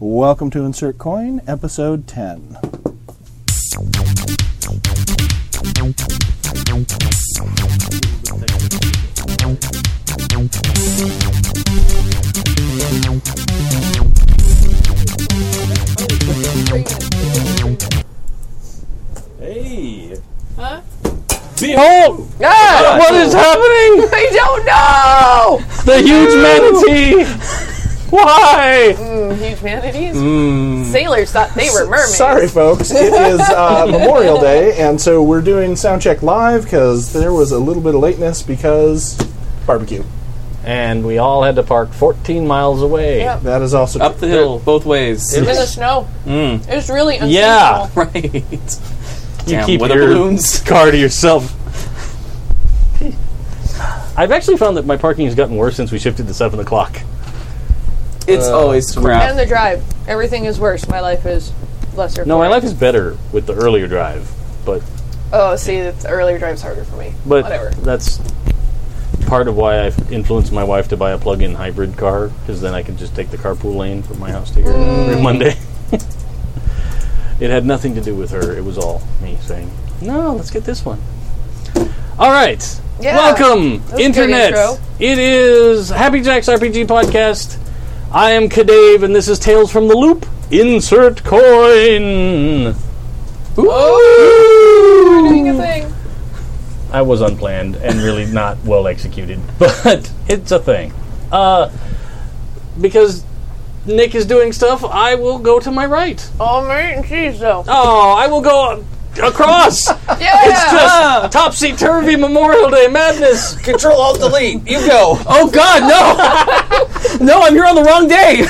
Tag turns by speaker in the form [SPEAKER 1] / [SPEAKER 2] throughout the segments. [SPEAKER 1] Welcome to Insert Coin, episode 10.
[SPEAKER 2] Hey!
[SPEAKER 3] Huh?
[SPEAKER 2] Behold!
[SPEAKER 4] Ah, what is happening?
[SPEAKER 3] I don't know!
[SPEAKER 4] The huge manatee. Why?
[SPEAKER 3] Huge manatees?
[SPEAKER 4] Mm.
[SPEAKER 3] Sailors thought they were mermaids.
[SPEAKER 1] Sorry, folks. It is uh, Memorial Day, and so we're doing sound check live because there was a little bit of lateness because barbecue.
[SPEAKER 4] And we all had to park 14 miles away.
[SPEAKER 3] Yep.
[SPEAKER 1] That is also
[SPEAKER 5] up the hill both ways.
[SPEAKER 3] In the snow. It was really unseasonal.
[SPEAKER 4] Mm. Yeah.
[SPEAKER 5] right.
[SPEAKER 4] You
[SPEAKER 5] Damn
[SPEAKER 4] keep
[SPEAKER 5] weather
[SPEAKER 4] your
[SPEAKER 5] balloons.
[SPEAKER 4] car to yourself. I've actually found that my parking has gotten worse since we shifted to seven o'clock.
[SPEAKER 5] It's
[SPEAKER 2] uh,
[SPEAKER 5] always crap.
[SPEAKER 3] And the drive. Everything is worse. My life is lesser.
[SPEAKER 4] No,
[SPEAKER 3] for
[SPEAKER 4] my
[SPEAKER 3] it.
[SPEAKER 4] life is better with the earlier drive, but
[SPEAKER 3] Oh, see, that's, the earlier drive's harder for me.
[SPEAKER 4] but
[SPEAKER 3] Whatever.
[SPEAKER 4] that's part of why I've influenced my wife to buy a plug-in hybrid car because then I could just take the carpool lane from my house to here
[SPEAKER 3] Mm.
[SPEAKER 4] every Monday. it had nothing to do with her. It was all me saying, "No, let's get this one." All right,
[SPEAKER 3] Yeah.
[SPEAKER 4] welcome,
[SPEAKER 3] good
[SPEAKER 4] internet.
[SPEAKER 3] intro.
[SPEAKER 4] It is Happy Jack's RPG podcast. I am Kadave, and this is Tales from the Loop. Insert coin. Ooh.
[SPEAKER 3] Oh, Doing a thing.
[SPEAKER 4] I was unplanned and really not well executed, but it's a thing. Uh, because Nick is doing stuff, I will go to my right.
[SPEAKER 3] Oh, meat and cheese, though.
[SPEAKER 4] Oh, I will go across.
[SPEAKER 3] yeah!
[SPEAKER 4] Topsy turvy Memorial Day madness.
[SPEAKER 5] Control Alt Delete. You go.
[SPEAKER 4] Oh God, no! no, I'm here on the wrong day.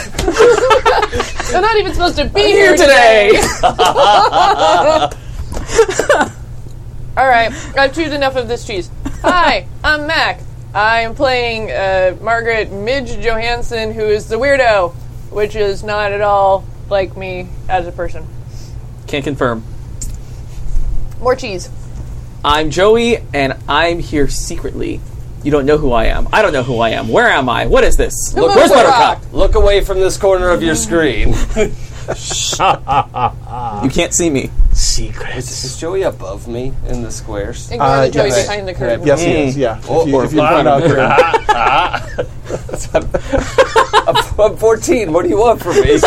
[SPEAKER 3] I'm not even supposed to be
[SPEAKER 5] Here today.
[SPEAKER 3] Alright, I've chewed enough of this cheese. Hi, I'm Mac. I am playing uh, Margaret Midge Johansson, who is the weirdo, which is not at all like me as a person.
[SPEAKER 5] Can't confirm.
[SPEAKER 3] More cheese.
[SPEAKER 5] I'm Joey, and I'm here secretly. You don't know who I am. I don't know who I am. Where am I? What is this? Look,
[SPEAKER 3] on,
[SPEAKER 5] where's
[SPEAKER 3] Barack.
[SPEAKER 5] Buttercup?
[SPEAKER 2] Look away from this corner of your screen.
[SPEAKER 5] You can't see me.
[SPEAKER 4] Secrets.
[SPEAKER 2] Is Joey above me in the squares?
[SPEAKER 3] Ignore
[SPEAKER 1] Uh,
[SPEAKER 3] the joy
[SPEAKER 1] yes.
[SPEAKER 3] behind the curtain.
[SPEAKER 1] Yes, it is. Yeah.
[SPEAKER 2] Oh,
[SPEAKER 1] if you,
[SPEAKER 2] or
[SPEAKER 1] if you point out your-
[SPEAKER 2] I'm 14. What do you want from me?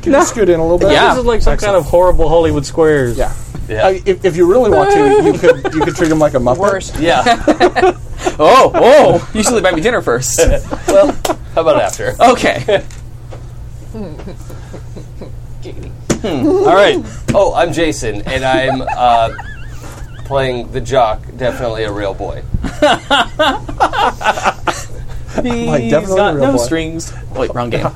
[SPEAKER 1] Can you scoot in a little bit?
[SPEAKER 5] Yeah.
[SPEAKER 4] This is like some kind of horrible Hollywood squares.
[SPEAKER 1] Yeah. I, Uh, if, if you really want to, you could you could treat him like a muppet.
[SPEAKER 3] Worse.
[SPEAKER 2] yeah.
[SPEAKER 5] Oh, oh! Usually buy me dinner first.
[SPEAKER 2] How about after?
[SPEAKER 5] Okay. Hmm.
[SPEAKER 3] Giggity.
[SPEAKER 4] All right.
[SPEAKER 2] Oh, I'm Jason, and I'm uh, playing the jock, definitely a real boy.
[SPEAKER 1] Like,
[SPEAKER 5] He's
[SPEAKER 1] definitely
[SPEAKER 5] got
[SPEAKER 1] a real
[SPEAKER 5] no
[SPEAKER 1] boy.
[SPEAKER 5] strings. Wait, wrong game.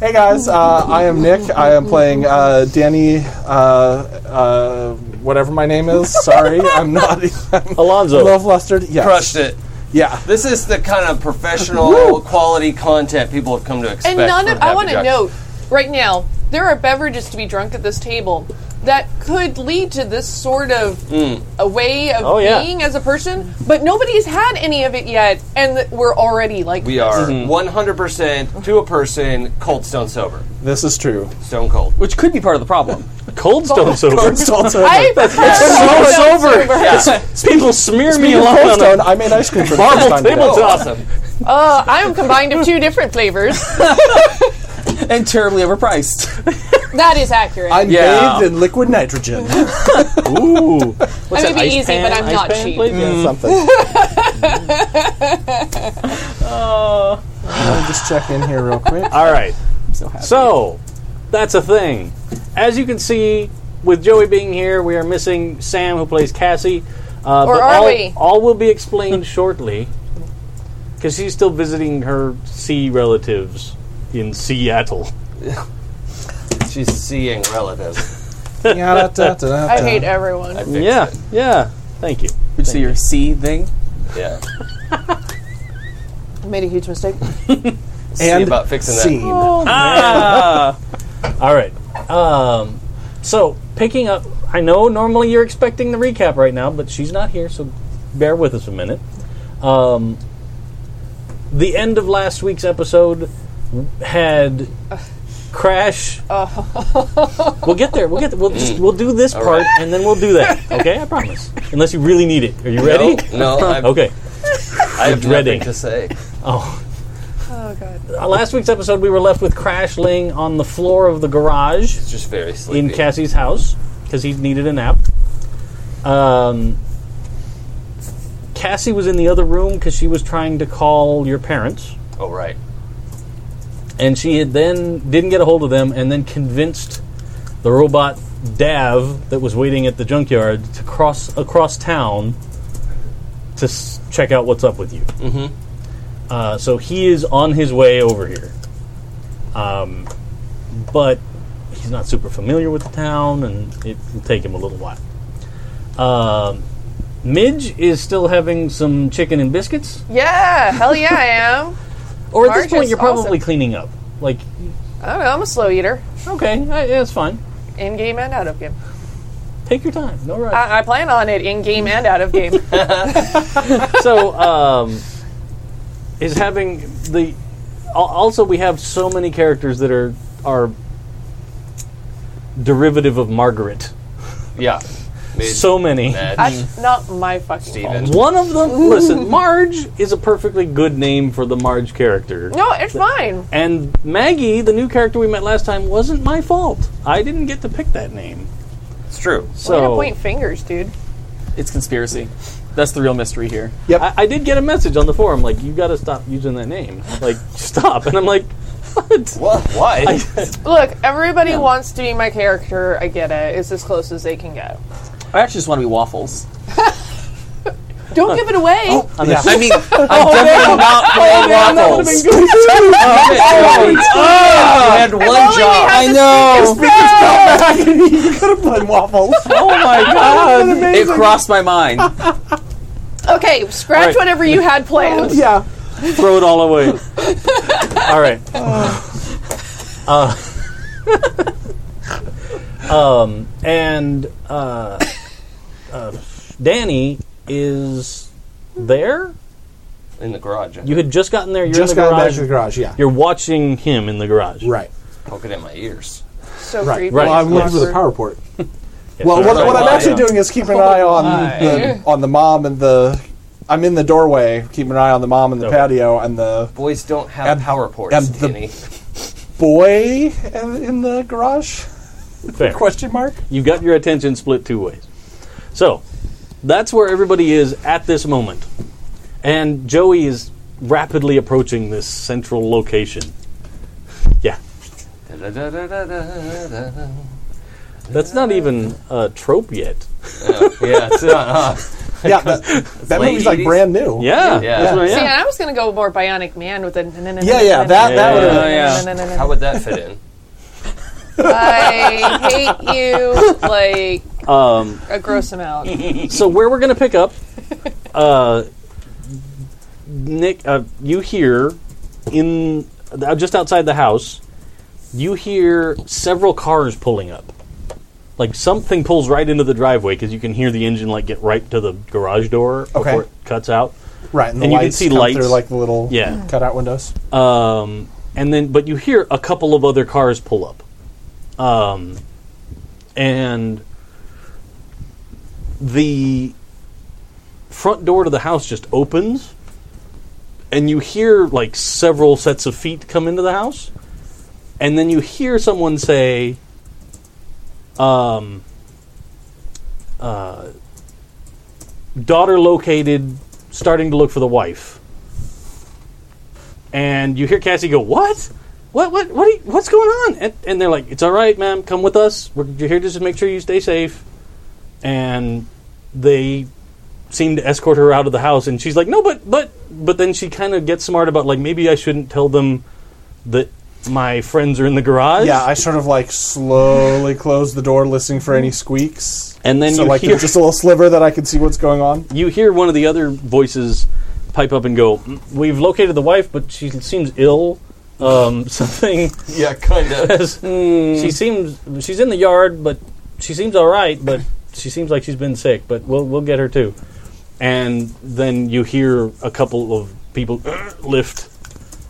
[SPEAKER 1] Hey guys, uh, I am Nick. I am playing uh, Danny, uh, uh, whatever my name is. Sorry, I'm not. I'm a little
[SPEAKER 4] Alonzo.
[SPEAKER 1] flustered. Yeah,
[SPEAKER 2] Crushed it.
[SPEAKER 1] Yeah,
[SPEAKER 2] This is the kind of professional quality content people have come to
[SPEAKER 3] And
[SPEAKER 2] expect.
[SPEAKER 3] none
[SPEAKER 2] from
[SPEAKER 3] of I
[SPEAKER 2] Happy
[SPEAKER 3] want to
[SPEAKER 2] Jack.
[SPEAKER 3] note right now there are beverages to be drunk at this table that could lead to this sort of
[SPEAKER 2] Mm.
[SPEAKER 3] a way of
[SPEAKER 4] Oh, yeah.
[SPEAKER 3] being as a person, but nobody's had any of it yet, and th- we're already like
[SPEAKER 2] We are
[SPEAKER 4] Mm-hmm.
[SPEAKER 2] 100% to a person, cold stone sober.
[SPEAKER 1] this is true.
[SPEAKER 2] Stone cold.
[SPEAKER 5] Which could be part of the problem.
[SPEAKER 4] Cold Stone sober.
[SPEAKER 1] It's also
[SPEAKER 3] I prefer
[SPEAKER 4] so
[SPEAKER 3] Stone
[SPEAKER 4] sober.
[SPEAKER 2] Yeah.
[SPEAKER 4] People smear me
[SPEAKER 1] Speaking of
[SPEAKER 4] along
[SPEAKER 1] Cold
[SPEAKER 4] on
[SPEAKER 1] Stone, I made ice cream for the
[SPEAKER 4] Marble
[SPEAKER 1] first time today.
[SPEAKER 5] Oh.
[SPEAKER 4] tabletop.
[SPEAKER 2] awesome.
[SPEAKER 3] Uh, I'm combined of two different flavors.
[SPEAKER 5] and terribly overpriced.
[SPEAKER 3] That is accurate.
[SPEAKER 1] I'm
[SPEAKER 5] Yeah.
[SPEAKER 1] bathed in liquid nitrogen.
[SPEAKER 4] a-
[SPEAKER 3] I may
[SPEAKER 4] Ooh.
[SPEAKER 5] that,
[SPEAKER 3] be
[SPEAKER 5] ice
[SPEAKER 3] easy,
[SPEAKER 5] pan-
[SPEAKER 3] but I'm
[SPEAKER 5] ice
[SPEAKER 3] not
[SPEAKER 5] pan
[SPEAKER 3] cheap.
[SPEAKER 5] plate?
[SPEAKER 1] Yeah, something. Let me just check in here real quick.
[SPEAKER 4] All right.
[SPEAKER 5] So happy.
[SPEAKER 4] So, that's a thing. As you can see, with Joey being here, we are missing Sam, who plays Cassie. Uh,
[SPEAKER 3] Or
[SPEAKER 4] but
[SPEAKER 3] are
[SPEAKER 4] all,
[SPEAKER 3] we?
[SPEAKER 4] All will be explained shortly, because she's still visiting her sea relatives in Seattle.
[SPEAKER 2] She's seeing relatives.
[SPEAKER 3] I
[SPEAKER 1] I
[SPEAKER 3] hate everyone.
[SPEAKER 4] Yeah, yeah. Thank you.
[SPEAKER 5] Would you see your C thing?
[SPEAKER 2] Yeah.
[SPEAKER 3] I made a huge mistake.
[SPEAKER 2] See about fixing that.
[SPEAKER 1] Scene.
[SPEAKER 4] All right. Um, so, picking up, I know normally you're expecting the recap right now, but she's not here, so bear with us a minute. Um, the end of last week's episode, had Crash.
[SPEAKER 3] Oh.
[SPEAKER 4] we'll get there. We'll get. There. We'll just, we'll do this part and then we'll do that. Okay, I promise. Unless you really need it. Are you ready?
[SPEAKER 2] No, no, I,
[SPEAKER 4] Okay.
[SPEAKER 2] I have
[SPEAKER 4] dreading.
[SPEAKER 2] nothing to say.
[SPEAKER 4] Oh.
[SPEAKER 3] Oh god.
[SPEAKER 4] Uh, Last week's episode, we were left with Crash laying on the floor of the garage
[SPEAKER 2] It's just very sleepy.
[SPEAKER 4] in Cassie's house because he needed a nap. Um, Cassie was in the other room because she was trying to call your parents,
[SPEAKER 2] oh right.
[SPEAKER 4] and she had then didn't get a hold of them, and then convinced the robot Dav that was waiting at the junkyard to cross across town to s- check out what's up with you. Mm-hmm. Uh, so he is on his way over here, um, but he's not super familiar with the town, and it will take him a little while. Um, Midge is still having some chicken and biscuits,
[SPEAKER 3] Yeah, hell yeah, I am.
[SPEAKER 4] or at
[SPEAKER 3] Marge
[SPEAKER 4] this point
[SPEAKER 3] is
[SPEAKER 4] you're probably
[SPEAKER 3] awesome.
[SPEAKER 4] cleaning up. Like,
[SPEAKER 3] I don't know, I'm a slow eater.
[SPEAKER 4] okay, I- that's fine.
[SPEAKER 3] In game and out of game.
[SPEAKER 4] Take your time, no rush.
[SPEAKER 3] I, I plan on it in game and out of game.
[SPEAKER 4] so um, is having the al- also we have so many characters that are are derivative of Margaret.
[SPEAKER 2] Yeah. Mid,
[SPEAKER 4] So many.
[SPEAKER 2] Ned,
[SPEAKER 3] That's not my fucking fault.
[SPEAKER 2] Steven.
[SPEAKER 4] One of them. Listen, Marge is a perfectly good name for the Marge character.
[SPEAKER 3] No, it's mine.
[SPEAKER 4] And Maggie, the new character we met last time, wasn't my fault. I didn't get to pick that name.
[SPEAKER 2] It's true.
[SPEAKER 3] Way to
[SPEAKER 4] So
[SPEAKER 3] point fingers, dude.
[SPEAKER 5] It's conspiracy. That's the real mystery here.
[SPEAKER 4] I, I did get a message on the forum like, "You got to stop using that name. Like, stop." And I'm like, "What?"
[SPEAKER 2] What? Why?
[SPEAKER 3] Look, everybody wants to be my character. I get it. It's as close as they can go.
[SPEAKER 5] I actually just want to be waffles.
[SPEAKER 3] Don't give it away.
[SPEAKER 5] I mean, I'm definitely not for waffles. Oh,
[SPEAKER 2] I had one
[SPEAKER 3] Only we
[SPEAKER 2] job.
[SPEAKER 3] had
[SPEAKER 5] I
[SPEAKER 3] the
[SPEAKER 5] know.
[SPEAKER 1] could have played waffles.
[SPEAKER 5] Oh my god! It crossed my mind.
[SPEAKER 3] same- Okay, scratch
[SPEAKER 4] Alright.
[SPEAKER 3] whatever you had planned.
[SPEAKER 1] yeah.
[SPEAKER 4] throw it all away. all right. Uh, um, and uh, uh, Danny is there.
[SPEAKER 2] In the garage.
[SPEAKER 4] You had just gotten there. You're
[SPEAKER 1] Just
[SPEAKER 4] in the
[SPEAKER 1] got back
[SPEAKER 4] garage.
[SPEAKER 1] to the garage. Yeah.
[SPEAKER 4] You're watching him in the garage.
[SPEAKER 1] right.
[SPEAKER 2] poking at my ears.
[SPEAKER 3] So
[SPEAKER 1] Right.
[SPEAKER 3] creepy.
[SPEAKER 4] Right.
[SPEAKER 1] Well, I'm looking
[SPEAKER 4] Yes.
[SPEAKER 1] for the power port. Well, what,
[SPEAKER 2] Right.
[SPEAKER 1] what I'm
[SPEAKER 2] Why?
[SPEAKER 1] actually doing is keeping an eye on
[SPEAKER 3] Why?
[SPEAKER 1] the on the mom and the. I'm in the doorway, keeping an eye on the mom and the
[SPEAKER 4] Okay.
[SPEAKER 1] patio and the
[SPEAKER 2] Boys don't have
[SPEAKER 1] And-
[SPEAKER 2] power ports.
[SPEAKER 1] and the-
[SPEAKER 2] Danny.
[SPEAKER 1] boy in in the garage.
[SPEAKER 4] Fair.
[SPEAKER 1] Question mark.
[SPEAKER 4] You've got your attention split two ways. So that's where everybody is at this moment. And Joey is rapidly approaching this central location. Yeah.
[SPEAKER 2] Da-da-da-da-da-da-da.
[SPEAKER 4] That's not even a trope yet.
[SPEAKER 2] yeah, it's uh, not, huh?
[SPEAKER 1] Yeah, that, that
[SPEAKER 2] late
[SPEAKER 1] movie's like
[SPEAKER 2] 80s.
[SPEAKER 1] brand new.
[SPEAKER 4] Yeah.
[SPEAKER 2] Yeah.
[SPEAKER 4] That's what-
[SPEAKER 3] See,
[SPEAKER 4] yeah.
[SPEAKER 3] and I was gonna go more Bionic Man with a
[SPEAKER 1] Yeah, yeah, that- that
[SPEAKER 4] would've
[SPEAKER 5] been- Yeah,
[SPEAKER 2] How would that fit in?
[SPEAKER 3] I hate you like a gross amount.
[SPEAKER 4] So where we're going to pick up, uh, Nick, uh, you hear in uh, just outside the house, you hear several cars pulling up. Like something pulls right into the driveway because you can hear the engine like get right to the garage door
[SPEAKER 1] Okay.
[SPEAKER 4] before it cuts out.
[SPEAKER 1] Right, and the
[SPEAKER 4] And you
[SPEAKER 1] lights
[SPEAKER 4] can see
[SPEAKER 1] come
[SPEAKER 4] lights.
[SPEAKER 1] through like the little
[SPEAKER 4] Yeah.
[SPEAKER 1] cutout windows.
[SPEAKER 4] Um, and then, but you hear a couple of other cars pull up. Um, and the front door to the house just opens, and you hear like several sets of feet come into the house. And then you hear someone say, um, uh, daughter located, starting to look for the wife and you hear Cassie go, "What? What? What? What? Are you, what's going on?" And, and they're like, "It's all right, ma'am. Come with us. We're, you're here just to make sure you stay safe." And they seem to escort her out of the house, and she's like, "No, but but but." Then she kind of gets smart about like maybe I shouldn't tell them that my friends are in the garage.
[SPEAKER 1] Yeah, I sort of like slowly close the door, listening for any squeaks,
[SPEAKER 4] And then
[SPEAKER 1] so
[SPEAKER 4] you
[SPEAKER 1] like
[SPEAKER 4] hear-
[SPEAKER 1] just a little sliver that I could see what's going on.
[SPEAKER 4] you hear one of the other voices pipe up and go, "Mm, "We've located the wife, but she seems ill." Um, something.
[SPEAKER 2] Yeah, kind of.
[SPEAKER 4] Because she seems she's in the yard, but she seems all right. But she seems like she's been sick. But we'll we'll get her too. And then you hear a couple of people lift,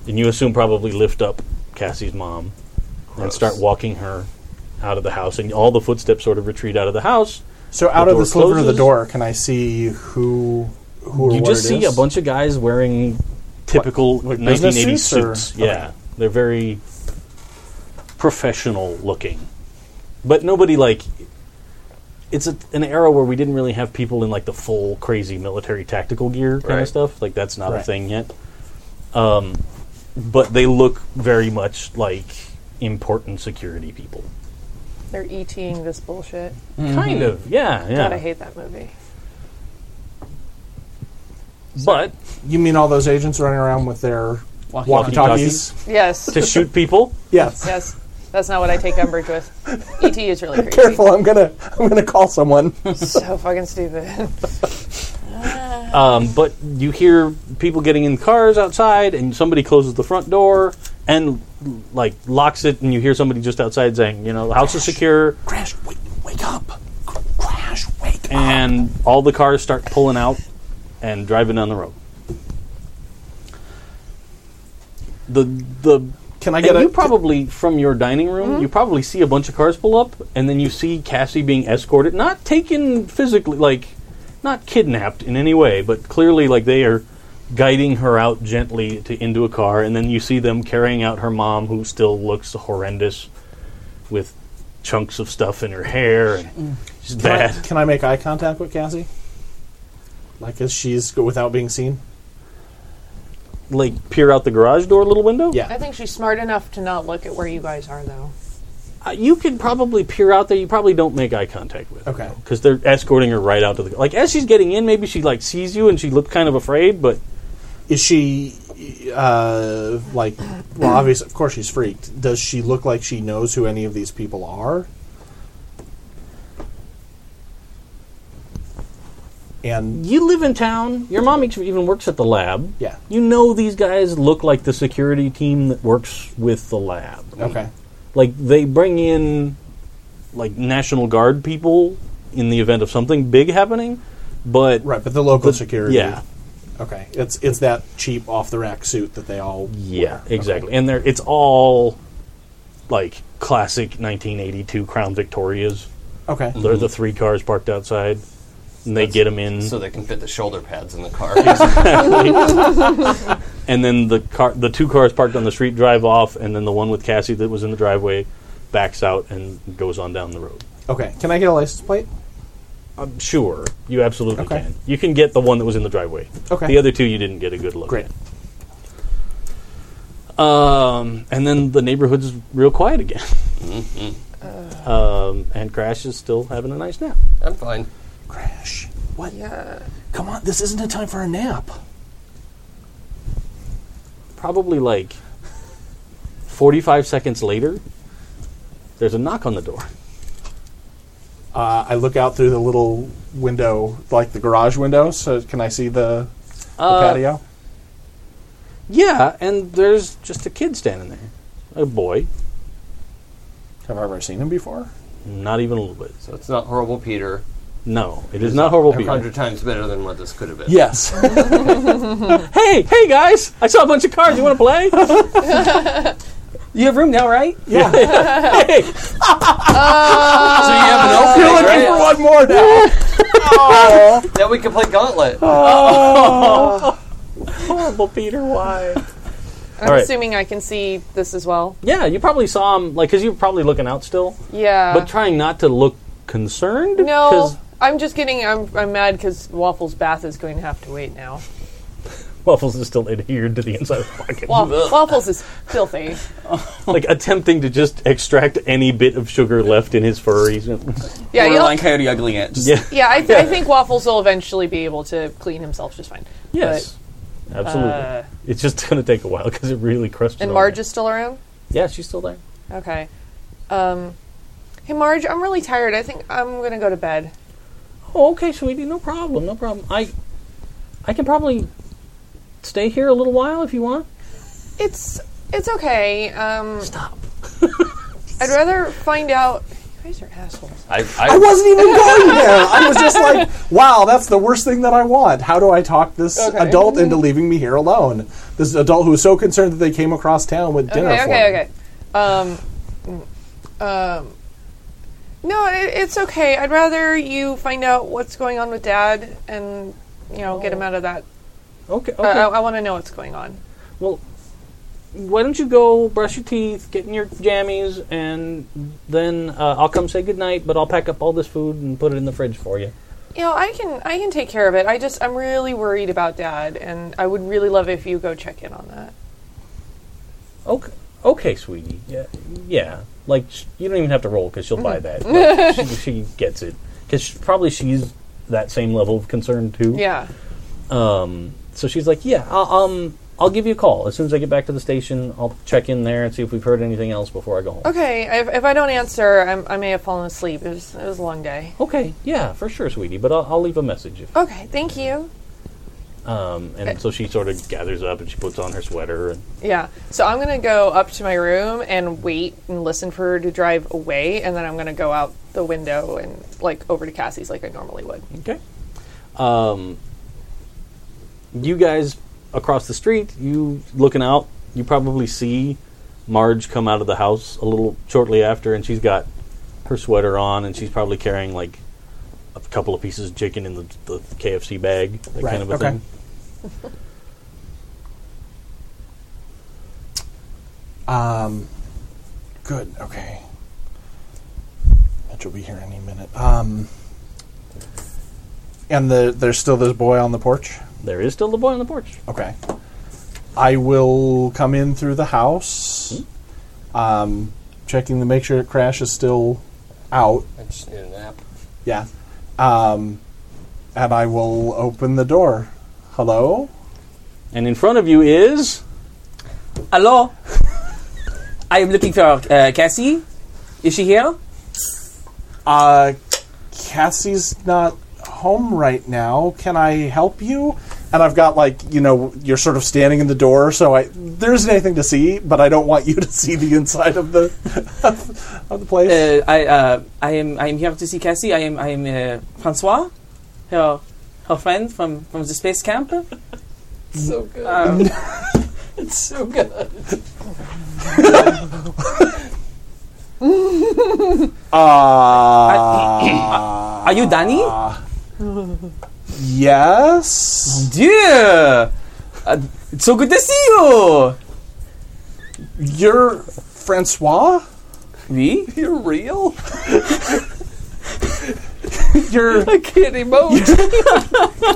[SPEAKER 4] and you assume probably lift up Cassie's mom and start walking her out of the house. And all the footsteps sort of retreat out of the house.
[SPEAKER 1] So out of
[SPEAKER 4] door
[SPEAKER 1] the sliver of the
[SPEAKER 4] closes.
[SPEAKER 1] door, can I see who who or
[SPEAKER 4] you
[SPEAKER 1] what
[SPEAKER 4] just
[SPEAKER 1] it
[SPEAKER 4] see
[SPEAKER 1] is?
[SPEAKER 4] a bunch of guys wearing typical
[SPEAKER 1] like business
[SPEAKER 4] 1980s
[SPEAKER 1] suits or-
[SPEAKER 4] suits. Yeah, they're very professional looking, but nobody like. It's a, an era where we didn't really have people in like the full crazy military tactical gear kind
[SPEAKER 2] Right.
[SPEAKER 4] of stuff. Like that's not a
[SPEAKER 1] Right.
[SPEAKER 4] thing yet. Um, but they look very much like important security people.
[SPEAKER 3] They're ETing this bullshit.
[SPEAKER 4] Kind of, yeah, yeah.
[SPEAKER 3] God, I hate that movie.
[SPEAKER 4] but
[SPEAKER 1] You mean all those agents running around with their
[SPEAKER 5] Walkie-talkie.
[SPEAKER 1] walkie talkies?
[SPEAKER 3] Yes.
[SPEAKER 4] to shoot people,
[SPEAKER 1] Yes.
[SPEAKER 3] yes. That's not what I take umbrage with. ET is really creepy.
[SPEAKER 1] Careful, I'm gonna I'm gonna call someone.
[SPEAKER 3] So fucking stupid.
[SPEAKER 4] Um, but you hear people getting in cars outside, and somebody closes the front door and like locks it, and you hear somebody just outside saying, "You know, the house is secure."
[SPEAKER 1] Crash, wake, wake up! Crash, wake up!
[SPEAKER 4] And all the cars start pulling out and driving down the road. The the
[SPEAKER 1] Can I
[SPEAKER 4] and
[SPEAKER 1] get a? Mm-hmm.
[SPEAKER 4] you probably from your dining room, you probably see a bunch of cars pull up, and then you see Cassie being escorted, not taken physically, like not kidnapped in any way, but clearly like they are guiding her out gently to into a car, and then you see them carrying out her mom, who still looks horrendous, with chunks of stuff in her hair and
[SPEAKER 1] Mm.
[SPEAKER 4] she's
[SPEAKER 1] can, I,
[SPEAKER 4] bad.
[SPEAKER 1] can I make eye contact with Cassie? Like, as she's go- without being seen?
[SPEAKER 4] Like peer out the garage door little window.
[SPEAKER 1] Yeah.
[SPEAKER 3] I think she's smart enough to not look at where you guys are, though.
[SPEAKER 4] Uh, you could probably peer out there. You probably don't make eye contact with.
[SPEAKER 1] Okay.
[SPEAKER 4] because they're escorting her right out to the like as she's getting in. Maybe she like sees you and she looked kind of afraid, but
[SPEAKER 1] Is she uh, like? Well, obviously, of course, she's freaked. Does she look like she knows who any of these people are? And
[SPEAKER 4] you live in town. Your mom ex- even works at the lab.
[SPEAKER 1] Yeah.
[SPEAKER 4] you know these guys look like the security team that works with the lab.
[SPEAKER 1] okay,
[SPEAKER 4] like they bring in like National Guard people in the event of something big happening, but
[SPEAKER 1] right, but the local security.
[SPEAKER 4] yeah,
[SPEAKER 1] Okay, it's it's that cheap off the rack suit that they all.
[SPEAKER 4] Yeah, exactly. And they're it's all like classic 1982 Crown Victorias.
[SPEAKER 1] Okay,
[SPEAKER 4] They're the three cars parked outside, and they get 'em get them in.
[SPEAKER 2] So they can fit the shoulder pads in the car.
[SPEAKER 4] and then the car, the two cars parked on the street drive off, and then the one with Cassie that was in the driveway backs out and goes on down the road.
[SPEAKER 1] okay. Can I get a license plate?
[SPEAKER 4] I'm sure you absolutely
[SPEAKER 1] Okay.
[SPEAKER 4] can. You can get the one that was in the driveway.
[SPEAKER 1] Okay.
[SPEAKER 4] The other two you didn't get a good look.
[SPEAKER 1] Great.
[SPEAKER 4] at. Um, and then the neighborhood's real quiet again. um, and Crash is still having a nice nap.
[SPEAKER 2] I'm fine.
[SPEAKER 1] Crash. What? Come on, this isn't a time for a nap.
[SPEAKER 4] probably like 45 seconds later, there's a knock on the door.
[SPEAKER 1] Uh, I look out through the little window, like the garage window. So can I see the, the
[SPEAKER 5] Uh,
[SPEAKER 1] patio?
[SPEAKER 4] Yeah, and there's just a kid standing there. A boy,
[SPEAKER 1] Have I ever seen him before?
[SPEAKER 4] not even a little bit.
[SPEAKER 2] So it's not horrible, Peter.
[SPEAKER 4] No, it is not horrible.
[SPEAKER 2] A
[SPEAKER 4] People.
[SPEAKER 2] hundred times better than what this could have been.
[SPEAKER 1] Yes.
[SPEAKER 4] Hey, hey guys! I saw a bunch of cars. You want to play?
[SPEAKER 5] You have room now, right?
[SPEAKER 1] yeah.
[SPEAKER 4] hey,
[SPEAKER 2] So you have an opening,
[SPEAKER 1] You're looking
[SPEAKER 2] right?
[SPEAKER 1] for one more now. oh,
[SPEAKER 2] Now we can play Gauntlet.
[SPEAKER 4] horrible Peter. Why?
[SPEAKER 3] I'm
[SPEAKER 4] All right.
[SPEAKER 3] assuming I can see this as well.
[SPEAKER 4] Yeah, you probably saw him like because you're probably looking out still,
[SPEAKER 3] Yeah.
[SPEAKER 4] but trying not to look concerned. 'cause
[SPEAKER 3] Uh. no, I'm just getting. I'm, I'm mad because Waffle's bath is going to have to wait now.
[SPEAKER 4] Waffles is still adhered to the inside of the pocket.
[SPEAKER 3] Wa- Waffles is filthy.
[SPEAKER 4] like attempting to just extract any bit of sugar left in his fur. He's
[SPEAKER 3] Yeah, you'll-
[SPEAKER 5] Borderline Coyote Ugly Ant. Just
[SPEAKER 4] yeah.
[SPEAKER 3] yeah. I, th- I think Waffles will eventually be able to clean himself just fine.
[SPEAKER 4] Yes. Absolutely.
[SPEAKER 3] Uh,
[SPEAKER 4] it's just going to take a while because it really crushes.
[SPEAKER 3] and
[SPEAKER 4] on
[SPEAKER 3] Marge
[SPEAKER 4] there.
[SPEAKER 3] is still around.
[SPEAKER 4] Yeah, she's still there.
[SPEAKER 3] Okay. Um, hey, Marge, I'm really tired. I think I'm gonna go to bed.
[SPEAKER 4] Oh, okay, sweetie. No problem. No problem. I, I can probably stay here a little while if you want.
[SPEAKER 3] It's it's okay. Um,
[SPEAKER 4] Stop.
[SPEAKER 3] I'd rather find out. guys are assholes.
[SPEAKER 2] I,
[SPEAKER 1] I
[SPEAKER 2] I,
[SPEAKER 1] wasn't even going there. I was just like, wow, that's the worst thing that I want. How do I talk this adult into leaving me here alone? This adult who was so concerned that they came across town with dinner
[SPEAKER 3] Okay,
[SPEAKER 1] for
[SPEAKER 3] okay,
[SPEAKER 1] me.
[SPEAKER 3] okay. Um, mm, um, no, it, it's okay. I'd rather you find out what's going on with Dad and you know get him out of that.
[SPEAKER 4] Okay. Okay.
[SPEAKER 3] I I, I want to know what's going on.
[SPEAKER 4] well, why don't you go brush your teeth, get in your jammies, and then uh, I'll come say goodnight, but I'll pack up all this food and put it in the fridge for you.
[SPEAKER 3] You know, I can I can take care of it. I just I'm really worried about Dad, and I would really love if you go check in on that.
[SPEAKER 4] Okay, okay, sweetie. Yeah, yeah. Like sh- you don't even have to roll because she'll buy that. But she, she gets it because probably she's that same level of concern too.
[SPEAKER 3] Yeah.
[SPEAKER 4] Um. So she's like, yeah. I'll, um. I'll give you a call as soon as I get back to the station. I'll check in there and see if we've heard anything else before I go home.
[SPEAKER 3] Okay. If, if I don't answer, I'm, I may have fallen asleep. It was it was a long day.
[SPEAKER 4] Okay, yeah, for sure, sweetie. But I'll, I'll leave a message. If,
[SPEAKER 3] Okay. Thank you.
[SPEAKER 4] um, and so she sort of gathers up and she puts on her sweater. And
[SPEAKER 3] Yeah. So I'm gonna go up to my room and wait and listen for her to drive away, and then I'm gonna go out the window and like over to Cassie's like I normally would.
[SPEAKER 4] okay, um, you guys across the street, you looking out, you probably see Marge come out of the house a little shortly after, and she's got her sweater on, and she's probably carrying like a couple of pieces of chicken in the, the KFC bag, that
[SPEAKER 1] Right,
[SPEAKER 4] kind of a
[SPEAKER 1] okay.
[SPEAKER 4] thing.
[SPEAKER 1] Um, good. Okay. Mitch will be here any minute. Um, and the, there's still this boy on the porch.
[SPEAKER 4] There is still the boy on the porch.
[SPEAKER 1] Okay. I will come in through the house, um, checking to make sure Crash is still out.
[SPEAKER 2] I just need a nap.
[SPEAKER 1] Yeah. Um, and I will open the door. Hello?
[SPEAKER 4] And in front of you is
[SPEAKER 5] Hello. I am looking for uh, Cassie. Is she here?
[SPEAKER 1] Uh, Cassie's not home right now. Can I help you? And I've got like you know you're sort of standing in the door, so I there isn't anything to see, but I don't want you to see the inside of the of, the place.
[SPEAKER 5] Uh, I uh, I am I am here to see Cassie. I am I am uh, Francois, her her friend from from the space camp.
[SPEAKER 2] So good.
[SPEAKER 5] Um,
[SPEAKER 2] It's so good.
[SPEAKER 1] Uh,
[SPEAKER 5] are you Danny?
[SPEAKER 2] Ah.
[SPEAKER 1] yes.
[SPEAKER 5] Dear, uh, it's so good to see you.
[SPEAKER 1] You're Francois?
[SPEAKER 5] We?
[SPEAKER 2] You're real.
[SPEAKER 1] You're
[SPEAKER 2] I can't emote.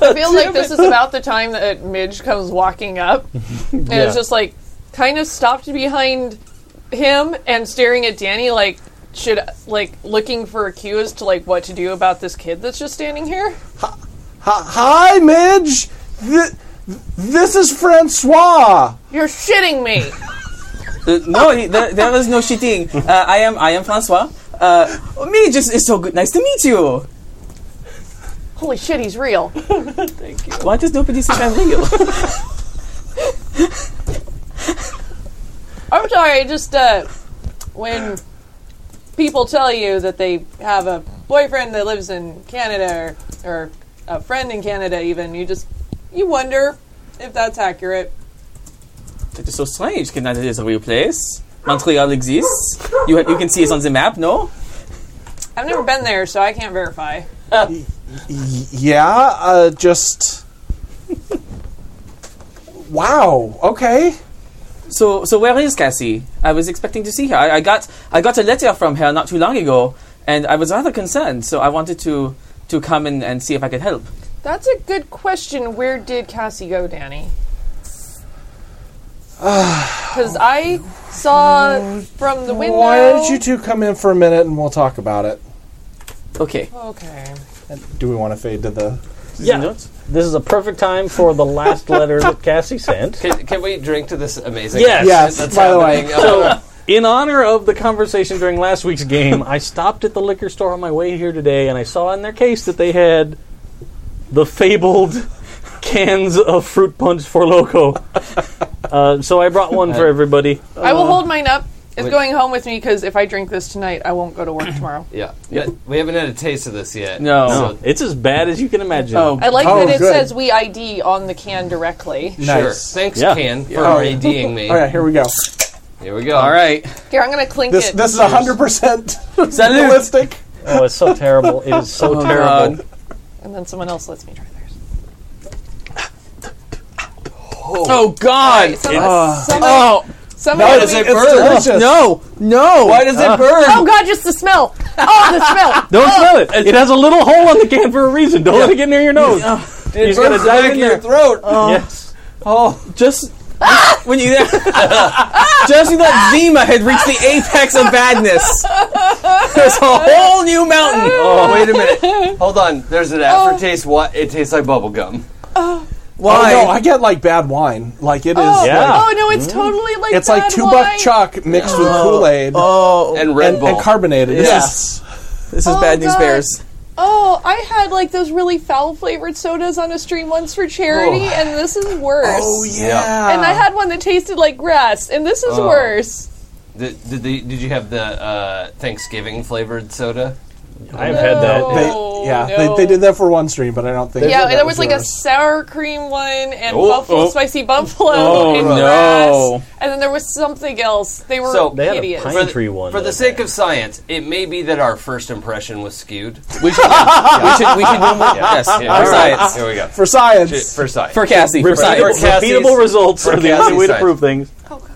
[SPEAKER 3] I feel like this is about the time that Midge comes walking up, and it's just like kind of stopped behind him and staring at Danny like should like looking for a cue as to like what to do about this kid that's just standing here.
[SPEAKER 1] Hi Midge. Th- this is Francois.
[SPEAKER 3] You're shitting me.
[SPEAKER 5] Uh, no, he- there, there is no shitting. Uh, I am I am Francois. Uh, oh, me just it's so good. Nice to meet you.
[SPEAKER 3] Holy shit, he's real.
[SPEAKER 5] Why does nobody think I'm real?
[SPEAKER 3] I'm sorry, just uh, when people tell you that they have a boyfriend that lives in Canada or, or a friend in Canada, even you just you wonder if that's accurate.
[SPEAKER 5] That is so strange. Canada is a real place. Montreal exists. You you can see it on the map. No.
[SPEAKER 3] I've never been there, so I can't verify.
[SPEAKER 1] Y- yeah, uh just Wow. Okay.
[SPEAKER 5] So so where is Cassie? I was expecting to see her. I, I got I got a letter from her not too long ago, and I was rather concerned. So I wanted to to come and, and see if I could help.
[SPEAKER 3] That's a good question. Where did Cassie go, Danny? Because I saw from the window.
[SPEAKER 1] Why don't you two come in for a minute and we'll talk about it?
[SPEAKER 5] Okay.
[SPEAKER 3] okay.
[SPEAKER 1] Do we want to fade to the
[SPEAKER 4] yeah. This is a perfect time for the last letter that Cassie sent.
[SPEAKER 2] Can, can we drink to this amazing?
[SPEAKER 4] Yes.
[SPEAKER 1] Yes,
[SPEAKER 2] That's
[SPEAKER 1] by the way.
[SPEAKER 2] happening. Uh,
[SPEAKER 4] In honor of the conversation during last week's game, I stopped at the liquor store on my way here today and I saw in their case that they had the fabled cans of fruit punch for loco. Uh, so I brought one for everybody.
[SPEAKER 3] I will hold mine up. It's
[SPEAKER 2] Wait.
[SPEAKER 3] going home with me because if I drink this tonight, I won't go to work tomorrow.
[SPEAKER 2] Yeah. We haven't had a taste of this yet.
[SPEAKER 5] No.
[SPEAKER 2] So,
[SPEAKER 4] It's as bad as you can imagine.
[SPEAKER 5] Oh,
[SPEAKER 3] I like
[SPEAKER 1] Oh,
[SPEAKER 3] that it
[SPEAKER 1] good.
[SPEAKER 3] says we ID on the can directly.
[SPEAKER 2] Sure.
[SPEAKER 1] Nice.
[SPEAKER 2] Thanks,
[SPEAKER 4] Yeah.
[SPEAKER 2] Can, for
[SPEAKER 1] Oh.
[SPEAKER 2] IDing me.
[SPEAKER 1] All right, here we go.
[SPEAKER 2] Here we go.
[SPEAKER 5] all right.
[SPEAKER 3] Here, I'm going to clink
[SPEAKER 1] This
[SPEAKER 3] it.
[SPEAKER 1] this is hundred percent
[SPEAKER 5] Salute.
[SPEAKER 1] realistic.
[SPEAKER 4] Oh, it's so terrible. It is so
[SPEAKER 5] Oh,
[SPEAKER 4] terrible.
[SPEAKER 5] God.
[SPEAKER 3] and then someone else lets me try theirs.
[SPEAKER 5] Oh God.
[SPEAKER 3] Some- some-
[SPEAKER 5] Oh
[SPEAKER 3] some-
[SPEAKER 1] No,
[SPEAKER 2] does it
[SPEAKER 1] it's
[SPEAKER 2] burn?
[SPEAKER 1] delicious.
[SPEAKER 5] no, no.
[SPEAKER 2] Why does it burn?
[SPEAKER 5] Ah.
[SPEAKER 3] Oh God, just the smell. Oh, the smell.
[SPEAKER 4] Don't smell it. It has a little hole on the can for a reason. Don't let it get near your nose.
[SPEAKER 2] It
[SPEAKER 4] He's gonna
[SPEAKER 2] burns the
[SPEAKER 4] dive
[SPEAKER 2] back Oh.
[SPEAKER 4] in
[SPEAKER 2] of your
[SPEAKER 4] there.
[SPEAKER 2] throat.
[SPEAKER 4] Yes.
[SPEAKER 5] Oh, Just when you just when that Zima had reached the apex of badness. There's a whole new mountain.
[SPEAKER 2] Oh, wait a minute. Hold on. There's an aftertaste. What? It tastes like bubble gum.
[SPEAKER 5] Why?
[SPEAKER 1] Oh, no, I get like bad wine. Like it is.
[SPEAKER 3] Oh,
[SPEAKER 4] Yeah.
[SPEAKER 3] oh no, it's totally like
[SPEAKER 1] Mm. It's like
[SPEAKER 3] bad
[SPEAKER 1] two buck
[SPEAKER 3] wine.
[SPEAKER 1] chuck mixed with Kool Aid
[SPEAKER 5] oh,
[SPEAKER 2] And Red
[SPEAKER 1] and,
[SPEAKER 2] Bull.
[SPEAKER 1] and carbonated.
[SPEAKER 5] Yes. this is
[SPEAKER 3] Oh,
[SPEAKER 5] bad news
[SPEAKER 3] God.
[SPEAKER 5] bears.
[SPEAKER 3] Oh, I had like those really foul flavored sodas on a stream once for charity, and this is worse.
[SPEAKER 1] Oh yeah. Oh.
[SPEAKER 3] And I had one that tasted like grass, and this is worse.
[SPEAKER 2] Did, did, they, did you have the uh, Thanksgiving flavored soda?
[SPEAKER 4] I've had that.
[SPEAKER 1] They,
[SPEAKER 3] Oh,
[SPEAKER 1] yeah,
[SPEAKER 3] no.
[SPEAKER 1] they, they did that for one stream, but I don't think.
[SPEAKER 3] Yeah,
[SPEAKER 1] that
[SPEAKER 3] there was like a
[SPEAKER 1] yours.
[SPEAKER 3] sour cream one and
[SPEAKER 2] Oh,
[SPEAKER 3] buffalo,
[SPEAKER 4] oh.
[SPEAKER 3] spicy buffalo
[SPEAKER 4] Oh,
[SPEAKER 3] and
[SPEAKER 4] no.
[SPEAKER 3] grass, and then there was something else. They were
[SPEAKER 2] So-
[SPEAKER 4] They had a
[SPEAKER 3] hideous.
[SPEAKER 4] pint-
[SPEAKER 2] For the-
[SPEAKER 4] Tree one,
[SPEAKER 2] For
[SPEAKER 4] though,
[SPEAKER 2] the sake of science, it may be that our first impression was skewed.
[SPEAKER 5] We should, we should, we should do more. Yes,
[SPEAKER 2] Here,
[SPEAKER 5] for
[SPEAKER 2] all right.
[SPEAKER 5] science,
[SPEAKER 2] Here we go. For,
[SPEAKER 1] for science.
[SPEAKER 2] for science.
[SPEAKER 5] for Cassie, for
[SPEAKER 4] Repeatable,
[SPEAKER 5] science.
[SPEAKER 2] Cassie's-
[SPEAKER 4] repeatable results
[SPEAKER 2] for
[SPEAKER 4] are the only
[SPEAKER 2] Cassie's
[SPEAKER 4] way to
[SPEAKER 2] side.
[SPEAKER 4] prove things.
[SPEAKER 3] oh god.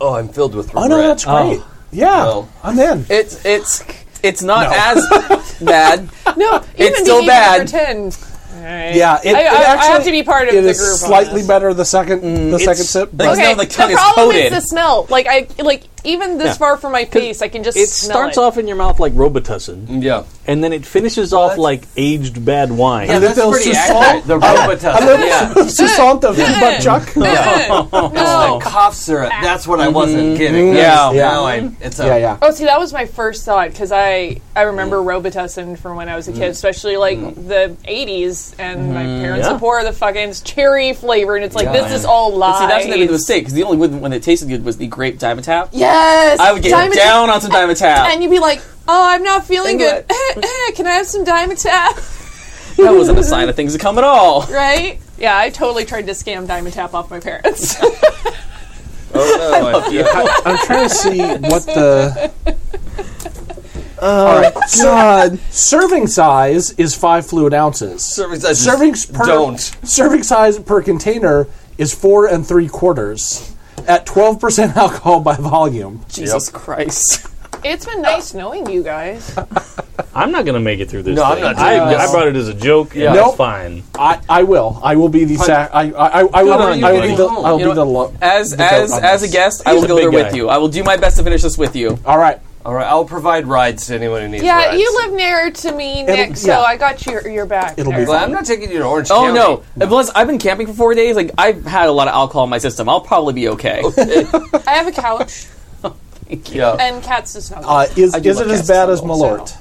[SPEAKER 2] oh, I'm filled with regret.
[SPEAKER 1] oh no, that's great. Yeah,
[SPEAKER 2] No.
[SPEAKER 1] I'm in.
[SPEAKER 5] It's it's it's not as bad.
[SPEAKER 3] No, even
[SPEAKER 5] still
[SPEAKER 3] to even
[SPEAKER 5] bad.
[SPEAKER 3] Pretend.
[SPEAKER 1] Yeah, it,
[SPEAKER 3] I, I,
[SPEAKER 1] it
[SPEAKER 3] I
[SPEAKER 1] actually
[SPEAKER 3] have to be part of
[SPEAKER 1] it
[SPEAKER 3] the
[SPEAKER 1] is
[SPEAKER 3] group. on
[SPEAKER 1] slightly
[SPEAKER 3] this.
[SPEAKER 1] better the second the second sip. But
[SPEAKER 5] Like-
[SPEAKER 3] Okay,
[SPEAKER 5] No, the tongue
[SPEAKER 3] the
[SPEAKER 5] is
[SPEAKER 3] problem
[SPEAKER 5] coated.
[SPEAKER 3] the smell. Like I like even this
[SPEAKER 4] Yeah.
[SPEAKER 3] far from my face, I can just
[SPEAKER 4] It
[SPEAKER 3] smell
[SPEAKER 4] starts
[SPEAKER 3] it.
[SPEAKER 4] off in your mouth like Robitussin,
[SPEAKER 2] Um, Yeah.
[SPEAKER 4] and then it finishes off like aged bad wine.
[SPEAKER 1] And then
[SPEAKER 2] That's
[SPEAKER 1] they'll
[SPEAKER 2] pretty
[SPEAKER 1] just
[SPEAKER 2] accurate. The Robitussin. yeah.
[SPEAKER 1] Sussant of Buck Chuck.
[SPEAKER 2] The cough syrup. That's what I wasn't getting.
[SPEAKER 5] Yeah.
[SPEAKER 2] Yeah. Now I'm. It's a,
[SPEAKER 1] Yeah, yeah.
[SPEAKER 3] Oh, see, that was my first thought because I I remember
[SPEAKER 5] Mm.
[SPEAKER 3] Robitussin from when I was a kid, especially like the '80s, and my
[SPEAKER 5] Mm,
[SPEAKER 3] parents
[SPEAKER 4] Yeah.
[SPEAKER 3] would pour the fucking cherry flavor, and it's like this
[SPEAKER 2] Yeah.
[SPEAKER 3] is all lies.
[SPEAKER 5] See, that's when they made the mistake because the only one when it tasted good was the grape diamond tap.
[SPEAKER 3] yes,
[SPEAKER 5] I would get
[SPEAKER 3] Diamond
[SPEAKER 5] down on some diamond
[SPEAKER 3] Tap,
[SPEAKER 5] tap.
[SPEAKER 3] and you'd be like, "Oh, I'm not feeling
[SPEAKER 5] Think
[SPEAKER 3] good. Can I have some Diamond Tap?"
[SPEAKER 5] That wasn't a sign of things to come at all.
[SPEAKER 3] Right? Yeah, I totally tried to scam Diamond Tap off my parents.
[SPEAKER 2] Oh, no, I- yeah.
[SPEAKER 1] I, I'm trying to see what the. All right. God. Serving size is five fluid ounces.
[SPEAKER 2] Serving size is-
[SPEAKER 1] Servings per
[SPEAKER 2] don't.
[SPEAKER 1] serving size per container is four and three quarters at twelve percent alcohol by volume.
[SPEAKER 5] Jesus Christ.
[SPEAKER 3] it's been nice knowing you guys.
[SPEAKER 5] Uh,
[SPEAKER 4] I'm not going to make it through this.
[SPEAKER 2] No, I'm
[SPEAKER 4] thing.
[SPEAKER 2] not doing
[SPEAKER 4] I,
[SPEAKER 2] this.
[SPEAKER 4] I brought it as a joke. Yeah,
[SPEAKER 2] Yeah.
[SPEAKER 4] and
[SPEAKER 1] Nope.
[SPEAKER 4] it's fine.
[SPEAKER 1] I, I will. I will be the sac- I, I, I, I will.
[SPEAKER 5] on you,
[SPEAKER 1] I will be
[SPEAKER 5] buddy.
[SPEAKER 1] the. I will
[SPEAKER 5] You know
[SPEAKER 1] be the.
[SPEAKER 5] what?
[SPEAKER 1] Lo-
[SPEAKER 5] As
[SPEAKER 1] the
[SPEAKER 5] as
[SPEAKER 1] goat on
[SPEAKER 5] as a
[SPEAKER 1] this.
[SPEAKER 5] guest, I
[SPEAKER 4] He's
[SPEAKER 5] will
[SPEAKER 4] a
[SPEAKER 5] go
[SPEAKER 4] big
[SPEAKER 5] there with
[SPEAKER 4] guy.
[SPEAKER 5] you. I will do my best to finish this with you.
[SPEAKER 1] All right.
[SPEAKER 5] Oh,
[SPEAKER 2] All right. I'll provide rides to anyone who needs
[SPEAKER 3] Yeah,
[SPEAKER 2] rides.
[SPEAKER 3] you live nearer to me, Nick, so
[SPEAKER 1] yeah.
[SPEAKER 3] I got your your back.
[SPEAKER 1] It'll be
[SPEAKER 3] there.
[SPEAKER 2] Well, I'm not taking you to Orange
[SPEAKER 5] Oh
[SPEAKER 2] County.
[SPEAKER 5] no! Plus, I've been camping for four days. Like I've had a lot of alcohol in my system. I'll probably be okay.
[SPEAKER 3] I have a couch
[SPEAKER 2] Yeah.
[SPEAKER 3] and cats to snuggle.
[SPEAKER 5] Oh,
[SPEAKER 1] Uh, is
[SPEAKER 5] do
[SPEAKER 1] is
[SPEAKER 5] love
[SPEAKER 1] it as
[SPEAKER 5] cats
[SPEAKER 1] bad as
[SPEAKER 5] and dogs,
[SPEAKER 1] Malort?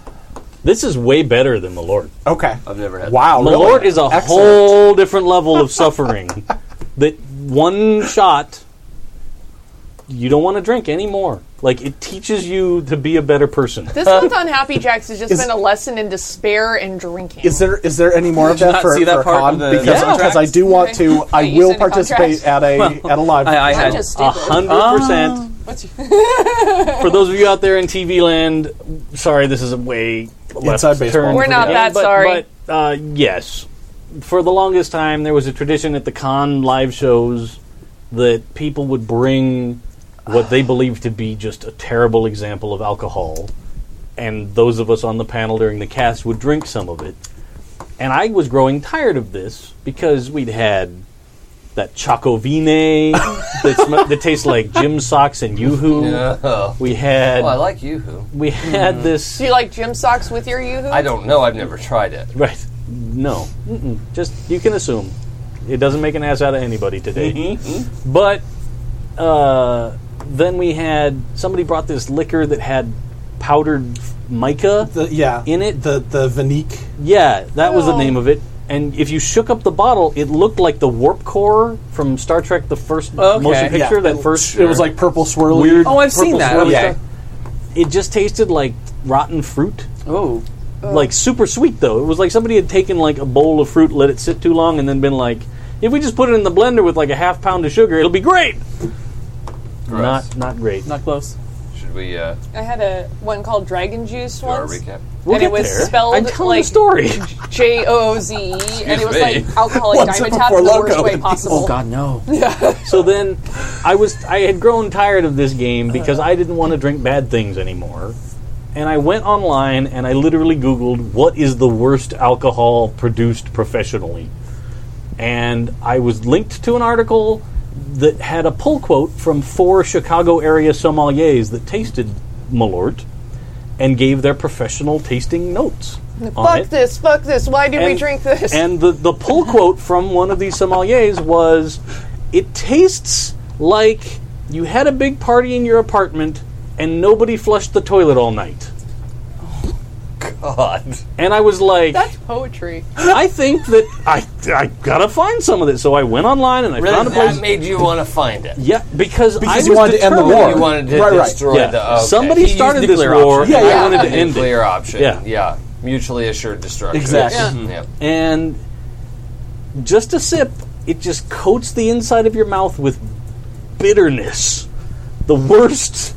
[SPEAKER 4] This is way better than Malort.
[SPEAKER 1] Okay.
[SPEAKER 2] I've never had.
[SPEAKER 1] Wow.
[SPEAKER 4] Malort
[SPEAKER 1] really?
[SPEAKER 4] is a
[SPEAKER 1] Excellent.
[SPEAKER 4] whole different level of suffering. that one shot, you don't want to drink anymore. Like it teaches you to be a better person.
[SPEAKER 3] this month on Happy Jacks has just
[SPEAKER 1] Is-
[SPEAKER 3] been a lesson in despair and drinking.
[SPEAKER 1] Is there is there any more of
[SPEAKER 5] not
[SPEAKER 1] that for,
[SPEAKER 5] see that
[SPEAKER 1] for
[SPEAKER 5] part
[SPEAKER 1] Khan?
[SPEAKER 5] of the
[SPEAKER 1] because
[SPEAKER 5] contract?
[SPEAKER 1] because I do want to. I
[SPEAKER 3] Wait, you
[SPEAKER 1] will
[SPEAKER 3] said a
[SPEAKER 1] participate at a at a live.
[SPEAKER 5] I, I
[SPEAKER 3] I'm
[SPEAKER 5] had
[SPEAKER 3] just
[SPEAKER 4] A
[SPEAKER 3] stupid.
[SPEAKER 4] hundred
[SPEAKER 2] Ah.
[SPEAKER 4] percent.
[SPEAKER 3] What's your-
[SPEAKER 4] For those of you out there in TV land, sorry, this is a way left
[SPEAKER 1] Inside baseball.
[SPEAKER 4] turn.
[SPEAKER 1] We're
[SPEAKER 4] for
[SPEAKER 3] not
[SPEAKER 4] the-
[SPEAKER 3] that
[SPEAKER 4] but,
[SPEAKER 3] sorry.
[SPEAKER 4] But uh, yes, for the longest time, there was a tradition at the con live shows that people would bring what they believed to be just a terrible example of alcohol, and those of us on the panel during the cast would drink some of it. And I was growing tired of this because we'd had that Chocovine that, sm- that tastes like gym socks and yoo-hoo.
[SPEAKER 2] Oh.
[SPEAKER 4] We had
[SPEAKER 2] Well, I like you. Who?
[SPEAKER 4] we had this
[SPEAKER 3] Do you like gym socks with your yoo-hoo?
[SPEAKER 2] I don't know. I've never tried it.
[SPEAKER 4] right. No, Mm-mm. just you can assume it doesn't make an ass out of anybody today. but uh, then we had somebody brought this liquor that had powdered mica.
[SPEAKER 1] the, yeah.
[SPEAKER 4] In it?
[SPEAKER 1] the the Vanique.
[SPEAKER 4] yeah, that was the
[SPEAKER 3] No.
[SPEAKER 4] name of it. And if you shook up the bottle, it looked like the warp core from Star Trek: The First
[SPEAKER 5] Okay.
[SPEAKER 4] Motion Picture.
[SPEAKER 1] Yeah,
[SPEAKER 4] That
[SPEAKER 1] it-
[SPEAKER 4] first,
[SPEAKER 1] It was like purple swirly.
[SPEAKER 4] Weird
[SPEAKER 5] Oh, I've seen
[SPEAKER 4] purple
[SPEAKER 5] that.
[SPEAKER 4] swirly
[SPEAKER 5] Okay.
[SPEAKER 4] stuff. It just tasted like rotten fruit.
[SPEAKER 5] Oh,
[SPEAKER 4] Like super sweet though. It was like somebody had taken like a bowl of fruit, let it sit too long, and then been like, "If we just put it in the blender with like a half pound of sugar, it'll be great."
[SPEAKER 2] Gross.
[SPEAKER 4] Not not great.
[SPEAKER 5] not close.
[SPEAKER 2] Should we uh,
[SPEAKER 3] I had a one called Dragon Juice
[SPEAKER 2] do our
[SPEAKER 3] once,
[SPEAKER 2] recap?
[SPEAKER 4] We'll
[SPEAKER 3] and it
[SPEAKER 4] get
[SPEAKER 3] was
[SPEAKER 4] there.
[SPEAKER 3] spelled
[SPEAKER 4] I'm telling
[SPEAKER 3] like
[SPEAKER 4] the story.
[SPEAKER 3] J O O Z E, and it was
[SPEAKER 2] me.
[SPEAKER 3] like alcoholic
[SPEAKER 1] One sip
[SPEAKER 3] diamond tap
[SPEAKER 1] before
[SPEAKER 3] in the worst
[SPEAKER 1] loco.
[SPEAKER 3] way possible.
[SPEAKER 5] Oh God, no.
[SPEAKER 4] so then, I was I had grown tired of this game because I didn't want to drink bad things anymore, and I went online and I literally Googled what is the worst alcohol produced professionally, and I was linked to an article that had a pull quote from four Chicago area sommeliers that tasted Malort and gave their professional tasting notes. on
[SPEAKER 3] Fuck
[SPEAKER 4] it.
[SPEAKER 3] this! Fuck this! Why did we
[SPEAKER 4] And-
[SPEAKER 3] drink this?
[SPEAKER 4] And the, the pull quote from one of these sommeliers was It tastes like you had a big party in your apartment and nobody flushed the toilet all night.
[SPEAKER 2] God.
[SPEAKER 4] And I was like,
[SPEAKER 3] That's poetry.
[SPEAKER 4] I think that I, I gotta find some of this. So I went online and I found a
[SPEAKER 2] Really,
[SPEAKER 4] place.
[SPEAKER 2] that made you want to find it.
[SPEAKER 4] yeah, because, I
[SPEAKER 1] Because
[SPEAKER 4] was
[SPEAKER 1] you wanted to end the
[SPEAKER 4] determined-
[SPEAKER 1] war.
[SPEAKER 2] You wanted to
[SPEAKER 1] Right, right.
[SPEAKER 2] destroy
[SPEAKER 4] Yeah.
[SPEAKER 2] the. Okay.
[SPEAKER 4] Somebody
[SPEAKER 2] He used
[SPEAKER 4] started this
[SPEAKER 2] nuclear
[SPEAKER 4] war,
[SPEAKER 2] Option.
[SPEAKER 4] and
[SPEAKER 1] Yeah, yeah.
[SPEAKER 4] I wanted to end it.
[SPEAKER 2] nuclear option.
[SPEAKER 4] Yeah.
[SPEAKER 2] yeah. Mutually assured destruction.
[SPEAKER 1] Exactly.
[SPEAKER 2] Yeah.
[SPEAKER 4] Mm-hmm. and just a sip, it just coats the inside of your mouth with bitterness. The worst.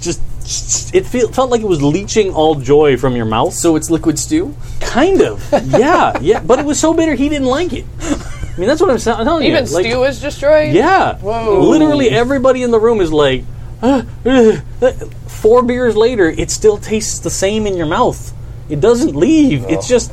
[SPEAKER 4] Just it feel, felt like it was leaching all joy from your mouth. So
[SPEAKER 5] So it's liquid stew.
[SPEAKER 4] kind of, yeah, yeah. But it was so bitter he didn't like it. I mean, that's what I'm sa- telling you.
[SPEAKER 3] Even
[SPEAKER 4] like,
[SPEAKER 3] Stu was destroyed.
[SPEAKER 4] yeah.
[SPEAKER 3] Whoa.
[SPEAKER 4] Literally everybody in the room is like, "Ah, ugh, uh," four beers later, it still tastes the same in your mouth. It doesn't leave. It's just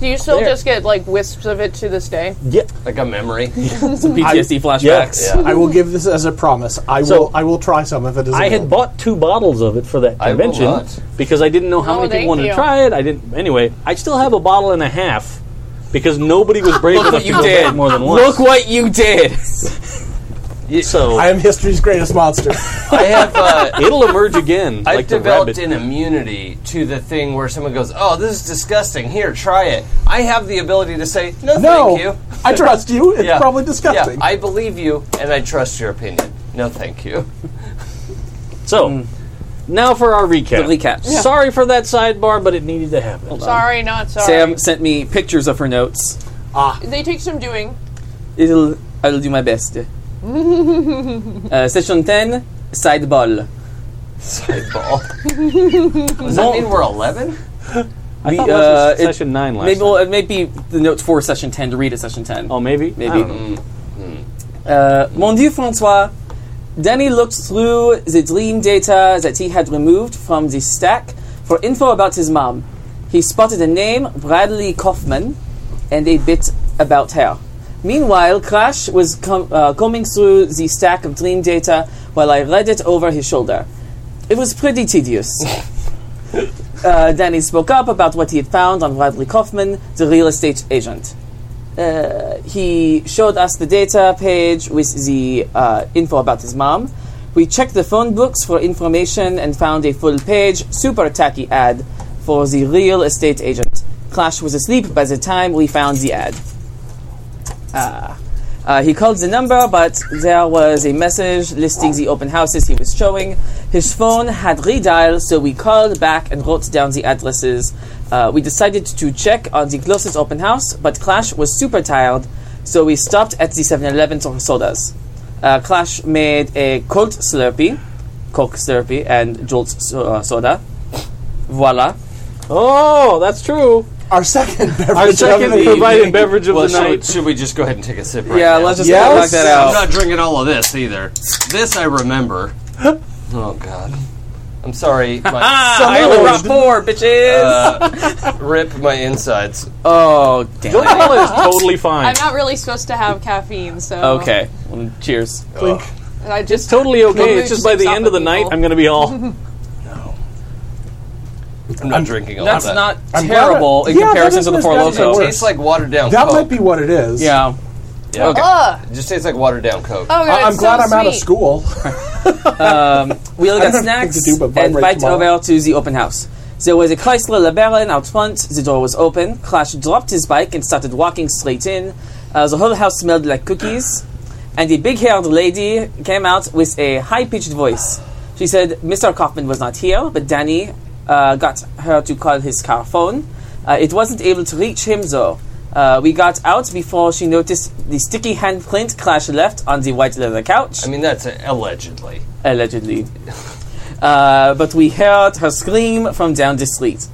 [SPEAKER 3] Do you still
[SPEAKER 4] There.
[SPEAKER 3] just get like wisps of it to this day?
[SPEAKER 4] yeah.
[SPEAKER 2] Like a memory.
[SPEAKER 5] Some PTSD flashbacks.
[SPEAKER 4] yeah.
[SPEAKER 1] I will give this as a promise. I
[SPEAKER 4] So-
[SPEAKER 1] will. I will try some if it is.
[SPEAKER 4] I had
[SPEAKER 1] available.
[SPEAKER 4] bought two bottles of it for that
[SPEAKER 2] I will
[SPEAKER 4] convention
[SPEAKER 2] not.
[SPEAKER 4] because I didn't know how
[SPEAKER 3] Oh,
[SPEAKER 4] many people
[SPEAKER 3] thank
[SPEAKER 4] wanted
[SPEAKER 3] you.
[SPEAKER 4] to try it. I didn't. Anyway, I still have a bottle and a half because nobody was brave
[SPEAKER 5] Look
[SPEAKER 4] enough
[SPEAKER 5] what
[SPEAKER 4] to
[SPEAKER 5] you
[SPEAKER 4] go
[SPEAKER 5] did.
[SPEAKER 4] back more than once.
[SPEAKER 5] Look what you did.
[SPEAKER 4] so
[SPEAKER 1] I am history's greatest monster.
[SPEAKER 2] I have. Uh,
[SPEAKER 4] it'll emerge again.
[SPEAKER 2] I've
[SPEAKER 4] like the
[SPEAKER 2] developed
[SPEAKER 4] rabbit.
[SPEAKER 2] an immunity to the thing where someone goes, "Oh, this is disgusting. Here, try it." I have the ability to say, "No,
[SPEAKER 1] no,
[SPEAKER 2] thank you."
[SPEAKER 1] I trust you. It's
[SPEAKER 2] Yeah.
[SPEAKER 1] probably disgusting.
[SPEAKER 2] Yeah, I believe you, and I trust your opinion. No, thank you.
[SPEAKER 4] so now for our recap.
[SPEAKER 5] The recap. Yeah.
[SPEAKER 4] Sorry for that sidebar, but it needed to happen.
[SPEAKER 3] Sorry, not sorry.
[SPEAKER 5] Sam sent me pictures of her notes.
[SPEAKER 3] They take some doing.
[SPEAKER 5] It'll, I'll do my best. uh, session 10, side ball.
[SPEAKER 2] Sideball. Does that mean we're eleven?
[SPEAKER 4] I thought
[SPEAKER 5] we,
[SPEAKER 4] that was
[SPEAKER 5] uh, it-
[SPEAKER 4] session nine last.
[SPEAKER 5] Maybe,
[SPEAKER 4] time.
[SPEAKER 5] well, it may be the notes for session 10 to read at session 10.
[SPEAKER 4] oh, maybe I
[SPEAKER 5] Maybe.
[SPEAKER 4] don't know.
[SPEAKER 5] Uh, Mon Dieu, Francois. Danny looked through the dream data that he had removed from the stack for info about his mom. He spotted a name, Bradley Kaufman, and a bit about her. Meanwhile, Crash was com- uh, combing through the stack of dream data while I read it over his shoulder. It was pretty tedious. uh, Danny spoke up about what he had found on Bradley Kaufman, the real estate agent uh, he showed us the data page with the uh, info about his mom. We checked the phone books for information and found a full page, super tacky ad for the real estate agent. Clash was asleep by the time we found the ad. Uh, he called the number, but there was a message listing the open houses he was showing. His phone had redial, so we called back and wrote down the addresses. Uh, we decided to check on the closest open house, but Clash was super tired, so we stopped at the 7 Eleven for sodas. Uh, Clash made a Coke Slurpee, Coke Slurpee, and Jolt so- uh, soda. Voila.
[SPEAKER 4] Oh, that's true.
[SPEAKER 1] Our second beverage.
[SPEAKER 4] Our
[SPEAKER 1] of
[SPEAKER 4] second
[SPEAKER 1] the evening.
[SPEAKER 4] provided beverage of the
[SPEAKER 2] Well, should,
[SPEAKER 4] night.
[SPEAKER 2] should we just go ahead and take a sip? Right
[SPEAKER 5] Yeah,
[SPEAKER 2] now?
[SPEAKER 5] let's just
[SPEAKER 1] Yes.
[SPEAKER 5] knock that out.
[SPEAKER 2] I'm not drinking all of this either. This I remember. oh God. I'm sorry. My, uh,
[SPEAKER 5] I only
[SPEAKER 1] Salute.
[SPEAKER 5] brought four, bitches!
[SPEAKER 2] rip my insides.
[SPEAKER 5] oh, damn.
[SPEAKER 4] Your bottle is totally fine.
[SPEAKER 3] I'm not really supposed to have caffeine, so
[SPEAKER 5] Uh, Okay. Well, cheers.
[SPEAKER 3] I just
[SPEAKER 4] totally okay.
[SPEAKER 3] Well,
[SPEAKER 4] It's just by
[SPEAKER 3] sticks
[SPEAKER 4] the
[SPEAKER 3] off
[SPEAKER 4] end
[SPEAKER 3] of
[SPEAKER 4] of the night,
[SPEAKER 3] people.
[SPEAKER 4] I'm going to be all.
[SPEAKER 2] I'm not drinking all
[SPEAKER 5] That's
[SPEAKER 2] of that.
[SPEAKER 5] not
[SPEAKER 1] I'm glad
[SPEAKER 5] terrible
[SPEAKER 1] that-
[SPEAKER 5] in
[SPEAKER 1] yeah, that
[SPEAKER 5] comparison to the
[SPEAKER 1] doesn't-
[SPEAKER 5] Four
[SPEAKER 1] that doesn't
[SPEAKER 5] Loko.
[SPEAKER 1] work.
[SPEAKER 2] Tastes like watered down.
[SPEAKER 1] That
[SPEAKER 2] Coke.
[SPEAKER 1] might be what it is.
[SPEAKER 5] Yeah.
[SPEAKER 2] Yeah.
[SPEAKER 5] Okay.
[SPEAKER 3] Ugh.
[SPEAKER 2] It just tastes like watered down Coke.
[SPEAKER 3] Oh, God,
[SPEAKER 1] I- I'm
[SPEAKER 3] it's
[SPEAKER 1] glad
[SPEAKER 3] so
[SPEAKER 1] I'm out of
[SPEAKER 3] sweet.
[SPEAKER 1] school.
[SPEAKER 5] We all
[SPEAKER 1] I
[SPEAKER 5] got
[SPEAKER 1] don't have anything
[SPEAKER 5] snacks
[SPEAKER 1] to do but
[SPEAKER 5] and
[SPEAKER 1] vibrate
[SPEAKER 5] bite
[SPEAKER 1] tomorrow.
[SPEAKER 5] over to the open house. There was a Chrysler LeBaron out front. The door was open. Clash dropped his bike and started walking straight in. Uh, the whole house smelled like cookies. And a big haired lady came out with a high pitched voice. She said Mr. Kaufman was not here, but Danny uh, got her to call his car phone. Uh, it wasn't able to reach him, though. Uh, we got out before she noticed the sticky handprint Clash left on the white leather couch
[SPEAKER 2] I mean, that's uh, allegedly.
[SPEAKER 5] allegedly. Uh, but we heard her scream from down the street.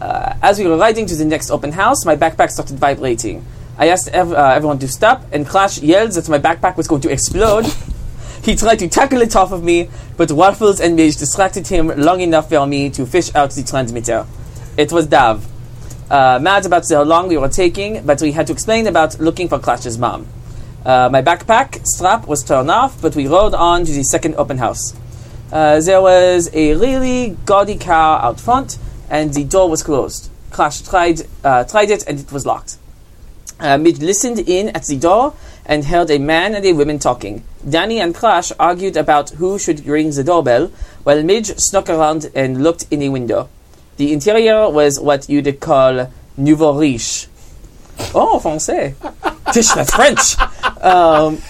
[SPEAKER 5] Uh, as we were riding to the next open house, my backpack started vibrating. I asked ev- uh, everyone to stop, and Clash yelled that my backpack was going to explode. he tried to tackle it off of me, but Waffles and Midge distracted him long enough for me to fish out the transmitter. It was Dav. Uh, mad about how long we were taking, but we had to explain about looking for Clash's mom. Uh, my backpack strap was turned off, but we rode on to the second open house. Uh, there was a really gaudy car out front, and the door was closed. Clash tried, uh, tried it, and it was locked. Uh, Midge listened in at the door and heard a man and a woman talking. Danny and Clash argued about who should ring the doorbell, while Midge snuck around and looked in a window. The interior was what you'd call nouveau riche. Oh, français. Tish, that's French. Um,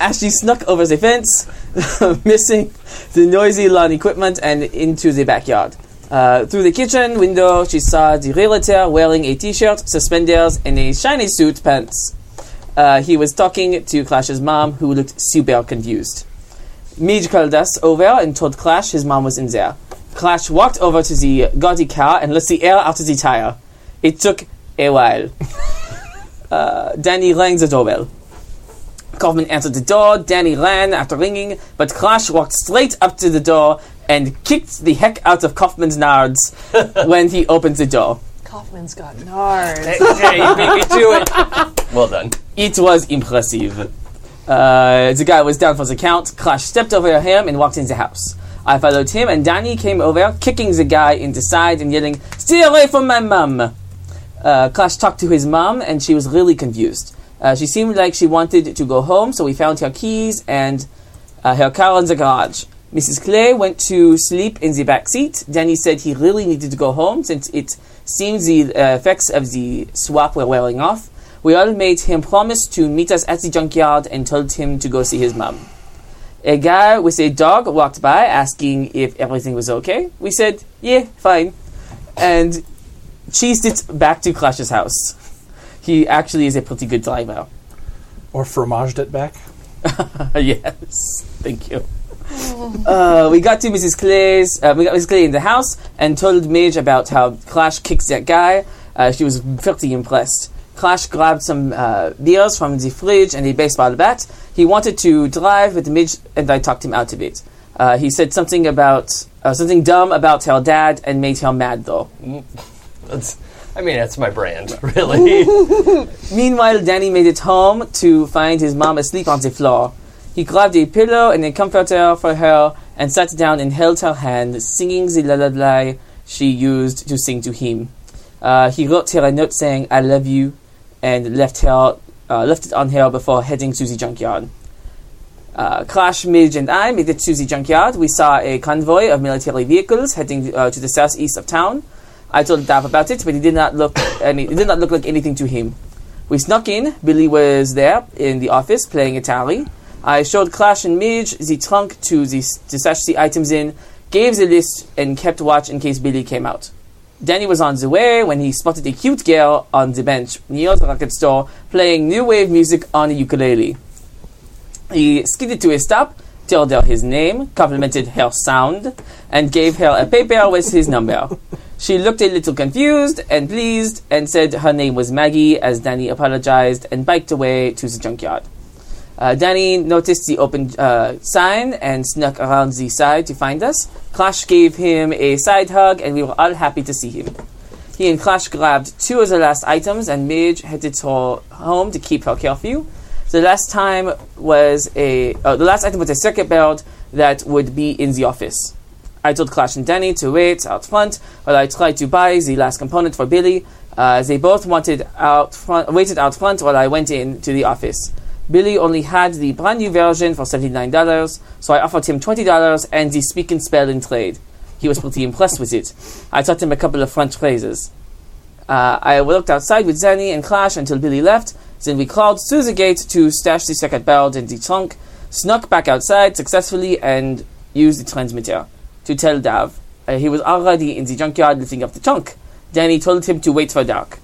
[SPEAKER 5] as she snuck over the fence, missing the noisy lawn equipment and into the backyard. Uh, through the kitchen window, she saw the realtor wearing a t-shirt, suspenders, and a shiny suit pants. Uh, he was talking to Clash's mom, who looked super confused. Midge called us over and told Clash his mom was in there. Clash walked over to the gaudy car and let the air out of the tire. It took a while. uh, Danny rang the doorbell. Kaufman answered the door. Danny ran after ringing, but Clash walked straight up to the door and kicked the heck out of Kaufman's nards when he opened the door.
[SPEAKER 3] Kaufman's got NARS.
[SPEAKER 2] hey, you beat me to it. Well done.
[SPEAKER 5] It was impressive. Uh, the guy was down for the count. Clash stepped over him and walked in the house. I followed him, and Danny came over, kicking the guy in the side and yelling, Stay away from my mum! Uh, Clash talked to his mum, and she was really confused. Uh, she seemed like she wanted to go home, so we found her keys and uh, her car in the garage. Mrs. Clay went to sleep in the back seat. Danny said he really needed to go home since it seemed the uh, effects of the swap were wearing off. We all made him promise to meet us at the junkyard and told him to go see his mum. A guy with a dog walked by asking if everything was okay. We said, yeah, fine. And cheesed it back to Clash's house. He actually is a pretty good driver.
[SPEAKER 1] Or fromaged it back.
[SPEAKER 5] yes, thank you. uh, we got to Mrs. Clay's. Uh, we got Mrs. Clay in the house and told Midge about how Clash kicks that guy. Uh, she was pretty impressed. Clash grabbed some uh, beers from the fridge and a baseball bat. He wanted to drive, but Midge and I talked him out of it. Uh, he said something about uh, something dumb about her dad and made her mad though.
[SPEAKER 2] That's, I mean, that's my brand, really.
[SPEAKER 5] Meanwhile, Danny made it home to find his mom asleep on the floor. He grabbed a pillow and a comforter for her and sat down and held her hand, singing the lullaby she used to sing to him. Uh, he wrote her a note saying, I love you, and left, her, uh, left it on her before heading to the junkyard. Uh, Clash, Midge, and I made it to the junkyard. We saw a convoy of military vehicles heading uh, to the southeast of town. I told Dav about it, but it did not look any, it did not look like anything to him. We snuck in. Billy was there in the office playing Atari. I showed Clash and Midge the trunk to, the, to stash the items in, gave the list, and kept watch in case Billy came out. Danny was on the way when he spotted a cute girl on the bench near the record store playing new wave music on a ukulele. He skidded to a stop, told her his name, complimented her sound, and gave her a paper with his number. She looked a little confused and pleased and said her name was Maggie as Danny apologized and biked away to the junkyard. Uh, Danny noticed the open uh, sign and snuck around the side to find us. Clash gave him a side hug, and we were all happy to see him. He and Clash grabbed two of the last items, and Midge headed to home to keep her curfew. The last time was a uh, the last item was a circuit belt that would be in the office. I told Clash and Danny to wait out front while I tried to buy the last component for Billy. Uh, they both wanted out front, waited out front while I went in to the office. Billy only had the brand new version for $79, so I offered him $20 and the speak and spell in trade. He was pretty impressed with it. I taught him a couple of French phrases. Uh, I worked outside with Zanny and Clash until Billy left. Then we crawled through the gate to stash the second barrel in the trunk, snuck back outside successfully, and used the transmitter to tell Dav. Uh, he was already in the junkyard lifting up the trunk. Danny told him to wait for dark.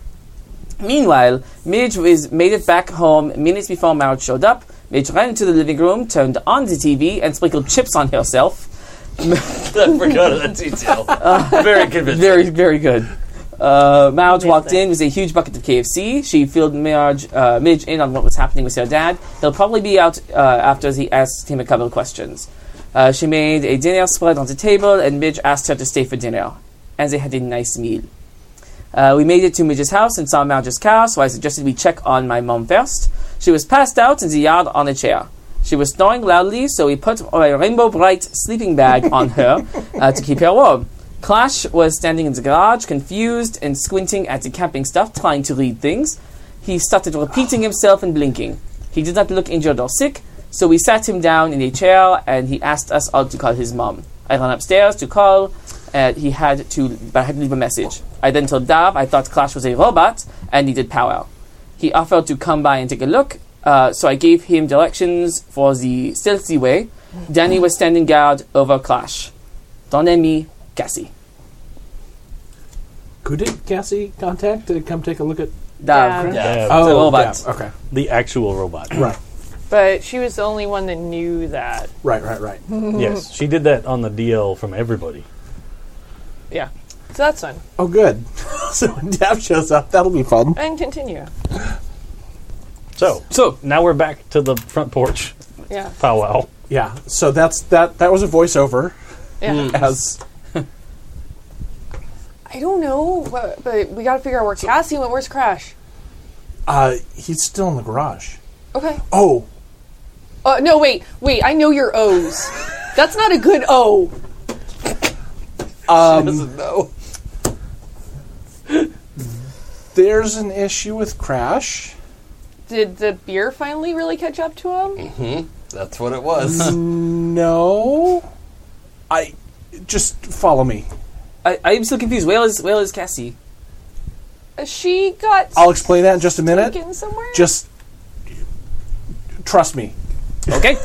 [SPEAKER 5] Meanwhile, Midge was made it back home minutes before Marge showed up. Midge ran into the living room, turned on the TV, and sprinkled chips on herself.
[SPEAKER 2] I forgot that detail. Very convincing.
[SPEAKER 5] Very, very good. Uh, Marge walked in with a huge bucket of KFC. She filled Marge, uh, Midge in on what was happening with her dad. He'll probably be out uh, after he asked him a couple of questions. Uh, she made a dinner spread on the table, and Midge asked her to stay for dinner. And they had a nice meal. Uh, we made it to Midge's house and saw Marge's car, so I suggested we check on my mom first. She was passed out in the yard on a chair. She was snoring loudly, so we put a rainbow bright sleeping bag on her uh, to keep her warm. Clash was standing in the garage, confused and squinting at the camping stuff, trying to read things. He started repeating himself and blinking. He did not look injured or sick, so we sat him down in a chair and he asked us all to call his mom. I ran upstairs to call, and he had to, but I had to leave a message. I then told Dav I thought Clash was a robot and needed power. He offered to come by and take a look, uh, so I gave him directions for the stealthy way. Danny was standing guard over Clash. Don ami Cassie.
[SPEAKER 1] Who did Cassie contact? Did it come take a look at?
[SPEAKER 5] Dav.
[SPEAKER 3] Dav.
[SPEAKER 4] Dav,
[SPEAKER 1] Oh, Mm-hmm.
[SPEAKER 5] robot.
[SPEAKER 1] yeah, Okay,
[SPEAKER 4] the actual robot.
[SPEAKER 1] right,
[SPEAKER 3] But she was the only one that knew that.
[SPEAKER 1] right, right, right.
[SPEAKER 4] yes, she did that on the DL from everybody.
[SPEAKER 3] Yeah. So that's fun.
[SPEAKER 1] Oh, good. so when Dav shows up, that'll be fun.
[SPEAKER 3] And continue.
[SPEAKER 4] So
[SPEAKER 5] So,
[SPEAKER 4] now we're back to the front porch
[SPEAKER 3] Yeah.
[SPEAKER 4] powwow.
[SPEAKER 1] Yeah. So that's that. That was a voiceover
[SPEAKER 3] Yeah.
[SPEAKER 4] Hmm.
[SPEAKER 1] as
[SPEAKER 3] I don't know, but, but we got to figure out where Cassie went. Where's Crash?
[SPEAKER 1] uh, he's still in the garage.
[SPEAKER 3] Okay.
[SPEAKER 1] Oh,
[SPEAKER 3] Uh, no, wait, wait. I know your O's. That's not a good O.
[SPEAKER 1] there's an issue with Crash.
[SPEAKER 3] Did the beer finally really catch up to him?
[SPEAKER 2] That's what it was.
[SPEAKER 1] No, I just follow me.
[SPEAKER 5] I, I'm still confused. Where is, where is Cassie?
[SPEAKER 3] Uh, She got
[SPEAKER 1] I'll explain that in just a minute.
[SPEAKER 3] taken somewhere.
[SPEAKER 1] Just trust me.
[SPEAKER 5] Okay.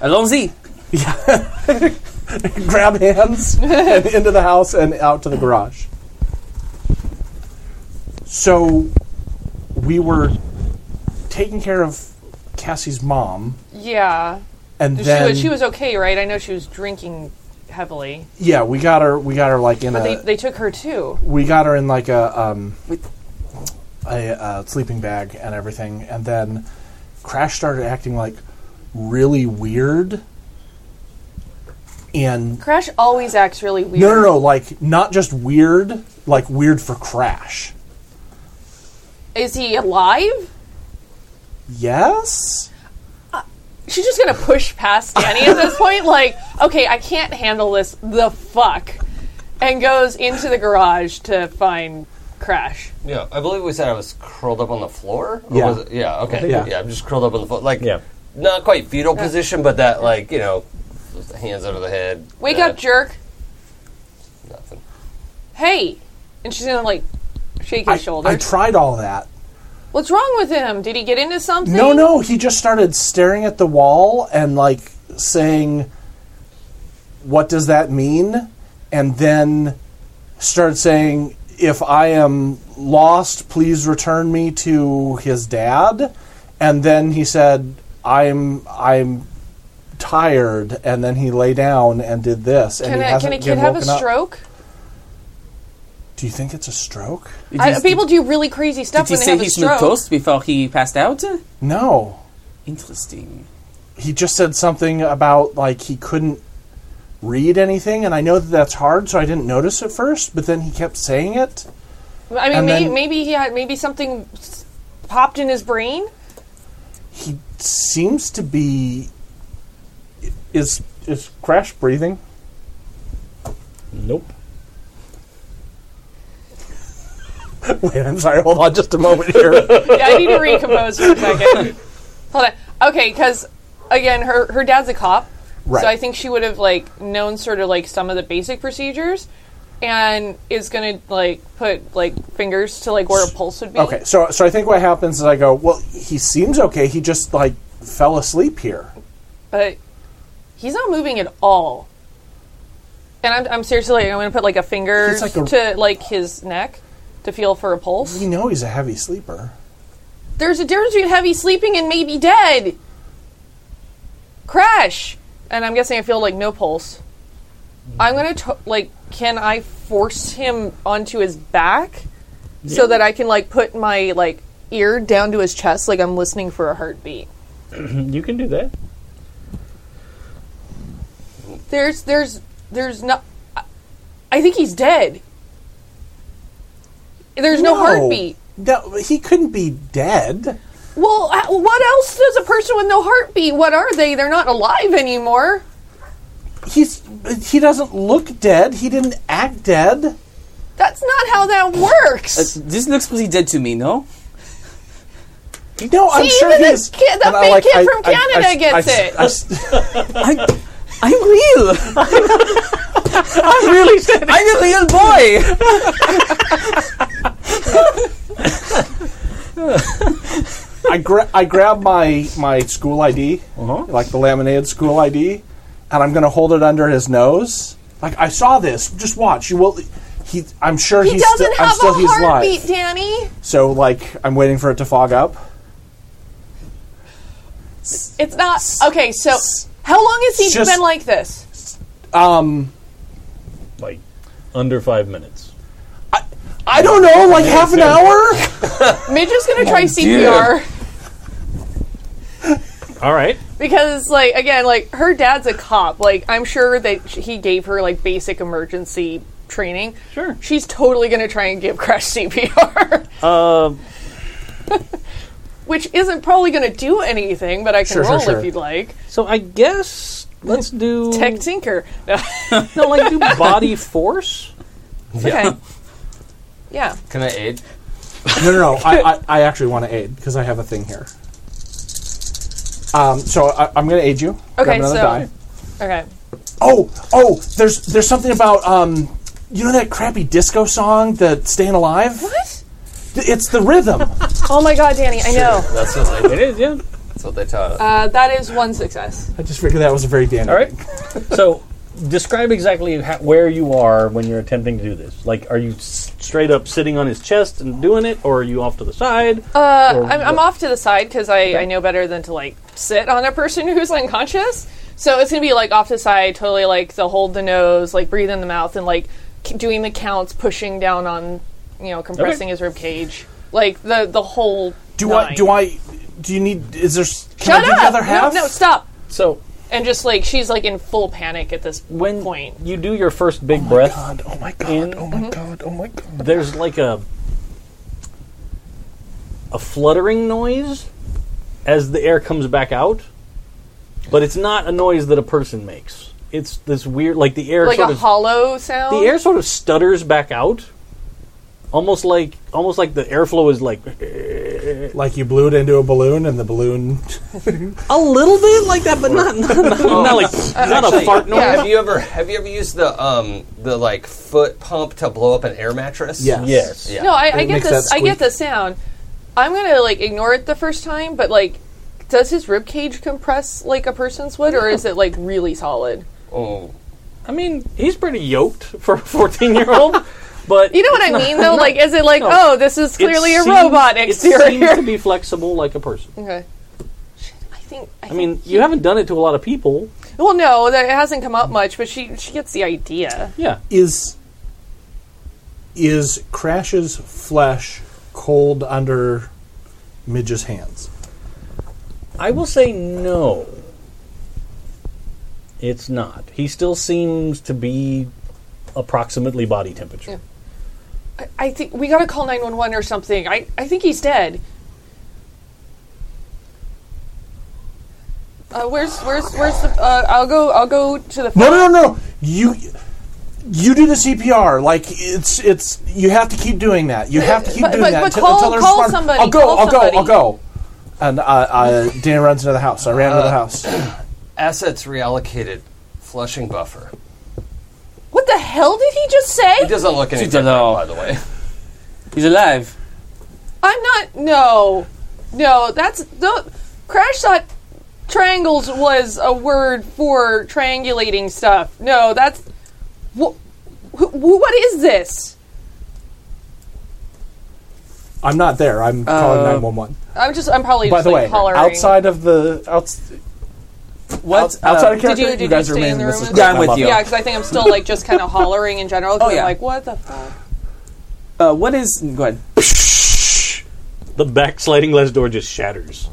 [SPEAKER 5] Allons-y.
[SPEAKER 1] Grab hands and into the house and out to the garage. So we were taking care of Cassie's mom,
[SPEAKER 3] yeah.
[SPEAKER 1] and
[SPEAKER 3] She
[SPEAKER 1] then
[SPEAKER 3] was, she was okay, right? I know she was drinking heavily.
[SPEAKER 1] yeah, we got her. We got her like in a.
[SPEAKER 3] They, they took her too.
[SPEAKER 1] we got her in like a um,
[SPEAKER 5] Wait.
[SPEAKER 1] a uh, sleeping bag and everything, and then Crash started acting like really weird. And
[SPEAKER 3] Crash always acts really weird.
[SPEAKER 1] no, no, no, like not just weird, like weird for Crash.
[SPEAKER 3] Is he alive?
[SPEAKER 1] Yes,
[SPEAKER 3] She's just gonna push past Danny at this point, like, okay, I can't handle this. The fuck, and goes into the garage to find Crash.
[SPEAKER 2] yeah, I believe we said I was curled up on the floor. Or
[SPEAKER 1] Yeah.
[SPEAKER 2] Was it? Yeah. Okay.
[SPEAKER 1] Yeah.
[SPEAKER 2] Yeah. I'm just curled up on the floor, like
[SPEAKER 4] Yeah.
[SPEAKER 2] not quite fetal position, but that like you know, hands under the head.
[SPEAKER 3] Wake
[SPEAKER 2] uh,
[SPEAKER 3] up, jerk!
[SPEAKER 2] Nothing.
[SPEAKER 3] Hey, and she's gonna like shake his
[SPEAKER 1] I
[SPEAKER 3] shoulder.
[SPEAKER 1] tried all that.
[SPEAKER 3] What's wrong with him? Did he get into something?
[SPEAKER 1] No, no, he just started staring at the wall and like saying, "What does that mean?" And then started saying, "If I am lost, please return me to his dad." And then he said, "I'm I'm tired." And then he lay down and did this. and
[SPEAKER 3] Can
[SPEAKER 1] he
[SPEAKER 3] a, can
[SPEAKER 1] hasn't
[SPEAKER 3] a kid
[SPEAKER 1] been
[SPEAKER 3] have a
[SPEAKER 1] woken up.
[SPEAKER 3] stroke?
[SPEAKER 1] Do you think it's a stroke?
[SPEAKER 3] I, people do really crazy stuff
[SPEAKER 5] Did
[SPEAKER 3] when
[SPEAKER 5] he
[SPEAKER 3] they
[SPEAKER 5] say
[SPEAKER 3] have
[SPEAKER 5] he
[SPEAKER 3] a
[SPEAKER 5] smoked
[SPEAKER 3] stroke.
[SPEAKER 5] toast before he passed out?
[SPEAKER 1] No.
[SPEAKER 5] Interesting.
[SPEAKER 1] he just said something about like he couldn't read anything and i know that that's hard so i didn't notice at first but then he kept saying it
[SPEAKER 3] I mean,
[SPEAKER 1] And
[SPEAKER 3] may,
[SPEAKER 1] then-
[SPEAKER 3] maybe he had maybe something s- popped in his brain.
[SPEAKER 1] he seems to be is is crash breathing
[SPEAKER 4] Nope.
[SPEAKER 1] wait i'm sorry hold on just a moment here
[SPEAKER 3] yeah, I need to recompose for a second. Hold on. Okay, because again, her her dad's a cop,
[SPEAKER 1] Right.
[SPEAKER 3] So I think she would have like known sort of like some of the basic procedures, and is going to like put like fingers to like where a pulse would be.
[SPEAKER 1] Okay, so so I think what happens is I go, well, he seems okay. He just like fell asleep here.
[SPEAKER 3] but he's not moving at all. And I'm, I'm seriously like, I'm going to put like a finger
[SPEAKER 1] He's like a-
[SPEAKER 3] to like his neck to feel for a pulse.
[SPEAKER 1] You know, he's a heavy sleeper.
[SPEAKER 3] There's a difference between heavy sleeping and maybe dead. Crash. And I'm guessing I feel like no pulse. I'm going to like, can I force him onto his back so that I can like put my like ear down to his chest like I'm listening for a heartbeat?
[SPEAKER 4] You can do that.
[SPEAKER 3] There's, there's, there's no. I- I think he's dead. There's no, heartbeat.
[SPEAKER 1] No, he couldn't be dead.
[SPEAKER 3] Well, h- what else does a person with no heartbeat? What are they? They're not alive anymore.
[SPEAKER 1] He's he doesn't look dead. He didn't act dead.
[SPEAKER 3] That's not how that works.
[SPEAKER 5] This looks pretty dead to me, no?
[SPEAKER 1] No, I'm
[SPEAKER 3] See,
[SPEAKER 1] sure
[SPEAKER 3] even the
[SPEAKER 1] he's
[SPEAKER 3] kid- the
[SPEAKER 1] and
[SPEAKER 3] big kid from Canada gets
[SPEAKER 1] I-
[SPEAKER 3] it.
[SPEAKER 1] I s-
[SPEAKER 5] I, I'm real. I'm really dead. I'm a real boy.
[SPEAKER 1] I gra- I grab my my school ID,
[SPEAKER 6] Uh-huh.
[SPEAKER 1] like the laminated school ID, and I'm going to hold it under his nose. Like I saw this. Just watch. You will. He. I'm sure
[SPEAKER 3] He
[SPEAKER 1] he's.
[SPEAKER 3] doesn't
[SPEAKER 1] still-
[SPEAKER 3] have
[SPEAKER 1] I'm still
[SPEAKER 3] a
[SPEAKER 1] he's
[SPEAKER 3] heartbeat,
[SPEAKER 1] live.
[SPEAKER 3] Danny.
[SPEAKER 1] So like I'm waiting for it to fog up.
[SPEAKER 3] It's not okay. So, how long has he
[SPEAKER 1] Just-
[SPEAKER 3] been like this?
[SPEAKER 1] Um.
[SPEAKER 4] Like under five minutes.
[SPEAKER 1] I don't know. Like half an hour.
[SPEAKER 3] Midge is gonna try CPR
[SPEAKER 4] All right.
[SPEAKER 3] because, like, again, like her dad's a cop. Like, I'm sure that sh- he gave her like basic emergency training. Sure, she's totally gonna try and give Crash CPR,
[SPEAKER 6] Um,
[SPEAKER 3] which isn't probably gonna do anything. But I can
[SPEAKER 1] Sure, sure,
[SPEAKER 3] roll
[SPEAKER 1] sure.
[SPEAKER 3] if you'd like.
[SPEAKER 6] so I guess let's do
[SPEAKER 3] Tech Tinker. No.
[SPEAKER 6] no, like do body force.
[SPEAKER 3] okay. Yeah.
[SPEAKER 2] Can I aid?
[SPEAKER 1] No, no, no. I, I, I actually want to aid because I have a thing here. Um, so I, I'm going to aid you. Grab
[SPEAKER 3] Okay,
[SPEAKER 1] another
[SPEAKER 3] so-
[SPEAKER 1] die.
[SPEAKER 3] Okay.
[SPEAKER 1] Oh, oh, there's there's something about um, you know that crappy disco song, the "Staying Alive."
[SPEAKER 3] What?
[SPEAKER 1] Th- It's the rhythm.
[SPEAKER 3] Oh my God, Danny! I know.
[SPEAKER 2] That's what they,
[SPEAKER 4] It is, yeah.
[SPEAKER 2] that's what they taught us.
[SPEAKER 3] Uh, that is one success.
[SPEAKER 1] I just figured that was a very dandy.
[SPEAKER 4] All right. so describe exactly ha- where you are when you're attempting to do this. Like, are you s- straight up sitting on his chest and doing it, or are you off to the side?
[SPEAKER 3] Uh,
[SPEAKER 4] Or
[SPEAKER 3] I'm, I'm off to the side because I, I know better than to like sit on a person who's unconscious. So it's gonna be like off to the side, totally like the hold the nose, like breathe in the mouth, and like k- doing the counts, pushing down on, you know, compressing his rib cage, like the the whole.
[SPEAKER 1] Do
[SPEAKER 3] nine.
[SPEAKER 1] I? Do I? Do you need? Is there? s- Can I
[SPEAKER 3] Shut
[SPEAKER 1] do
[SPEAKER 3] up!
[SPEAKER 1] the other half?
[SPEAKER 3] No, no, stop!
[SPEAKER 4] So
[SPEAKER 3] And just like she's like in full panic at this
[SPEAKER 4] when
[SPEAKER 3] point.
[SPEAKER 4] you do your first big breath,
[SPEAKER 1] God, oh my god!
[SPEAKER 4] In-
[SPEAKER 1] Oh my
[SPEAKER 3] Mm-hmm.
[SPEAKER 1] god! Oh my god!
[SPEAKER 4] there's like a a fluttering noise as the air comes back out, but it's not a noise that a person makes. It's this weird, like the air
[SPEAKER 3] Like
[SPEAKER 4] sort
[SPEAKER 3] a
[SPEAKER 4] of
[SPEAKER 3] hollow sound.
[SPEAKER 4] the air sort of stutters back out, almost like almost like the airflow is like
[SPEAKER 1] Like you blew it into a balloon, and the balloon.
[SPEAKER 4] a little bit like that, but not not, not, not like not a fart noise.
[SPEAKER 2] Have you ever have you ever used the um the like foot pump to blow up an air mattress?
[SPEAKER 1] Yes.
[SPEAKER 4] Yes.
[SPEAKER 2] Yeah.
[SPEAKER 3] No, I, I
[SPEAKER 1] It
[SPEAKER 3] get
[SPEAKER 1] makes
[SPEAKER 3] this.
[SPEAKER 1] that
[SPEAKER 3] I get
[SPEAKER 1] squeak.
[SPEAKER 3] the sound. I'm gonna like ignore it the first time, but like, does his rib cage compress like a person's would, or is it like really solid?
[SPEAKER 2] Oh.
[SPEAKER 4] I mean, he's pretty yoked for a fourteen year old, but
[SPEAKER 3] You know what I mean, though. like, is it like,
[SPEAKER 4] no.
[SPEAKER 3] oh, this is
[SPEAKER 4] it
[SPEAKER 3] clearly a
[SPEAKER 4] seems-
[SPEAKER 3] robot
[SPEAKER 4] It
[SPEAKER 3] exterior?
[SPEAKER 4] seems to be flexible like a person.
[SPEAKER 3] okay. Shit, I think. I,
[SPEAKER 4] I
[SPEAKER 3] think-
[SPEAKER 4] mean, you haven't done it to a lot of people.
[SPEAKER 3] well, no, that it hasn't come up much, but she she gets the idea.
[SPEAKER 4] Yeah.
[SPEAKER 1] is is Crash's flesh cold under Midge's hands?
[SPEAKER 4] I will say no. It's not. He still seems to be approximately body temperature.
[SPEAKER 3] I, I think we gotta call nine one one or something. I I think he's dead. Uh, where's where's where's the? Uh, I'll go I'll go to the.
[SPEAKER 1] No, no, no, no. You you do the CPR. Like it's it's you have to keep doing that. You have to keep
[SPEAKER 3] But-
[SPEAKER 1] doing
[SPEAKER 3] but-
[SPEAKER 1] that
[SPEAKER 3] but
[SPEAKER 1] till-
[SPEAKER 3] call-
[SPEAKER 1] until there's
[SPEAKER 3] call
[SPEAKER 1] fun.
[SPEAKER 3] somebody,
[SPEAKER 1] I'll go.
[SPEAKER 3] call
[SPEAKER 1] I'll go. I'll
[SPEAKER 3] somebody.
[SPEAKER 1] Uh, go. And uh, uh, Dan runs into the house. I ran into the house.
[SPEAKER 2] Assets reallocated. Flushing buffer.
[SPEAKER 3] What the hell did he just
[SPEAKER 2] It
[SPEAKER 3] say?
[SPEAKER 2] doesn't look any
[SPEAKER 5] She don't
[SPEAKER 2] different,
[SPEAKER 5] know.
[SPEAKER 2] by the way.
[SPEAKER 5] He's alive.
[SPEAKER 3] I'm not. No, no. That's the crash thought. Triangles was a word for triangulating stuff. No, that's wh- wh- what is this?
[SPEAKER 1] I'm not there. I'm calling 911.
[SPEAKER 3] I'm just. I'm probably
[SPEAKER 1] By
[SPEAKER 3] just
[SPEAKER 1] the
[SPEAKER 3] like
[SPEAKER 1] way,
[SPEAKER 3] hollering.
[SPEAKER 1] outside uh, of the outs-
[SPEAKER 5] What?
[SPEAKER 1] outside of
[SPEAKER 5] uh,
[SPEAKER 1] character,
[SPEAKER 3] you-
[SPEAKER 1] you,
[SPEAKER 3] did
[SPEAKER 1] guys
[SPEAKER 3] you
[SPEAKER 1] are
[SPEAKER 3] stay
[SPEAKER 1] amazing.
[SPEAKER 3] in the
[SPEAKER 1] This
[SPEAKER 3] room
[SPEAKER 1] is
[SPEAKER 3] with
[SPEAKER 1] great.
[SPEAKER 5] us? Yeah, I'm
[SPEAKER 1] I
[SPEAKER 5] with
[SPEAKER 1] love
[SPEAKER 5] you.
[SPEAKER 1] it.
[SPEAKER 3] Yeah, because I think I'm still like just kind of hollering in general. 'cause
[SPEAKER 5] Oh,
[SPEAKER 3] I'm
[SPEAKER 5] yeah.
[SPEAKER 3] like, what the fuck?
[SPEAKER 5] uh, what is? Go ahead.
[SPEAKER 4] The back sliding glass door just shatters.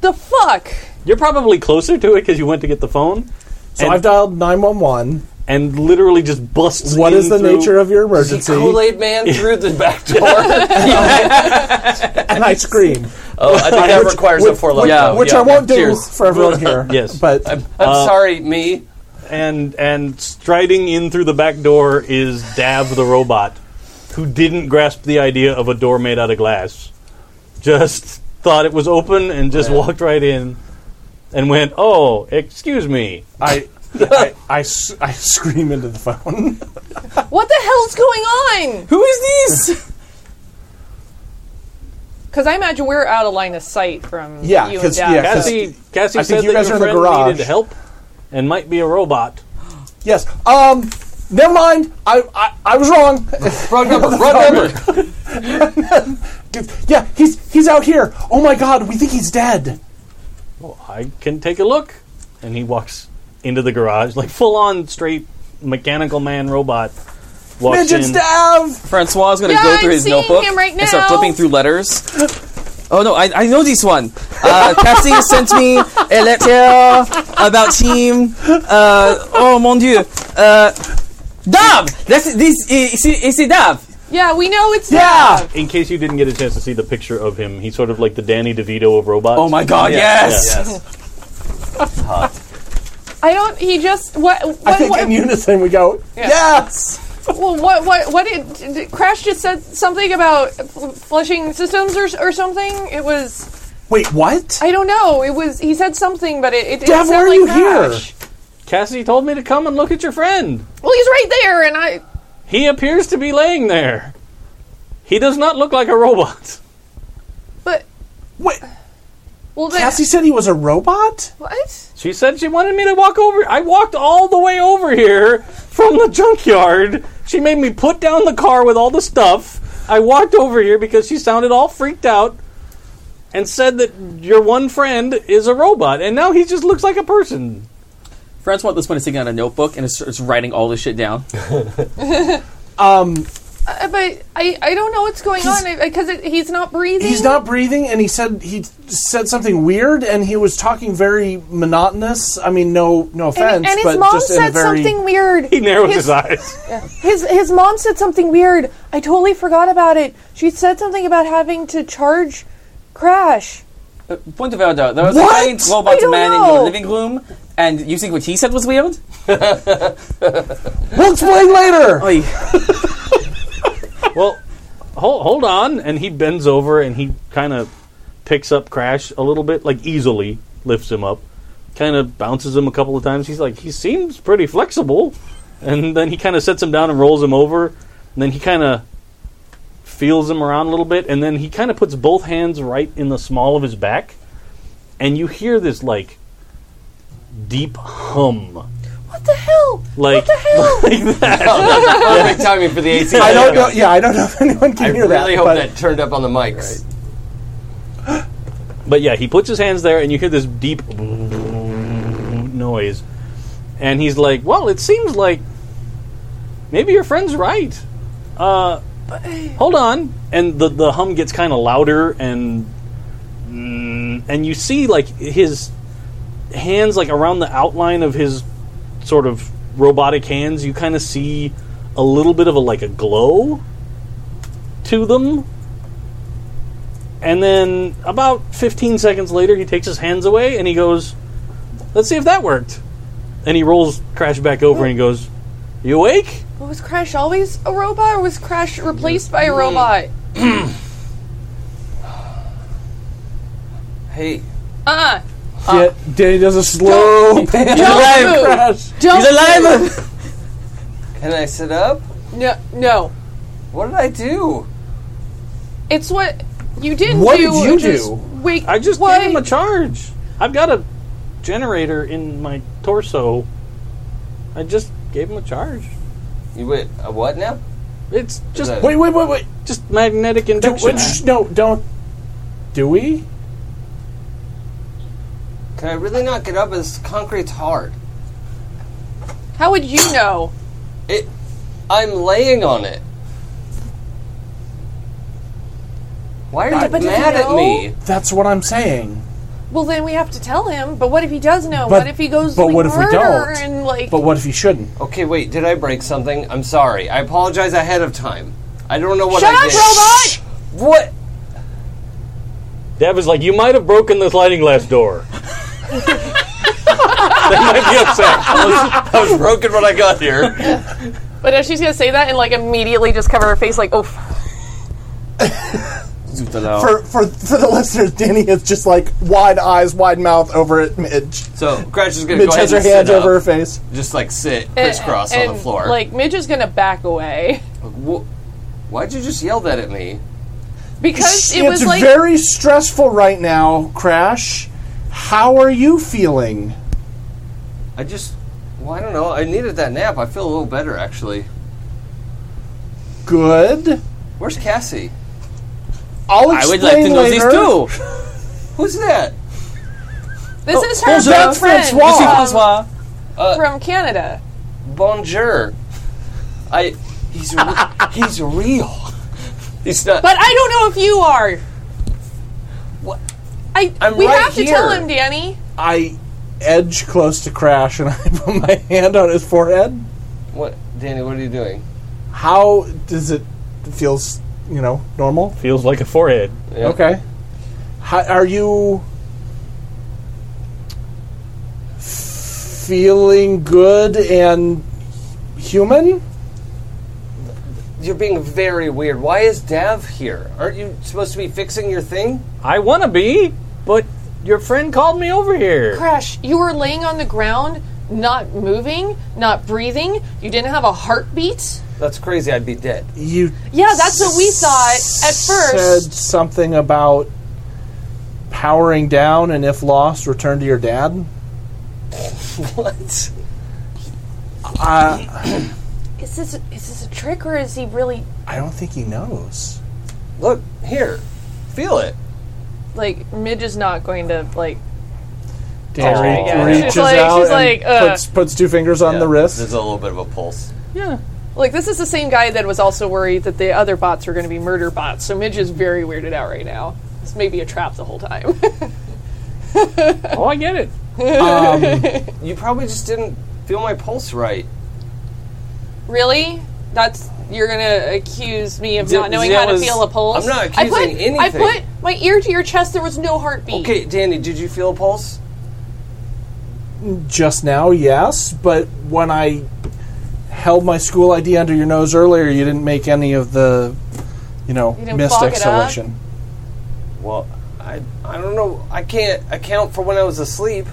[SPEAKER 3] The fuck?
[SPEAKER 4] You're probably closer to it because you went to get the phone,
[SPEAKER 1] So
[SPEAKER 4] And-
[SPEAKER 1] I've dialed 911.
[SPEAKER 4] and literally just busts.
[SPEAKER 1] What
[SPEAKER 4] in
[SPEAKER 1] is the
[SPEAKER 4] through-
[SPEAKER 1] nature of your
[SPEAKER 2] The
[SPEAKER 1] emergency?
[SPEAKER 2] Kool Aid Man through the back door.
[SPEAKER 1] And I scream,
[SPEAKER 2] Oh, I think that requires a four level.
[SPEAKER 5] yeah,
[SPEAKER 1] which I won't do
[SPEAKER 2] Cheers.
[SPEAKER 1] for everyone here.
[SPEAKER 4] Yes.
[SPEAKER 1] but
[SPEAKER 2] I'm
[SPEAKER 5] Uh,
[SPEAKER 2] sorry, me.
[SPEAKER 4] and and striding in through the back door is Dab the robot, who didn't grasp the idea of a door made out of glass, just thought it was open and just walked right in, and went, "Oh, excuse me."
[SPEAKER 1] I, I, I s- I scream into the phone.
[SPEAKER 3] What the hell's going on?
[SPEAKER 5] Who is this?
[SPEAKER 3] Because I imagine we're out of line of sight from
[SPEAKER 1] Yeah,
[SPEAKER 3] you and
[SPEAKER 1] 'cause-
[SPEAKER 3] Dad.
[SPEAKER 1] yeah,
[SPEAKER 3] so-
[SPEAKER 1] 'cause-
[SPEAKER 4] Cassie, Cassie
[SPEAKER 1] I think
[SPEAKER 4] said
[SPEAKER 1] you
[SPEAKER 4] that
[SPEAKER 1] guys
[SPEAKER 4] your
[SPEAKER 1] are in the
[SPEAKER 4] friend
[SPEAKER 1] garage.
[SPEAKER 4] needed help and might be a robot.
[SPEAKER 1] Yes. Um. Never mind. I I, I was wrong.
[SPEAKER 2] Wrong number. Wrong number.
[SPEAKER 1] yeah, he's he's out here. Oh my God, we think he's dead.
[SPEAKER 4] Well, I can take a look, and he walks into the garage like full on straight mechanical man robot. Walks
[SPEAKER 1] Midget
[SPEAKER 4] in.
[SPEAKER 1] Stav.
[SPEAKER 5] Francois is going to
[SPEAKER 3] Yeah,
[SPEAKER 5] go through
[SPEAKER 3] I'm
[SPEAKER 5] his
[SPEAKER 3] seeing
[SPEAKER 5] notebook
[SPEAKER 3] him right
[SPEAKER 5] and start
[SPEAKER 3] now.
[SPEAKER 5] flipping through letters. Oh no, I, I know this one. Uh, Cassie sent me a letter about him. Uh, oh mon dieu. Uh, Dab! That's, this is, is, is Dab.
[SPEAKER 3] yeah, we know it's
[SPEAKER 1] Yeah.
[SPEAKER 4] In case you didn't get a chance to see the picture of him, he's sort of like the Danny DeVito of robots.
[SPEAKER 5] Oh my god, yes!
[SPEAKER 2] Yes.
[SPEAKER 3] I don't. He just what? what
[SPEAKER 1] I think
[SPEAKER 3] what,
[SPEAKER 1] in unison we go.
[SPEAKER 3] Yeah.
[SPEAKER 1] Yes.
[SPEAKER 3] well, what? What? What did, did Crash just said something about fl- flushing systems or, or something? It was
[SPEAKER 1] Wait, what?
[SPEAKER 3] I don't know. It was he said something, but it it, it
[SPEAKER 1] Dev, why
[SPEAKER 3] sounded
[SPEAKER 1] are
[SPEAKER 3] like
[SPEAKER 1] you
[SPEAKER 3] Crash.
[SPEAKER 1] here?
[SPEAKER 4] Cassidy told me to come and look at your friend.
[SPEAKER 3] Well, he's right there, and I
[SPEAKER 4] He appears to be laying there. He does not look like a robot.
[SPEAKER 3] but
[SPEAKER 1] Wait,
[SPEAKER 3] well then
[SPEAKER 1] Cassie said he was a robot.
[SPEAKER 3] what?
[SPEAKER 4] She said she wanted me to walk over. I walked all the way over here from the junkyard. She made me put down the car with all the stuff. I walked over here because she sounded all freaked out and said that your one friend is a robot, and now he just looks like a person.
[SPEAKER 5] Francois at this point is taking out a notebook and is, is writing all this shit down.
[SPEAKER 3] Uh, but I I don't know what's going on because it, he's not breathing.
[SPEAKER 1] He's not breathing, and he said he said something weird, and he was talking very monotonous. I mean, no, no offense,
[SPEAKER 3] And, and his
[SPEAKER 1] but
[SPEAKER 3] mom
[SPEAKER 1] just in a
[SPEAKER 3] said
[SPEAKER 1] very
[SPEAKER 3] something weird.
[SPEAKER 4] He narrows
[SPEAKER 3] His-
[SPEAKER 4] his eyes.
[SPEAKER 3] His his mom said something weird. I totally forgot about it. She said something about having to charge Crash.
[SPEAKER 5] Point of order, there was
[SPEAKER 1] What?
[SPEAKER 5] a giant robot
[SPEAKER 3] I don't
[SPEAKER 5] man in
[SPEAKER 3] know.
[SPEAKER 5] your living room, and you think what he said was weird?
[SPEAKER 1] We'll explain later.
[SPEAKER 5] Oy.
[SPEAKER 4] well, hold, hold on. And he bends over and he kind of picks up Crash a little bit, like easily lifts him up, kind of bounces him a couple of times. He's like, he seems pretty flexible. And then he kind of sets him down and rolls him over. And then he kind of feels him around a little bit. And then he kind of puts both hands right in the small of his back. And you hear this, like, deep hum.
[SPEAKER 3] What the hell? what
[SPEAKER 4] Like,
[SPEAKER 3] the hell?
[SPEAKER 4] like that.
[SPEAKER 2] Perfect timing for the AC.
[SPEAKER 1] I don't know. Yeah, I don't know if anyone can
[SPEAKER 2] I
[SPEAKER 1] hear
[SPEAKER 2] really
[SPEAKER 1] that.
[SPEAKER 2] hope
[SPEAKER 1] but
[SPEAKER 2] that turned up on the mics.
[SPEAKER 4] But yeah, he puts his hands there, and you hear this deep noise. And he's like, "Well, it seems like maybe your friend's right. Uh, hold on." And the the hum gets kind of louder, and mm, and you see like his hands like around the outline of his sort of robotic hands. You kind of see a little bit of a like a glow to them. And then about 15 seconds later, he takes his hands away and he goes, Let's see if that worked. And he rolls Crash back over and he goes, You awake?
[SPEAKER 3] But was Crash always a robot, or was Crash replaced by a robot?
[SPEAKER 2] Hey,
[SPEAKER 3] Uh, uh
[SPEAKER 1] Yet Danny does a slow
[SPEAKER 3] Don't move.
[SPEAKER 1] crash.
[SPEAKER 3] Don't
[SPEAKER 5] alive!
[SPEAKER 2] Can I sit up?
[SPEAKER 3] move. No, no.
[SPEAKER 2] What did I do?
[SPEAKER 3] It's what you didn't
[SPEAKER 1] What
[SPEAKER 3] do.
[SPEAKER 1] did you
[SPEAKER 3] just
[SPEAKER 1] do?
[SPEAKER 3] Wait,
[SPEAKER 4] I just
[SPEAKER 3] why?
[SPEAKER 4] gave him a charge. I've got a generator in my torso. I just gave him a charge.
[SPEAKER 2] You wait. A what now?
[SPEAKER 4] It's just
[SPEAKER 2] that-
[SPEAKER 1] Wait, wait, wait, wait.
[SPEAKER 4] just magnetic
[SPEAKER 1] Do,
[SPEAKER 4] induction.
[SPEAKER 1] wait, shh, no, don't. Do we?
[SPEAKER 2] Can I really not get up? This concrete's hard.
[SPEAKER 3] How would you know?
[SPEAKER 2] It. I'm laying on it. Why are you
[SPEAKER 3] But does he
[SPEAKER 2] mad at
[SPEAKER 3] know?
[SPEAKER 2] me?
[SPEAKER 1] That's what I'm saying.
[SPEAKER 3] Well, then we have to tell him. But what if he does know?
[SPEAKER 1] But-
[SPEAKER 3] what if he goes?
[SPEAKER 1] but
[SPEAKER 3] like,
[SPEAKER 1] what if we
[SPEAKER 3] murder
[SPEAKER 1] don't?
[SPEAKER 3] And like,
[SPEAKER 1] But what if he shouldn't?
[SPEAKER 2] Okay, wait. Did I break something? I'm sorry. I apologize ahead of time. I don't know what
[SPEAKER 3] shut
[SPEAKER 2] I
[SPEAKER 3] up,
[SPEAKER 2] did.
[SPEAKER 3] robot!
[SPEAKER 2] What?
[SPEAKER 4] Dad was like, "You might have broken the sliding glass door." they might be upset.
[SPEAKER 2] I was broken when I got here.
[SPEAKER 3] But if she's gonna say that and like immediately just cover her face, like, oh, f-
[SPEAKER 1] For for for the listeners, Danny is just like wide eyes, wide mouth over at Midge.
[SPEAKER 2] so Crash is gonna
[SPEAKER 1] Midge
[SPEAKER 2] go
[SPEAKER 1] has
[SPEAKER 2] ahead
[SPEAKER 1] her
[SPEAKER 2] and
[SPEAKER 1] hands
[SPEAKER 2] sit
[SPEAKER 1] over her
[SPEAKER 2] up.
[SPEAKER 1] face.
[SPEAKER 2] Just like sit crisscross
[SPEAKER 3] Eh, and,
[SPEAKER 2] on the floor.
[SPEAKER 3] Like, Midge is gonna back away
[SPEAKER 2] Wh- why'd you just yell that at me?
[SPEAKER 3] because it
[SPEAKER 1] it's
[SPEAKER 3] was like
[SPEAKER 1] very stressful right now, Crash. How are you feeling?
[SPEAKER 2] I just. Well, I don't know. I needed that nap. I feel a little better actually.
[SPEAKER 1] Good.
[SPEAKER 2] Where's Cassie?
[SPEAKER 1] I'll
[SPEAKER 5] I
[SPEAKER 1] explain
[SPEAKER 5] would like to know
[SPEAKER 1] later.
[SPEAKER 5] this too.
[SPEAKER 2] Who's that?
[SPEAKER 3] this is her
[SPEAKER 5] Bonjour,
[SPEAKER 3] best friend
[SPEAKER 1] Oh, Francois. Um,
[SPEAKER 5] Monsieur Francois.
[SPEAKER 3] from Canada.
[SPEAKER 2] Bonjour. I. He's re- he's real. He's not.
[SPEAKER 3] But I don't know if you are.
[SPEAKER 2] What?
[SPEAKER 3] I
[SPEAKER 2] I'm
[SPEAKER 3] we
[SPEAKER 2] right
[SPEAKER 3] have to tell
[SPEAKER 2] here.
[SPEAKER 3] him, Danny.
[SPEAKER 1] I edge close to Crash and I put my hand on his forehead.
[SPEAKER 2] what, Danny? What are you doing?
[SPEAKER 1] How does it feels? You know, normal.
[SPEAKER 4] Feels like a forehead.
[SPEAKER 2] Yeah.
[SPEAKER 1] Okay. How, are you feeling good and human?
[SPEAKER 2] You're being very weird. Why is Dav here? Aren't you supposed to be fixing your thing?
[SPEAKER 4] I want to be, but your friend called me over here.
[SPEAKER 3] Crash, you were laying on the ground, not moving, not breathing. You didn't have a heartbeat.
[SPEAKER 2] That's crazy. I'd be dead.
[SPEAKER 1] You
[SPEAKER 3] Yeah, that's what we thought at
[SPEAKER 1] said
[SPEAKER 3] first.
[SPEAKER 1] something about powering down and if lost, return to your dad.
[SPEAKER 2] What?
[SPEAKER 3] Is this is this a trick or is he really
[SPEAKER 1] I don't think he knows.
[SPEAKER 2] Look here. Feel it.
[SPEAKER 3] like Midge is not going to like
[SPEAKER 1] Danny
[SPEAKER 3] Oh, yeah.
[SPEAKER 1] reaches
[SPEAKER 3] She's like-
[SPEAKER 1] out
[SPEAKER 3] she's
[SPEAKER 1] and
[SPEAKER 3] like, uh,
[SPEAKER 1] puts, puts two fingers on
[SPEAKER 2] Yeah,
[SPEAKER 1] the
[SPEAKER 2] There's
[SPEAKER 1] wrist.
[SPEAKER 2] a little bit of a pulse.
[SPEAKER 3] like this is the same guy that was also worried that the other bots were going to be murder bots. So Midge is very weirded out right now. This may be a trap the whole time.
[SPEAKER 4] Oh, I get it.
[SPEAKER 2] You probably just didn't feel my pulse right.
[SPEAKER 3] Really? That's you're gonna accuse me of
[SPEAKER 5] Th-
[SPEAKER 3] not knowing
[SPEAKER 5] that
[SPEAKER 3] how to
[SPEAKER 5] was-
[SPEAKER 3] feel a pulse?
[SPEAKER 2] I'm not
[SPEAKER 3] I put,
[SPEAKER 2] accusing
[SPEAKER 3] I
[SPEAKER 2] anything.
[SPEAKER 3] put my ear to your chest. There was no heartbeat.
[SPEAKER 2] Okay, Danny, did you feel a pulse?
[SPEAKER 1] Just now, yes, but when I held my school ID under your nose earlier, you didn't make any of the, you know,
[SPEAKER 3] didn't
[SPEAKER 1] missed
[SPEAKER 3] fog it up?
[SPEAKER 1] exhalation.
[SPEAKER 2] Well, I I don't know. I can't account for when I was asleep.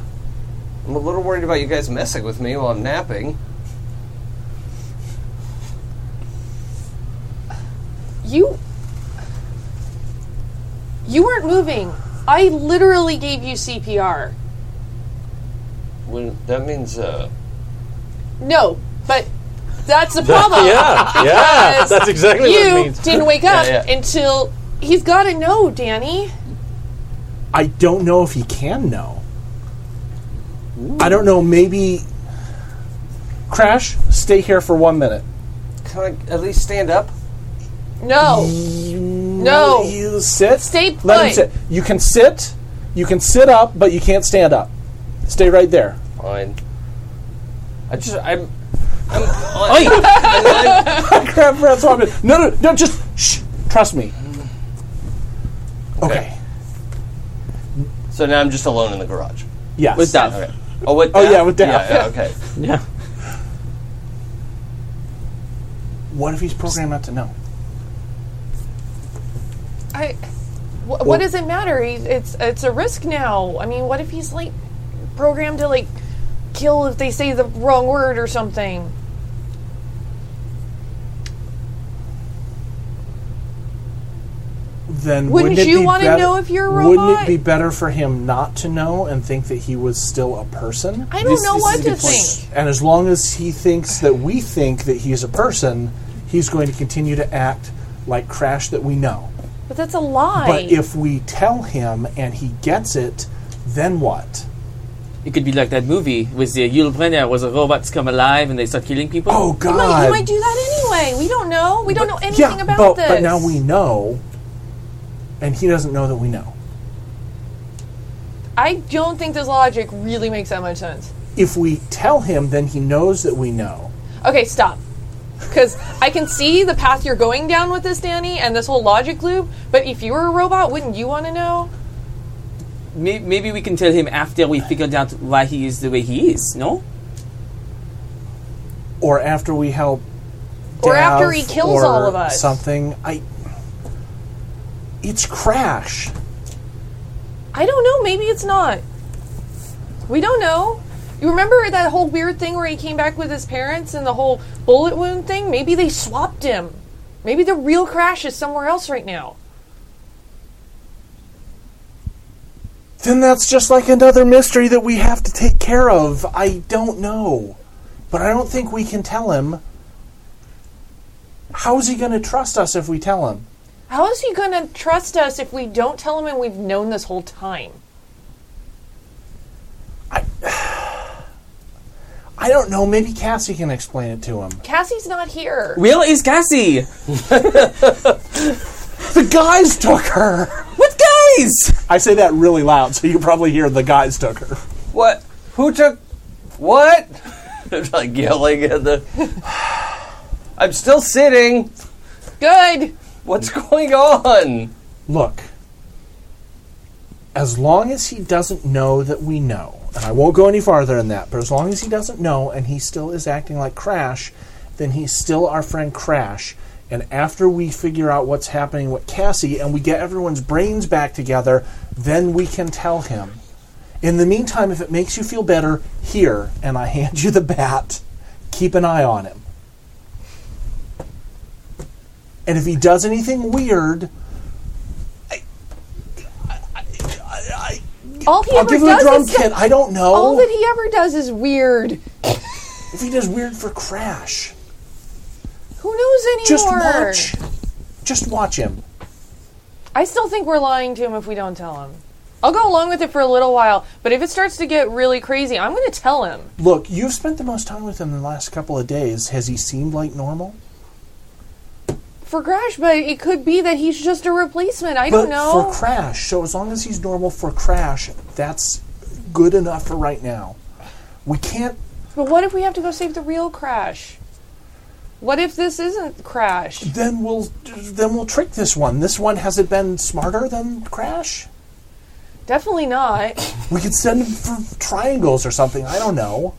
[SPEAKER 2] I'm a little worried about you guys messing with me while I'm napping.
[SPEAKER 3] You. You weren't moving. I literally gave you CPR.
[SPEAKER 2] When that means uh
[SPEAKER 3] No, but that's the problem.
[SPEAKER 4] Yeah, yeah.
[SPEAKER 3] Because
[SPEAKER 4] That's exactly what it
[SPEAKER 3] You
[SPEAKER 4] means.
[SPEAKER 3] didn't wake up
[SPEAKER 2] yeah.
[SPEAKER 3] until he's got to know, Danny.
[SPEAKER 1] I don't know if he can know. I don't know. Maybe. Crash, stay here for one minute.
[SPEAKER 2] can I at least stand up?
[SPEAKER 3] No, No.
[SPEAKER 1] You sit.
[SPEAKER 3] Stay put.
[SPEAKER 1] Let him sit. You can sit. You can sit up, but you can't stand up. Stay right there.
[SPEAKER 2] Fine. I just I'm I'm on,
[SPEAKER 1] Grab Francois. No, no, no. Just shh. Trust me. Okay.
[SPEAKER 2] So now I'm just alone in the garage.
[SPEAKER 1] Yes.
[SPEAKER 5] With that.
[SPEAKER 2] Okay. Oh with
[SPEAKER 1] Oh,
[SPEAKER 2] Daph?
[SPEAKER 1] yeah, with Daph.
[SPEAKER 2] Yeah, yeah, okay.
[SPEAKER 4] Yeah.
[SPEAKER 1] What if he's programmed not to know?
[SPEAKER 3] I. Wh- what does it matter? He, it's it's a risk now. I mean, what if he's like programmed to like kill if they say the wrong word or something.
[SPEAKER 1] Then
[SPEAKER 3] Wouldn't
[SPEAKER 1] it
[SPEAKER 3] you
[SPEAKER 1] be
[SPEAKER 3] wanna
[SPEAKER 1] better-
[SPEAKER 3] know if you're a
[SPEAKER 1] Wouldn't
[SPEAKER 3] robot?
[SPEAKER 1] it be better for him not to know and think that he was still a person?
[SPEAKER 3] I don't
[SPEAKER 5] This-
[SPEAKER 3] know
[SPEAKER 5] this
[SPEAKER 3] what
[SPEAKER 5] is a
[SPEAKER 3] to
[SPEAKER 5] good point.
[SPEAKER 3] think.
[SPEAKER 1] And as long as he thinks that we think that he's a person, he's going to continue to act like Crash that we know.
[SPEAKER 3] But that's a lie.
[SPEAKER 1] But if we tell him and he gets it, then what?
[SPEAKER 5] It could be like that movie with the Yul Brenner where the robots come alive and they start killing people.
[SPEAKER 1] Oh
[SPEAKER 3] he, might,
[SPEAKER 1] God!
[SPEAKER 3] he might do that anyway. We don't know. We don't know anything
[SPEAKER 1] yeah,
[SPEAKER 3] about
[SPEAKER 1] but,
[SPEAKER 3] this.
[SPEAKER 1] but now we know, and he doesn't know that we know.
[SPEAKER 3] I don't think this logic really makes that much sense.
[SPEAKER 1] If we tell him, then he knows that we know.
[SPEAKER 3] Okay, stop. Because I can see the path you're going down with this, Danny, and this whole logic loop. But if you were a robot, wouldn't you want to know?
[SPEAKER 5] May- Maybe we can tell him after we figured out why he is the way he is, no?
[SPEAKER 1] Or after we help,
[SPEAKER 3] Or after
[SPEAKER 1] Dav
[SPEAKER 3] he kills
[SPEAKER 1] or
[SPEAKER 3] all of us.
[SPEAKER 1] something. I. It's Crash.
[SPEAKER 3] I don't know. Maybe it's not. We don't know. You remember that whole weird thing where he came back with his parents and the whole bullet wound thing? Maybe they swapped him. Maybe the real crash is somewhere else right now.
[SPEAKER 1] Then that's just like another mystery that we have to take care of. I don't know. But I don't think we can tell him. How is he going to trust us if we tell him?
[SPEAKER 3] How is he going to trust us if we don't tell him and we've known this whole time?
[SPEAKER 1] I don't know. Maybe Cassie can explain it to him.
[SPEAKER 3] Cassie's not here.
[SPEAKER 5] Where is Cassie?
[SPEAKER 1] The guys took her.
[SPEAKER 5] What guys?
[SPEAKER 1] I say that really loud, so you probably hear the guys took her.
[SPEAKER 2] What? Who took? What? They're like yelling at the. I'm still sitting.
[SPEAKER 3] Good.
[SPEAKER 2] What's going on?
[SPEAKER 1] Look, as long as he doesn't know that we know, and I won't go any farther than that, but as long as he doesn't know and he still is acting like Crash, then he's still our friend Crash. And after we figure out what's happening with Cassie and we get everyone's brains back together, then we can tell him. In the meantime, if it makes you feel better, here, and I hand you the bat, keep an eye on him. And if he does anything weird,
[SPEAKER 3] All he
[SPEAKER 1] I'll
[SPEAKER 3] ever
[SPEAKER 1] give him a
[SPEAKER 3] does
[SPEAKER 1] drum
[SPEAKER 3] is say-
[SPEAKER 1] kit. I don't know.
[SPEAKER 3] all that he ever does is weird.
[SPEAKER 1] if he does weird for Crash,
[SPEAKER 3] Who knows anymore?
[SPEAKER 1] just watch. Just watch him.
[SPEAKER 3] I still think we're lying to him if we don't tell him. I'll go along with it for a little while, but if it starts to get really crazy, I'm going to tell him.
[SPEAKER 1] Look, you've spent the most time with him in the last couple of days. Has he seemed like normal?
[SPEAKER 3] For Crash, but it could be that he's just a replacement. I
[SPEAKER 1] But
[SPEAKER 3] don't know.
[SPEAKER 1] for Crash, so as long as he's normal for Crash, that's good enough for right now. We can't.
[SPEAKER 3] but what if we have to go save the real Crash? What if this isn't Crash?
[SPEAKER 1] Then we'll then we'll trick this one. This one has it been smarter than Crash?
[SPEAKER 3] Definitely not.
[SPEAKER 1] We could send him for triangles or something. I don't know.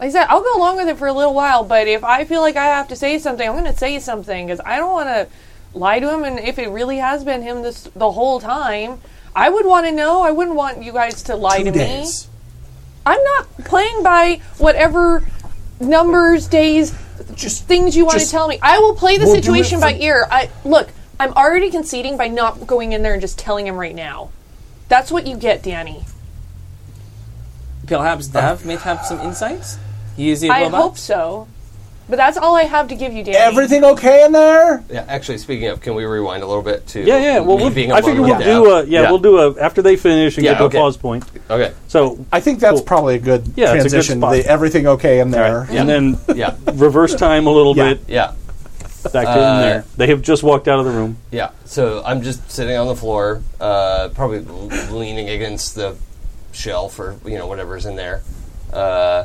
[SPEAKER 3] Like I said, I'll go along with it for a little while, but if I feel like I have to say something, I'm going to say something because I don't want to lie to him. And if it really has been him this the whole time, I would want to know. I wouldn't want you guys to lie
[SPEAKER 1] Two
[SPEAKER 3] to
[SPEAKER 1] days.
[SPEAKER 3] me. I'm not playing by whatever numbers, days,
[SPEAKER 1] Just
[SPEAKER 3] things you want to
[SPEAKER 1] Just-
[SPEAKER 3] tell me. I will play the
[SPEAKER 1] We'll do it
[SPEAKER 3] situation by
[SPEAKER 1] for-
[SPEAKER 3] ear. I look. I'm already conceding by not going in there and just telling him right now. That's what you get, Danny.
[SPEAKER 5] Perhaps Dav may have some insights? He is a
[SPEAKER 3] I
[SPEAKER 5] robot?
[SPEAKER 3] hope so, but that's all I have to give you, Danny.
[SPEAKER 1] Everything okay in there?
[SPEAKER 2] Yeah, actually, speaking of, can we rewind a little bit to
[SPEAKER 4] Yeah, yeah. Well,
[SPEAKER 2] me
[SPEAKER 4] we'll,
[SPEAKER 2] being
[SPEAKER 4] I
[SPEAKER 2] alone
[SPEAKER 4] figure
[SPEAKER 2] with
[SPEAKER 4] we'll
[SPEAKER 2] Dab?
[SPEAKER 4] do a yeah, we'll do a after they finish and
[SPEAKER 2] Yeah,
[SPEAKER 4] get to
[SPEAKER 2] okay.
[SPEAKER 4] a pause point.
[SPEAKER 2] Okay,
[SPEAKER 4] So
[SPEAKER 1] I think that's
[SPEAKER 4] Cool.
[SPEAKER 1] probably a good
[SPEAKER 4] Yeah, it's a good
[SPEAKER 1] transition.
[SPEAKER 4] spot.
[SPEAKER 1] the everything okay in there.
[SPEAKER 4] Alright, and then
[SPEAKER 2] yeah,
[SPEAKER 4] reverse time a little
[SPEAKER 1] Yeah.
[SPEAKER 4] bit
[SPEAKER 2] yeah, Uh,
[SPEAKER 4] back to in there. They have just walked out of the room.
[SPEAKER 2] yeah. So I'm just sitting on the floor, uh, probably l- leaning against the shelf or you know whatever's in there. Uh,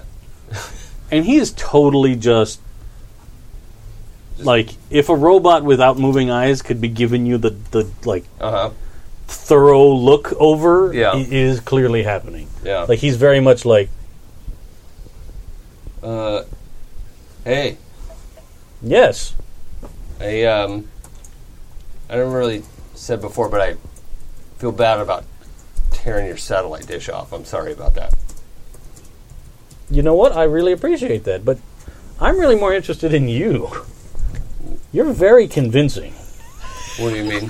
[SPEAKER 4] and he is totally just like if a robot without moving eyes could be giving you the, the like
[SPEAKER 2] uh huh.
[SPEAKER 4] thorough look over
[SPEAKER 2] Yeah.
[SPEAKER 4] it is clearly happening
[SPEAKER 2] Yeah.
[SPEAKER 4] like he's very much like
[SPEAKER 2] Uh, hey,
[SPEAKER 4] yes
[SPEAKER 2] I um, I don't really said before, but I feel bad about tearing your satellite dish off. I'm sorry about that.
[SPEAKER 4] You know what? I really appreciate that, but I'm really more interested in you. You're very convincing.
[SPEAKER 2] What do you mean?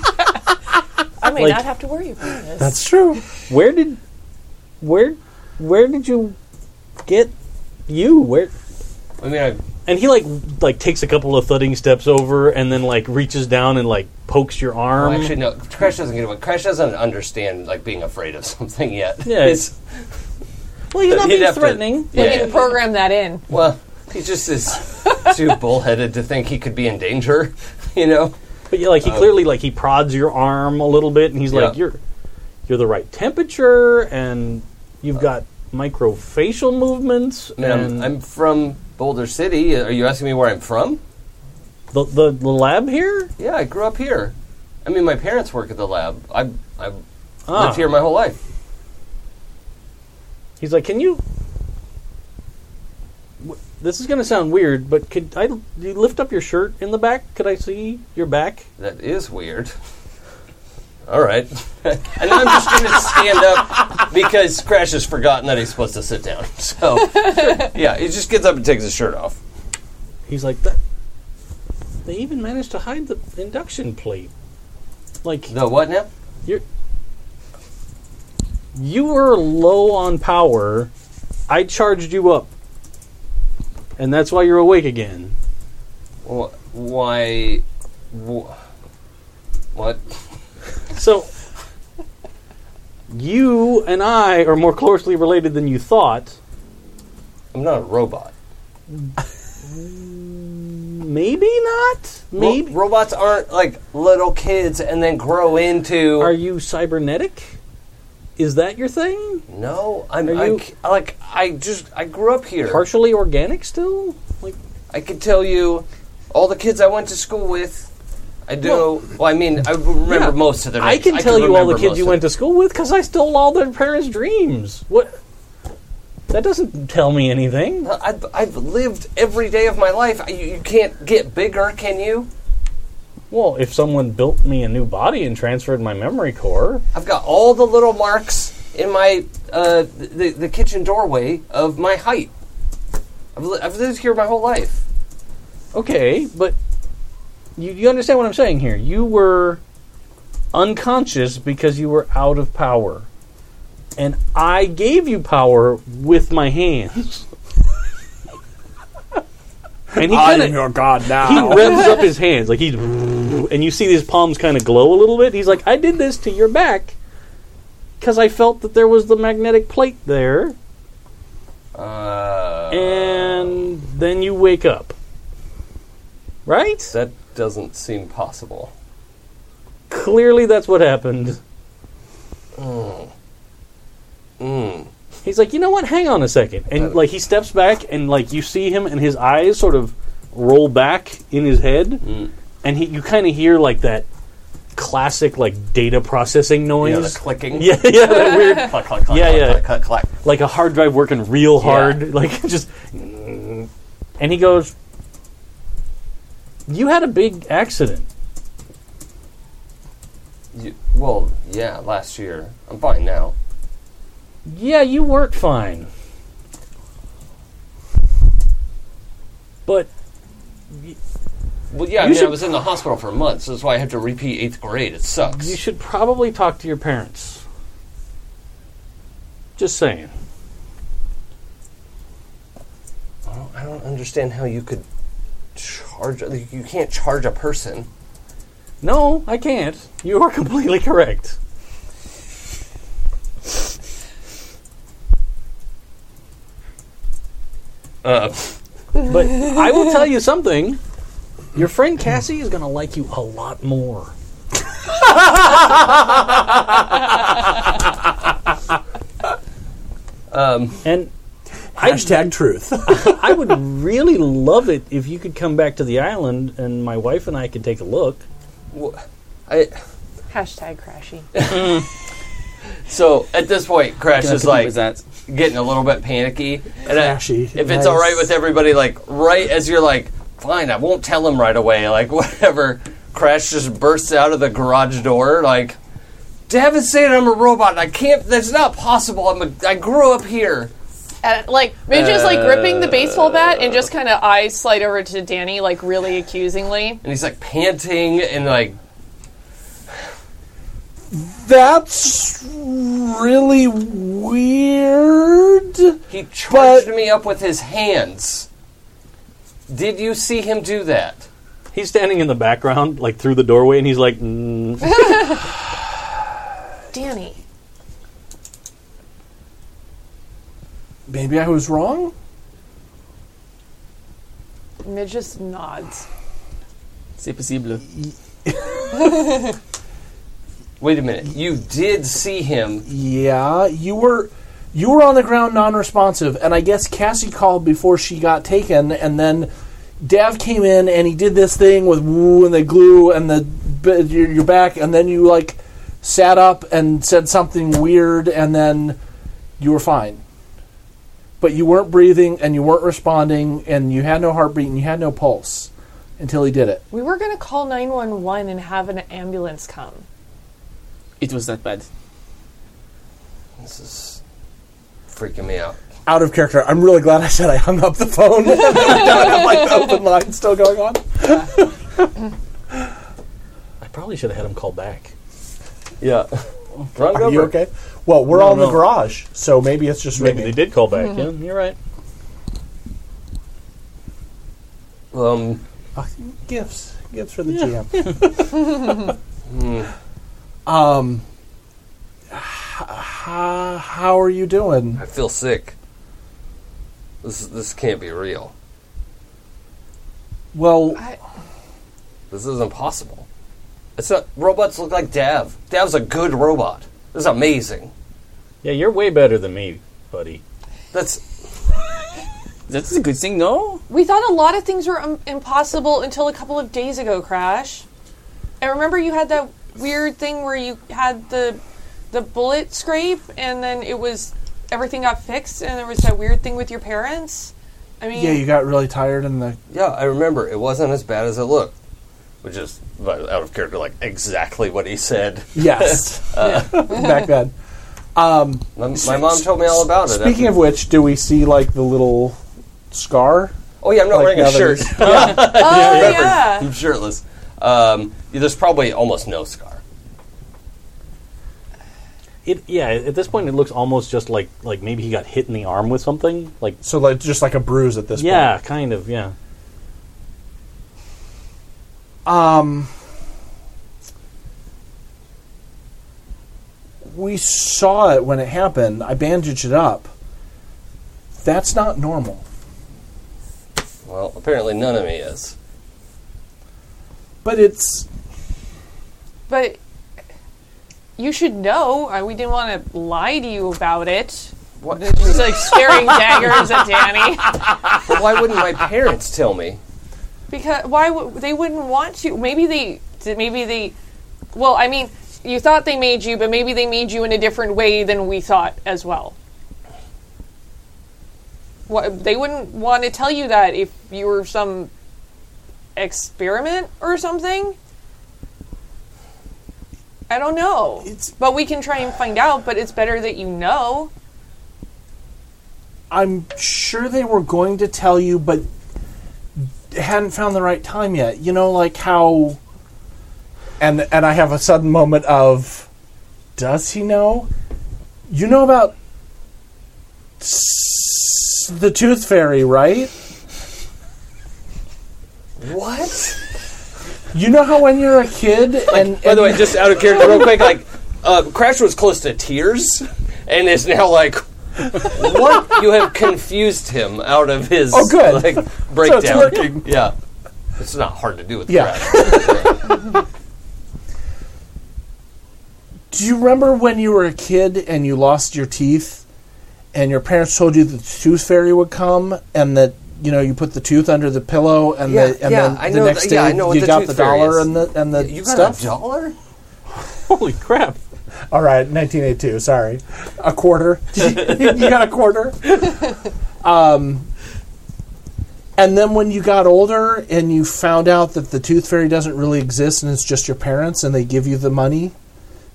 [SPEAKER 3] I may
[SPEAKER 4] Like-
[SPEAKER 3] not have to worry about this.
[SPEAKER 1] That's true.
[SPEAKER 4] Where did where where did you get you? Where
[SPEAKER 2] I mean, I,
[SPEAKER 4] and he like like takes a couple of thudding steps over and then like reaches down and like pokes your arm.
[SPEAKER 2] well, actually no. Crash doesn't get away. Crash doesn't understand like being afraid of something yet.
[SPEAKER 4] yeah, it's Well, you're not
[SPEAKER 2] uh, He'd
[SPEAKER 4] being
[SPEAKER 2] have to-
[SPEAKER 4] threatening.
[SPEAKER 3] We
[SPEAKER 2] yeah.
[SPEAKER 3] need to program that in.
[SPEAKER 2] Well, he just is too bullheaded to think he could be in danger. You know.
[SPEAKER 4] But yeah, like he clearly like he prods your arm a little bit, and he's like,
[SPEAKER 2] Uh, Yeah.
[SPEAKER 4] "You're you're the right temperature, and you've got micro facial movements."
[SPEAKER 2] I mean, Uh, I'm,
[SPEAKER 4] and
[SPEAKER 2] I'm from Boulder City. Are you asking me where I'm from?
[SPEAKER 4] the, the the lab here.
[SPEAKER 2] Yeah, I grew up here. I mean, my parents work at the lab. I I
[SPEAKER 4] Ah.
[SPEAKER 2] lived here my whole life.
[SPEAKER 4] He's like, "Can you?" w- This is going to sound weird, but could I do you lift up your shirt in the back? Could I see your back?
[SPEAKER 2] That is weird. All right. and now I'm just going to stand up because Crash has forgotten that he's supposed to sit down. So, yeah, he just gets up and takes his shirt off.
[SPEAKER 4] He's like, "That." They even managed to hide the induction plate. Like
[SPEAKER 2] The what now?
[SPEAKER 4] you were low on power. I charged you up. And that's why you're awake again.
[SPEAKER 2] Wh- Why? Wh- what?
[SPEAKER 4] So you and I are more closely related than you thought.
[SPEAKER 2] I'm not a robot.
[SPEAKER 4] Maybe not.
[SPEAKER 2] Ro-
[SPEAKER 4] Maybe
[SPEAKER 2] robots aren't like little kids and then grow into.
[SPEAKER 4] are you cybernetic? Is that your thing?
[SPEAKER 2] no, I'm
[SPEAKER 4] Are
[SPEAKER 2] I
[SPEAKER 4] you-
[SPEAKER 2] c- like I just I grew up here.
[SPEAKER 4] Partially organic still? Like
[SPEAKER 2] I could tell you all the kids I went to school with. I do. Well, I mean, I remember
[SPEAKER 4] Yeah.
[SPEAKER 2] most of their.
[SPEAKER 4] I
[SPEAKER 2] names.
[SPEAKER 4] can tell you all the
[SPEAKER 2] remember most
[SPEAKER 4] kids you
[SPEAKER 2] of
[SPEAKER 4] went
[SPEAKER 2] them.
[SPEAKER 4] to school with cuz I stole all their parents' dreams. What That doesn't tell me anything.
[SPEAKER 2] I've, I've lived every day of my life. I- You, you can't get bigger, can you?
[SPEAKER 4] Well, if someone built me a new body and transferred my memory core,
[SPEAKER 2] I've got all the little marks in my uh, the, the kitchen doorway of my height. I've, li- I've lived here my whole life.
[SPEAKER 4] okay, but you, you understand what I'm saying here. You were unconscious because you were out of power. And I gave you power with my hands. and he
[SPEAKER 1] I
[SPEAKER 4] kind
[SPEAKER 1] am
[SPEAKER 4] of
[SPEAKER 1] your Oh, god
[SPEAKER 4] he
[SPEAKER 1] now.
[SPEAKER 4] revs up his hands like he's and you see his palms kind of glow a little bit. He's like, "I did this to your back because I felt that there was the magnetic plate there."
[SPEAKER 2] Uh,
[SPEAKER 4] and then you wake up. Right?
[SPEAKER 2] that doesn't seem possible.
[SPEAKER 4] Clearly, that's what happened.
[SPEAKER 2] Mm.
[SPEAKER 4] He's like, you know what? Hang on a second, and like he steps back, and like you see him, and his eyes sort of roll back in his head, and he, you kind of hear like that classic like data processing
[SPEAKER 2] Yeah,
[SPEAKER 4] noise.
[SPEAKER 2] the clicking.
[SPEAKER 4] yeah, yeah, that weird,
[SPEAKER 2] Clack, clack, clack,
[SPEAKER 4] Yeah,
[SPEAKER 2] clack,
[SPEAKER 4] yeah.
[SPEAKER 2] clack, clack, clack.
[SPEAKER 4] like a hard drive working real hard, like just. And he goes, "You had a big accident."
[SPEAKER 2] You, well, yeah, last year. I'm fine now.
[SPEAKER 4] Yeah, you work fine. But
[SPEAKER 2] Well, yeah, I
[SPEAKER 4] You
[SPEAKER 2] mean, I
[SPEAKER 4] should-
[SPEAKER 2] was in the hospital for months. That's why I had to repeat eighth grade. It sucks.
[SPEAKER 4] you should probably talk to your parents. Just saying.
[SPEAKER 2] I don't- I don't understand how you could charge. like, You can't charge a person.
[SPEAKER 4] No, I can't. You are completely correct.
[SPEAKER 2] Uh,
[SPEAKER 4] But I will tell you something. Your friend Cassie is going to like you a lot more.
[SPEAKER 2] um,
[SPEAKER 4] And
[SPEAKER 1] Hashtag truth.
[SPEAKER 4] I would really love it if you could come back to the island and my wife and I could take a look.
[SPEAKER 2] wh- I
[SPEAKER 3] Hashtag crashy.
[SPEAKER 2] so at this point, Crash
[SPEAKER 7] Can I
[SPEAKER 2] is
[SPEAKER 7] pick up
[SPEAKER 2] like
[SPEAKER 7] his ads?
[SPEAKER 2] getting a little bit panicky. And I-
[SPEAKER 1] Crashy.
[SPEAKER 2] if it's all right with everybody, like right as you're like, fine, I won't tell him right away. Like whatever. Crash just bursts out of the garage door, like Devin said I'm a robot. and I can't. That's not possible. I'm a. I grew up here.
[SPEAKER 3] And, Uh, like Midge is
[SPEAKER 1] Uh,
[SPEAKER 3] like gripping the baseball bat and just kind of eyes slide over to Danny like really accusingly.
[SPEAKER 2] And he's like panting and like
[SPEAKER 1] That's really weird.
[SPEAKER 2] he charged me up with his hands. Did you see him do that?
[SPEAKER 4] He's standing in the background, like through the doorway, and he's like, mm.
[SPEAKER 3] Danny,
[SPEAKER 1] Maybe I was wrong.
[SPEAKER 3] Midge just nods.
[SPEAKER 5] C'est possible.
[SPEAKER 2] Wait a minute. You did see him.
[SPEAKER 1] Yeah, you were you were on the ground non-responsive and I guess Cassie called before she got taken and then Dav came in and he did this thing with woo and the glue and the b- your, your back and then you like sat up and said something weird and then you were fine. But you weren't breathing and you weren't responding and you had no heartbeat and you had no pulse until he did it.
[SPEAKER 3] We were gonna call nine one one and have an ambulance come.
[SPEAKER 5] It was not bad.
[SPEAKER 2] This is freaking me out.
[SPEAKER 1] Out of character. I'm really glad I said I hung up the phone. and I don't have like the open line still going on.
[SPEAKER 8] I probably should have had him call back.
[SPEAKER 2] Yeah. Wrong
[SPEAKER 1] Are you
[SPEAKER 2] number.
[SPEAKER 1] okay? Well, we're all in the
[SPEAKER 8] no.
[SPEAKER 1] garage, so maybe it's just
[SPEAKER 8] Maybe
[SPEAKER 1] ringing.
[SPEAKER 8] they did call back. Yeah, you're right.
[SPEAKER 2] Um.
[SPEAKER 1] Fucking Uh, gifts, gifts for the GM. um, how, how are you doing?
[SPEAKER 2] I feel sick. This this can't be real.
[SPEAKER 1] Well,
[SPEAKER 2] This isn't possible. It's not. Robots look like Dav. Dav's a good robot. This is amazing.
[SPEAKER 8] Yeah, you're way better than me, buddy.
[SPEAKER 2] That's
[SPEAKER 5] That's a good thing, no?
[SPEAKER 3] We thought a lot of things were um, impossible until a couple of days ago, Crash. And remember, you had that weird thing where you had the the bullet scrape, and then it was everything got fixed, and there was that weird thing with your parents. I mean,
[SPEAKER 1] yeah, you got really tired in the.
[SPEAKER 2] yeah. I remember. It wasn't as bad as it looked. Which is by- out of character, like exactly what he said.
[SPEAKER 1] Yes. Back then. Um,
[SPEAKER 2] My, Uh. my mom told me all about it.
[SPEAKER 1] speaking of which, do we see, like, the little scar?
[SPEAKER 2] oh yeah, I'm not
[SPEAKER 1] like,
[SPEAKER 2] wearing
[SPEAKER 1] now
[SPEAKER 2] a
[SPEAKER 1] that
[SPEAKER 2] shirt.
[SPEAKER 1] he's-
[SPEAKER 3] oh yeah,
[SPEAKER 2] Remember, I'm shirtless. Um, yeah, there's probably almost no scar.
[SPEAKER 8] It yeah. At this point, it looks almost just like like maybe he got hit in the arm with something. Like
[SPEAKER 1] So, like, just like a bruise at this
[SPEAKER 8] yeah, kind of yeah.
[SPEAKER 1] point. Um, we saw it when it happened. I bandaged it up. That's not normal.
[SPEAKER 2] Well, apparently none of me is.
[SPEAKER 1] But it's
[SPEAKER 3] but you should know. I, we didn't want to lie to you about it.
[SPEAKER 2] What?
[SPEAKER 3] She's like staring daggers at Danny
[SPEAKER 2] Why wouldn't my parents tell me?
[SPEAKER 3] because why w- they wouldn't want to? Maybe they did. Maybe they. Well, I mean, you thought they made you, but maybe they made you in a different way than we thought as well. What, they wouldn't want to tell you that if you were some experiment or something. I don't know.
[SPEAKER 1] It's-
[SPEAKER 3] but we can try and find out. But it's better that you know.
[SPEAKER 1] I'm sure they were going to tell you, but hadn't found the right time yet. You know, like how. And and I have a sudden moment of, does he know? You know about s- the Tooth Fairy, right?
[SPEAKER 2] What?
[SPEAKER 1] You know how when you're a kid and,
[SPEAKER 2] By the
[SPEAKER 1] and
[SPEAKER 2] way, just out of character, real quick, like uh, Crash was close to tears, and is now like, "What? you have confused him out of his
[SPEAKER 1] Oh, good.
[SPEAKER 2] like
[SPEAKER 1] So
[SPEAKER 2] breakdown."
[SPEAKER 1] working.
[SPEAKER 2] Yeah, it's not hard to do with
[SPEAKER 1] Yeah.
[SPEAKER 2] Crash.
[SPEAKER 1] Do you remember when you were a kid and you lost your teeth and your parents told you that the tooth fairy would come and that you know you put the tooth under the pillow and
[SPEAKER 2] Yeah,
[SPEAKER 1] the and
[SPEAKER 2] yeah,
[SPEAKER 1] then
[SPEAKER 2] I
[SPEAKER 1] the
[SPEAKER 2] know
[SPEAKER 1] next
[SPEAKER 2] that-
[SPEAKER 1] day
[SPEAKER 2] yeah, I know what
[SPEAKER 1] you
[SPEAKER 2] the
[SPEAKER 1] got
[SPEAKER 2] tooth
[SPEAKER 1] the
[SPEAKER 2] fairy
[SPEAKER 1] dollar
[SPEAKER 2] is.
[SPEAKER 1] and the and the
[SPEAKER 2] You got
[SPEAKER 1] stuff.
[SPEAKER 2] a dollar?
[SPEAKER 8] Holy crap!
[SPEAKER 1] All right, 1982, sorry. A quarter. you got a quarter. Um and then when you got older and you found out that the tooth fairy doesn't really exist and it's just your parents and they give you the money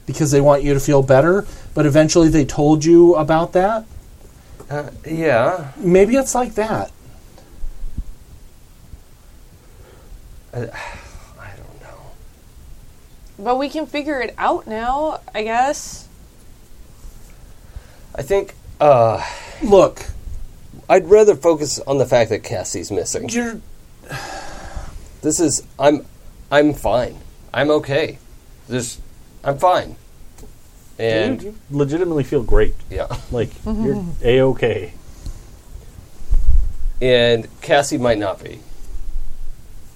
[SPEAKER 1] because they want you to feel better, but eventually they told you about that.
[SPEAKER 2] Uh, yeah,
[SPEAKER 1] Maybe it's like that.
[SPEAKER 2] I don't know.
[SPEAKER 3] But we can figure it out now, I guess.
[SPEAKER 2] I think uh,
[SPEAKER 1] Look,
[SPEAKER 2] I'd rather focus on the fact that Cassie's missing.
[SPEAKER 1] you're
[SPEAKER 2] This is I'm I'm fine. I'm okay. This I'm fine. And
[SPEAKER 4] Dude, you legitimately feel great.
[SPEAKER 2] yeah.
[SPEAKER 4] Like you're a okay.
[SPEAKER 2] and Cassie might not be.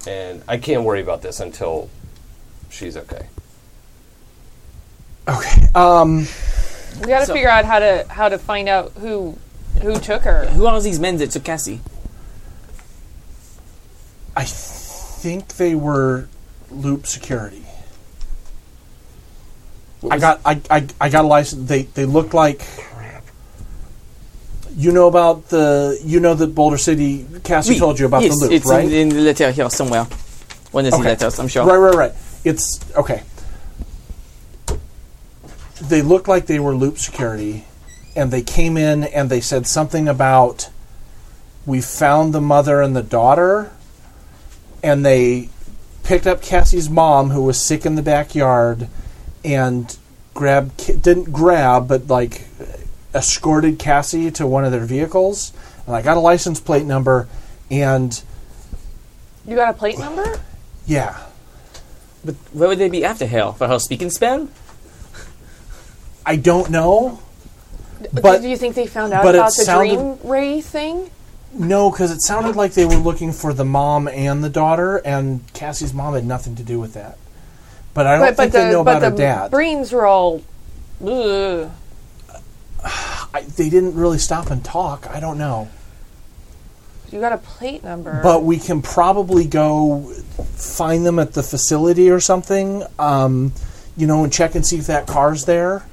[SPEAKER 2] And I can't worry about this until she's okay.
[SPEAKER 1] okay. Um,
[SPEAKER 3] We got to
[SPEAKER 5] So-
[SPEAKER 3] figure out how to how to find out who who took her.
[SPEAKER 5] Who are these men that took Cassie?
[SPEAKER 1] I think they were loop security. I got I, I, I got a license. They they looked like. You know about the you know that Boulder City Cassie
[SPEAKER 5] We.
[SPEAKER 1] told you about
[SPEAKER 5] yes,
[SPEAKER 1] the loop,
[SPEAKER 5] it's
[SPEAKER 1] right?
[SPEAKER 5] in, in the letter here somewhere. One of the letters, I'm sure.
[SPEAKER 1] Right, right, right. It's okay. They looked like they were loop security, and they came in and they said something about we found the mother and the daughter, and they picked up Cassie's mom who was sick in the backyard, and grabbed Ca- didn't grab but like escorted Cassie to one of their vehicles, and I got a license plate number, and
[SPEAKER 3] You got a plate number?
[SPEAKER 1] yeah.
[SPEAKER 5] But where would they be after her? For her speaking spell?
[SPEAKER 1] I don't know. But
[SPEAKER 3] Do you think they found out
[SPEAKER 1] but it
[SPEAKER 3] about the
[SPEAKER 1] sounded-
[SPEAKER 3] dream ray thing?
[SPEAKER 1] no, because it sounded like they were looking for the mom and the daughter, and Cassie's mom had nothing to do with that. But I don't
[SPEAKER 3] But but
[SPEAKER 1] think they
[SPEAKER 3] the
[SPEAKER 1] know
[SPEAKER 3] but
[SPEAKER 1] about
[SPEAKER 3] the
[SPEAKER 1] her dad.
[SPEAKER 3] brains were all. Ugh.
[SPEAKER 1] I, they didn't really stop and talk. I don't know.
[SPEAKER 3] You got a plate number.
[SPEAKER 1] But we can probably go find them at the facility or something, um, you know, and check and see if that car's there.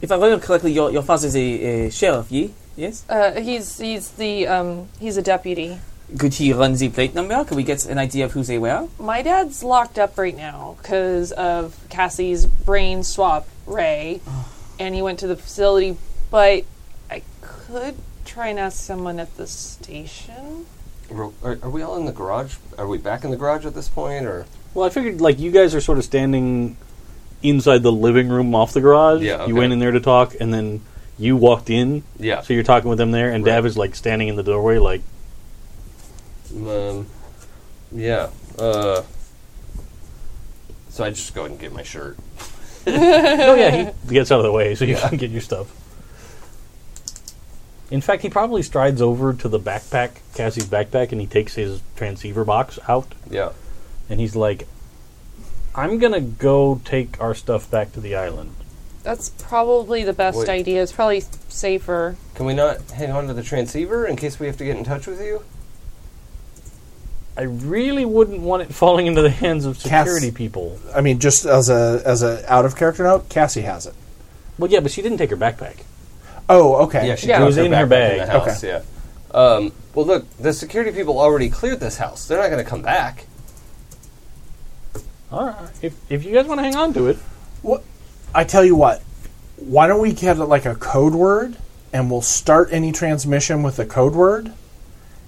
[SPEAKER 5] If I remember correctly, your, your father's a, a sheriff, ye? Yes?
[SPEAKER 3] uh, he's he's the um he's a deputy.
[SPEAKER 5] Could he run the plate number? Could we get an idea of who they were?
[SPEAKER 3] My dad's locked up right now because of Cassie's brain swap ray, and he went to the facility. But I could try and ask someone at the station.
[SPEAKER 2] Are, are we all in the garage? Are we back in the garage at this point, or
[SPEAKER 4] Well, I figured like you guys are sort of standing inside the living room off the garage.
[SPEAKER 2] Yeah,
[SPEAKER 4] You
[SPEAKER 2] okay.
[SPEAKER 4] went in there to talk, and then you walked in.
[SPEAKER 2] Yeah.
[SPEAKER 4] So you're talking with them there, and
[SPEAKER 2] Right.
[SPEAKER 4] Dav is like standing in the doorway, like
[SPEAKER 2] um, yeah? Uh, so I just go ahead and get my shirt.
[SPEAKER 4] Oh yeah, he gets out of the way so you can get your stuff. In fact, he probably strides over to the backpack, Cassie's backpack, and he takes his transceiver box out,
[SPEAKER 2] Yeah.
[SPEAKER 4] and he's like, "I'm gonna go take our stuff back to the island."
[SPEAKER 3] That's probably the best
[SPEAKER 2] Wait.
[SPEAKER 3] idea. It's probably safer.
[SPEAKER 2] Can we not hang on to the transceiver in case we have to get in touch with you?
[SPEAKER 4] I really wouldn't want it falling into the hands of
[SPEAKER 1] Cass-
[SPEAKER 4] security people.
[SPEAKER 1] I mean, just as a as a out of character note, Cassie has it.
[SPEAKER 4] Well, yeah, but she didn't take her backpack.
[SPEAKER 1] Oh, okay.
[SPEAKER 2] she
[SPEAKER 3] Yeah.
[SPEAKER 2] dropped
[SPEAKER 3] It was
[SPEAKER 4] in her
[SPEAKER 2] backpack
[SPEAKER 4] bag.
[SPEAKER 2] In the house, Yeah. Um, well, look, the security people already cleared this house. They're not going to come back.
[SPEAKER 4] All right, if if you guys want to hang on to it,
[SPEAKER 1] What? I tell you what. Why don't we have like a code word, and we'll start any transmission with a code word,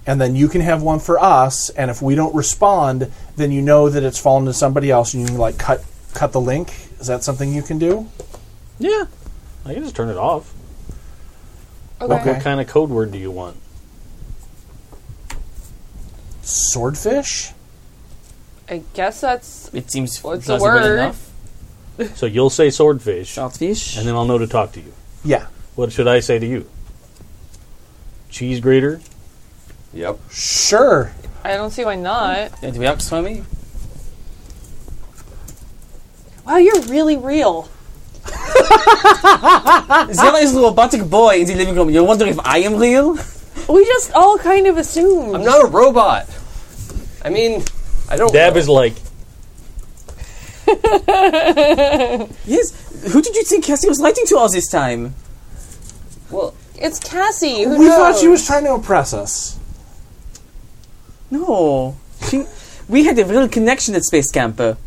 [SPEAKER 1] and then you can have one for us. And if we don't respond, then you know that it's fallen to somebody else, and you can like cut cut the link. Is that something you can do?
[SPEAKER 4] yeah, I can just turn it off.
[SPEAKER 1] Okay.
[SPEAKER 4] What kind of code word do you want?
[SPEAKER 1] Swordfish.
[SPEAKER 3] I guess that's
[SPEAKER 5] It seems
[SPEAKER 3] What's the
[SPEAKER 5] plausible
[SPEAKER 3] word?
[SPEAKER 5] enough.
[SPEAKER 4] So you'll say swordfish, and
[SPEAKER 5] Shortfish?
[SPEAKER 4] then I'll know to talk to you.
[SPEAKER 1] Yeah.
[SPEAKER 4] What should I say to you? Cheese grater?
[SPEAKER 2] Yep.
[SPEAKER 1] Sure.
[SPEAKER 3] I don't see why not.
[SPEAKER 5] That works for me.
[SPEAKER 3] Wow, you're really real.
[SPEAKER 5] There is a robotic boy in the living room. You're wondering if I am real?
[SPEAKER 3] We just all kind of assumed.
[SPEAKER 2] I'm not a robot. I mean, I don't.
[SPEAKER 4] Dab
[SPEAKER 2] know.
[SPEAKER 4] is like,
[SPEAKER 5] Yes. Who did you think Cassie was writing to all this time?
[SPEAKER 2] Well,
[SPEAKER 3] it's Cassie. Who
[SPEAKER 1] we
[SPEAKER 3] knows?
[SPEAKER 1] thought she was trying to impress us.
[SPEAKER 5] No. She, we had a real connection at Space Camper.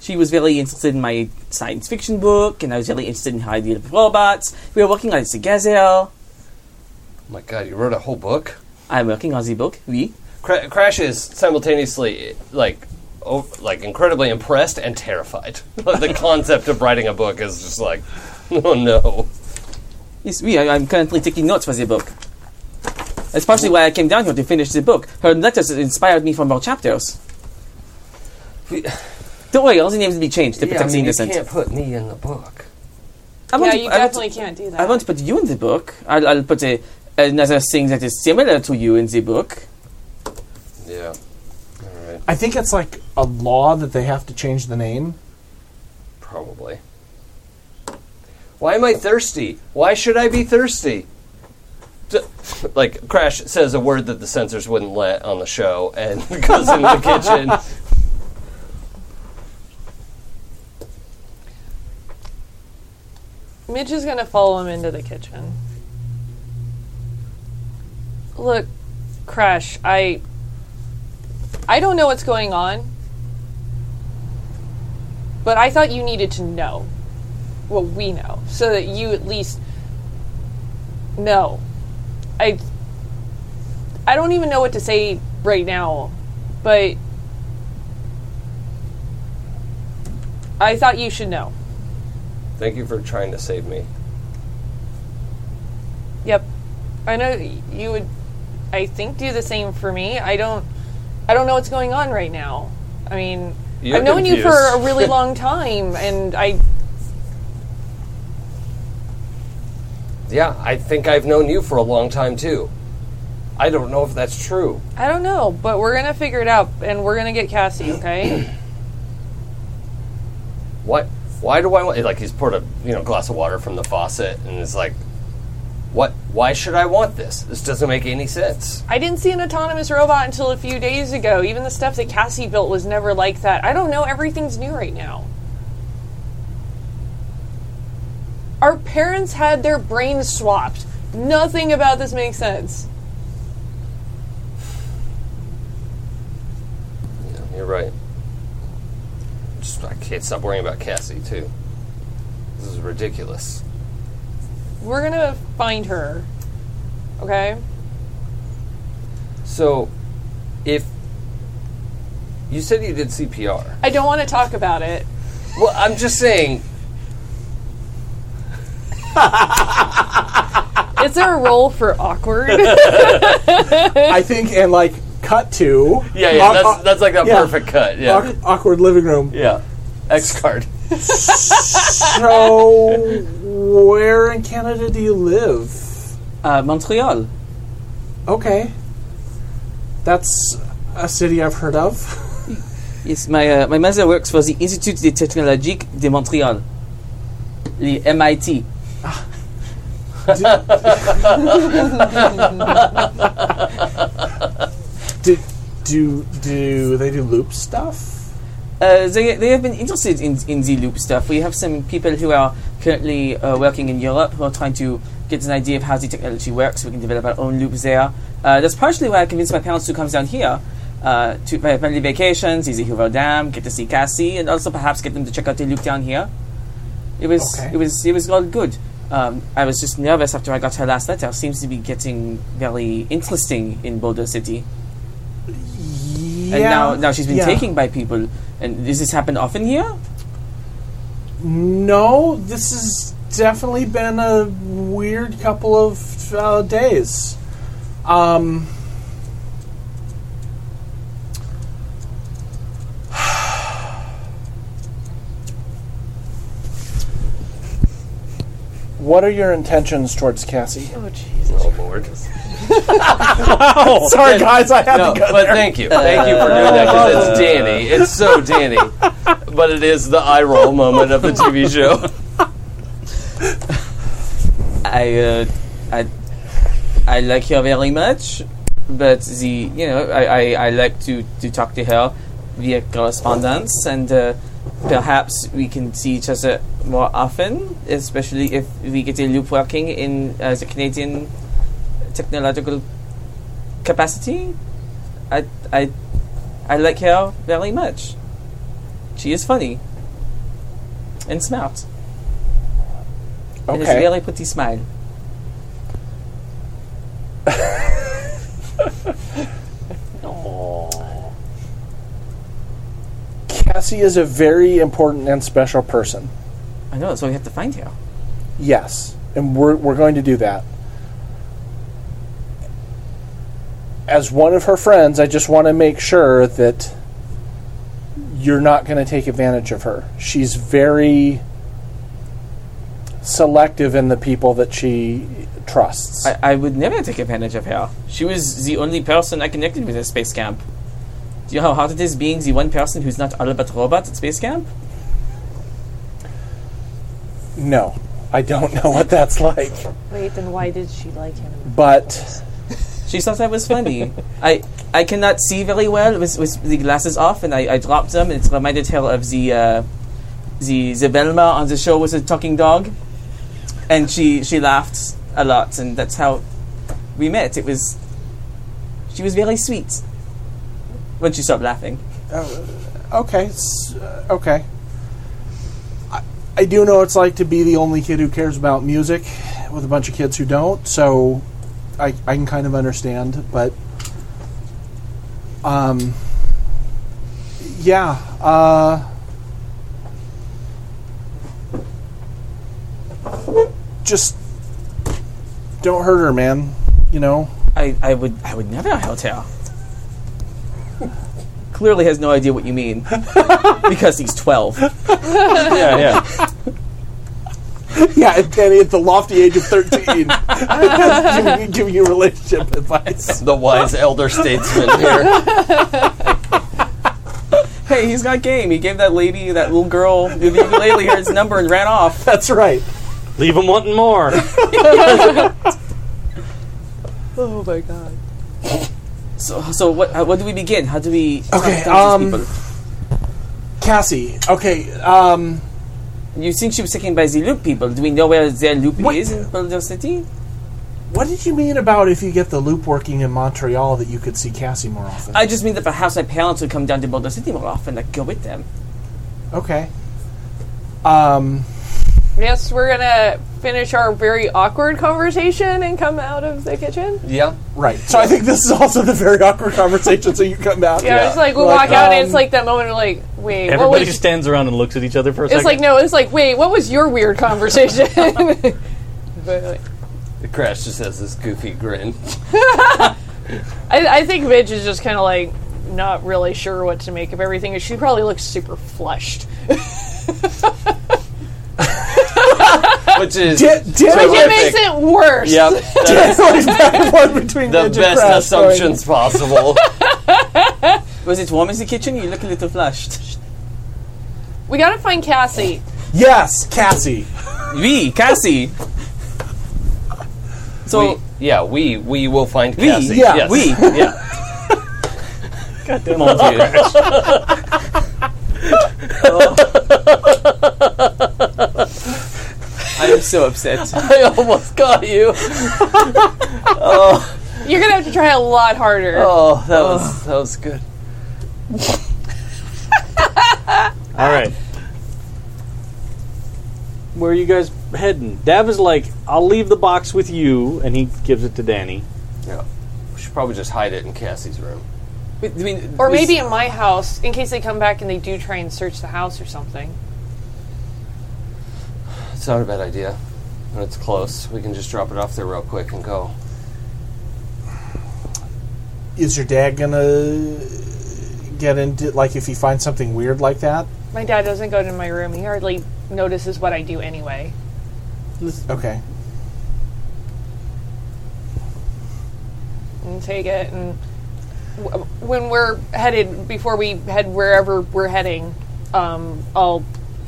[SPEAKER 5] She was very interested in my science fiction book, and I was really interested in how I deal with robots. We were working on it together.
[SPEAKER 2] Oh my God, you wrote a whole book.
[SPEAKER 5] I'm working on the book. We.
[SPEAKER 2] Cra- Crash is simultaneously like, o like incredibly impressed and terrified. the concept of writing a book is just like, oh no.
[SPEAKER 5] Yes, we. I, I'm currently taking notes for the book. That's partially why I came down here to finish the book. Her letters inspired me for more chapters.
[SPEAKER 2] We-
[SPEAKER 5] Don't worry, all the names will be changed to protect
[SPEAKER 2] I mean,
[SPEAKER 5] the
[SPEAKER 2] you
[SPEAKER 5] innocent.
[SPEAKER 2] can't put me in the book.
[SPEAKER 5] I
[SPEAKER 3] Yeah,
[SPEAKER 5] want to-
[SPEAKER 3] you
[SPEAKER 5] I want to-
[SPEAKER 3] definitely can't uh, do that.
[SPEAKER 5] I want to put you in the book. I'll, I'll put a, another thing that is similar to you in the book.
[SPEAKER 2] Yeah. All right.
[SPEAKER 1] I think it's like a law that they have to change the name.
[SPEAKER 2] Probably. Why am I thirsty? Why should I be thirsty? D- Like Crash says a word that the censors wouldn't let on the show and goes in the kitchen.
[SPEAKER 3] Midge is gonna follow him into the kitchen. Look, Crash, I I don't know what's going on. But I thought you needed to know what we know. So that you at least know. I I don't even know what to say right now, but I thought you should know.
[SPEAKER 2] Thank you for trying to save me.
[SPEAKER 3] Yep. I know you would I think do the same for me. I don't I don't know what's going on right now. I mean,
[SPEAKER 2] You're
[SPEAKER 3] I've known you for
[SPEAKER 2] confused.
[SPEAKER 3] a really long time and I
[SPEAKER 2] Yeah, I think I've known you for a long time too. I don't know if that's true.
[SPEAKER 3] I don't know, but we're going to figure it out and we're going to get Cassie, okay?
[SPEAKER 2] What? Why do I want? Like he's poured a you know glass of water from the faucet and is like, what? Why should I want this? This doesn't make any sense.
[SPEAKER 3] I didn't see an autonomous robot until a few days ago. Even the stuff that Cassie built was never like that. I don't know, everything's new right now. Our parents had their brains swapped. Nothing about this makes sense.
[SPEAKER 2] You're right. Just, I can't stop worrying about Cassie too. This is ridiculous.
[SPEAKER 3] We're gonna find her. Okay?
[SPEAKER 2] So, if you said you did CPR,
[SPEAKER 3] I don't want to talk about it.
[SPEAKER 2] well, I'm just saying.
[SPEAKER 3] Is there a role for awkward?
[SPEAKER 1] I think, and like cut to
[SPEAKER 2] Yeah, yeah,
[SPEAKER 1] Awk-
[SPEAKER 2] that's, that's like that
[SPEAKER 1] yeah.
[SPEAKER 2] perfect cut. Yeah,
[SPEAKER 1] awk- awkward living room.
[SPEAKER 2] yeah. X card.
[SPEAKER 1] So, where in Canada do you live?
[SPEAKER 5] Uh, Montreal.
[SPEAKER 1] Okay, that's a city I've heard of.
[SPEAKER 5] Yes, my, uh, my mother works for the Institut de Technologique de Montreal, the MIT.
[SPEAKER 1] Do do do they do loop stuff?
[SPEAKER 5] Uh, they, they have been interested in, in the loop stuff. We have some people who are currently uh, working in Europe who are trying to get an idea of how the technology works. We can develop our own loops there. Uh, that's partially why I convinced my parents to come down here uh, to for family vacations, see the Hoover Dam, get to see Cassie, and also perhaps get them to check out the loop down here. It was
[SPEAKER 1] Okay.
[SPEAKER 5] it was it was all good. Um, I was just nervous after I got her last letter. Seems to be getting very interesting in Boulder City.
[SPEAKER 1] Yeah.
[SPEAKER 5] And now, now she's been
[SPEAKER 1] yeah.
[SPEAKER 5] taken by people. And does this happen often here?
[SPEAKER 1] No, this has definitely been a weird couple of uh, days. Um, what are your intentions towards Cassie?
[SPEAKER 3] oh, Jesus.
[SPEAKER 2] Oh lord.
[SPEAKER 1] Sorry, guys, I had
[SPEAKER 2] No,
[SPEAKER 1] to go
[SPEAKER 2] but thank you, thank you for doing that because it's Danny. It's so Danny, but it is the eye roll moment of the TV show.
[SPEAKER 5] I, uh, I, I like her very much, but the you know I, I, I like to, to talk to her via correspondence, and uh, perhaps we can see each other more often, especially if we get a loop working in uh, the Canadian technological capacity. I, I, I like her very much. She is funny. and smart. And it's
[SPEAKER 1] Okay.
[SPEAKER 5] really pretty smile.
[SPEAKER 1] Cassie is a very important and special person.
[SPEAKER 5] I know, that's why we have to find her.
[SPEAKER 1] Yes, and we're, we're going to do that. As one of her friends, I just want to make sure that you're not going to take advantage of her. She's very selective in the people that she trusts.
[SPEAKER 5] I, I would never take advantage of her. She was the only person I connected with at space camp. Do you know how hard it is being the one person who's not all about robots at space camp?
[SPEAKER 1] no, I don't know what that's like.
[SPEAKER 9] Wait, then why did she like him?
[SPEAKER 1] But
[SPEAKER 5] She thought I was funny. I I cannot see very well with, with the glasses off, and I, I dropped them, and it reminded her of the uh, the the Velma on the show with the talking dog, and she she laughed a lot, and that's how we met. It was she was very sweet when she stopped laughing.
[SPEAKER 1] okay, s- uh, okay. I- I do know it's like to be the only kid who cares about music with a bunch of kids who don't, so I, I can kind of understand, but um yeah, uh just don't hurt her, man, you know.
[SPEAKER 5] I, I would I would never hurt her. Clearly has no idea what you mean because he's twelve.
[SPEAKER 4] Yeah, yeah.
[SPEAKER 1] Yeah, and Danny at the lofty age of 13 giving, giving you relationship advice.
[SPEAKER 2] The wise elder statesman here.
[SPEAKER 5] Hey, he's got game. He gave that lady, that little girl, the ukulele her his number and ran off.
[SPEAKER 1] That's right.
[SPEAKER 4] Leave them wanting more.
[SPEAKER 3] Oh my god.
[SPEAKER 5] So, so what? How, what do we begin? How do we?
[SPEAKER 1] Okay,
[SPEAKER 5] talk to these
[SPEAKER 1] um,
[SPEAKER 5] people?
[SPEAKER 1] Cassie. Okay. Um,
[SPEAKER 5] you think she was taken by the loop people? Do we know where their loop
[SPEAKER 1] What-
[SPEAKER 5] is in Boulder City?
[SPEAKER 1] what did you mean about if you get the loop working in Montreal that you could see Cassie more often?
[SPEAKER 5] I just mean that perhaps my parents would come down to Boulder City more often. Like go with them.
[SPEAKER 1] okay. Um,
[SPEAKER 3] Yes, we're gonna finish our very awkward conversation and come out of the kitchen.
[SPEAKER 2] Yeah.
[SPEAKER 1] right. So I think this is also the very awkward conversation. So you come out.
[SPEAKER 3] Yeah, it's like we
[SPEAKER 1] Like,
[SPEAKER 3] walk out and
[SPEAKER 1] um,
[SPEAKER 3] it's like that moment of like, wait, what
[SPEAKER 4] Everybody
[SPEAKER 3] was?
[SPEAKER 4] stands around and looks at each other for a
[SPEAKER 3] it's
[SPEAKER 4] second.
[SPEAKER 3] like no, it's like wait, what was your weird conversation? But, like,
[SPEAKER 2] The crash just has this goofy grin.
[SPEAKER 3] I, I think Midge is just kind of like not really sure what to make of everything. She probably looks super flushed.
[SPEAKER 2] Which is
[SPEAKER 1] Dan- Dan-
[SPEAKER 3] It
[SPEAKER 2] Terrific.
[SPEAKER 3] makes it worse.
[SPEAKER 2] Yep.
[SPEAKER 1] Dan was back one between
[SPEAKER 2] the
[SPEAKER 1] Midge and
[SPEAKER 2] best
[SPEAKER 1] Crash,
[SPEAKER 2] assumptions possible.
[SPEAKER 5] Was it warm in the kitchen? You look a little flushed.
[SPEAKER 3] We gotta find Cassie.
[SPEAKER 1] going, yes, Cassie.
[SPEAKER 5] We Cassie. So
[SPEAKER 2] we, yeah, we we will find
[SPEAKER 5] We,
[SPEAKER 2] Cassie.
[SPEAKER 1] yeah,
[SPEAKER 2] yes.
[SPEAKER 5] we.
[SPEAKER 2] Yeah.
[SPEAKER 4] Come on, dude.
[SPEAKER 5] I am so upset.
[SPEAKER 2] I almost got you.
[SPEAKER 3] You're gonna have to try a lot harder.
[SPEAKER 2] Oh, that was that was good.
[SPEAKER 4] All right. Where are you guys heading? Dav is like, I'll leave the box with you, and he gives it to Danny.
[SPEAKER 2] Yeah. We should probably just hide it in Cassie's room.
[SPEAKER 5] I mean,
[SPEAKER 3] Or
[SPEAKER 5] was-
[SPEAKER 3] maybe in my house, in case they come back and they do try and search the house or something.
[SPEAKER 2] It's not a bad idea. When it's close, we can just drop it off there real quick and go.
[SPEAKER 1] Is your dad gonna get into like if he finds something weird like that?
[SPEAKER 3] My dad doesn't go to my room. He hardly notices what I do anyway.
[SPEAKER 1] Okay.
[SPEAKER 3] And take it and w- when we're headed, before we head wherever we're heading, um, I'll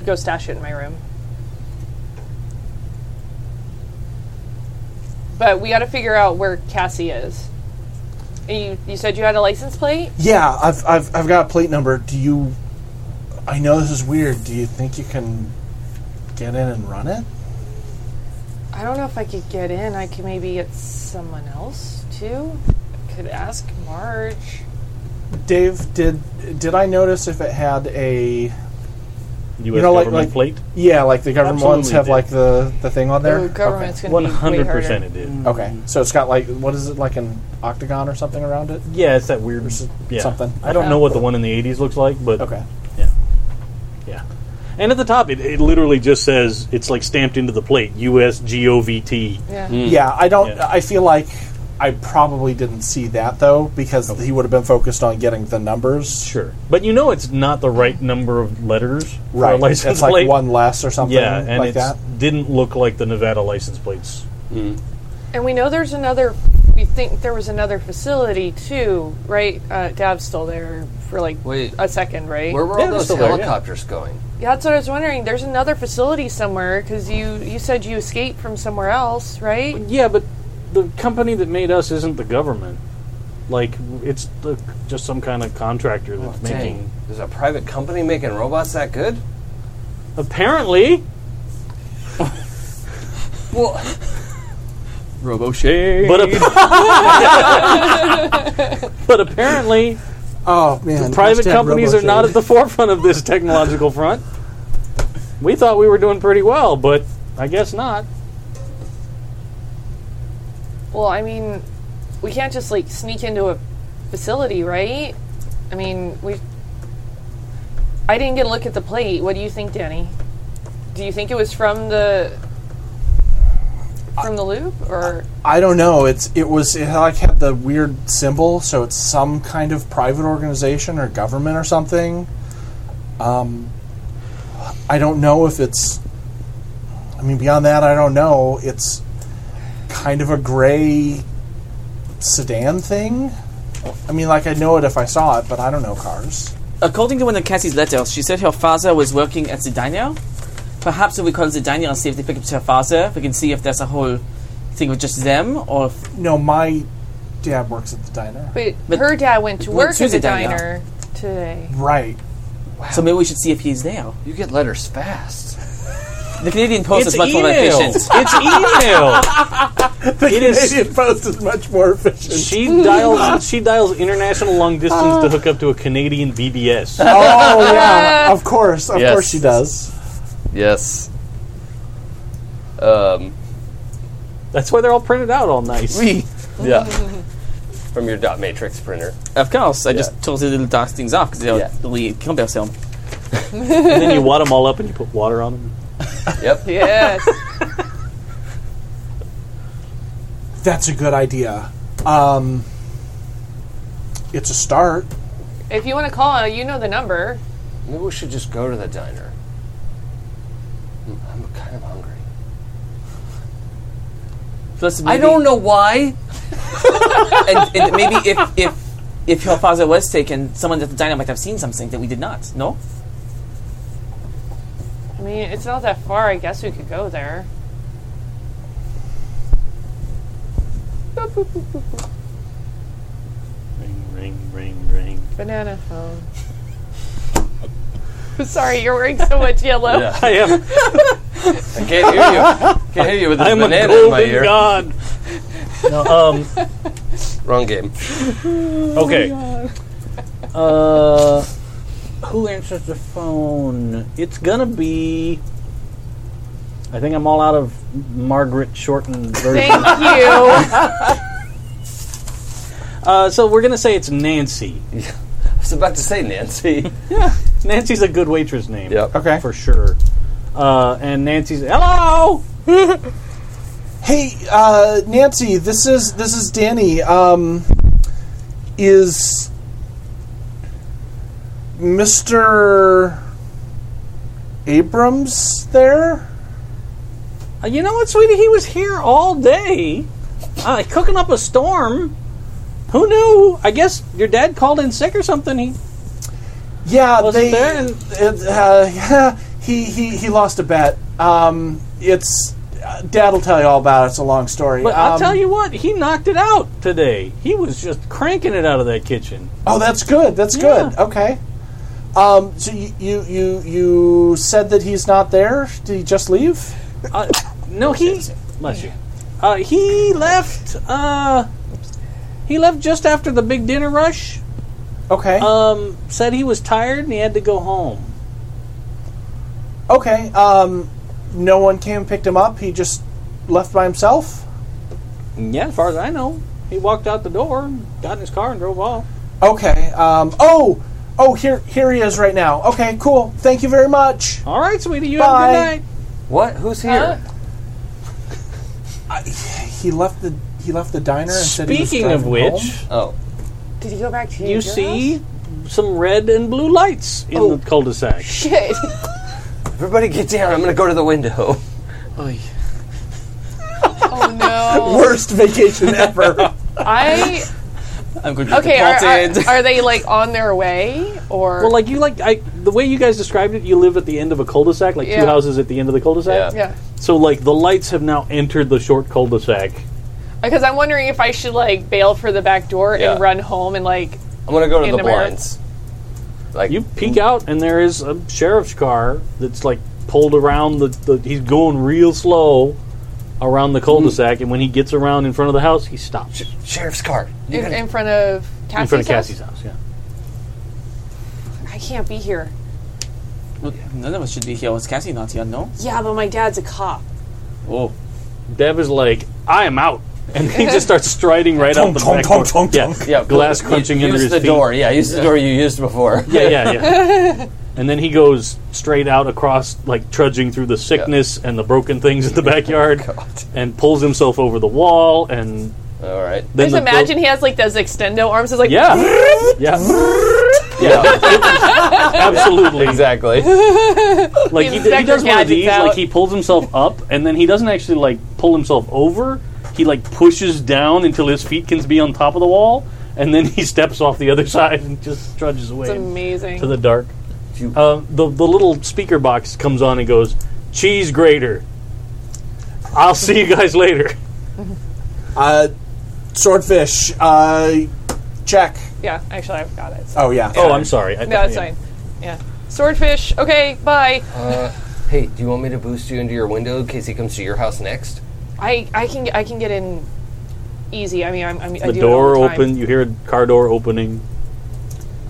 [SPEAKER 3] go stash it in my room. But we got to figure out where Cassie is. You, you said you had a license plate?
[SPEAKER 1] Yeah, I've, I've I've got a plate number. Do you? I know this is weird. Do you think you can get in and run it?
[SPEAKER 3] I don't know if I could get in. I could maybe get someone else too. I could ask Marge.
[SPEAKER 1] Dave, did did I notice if it had a
[SPEAKER 4] U.S.
[SPEAKER 1] know, like-
[SPEAKER 4] government
[SPEAKER 1] like-
[SPEAKER 4] plate.
[SPEAKER 1] Yeah, like the government ones
[SPEAKER 4] Absolutely
[SPEAKER 1] have
[SPEAKER 4] did.
[SPEAKER 1] like the, the thing on there.
[SPEAKER 3] Ooh, government's
[SPEAKER 4] One
[SPEAKER 3] gonna be way
[SPEAKER 4] hundred
[SPEAKER 3] harder.
[SPEAKER 4] percent, it Mm. did.
[SPEAKER 1] Okay, so it's got like what is it like an octagon or something around it?
[SPEAKER 4] Yeah, it's that weird
[SPEAKER 1] s-
[SPEAKER 4] yeah.
[SPEAKER 1] something.
[SPEAKER 4] I don't know what the one in the '80s looks like, but
[SPEAKER 1] Okay,
[SPEAKER 4] yeah. And at the top, it, it literally just says it's like stamped into the plate U.S. G.O.V.T.
[SPEAKER 3] Yeah.
[SPEAKER 1] yeah, I don't.
[SPEAKER 4] Hmm. Yeah.
[SPEAKER 1] I feel like I probably didn't see that though because he would have been focused on getting the numbers.
[SPEAKER 4] Sure, but you know it's not the right number of letters for a
[SPEAKER 1] Right,
[SPEAKER 4] license
[SPEAKER 1] it's like
[SPEAKER 4] plate.
[SPEAKER 1] one less or something
[SPEAKER 4] yeah, and
[SPEAKER 1] like
[SPEAKER 4] it
[SPEAKER 1] that.
[SPEAKER 4] didn't look like the Nevada license plates.
[SPEAKER 3] And we know there's another. We think there was another facility too, right? Uh, Dab's still there for like
[SPEAKER 2] Wait.
[SPEAKER 3] a second, right?
[SPEAKER 2] Where were
[SPEAKER 4] Yeah,
[SPEAKER 2] all
[SPEAKER 4] they're
[SPEAKER 2] those
[SPEAKER 4] still there, yeah.
[SPEAKER 2] helicopters going?
[SPEAKER 3] yeah, that's what I was wondering. There's another facility somewhere because you you said you escaped from somewhere else, right?
[SPEAKER 4] Yeah, but the company that made us isn't the government. Like it's the, just some kind of contractor that's making.
[SPEAKER 2] Oh, Dang, there's a private company making robots that good?
[SPEAKER 4] Apparently,
[SPEAKER 2] Well,
[SPEAKER 10] Robo Shade.
[SPEAKER 4] but ap- but apparently,
[SPEAKER 1] Oh man,
[SPEAKER 4] private companies are not at the forefront of this technological front. We thought we were doing pretty well, but I guess not.
[SPEAKER 3] Well, I mean, we can't just like sneak into a facility, right? I mean, we. I didn't get a look at the plate. What do you think, Danny? Do you think it was from the from the loop or?
[SPEAKER 1] I don't know. It's it was it like had the weird symbol, so it's some kind of private organization or government or something. Um, I don't know if it's. I mean, beyond that, I don't know. It's kind of a gray sedan thing. I mean, like I know it if I saw it, but I don't know cars.
[SPEAKER 5] According to one of Cassie's letters, she said her father was working at the diner. Perhaps if we call the diner and see if they pick up her father, we can see if there's a whole thing with just them or if
[SPEAKER 1] No, my dad works at the diner.
[SPEAKER 3] But,
[SPEAKER 5] But-
[SPEAKER 3] her dad went to
[SPEAKER 5] Went
[SPEAKER 3] work
[SPEAKER 5] to
[SPEAKER 3] at the
[SPEAKER 5] the diner.
[SPEAKER 3] diner today.
[SPEAKER 1] Right.
[SPEAKER 5] So maybe we should see if he's there.
[SPEAKER 2] you get letters fast.
[SPEAKER 5] The Canadian Post
[SPEAKER 4] It's
[SPEAKER 5] is much more
[SPEAKER 4] email.
[SPEAKER 5] efficient.
[SPEAKER 4] It's email.
[SPEAKER 1] The
[SPEAKER 4] It is-
[SPEAKER 1] Canadian Post is much more efficient.
[SPEAKER 4] She dials. She dials international long distance to hook up to a Canadian BBS.
[SPEAKER 1] Oh yeah, of course, of
[SPEAKER 2] Yes.
[SPEAKER 1] course she does.
[SPEAKER 2] Yes. Um,
[SPEAKER 4] That's why they're all printed out all nice.
[SPEAKER 2] yeah. From your dot matrix printer.
[SPEAKER 5] Of course, I just told the little dark things off because they'll
[SPEAKER 2] Yeah.
[SPEAKER 5] really kill themselves.
[SPEAKER 4] And then you wad them all up and you put water on them.
[SPEAKER 2] Yep.
[SPEAKER 3] Yes.
[SPEAKER 1] That's a good idea. Um, it's a start.
[SPEAKER 3] if you want to call, uh, you know the number.
[SPEAKER 2] Maybe we should just go to the diner. Mm, I'm kind of hungry.
[SPEAKER 5] Plus,
[SPEAKER 2] I
[SPEAKER 5] maybe,
[SPEAKER 2] don't know why.
[SPEAKER 5] And, and maybe if if if her father was taken, someone at the diner might have seen something that we did not. No,
[SPEAKER 3] I mean, it's not that far. I guess we could go there.
[SPEAKER 4] Ring, ring, ring, ring.
[SPEAKER 3] Banana phone. Sorry, you're wearing so much yellow.
[SPEAKER 2] Yeah.
[SPEAKER 4] I am.
[SPEAKER 2] I can't hear you. Can't hear you with this
[SPEAKER 4] I'm a
[SPEAKER 2] banana in my
[SPEAKER 4] golden
[SPEAKER 2] ear.
[SPEAKER 4] god. No, um.
[SPEAKER 2] Wrong game.
[SPEAKER 4] Okay. Uh, who answers the phone? It's gonna be. I think I'm all out of Margaret Shorten version.
[SPEAKER 3] Thank you.
[SPEAKER 4] Uh, so we're gonna say it's Nancy.
[SPEAKER 2] I was about to say Nancy.
[SPEAKER 4] Nancy's a good waitress name.
[SPEAKER 2] Yep.
[SPEAKER 1] Okay.
[SPEAKER 4] For sure. Uh, and Nancy's hello.
[SPEAKER 1] Hey, uh, Nancy, this is this is Danny. Um, is Mister Abrams there?
[SPEAKER 4] Uh, you know what, sweetie? He was here all day, uh, cooking up a storm. Who knew? I guess your dad called in sick or something. He
[SPEAKER 1] Yeah,
[SPEAKER 4] Wasn't
[SPEAKER 1] they.
[SPEAKER 4] there? And-
[SPEAKER 1] it, uh, he he he lost a bet. Um, it's Dad will tell you all about it. It's a long story.
[SPEAKER 4] But I'll
[SPEAKER 1] Um,
[SPEAKER 4] tell you what, he knocked it out today. He was just cranking it out of that kitchen.
[SPEAKER 1] Oh, that's good. That's good. Okay. Um, so you, you you you said that he's not there. Did he just leave?
[SPEAKER 4] Uh, no, he. Bless you. Uh, he left. Uh, he left just after the big dinner rush.
[SPEAKER 1] Okay.
[SPEAKER 4] Uh, Um, said he was tired and he had to go home.
[SPEAKER 1] Okay. Um, no one came and picked him up. He just left by himself.
[SPEAKER 4] Yeah, as far as I know, he walked out the door, got in his car, and drove off.
[SPEAKER 1] Okay. Um, oh, oh, here, here he is right now. Okay, cool. Thank you very much.
[SPEAKER 4] All right, sweetie, you
[SPEAKER 1] Bye.
[SPEAKER 4] have a good night.
[SPEAKER 2] What? Who's here?
[SPEAKER 1] He left the he left the diner. And said he was
[SPEAKER 4] Speaking of
[SPEAKER 1] driving
[SPEAKER 4] which,
[SPEAKER 1] home.
[SPEAKER 2] Oh,
[SPEAKER 9] Did he go back to
[SPEAKER 4] you
[SPEAKER 9] your
[SPEAKER 4] see some red and blue lights in
[SPEAKER 1] Oh.
[SPEAKER 4] the cul-de-sac.
[SPEAKER 3] Shit.
[SPEAKER 2] everybody get down. I'm gonna go to the window.
[SPEAKER 3] Oh no.
[SPEAKER 1] worst vacation ever.
[SPEAKER 3] I
[SPEAKER 10] I'm going to
[SPEAKER 3] okay. Are,
[SPEAKER 10] get
[SPEAKER 3] are, are they like on their way or?
[SPEAKER 4] Well, like you like I the way you guys described it, you live at the end of a cul-de-sac, like
[SPEAKER 3] Yeah.
[SPEAKER 4] two houses at the end of the cul-de-sac.
[SPEAKER 3] yeah.
[SPEAKER 4] So like the lights have now entered the short cul-de-sac.
[SPEAKER 3] Because I'm wondering if I should like bail for the back door
[SPEAKER 2] Yeah.
[SPEAKER 3] and run home and like
[SPEAKER 2] I'm gonna go to
[SPEAKER 3] In
[SPEAKER 2] the
[SPEAKER 3] the mirror.
[SPEAKER 2] blinds. Like
[SPEAKER 4] You peek out and there is a sheriff's car that's like pulled around the, the he's going real slow around the cul-de-sac and when he gets around in front of the house, he stops
[SPEAKER 2] sheriff's car. You
[SPEAKER 3] in,
[SPEAKER 2] gotta-
[SPEAKER 3] in front of Cassie's
[SPEAKER 4] in front of
[SPEAKER 3] house?
[SPEAKER 4] Cassie's house, yeah.
[SPEAKER 9] I can't be here.
[SPEAKER 5] Well, none of us should be here. Was Cassie not here? No.
[SPEAKER 9] Yeah, but my dad's a cop.
[SPEAKER 5] Oh,
[SPEAKER 4] Dev is like, "I am out." And he just starts striding right out the
[SPEAKER 1] Tonk,
[SPEAKER 4] back
[SPEAKER 1] tonk,
[SPEAKER 4] door.
[SPEAKER 1] tonk,
[SPEAKER 4] yeah,
[SPEAKER 1] tonk, tonk.
[SPEAKER 2] yeah,
[SPEAKER 4] glass
[SPEAKER 2] use-
[SPEAKER 4] crunching under
[SPEAKER 2] use
[SPEAKER 4] his
[SPEAKER 2] the
[SPEAKER 4] feet.
[SPEAKER 2] door. Yeah, use the door you used before.
[SPEAKER 4] Yeah, yeah, yeah. and then he goes straight out across, like trudging through the sickness and the broken things in the backyard, and pulls himself over the wall. And
[SPEAKER 2] All right.
[SPEAKER 4] then
[SPEAKER 3] Just
[SPEAKER 4] the
[SPEAKER 3] imagine he has like those extendo arms. It's like
[SPEAKER 4] yeah, yeah,
[SPEAKER 2] Yeah,
[SPEAKER 4] absolutely.
[SPEAKER 2] exactly.
[SPEAKER 4] Like he, he
[SPEAKER 3] Inspector
[SPEAKER 4] does one of
[SPEAKER 3] Gadget's
[SPEAKER 4] these.
[SPEAKER 3] out.
[SPEAKER 4] Like he pulls himself up, and then he doesn't actually like pull himself over. He like pushes down until his feet can be on top of the wall, and then he steps off the other side and just trudges away.
[SPEAKER 3] It's amazing.
[SPEAKER 4] to the dark.
[SPEAKER 2] You-
[SPEAKER 4] Uh, the the little speaker box comes on and goes, cheese grater. I'll see you guys later.
[SPEAKER 1] Uh, swordfish. Uh, check.
[SPEAKER 3] yeah, actually, I've got it. So.
[SPEAKER 1] Oh yeah.
[SPEAKER 4] Oh, I'm sorry. I
[SPEAKER 3] No,
[SPEAKER 4] thought-
[SPEAKER 3] it's fine. Yeah. Swordfish. Okay, bye.
[SPEAKER 2] Hey, do you want me to boost you into your window in case he comes to your house next?
[SPEAKER 3] I I can I can get in easy. I mean, I'm, I'm I
[SPEAKER 4] The
[SPEAKER 3] do
[SPEAKER 4] door
[SPEAKER 3] it all the time.
[SPEAKER 4] open. You hear a car door opening.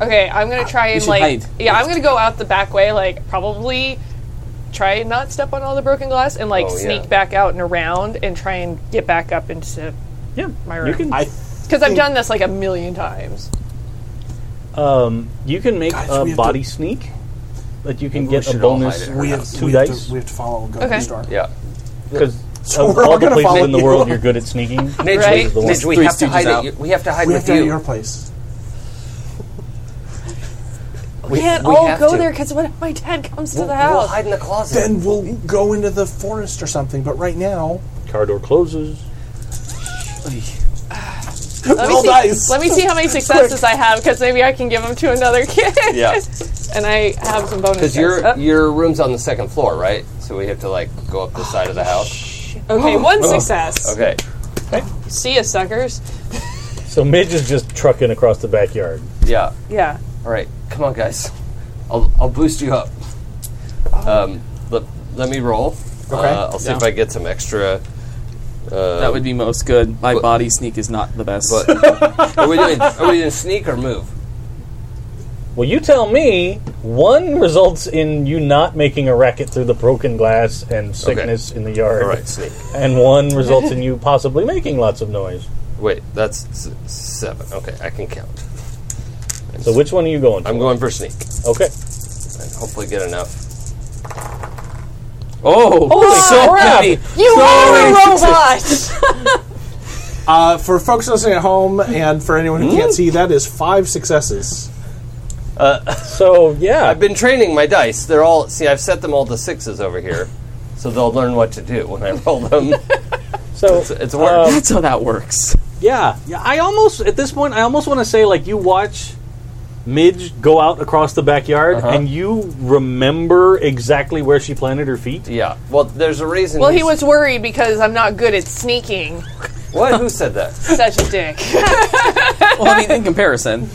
[SPEAKER 3] Okay, I'm gonna try and
[SPEAKER 5] should
[SPEAKER 3] like
[SPEAKER 5] hide.
[SPEAKER 3] yeah, I'm gonna go out the back way. Like probably try and not step on all the broken glass and like
[SPEAKER 2] Oh, yeah.
[SPEAKER 3] sneak back out and around and try and get back up into
[SPEAKER 4] Yeah,
[SPEAKER 3] My
[SPEAKER 4] you
[SPEAKER 3] room.
[SPEAKER 4] can.
[SPEAKER 1] I
[SPEAKER 3] because I've done this like a million times.
[SPEAKER 4] um, you can make
[SPEAKER 1] Guys, we
[SPEAKER 4] a
[SPEAKER 1] have
[SPEAKER 4] body sneak. That you can
[SPEAKER 2] Maybe we
[SPEAKER 4] get a
[SPEAKER 2] should all
[SPEAKER 4] bonus
[SPEAKER 2] hide it.
[SPEAKER 1] we have,
[SPEAKER 4] Two
[SPEAKER 1] we, have
[SPEAKER 4] dice.
[SPEAKER 1] to, we have to follow a go
[SPEAKER 3] Okay.
[SPEAKER 1] store.
[SPEAKER 2] Yeah.
[SPEAKER 4] because
[SPEAKER 1] So
[SPEAKER 4] of
[SPEAKER 1] we're all
[SPEAKER 4] all the
[SPEAKER 1] gonna
[SPEAKER 4] places
[SPEAKER 1] follow
[SPEAKER 4] in the
[SPEAKER 1] you.
[SPEAKER 4] world you're good at sneaking.
[SPEAKER 2] Midge,
[SPEAKER 3] Right?
[SPEAKER 2] we, Midge, we
[SPEAKER 5] Three
[SPEAKER 2] have to
[SPEAKER 5] Stooges
[SPEAKER 2] hide
[SPEAKER 5] out.
[SPEAKER 2] it. You- We have to hide
[SPEAKER 1] We have
[SPEAKER 2] with
[SPEAKER 1] to go
[SPEAKER 2] you.
[SPEAKER 1] to your place.
[SPEAKER 2] we
[SPEAKER 9] Can't
[SPEAKER 2] we
[SPEAKER 9] all
[SPEAKER 2] have
[SPEAKER 9] go
[SPEAKER 2] to.
[SPEAKER 9] there because what if my dad comes to
[SPEAKER 2] We'll,
[SPEAKER 9] the
[SPEAKER 2] we'll
[SPEAKER 9] house?
[SPEAKER 2] hide in the closet.
[SPEAKER 1] Then we'll go into the forest or something. But right now,
[SPEAKER 4] Car door closes.
[SPEAKER 3] Let
[SPEAKER 1] roll
[SPEAKER 3] me see,
[SPEAKER 1] dice.
[SPEAKER 3] Let me see how many successes I have because maybe I can give them to another kid.
[SPEAKER 2] Yeah.
[SPEAKER 3] and I have some bonus.
[SPEAKER 2] Because
[SPEAKER 3] dice.
[SPEAKER 2] your
[SPEAKER 3] Oh,
[SPEAKER 2] your room's on the second floor, right? So we have to like go up the side of the house.
[SPEAKER 3] Oh, okay, one
[SPEAKER 2] Oh.
[SPEAKER 3] success.
[SPEAKER 2] Okay.
[SPEAKER 3] See ya, suckers.
[SPEAKER 8] So Midge is just trucking across the backyard.
[SPEAKER 2] Yeah.
[SPEAKER 3] Yeah.
[SPEAKER 2] All right. Come on, guys. I'll I'll boost you up. Um. Let, let me roll. Okay. Uh, I'll see if
[SPEAKER 5] Yeah.
[SPEAKER 2] I get some extra. Uh,
[SPEAKER 5] that would be most good. My
[SPEAKER 2] But-
[SPEAKER 5] body sneak is not the best.
[SPEAKER 2] But are we doing are we doing sneak or move?
[SPEAKER 8] Well, you tell me. One results in you not making a racket through the broken glass and sickness in the yard,
[SPEAKER 2] All right, sneak.
[SPEAKER 8] and one results in you possibly making lots of noise.
[SPEAKER 2] Wait, that's s- seven. Okay, I can count.
[SPEAKER 8] So which one are you going? For?
[SPEAKER 2] I'm going for sneak,
[SPEAKER 8] Okay.
[SPEAKER 2] and hopefully get enough.
[SPEAKER 5] oh, so many.
[SPEAKER 3] You are a robot.
[SPEAKER 1] uh, for folks listening at home and for anyone who can't see, that is five successes.
[SPEAKER 8] So yeah,
[SPEAKER 2] I've been training my dice. They're all see. I've set them all to sixes over here, so they'll learn what to do when I roll them.
[SPEAKER 8] so
[SPEAKER 2] It's, it's work.
[SPEAKER 5] That's how that works.
[SPEAKER 4] Yeah, yeah. I almost at this point, I almost want to say like you watch Midge go out across the backyard, and you remember exactly where she planted her feet.
[SPEAKER 2] yeah. Well, there's a reason.
[SPEAKER 3] well, he
[SPEAKER 2] he's-
[SPEAKER 3] was worried because I'm not good at sneaking.
[SPEAKER 2] What? Who said that?
[SPEAKER 3] Such a dick.
[SPEAKER 5] well, I mean, in comparison,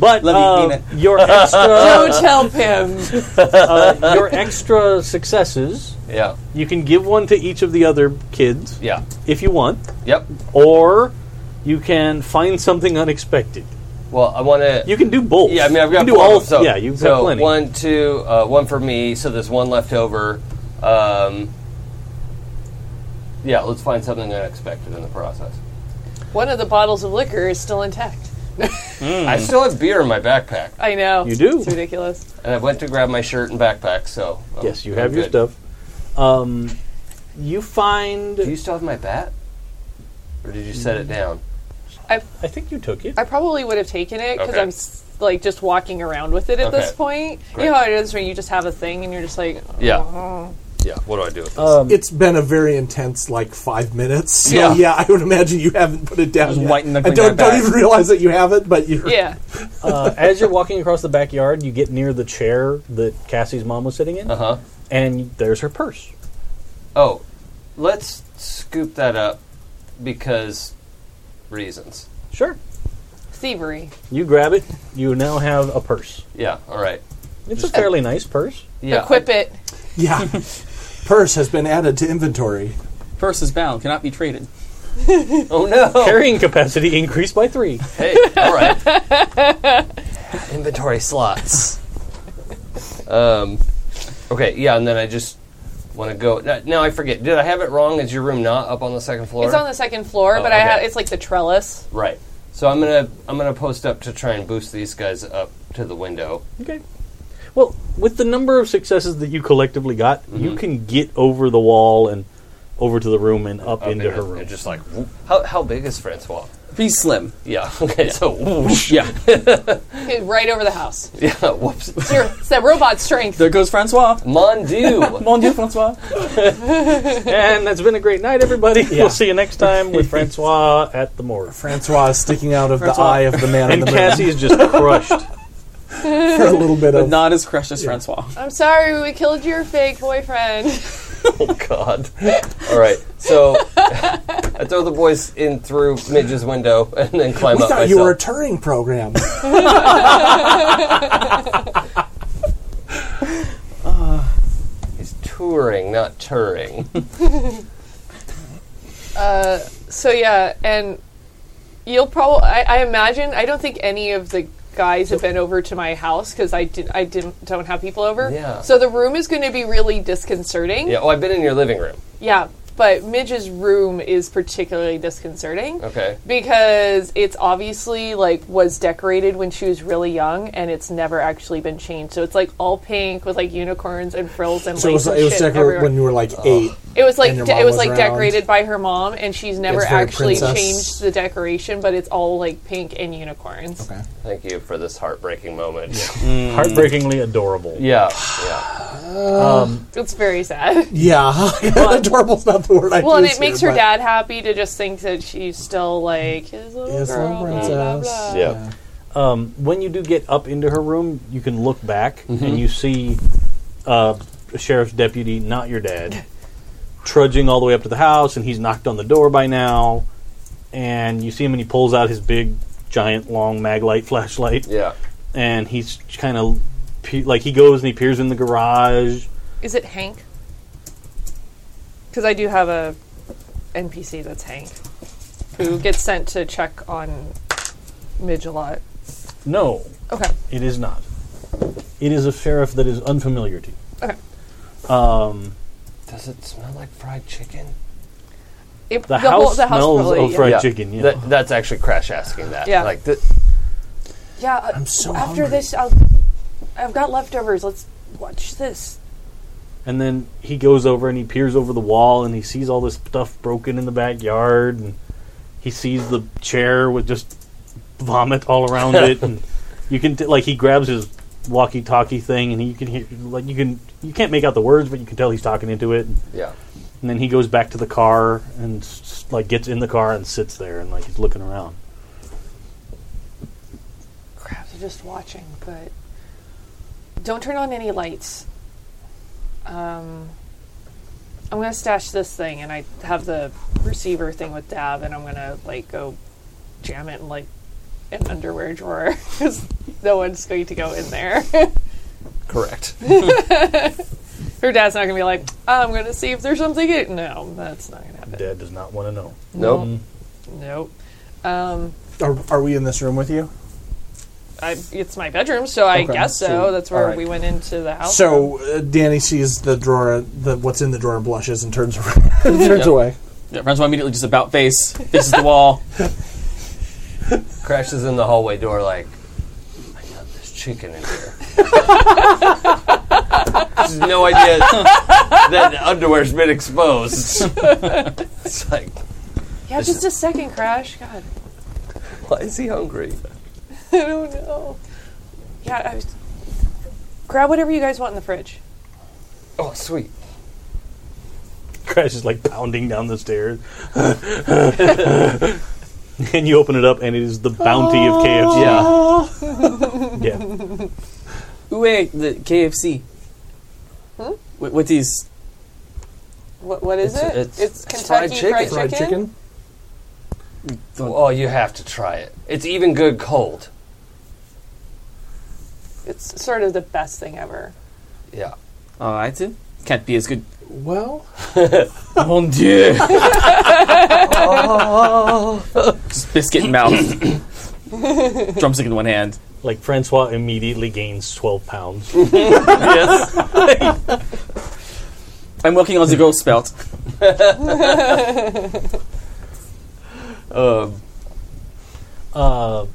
[SPEAKER 4] But
[SPEAKER 5] Let me
[SPEAKER 4] uh,
[SPEAKER 5] mean it.
[SPEAKER 4] your extra
[SPEAKER 3] Don't help him.
[SPEAKER 4] uh, your extra successes,
[SPEAKER 2] Yeah.
[SPEAKER 4] you can give one to each of the other kids
[SPEAKER 2] Yeah.
[SPEAKER 4] if you want,
[SPEAKER 2] Yep.
[SPEAKER 4] or you can find something unexpected.
[SPEAKER 2] Well, I want to.
[SPEAKER 11] You can do both.
[SPEAKER 2] Yeah, I mean, I've
[SPEAKER 11] You
[SPEAKER 2] got
[SPEAKER 11] can do
[SPEAKER 2] four
[SPEAKER 11] all.
[SPEAKER 2] of them, so,
[SPEAKER 11] yeah, you've got
[SPEAKER 2] so
[SPEAKER 11] plenty.
[SPEAKER 2] One, two, uh, one for me. So there's one left over. Um, yeah, let's find something unexpected in the process.
[SPEAKER 3] One of the bottles of liquor is still intact.
[SPEAKER 11] Hmm.
[SPEAKER 2] I still have beer in my backpack,
[SPEAKER 3] I know.
[SPEAKER 11] You do?
[SPEAKER 3] It's ridiculous.
[SPEAKER 2] and I went to grab my shirt and backpack. So um,
[SPEAKER 11] Yes, you
[SPEAKER 2] I'm
[SPEAKER 11] have your
[SPEAKER 2] good.
[SPEAKER 11] stuff. Um, you find.
[SPEAKER 2] Do you still have my bat, or did you set it down?
[SPEAKER 11] I think you took it.
[SPEAKER 3] I probably would have taken it because
[SPEAKER 2] Okay.
[SPEAKER 3] I'm s- like just walking around with it at this
[SPEAKER 2] Okay.
[SPEAKER 3] point.
[SPEAKER 2] Great.
[SPEAKER 3] You know how it is when you just have a thing and you're just like,
[SPEAKER 2] Yeah. Yeah. What do I do with this?
[SPEAKER 1] It's been a very intense, like five minutes. So
[SPEAKER 2] Yeah.
[SPEAKER 1] yeah, I would imagine you haven't put it down.
[SPEAKER 4] Just
[SPEAKER 1] yet.
[SPEAKER 4] whiten the
[SPEAKER 1] I don't,
[SPEAKER 4] clean that
[SPEAKER 1] don't
[SPEAKER 4] back.
[SPEAKER 1] even realize that you have it, but you're
[SPEAKER 3] yeah.
[SPEAKER 4] Uh, as you're walking across the backyard, you get near the chair that Cassie's mom was sitting in,
[SPEAKER 2] uh huh.
[SPEAKER 4] and there's her purse.
[SPEAKER 2] Oh, let's scoop that up because reasons.
[SPEAKER 4] Sure.
[SPEAKER 3] Thievery.
[SPEAKER 4] You grab it. You now have a purse.
[SPEAKER 2] Yeah. All right.
[SPEAKER 4] It's a fairly nice purse.
[SPEAKER 2] Yeah.
[SPEAKER 3] Equip it.
[SPEAKER 1] yeah. Purse has been added to inventory.
[SPEAKER 5] Purse is bound, cannot be traded.
[SPEAKER 2] Oh no.
[SPEAKER 4] Carrying capacity increased by three.
[SPEAKER 2] Hey, all right. Inventory slots. Um, okay, yeah, and then I just want to go. now- Now I forget. Did I have it wrong? Is your room not up on the second floor?
[SPEAKER 3] It's on the second floor,
[SPEAKER 2] Oh,
[SPEAKER 3] but I
[SPEAKER 2] okay.
[SPEAKER 3] have it's like the trellis.
[SPEAKER 2] right. So I'm gonna I'm gonna post up to try and boost these guys up to the window.
[SPEAKER 4] Okay. Well, with the number of successes that you collectively got, you can get over the wall and over to the room and up,
[SPEAKER 2] Up
[SPEAKER 4] into
[SPEAKER 2] and-
[SPEAKER 4] her room.
[SPEAKER 2] and just like whoop. how how big is Francois?
[SPEAKER 5] Be slim.
[SPEAKER 2] Yeah. Okay. So whoosh.
[SPEAKER 5] Yeah.
[SPEAKER 3] Okay, Right over the house.
[SPEAKER 2] Yeah. Whoops.
[SPEAKER 3] It's, your, it's that robot strength.
[SPEAKER 5] There goes Francois.
[SPEAKER 2] Mon Dieu.
[SPEAKER 5] Mon Dieu, Francois.
[SPEAKER 4] and that's been a great night, everybody. We'll see you next time with Francois at the morgue.
[SPEAKER 1] Francois is sticking out of the
[SPEAKER 5] Francois.
[SPEAKER 1] eye of the man in
[SPEAKER 4] And
[SPEAKER 1] the moon
[SPEAKER 4] Cassie is just crushed.
[SPEAKER 1] for a little bit
[SPEAKER 5] But
[SPEAKER 1] of.
[SPEAKER 5] not as crushed as Francois.
[SPEAKER 3] I'm sorry we killed your fake boyfriend.
[SPEAKER 2] Oh God! All right, so I throw the boys in through Midge's window and then climb
[SPEAKER 1] we
[SPEAKER 2] up.
[SPEAKER 1] thought
[SPEAKER 2] myself.
[SPEAKER 1] you were a touring program.
[SPEAKER 2] He's touring, not touring.
[SPEAKER 3] So yeah, and you'll probably. I, I imagine. I don't think any of the guys have been over to my house because I did. I didn't. Don't have people over.
[SPEAKER 2] Yeah.
[SPEAKER 3] So the room is going to be really disconcerting.
[SPEAKER 2] yeah. Oh, I've been in your living room.
[SPEAKER 3] Yeah. But Midge's room is particularly disconcerting
[SPEAKER 2] Okay.
[SPEAKER 3] because it's obviously like was decorated when she was really young and it's never actually been changed. So it's like all pink with like unicorns and frills and
[SPEAKER 1] so it
[SPEAKER 3] lace
[SPEAKER 1] was,
[SPEAKER 3] and
[SPEAKER 1] it was
[SPEAKER 3] shit
[SPEAKER 1] decorated
[SPEAKER 3] everywhere.
[SPEAKER 1] when you were like eight.
[SPEAKER 3] It was like
[SPEAKER 1] And your
[SPEAKER 3] de-
[SPEAKER 1] mom
[SPEAKER 3] it was
[SPEAKER 1] was
[SPEAKER 3] like
[SPEAKER 1] around.
[SPEAKER 3] decorated by her mom, and she's never
[SPEAKER 1] It's very
[SPEAKER 3] actually
[SPEAKER 1] princess.
[SPEAKER 3] changed the decoration, but it's all like pink and unicorns.
[SPEAKER 1] Okay.
[SPEAKER 2] Thank you for this heartbreaking moment.
[SPEAKER 4] Heartbreakingly adorable.
[SPEAKER 2] Yeah. Yeah.
[SPEAKER 3] It's very sad.
[SPEAKER 1] Yeah, adorable's not the word I
[SPEAKER 3] well, and
[SPEAKER 1] use
[SPEAKER 3] it makes
[SPEAKER 1] here,
[SPEAKER 3] her
[SPEAKER 1] but-
[SPEAKER 3] dad happy to just think that she's still like his little
[SPEAKER 1] His
[SPEAKER 3] girl,
[SPEAKER 1] little
[SPEAKER 3] blah, blah,
[SPEAKER 1] princess.
[SPEAKER 3] blah.
[SPEAKER 2] Yeah.
[SPEAKER 4] Um, when you do get up into her room, you can look back and you see uh, a sheriff's deputy, not your dad, trudging all the way up to the house, and he's knocked on the door by now. And you see him, and he pulls out his big, giant, long mag light flashlight,
[SPEAKER 2] Yeah.
[SPEAKER 4] and he's kind of pe- like he goes and he peers in the garage.
[SPEAKER 3] Is it Hank? Because I do have a NPC that's Hank, who gets sent to check on Midge a lot.
[SPEAKER 4] No,
[SPEAKER 3] Okay,
[SPEAKER 4] it is not. It is a sheriff that is unfamiliar to you.
[SPEAKER 3] okay.
[SPEAKER 2] Does it smell like fried chicken?
[SPEAKER 3] It,
[SPEAKER 4] The,
[SPEAKER 3] whole-
[SPEAKER 4] house,
[SPEAKER 3] the house
[SPEAKER 4] smells
[SPEAKER 3] probably,
[SPEAKER 4] of
[SPEAKER 3] yeah.
[SPEAKER 4] fried chicken. Yeah.
[SPEAKER 2] That, that's actually Crash asking that.
[SPEAKER 3] Yeah.
[SPEAKER 2] Like th-
[SPEAKER 12] Yeah, uh,
[SPEAKER 1] I'm so
[SPEAKER 12] after
[SPEAKER 1] hungry.
[SPEAKER 12] this, I'll, I've got leftovers. Let's watch this.
[SPEAKER 4] And then he goes over and he peers over the wall and he sees all this stuff broken in the backyard and he sees the chair with just vomit all around it and you can t- like he grabs his walkie-talkie thing and you can hear like you can you can't make out the words but you can tell he's talking into it and,
[SPEAKER 2] yeah.
[SPEAKER 4] then he goes back to the car and s- s- like gets in the car and sits there and like he's looking around.
[SPEAKER 12] Crap, they're just watching, but don't turn on any lights. Um,
[SPEAKER 3] I'm gonna stash this thing, and I have the receiver thing with Dab, and I'm gonna like go jam it in like an underwear drawer because no one's going to go in there.
[SPEAKER 2] Correct.
[SPEAKER 3] Her dad's not gonna be like, I'm gonna see if there's something. In-. No, that's not gonna happen.
[SPEAKER 4] Dad does not want to know.
[SPEAKER 2] Nope.
[SPEAKER 3] Nope. Um,
[SPEAKER 1] Are, are we in this room with you?
[SPEAKER 3] I, it's my bedroom, so I
[SPEAKER 1] Okay.
[SPEAKER 3] guess so.
[SPEAKER 1] So-
[SPEAKER 3] That's where
[SPEAKER 1] alright.
[SPEAKER 3] we went into the house.
[SPEAKER 1] So uh, Danny sees the drawer, the what's in the drawer, and blushes and turns around, turns away.
[SPEAKER 5] Yeah, Francois immediately just about face, faces the wall.
[SPEAKER 2] Crashes in the hallway door like, I know there's chicken in here. She has no idea that the underwear's been exposed. it's like,
[SPEAKER 3] yeah, just a second, Crash. God,
[SPEAKER 2] why is he hungry?
[SPEAKER 3] I don't know. Oh, Yeah, I was, grab whatever you guys want in the fridge.
[SPEAKER 2] Oh, sweet.
[SPEAKER 4] Crash is like pounding down the stairs. and you open it up, and it is the bounty of KFC.
[SPEAKER 2] Yeah.
[SPEAKER 4] Yeah.
[SPEAKER 5] Uwe, the KFC. Wh- What is?
[SPEAKER 3] What, what is
[SPEAKER 2] It's-
[SPEAKER 3] it?
[SPEAKER 2] it's
[SPEAKER 3] Kentucky
[SPEAKER 2] fried chicken.
[SPEAKER 1] Fried chicken.
[SPEAKER 2] Oh, you have to try it. It's even good cold.
[SPEAKER 3] It's sort of the best thing ever.
[SPEAKER 2] Yeah.
[SPEAKER 5] All right, eh? can't be as good.
[SPEAKER 1] Well,
[SPEAKER 5] Mon Dieu! just biscuit in mouth, drumstick in one hand.
[SPEAKER 4] Like Francois immediately gains 12 pounds.
[SPEAKER 5] Yes. I'm working on the ghost spell.
[SPEAKER 4] Uh,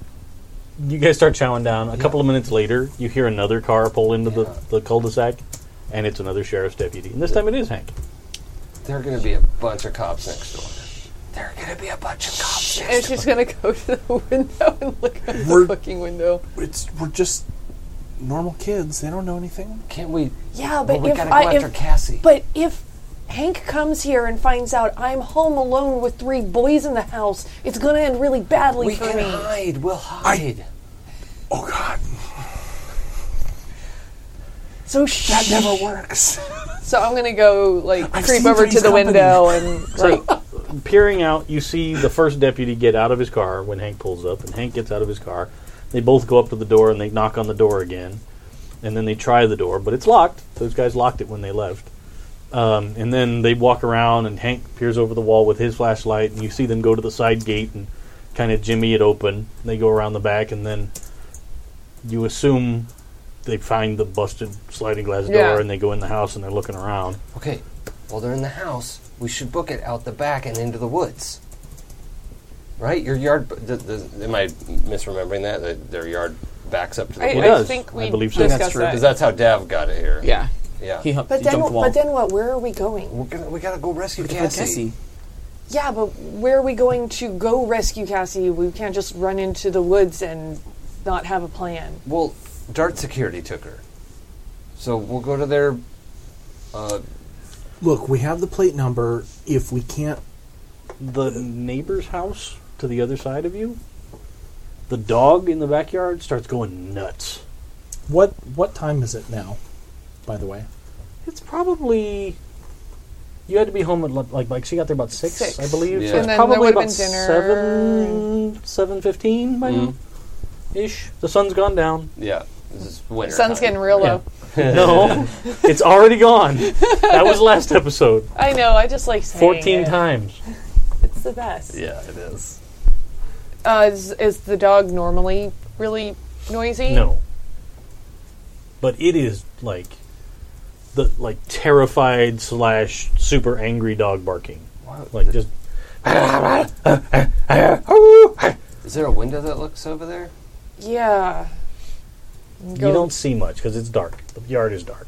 [SPEAKER 4] you guys start chowing down. A couple of minutes later, you hear another car pull into the, the cul-de-sac, and it's another sheriff's deputy. And this time it is Hank.
[SPEAKER 2] There are going to be a bunch of cops next door. There are going to be a bunch of cops next
[SPEAKER 3] And she's gonna go to the window and look out the
[SPEAKER 1] We're-
[SPEAKER 3] fucking window.
[SPEAKER 1] it's we're just normal kids. They don't know anything.
[SPEAKER 2] Can't we?
[SPEAKER 3] Yeah,
[SPEAKER 2] But
[SPEAKER 3] but
[SPEAKER 2] we
[SPEAKER 3] if
[SPEAKER 2] got to go
[SPEAKER 3] I,
[SPEAKER 2] after
[SPEAKER 3] if,
[SPEAKER 2] Cassie.
[SPEAKER 3] but if Hank comes here and finds out I'm home alone with three boys in the house, it's gonna end really badly
[SPEAKER 2] we
[SPEAKER 3] for
[SPEAKER 2] can
[SPEAKER 3] me.
[SPEAKER 2] hide. We'll hide.
[SPEAKER 1] Oh God,
[SPEAKER 3] So shh.
[SPEAKER 1] that never works.
[SPEAKER 3] So I'm gonna go like
[SPEAKER 1] I've
[SPEAKER 3] creep
[SPEAKER 1] seen
[SPEAKER 3] over to
[SPEAKER 1] Three's
[SPEAKER 3] the
[SPEAKER 1] Company.
[SPEAKER 3] window and like
[SPEAKER 4] Peering out, you see the first deputy get out of his car when Hank pulls up, and Hank gets out of his car. They both go up to the door, and they knock on the door again. And then they try the door, but it's locked. Those guys locked it when they left. Um, and then they walk around, and Hank peers over the wall with his flashlight, and you see them go to the side gate and kind of jimmy it open. They go around the back, and then you assume they find the busted sliding glass door,
[SPEAKER 3] Yeah.
[SPEAKER 4] and they go in the house and they're looking around.
[SPEAKER 2] Okay. While they're in the house, we should book it out the back and into the woods. Right? Your yard. The, the, am I misremembering that? That their yard backs up to the
[SPEAKER 3] I,
[SPEAKER 2] woods?
[SPEAKER 3] I
[SPEAKER 4] does.
[SPEAKER 3] think
[SPEAKER 4] I
[SPEAKER 3] we
[SPEAKER 4] believe so.
[SPEAKER 3] discussed
[SPEAKER 5] That's true.
[SPEAKER 2] Because
[SPEAKER 3] that.
[SPEAKER 2] that's how Dav got it here.
[SPEAKER 5] Yeah.
[SPEAKER 2] Yeah.
[SPEAKER 5] He, humped,
[SPEAKER 3] But
[SPEAKER 5] he
[SPEAKER 3] then,
[SPEAKER 5] jumped the wall.
[SPEAKER 3] but then, what? Where are we going?
[SPEAKER 2] We're gonna, we gotta go rescue
[SPEAKER 5] But
[SPEAKER 2] Cassie.
[SPEAKER 5] Cassie,
[SPEAKER 3] Yeah, but where are we going to go rescue Cassie? We can't just run into the woods and not have a plan.
[SPEAKER 2] Well, Dart Security took her. So we'll go to their. Uh,
[SPEAKER 1] Look, we have the plate number. If we can't,
[SPEAKER 4] the neighbor's house to the other side of you, the dog in the backyard starts going nuts.
[SPEAKER 1] what what time is it now? By the way,
[SPEAKER 4] It's probably you had to be home at li- like like she got there about six,
[SPEAKER 3] Six.
[SPEAKER 4] I believe.
[SPEAKER 2] Yeah.
[SPEAKER 4] So
[SPEAKER 2] And
[SPEAKER 3] then
[SPEAKER 4] it's
[SPEAKER 3] there
[SPEAKER 4] probably
[SPEAKER 3] would've
[SPEAKER 4] about
[SPEAKER 3] been dinner.
[SPEAKER 4] seven seven fifteen by now ish. The sun's gone down.
[SPEAKER 2] yeah, this is winter.
[SPEAKER 3] Sun's
[SPEAKER 2] time.
[SPEAKER 3] getting real low.
[SPEAKER 4] no, it's already gone. That was last episode.
[SPEAKER 3] I know. I just like saying
[SPEAKER 4] Fourteen
[SPEAKER 3] it.
[SPEAKER 4] times.
[SPEAKER 3] It's the best.
[SPEAKER 2] Yeah, it is.
[SPEAKER 3] Uh, is, is the dog normally really noisy?
[SPEAKER 4] No. But it is like the like terrified slash super angry dog barking. Like just
[SPEAKER 2] Is there a window that looks over there?
[SPEAKER 3] Yeah. Go-
[SPEAKER 4] you don't see much because it's dark. The yard is dark.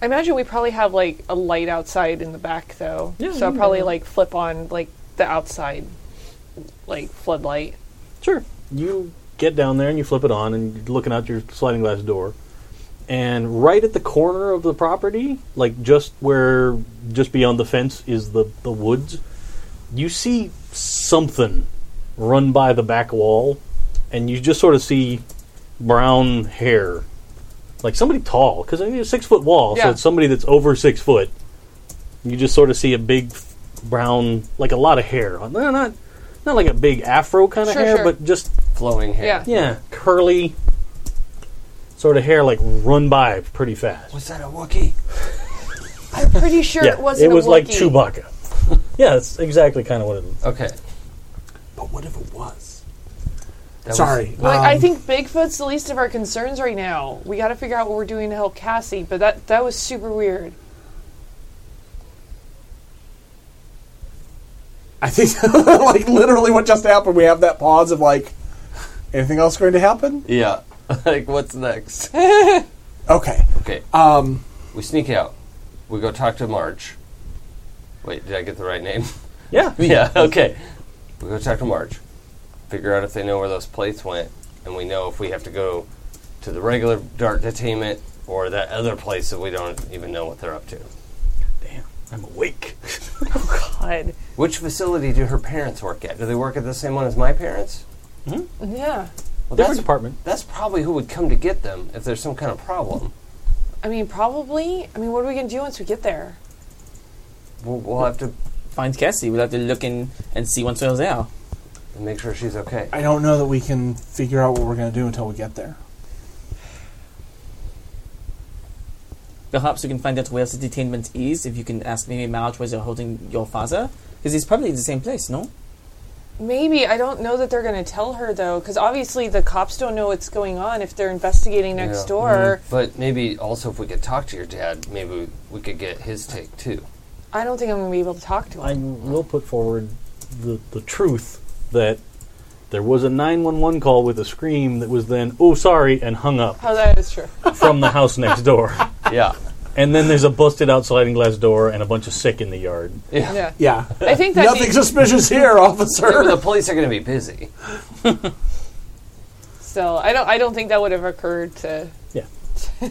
[SPEAKER 3] I imagine we probably have like a light outside in the back though.
[SPEAKER 4] Yeah,
[SPEAKER 3] so I'll
[SPEAKER 4] yeah,
[SPEAKER 3] probably
[SPEAKER 4] yeah.
[SPEAKER 3] like flip on like the outside like floodlight.
[SPEAKER 4] Sure. You get down there and you flip it on and you're looking out your sliding glass door. And right at the corner of the property, like just where just beyond the fence is the, the woods, you see something run by the back wall and you just sort of see brown hair. Like somebody tall, because I mean, it's a six foot wall, so
[SPEAKER 3] Yeah.
[SPEAKER 4] it's somebody that's over six foot. You just sort of see a big brown, like a lot of hair. No, Not, not like a big afro kind of
[SPEAKER 3] Sure,
[SPEAKER 4] hair,
[SPEAKER 3] sure.
[SPEAKER 4] but just
[SPEAKER 2] Flowing hair.
[SPEAKER 3] Yeah.
[SPEAKER 4] yeah, curly sort of hair, like run by pretty fast.
[SPEAKER 2] Was that a Wookiee?
[SPEAKER 3] I'm pretty sure
[SPEAKER 4] yeah,
[SPEAKER 3] it wasn't
[SPEAKER 4] was
[SPEAKER 3] a
[SPEAKER 4] like
[SPEAKER 3] Wookiee.
[SPEAKER 4] Chewbacca. yeah, that's exactly kind of what it.
[SPEAKER 2] Okay.
[SPEAKER 1] but what if it was?
[SPEAKER 2] That
[SPEAKER 1] Sorry.
[SPEAKER 3] Like,
[SPEAKER 1] Um,
[SPEAKER 3] I think Bigfoot's the least of our concerns right now. We got to figure out what we're doing to help Cassie, but that that was super weird.
[SPEAKER 1] I think like literally what just happened. We have that pause of like, anything else going to happen?
[SPEAKER 2] Was, yeah. like, what's next?
[SPEAKER 1] Okay.
[SPEAKER 2] Okay.
[SPEAKER 1] Um,
[SPEAKER 2] We sneak out. We go talk to Marge. Wait, did I get the right name?
[SPEAKER 8] Yeah.
[SPEAKER 2] yeah, okay. We go talk to Marge. Figure out if they know where those plates went, and we know if we have to go to the regular dart detainment or that other place that we don't even know what they're up to.
[SPEAKER 8] Damn, I'm awake.
[SPEAKER 3] God.
[SPEAKER 2] Which facility do her parents work at? Do they work at the same one as my parents?
[SPEAKER 3] Yeah.
[SPEAKER 2] Well,
[SPEAKER 8] Different
[SPEAKER 2] that's,
[SPEAKER 8] department.
[SPEAKER 2] that's probably who would come to get them if there's some kind of problem.
[SPEAKER 3] I mean, probably. I mean, what are we gonna do once we get there?
[SPEAKER 2] We'll, we'll have to
[SPEAKER 5] Find Cassie. We'll have to look in and see what's over there.
[SPEAKER 2] make sure she's okay.
[SPEAKER 1] I don't know that we can figure out what we're going to do until we get there.
[SPEAKER 5] Perhaps we can find out where the detainment is. If you can ask maybe Marge where they're holding your father, because he's probably in the same place, no?
[SPEAKER 3] Maybe I don't know that they're gonna tell her though, because obviously the cops don't know what's going on if they're investigating next
[SPEAKER 2] Yeah.
[SPEAKER 3] door.
[SPEAKER 2] But maybe also if we could talk to your dad, maybe we, we could get his take too.
[SPEAKER 3] I don't think I'm gonna be able to talk to him.
[SPEAKER 8] I will put forward the, the truth that there was a 911 call with a scream that was then, oh, sorry, and hung up
[SPEAKER 3] oh, that is true.
[SPEAKER 8] from the house next door.
[SPEAKER 2] Yeah.
[SPEAKER 8] And then there's a busted out sliding glass door and a bunch of sick in the yard.
[SPEAKER 2] Yeah.
[SPEAKER 3] Yeah.
[SPEAKER 1] Yeah.
[SPEAKER 3] I think that
[SPEAKER 1] Nothing
[SPEAKER 3] means,
[SPEAKER 1] suspicious here,
[SPEAKER 2] But the
[SPEAKER 1] officer.
[SPEAKER 2] police are going to be busy.
[SPEAKER 3] so. I don't. I don't think that would have occurred to.
[SPEAKER 8] Yeah.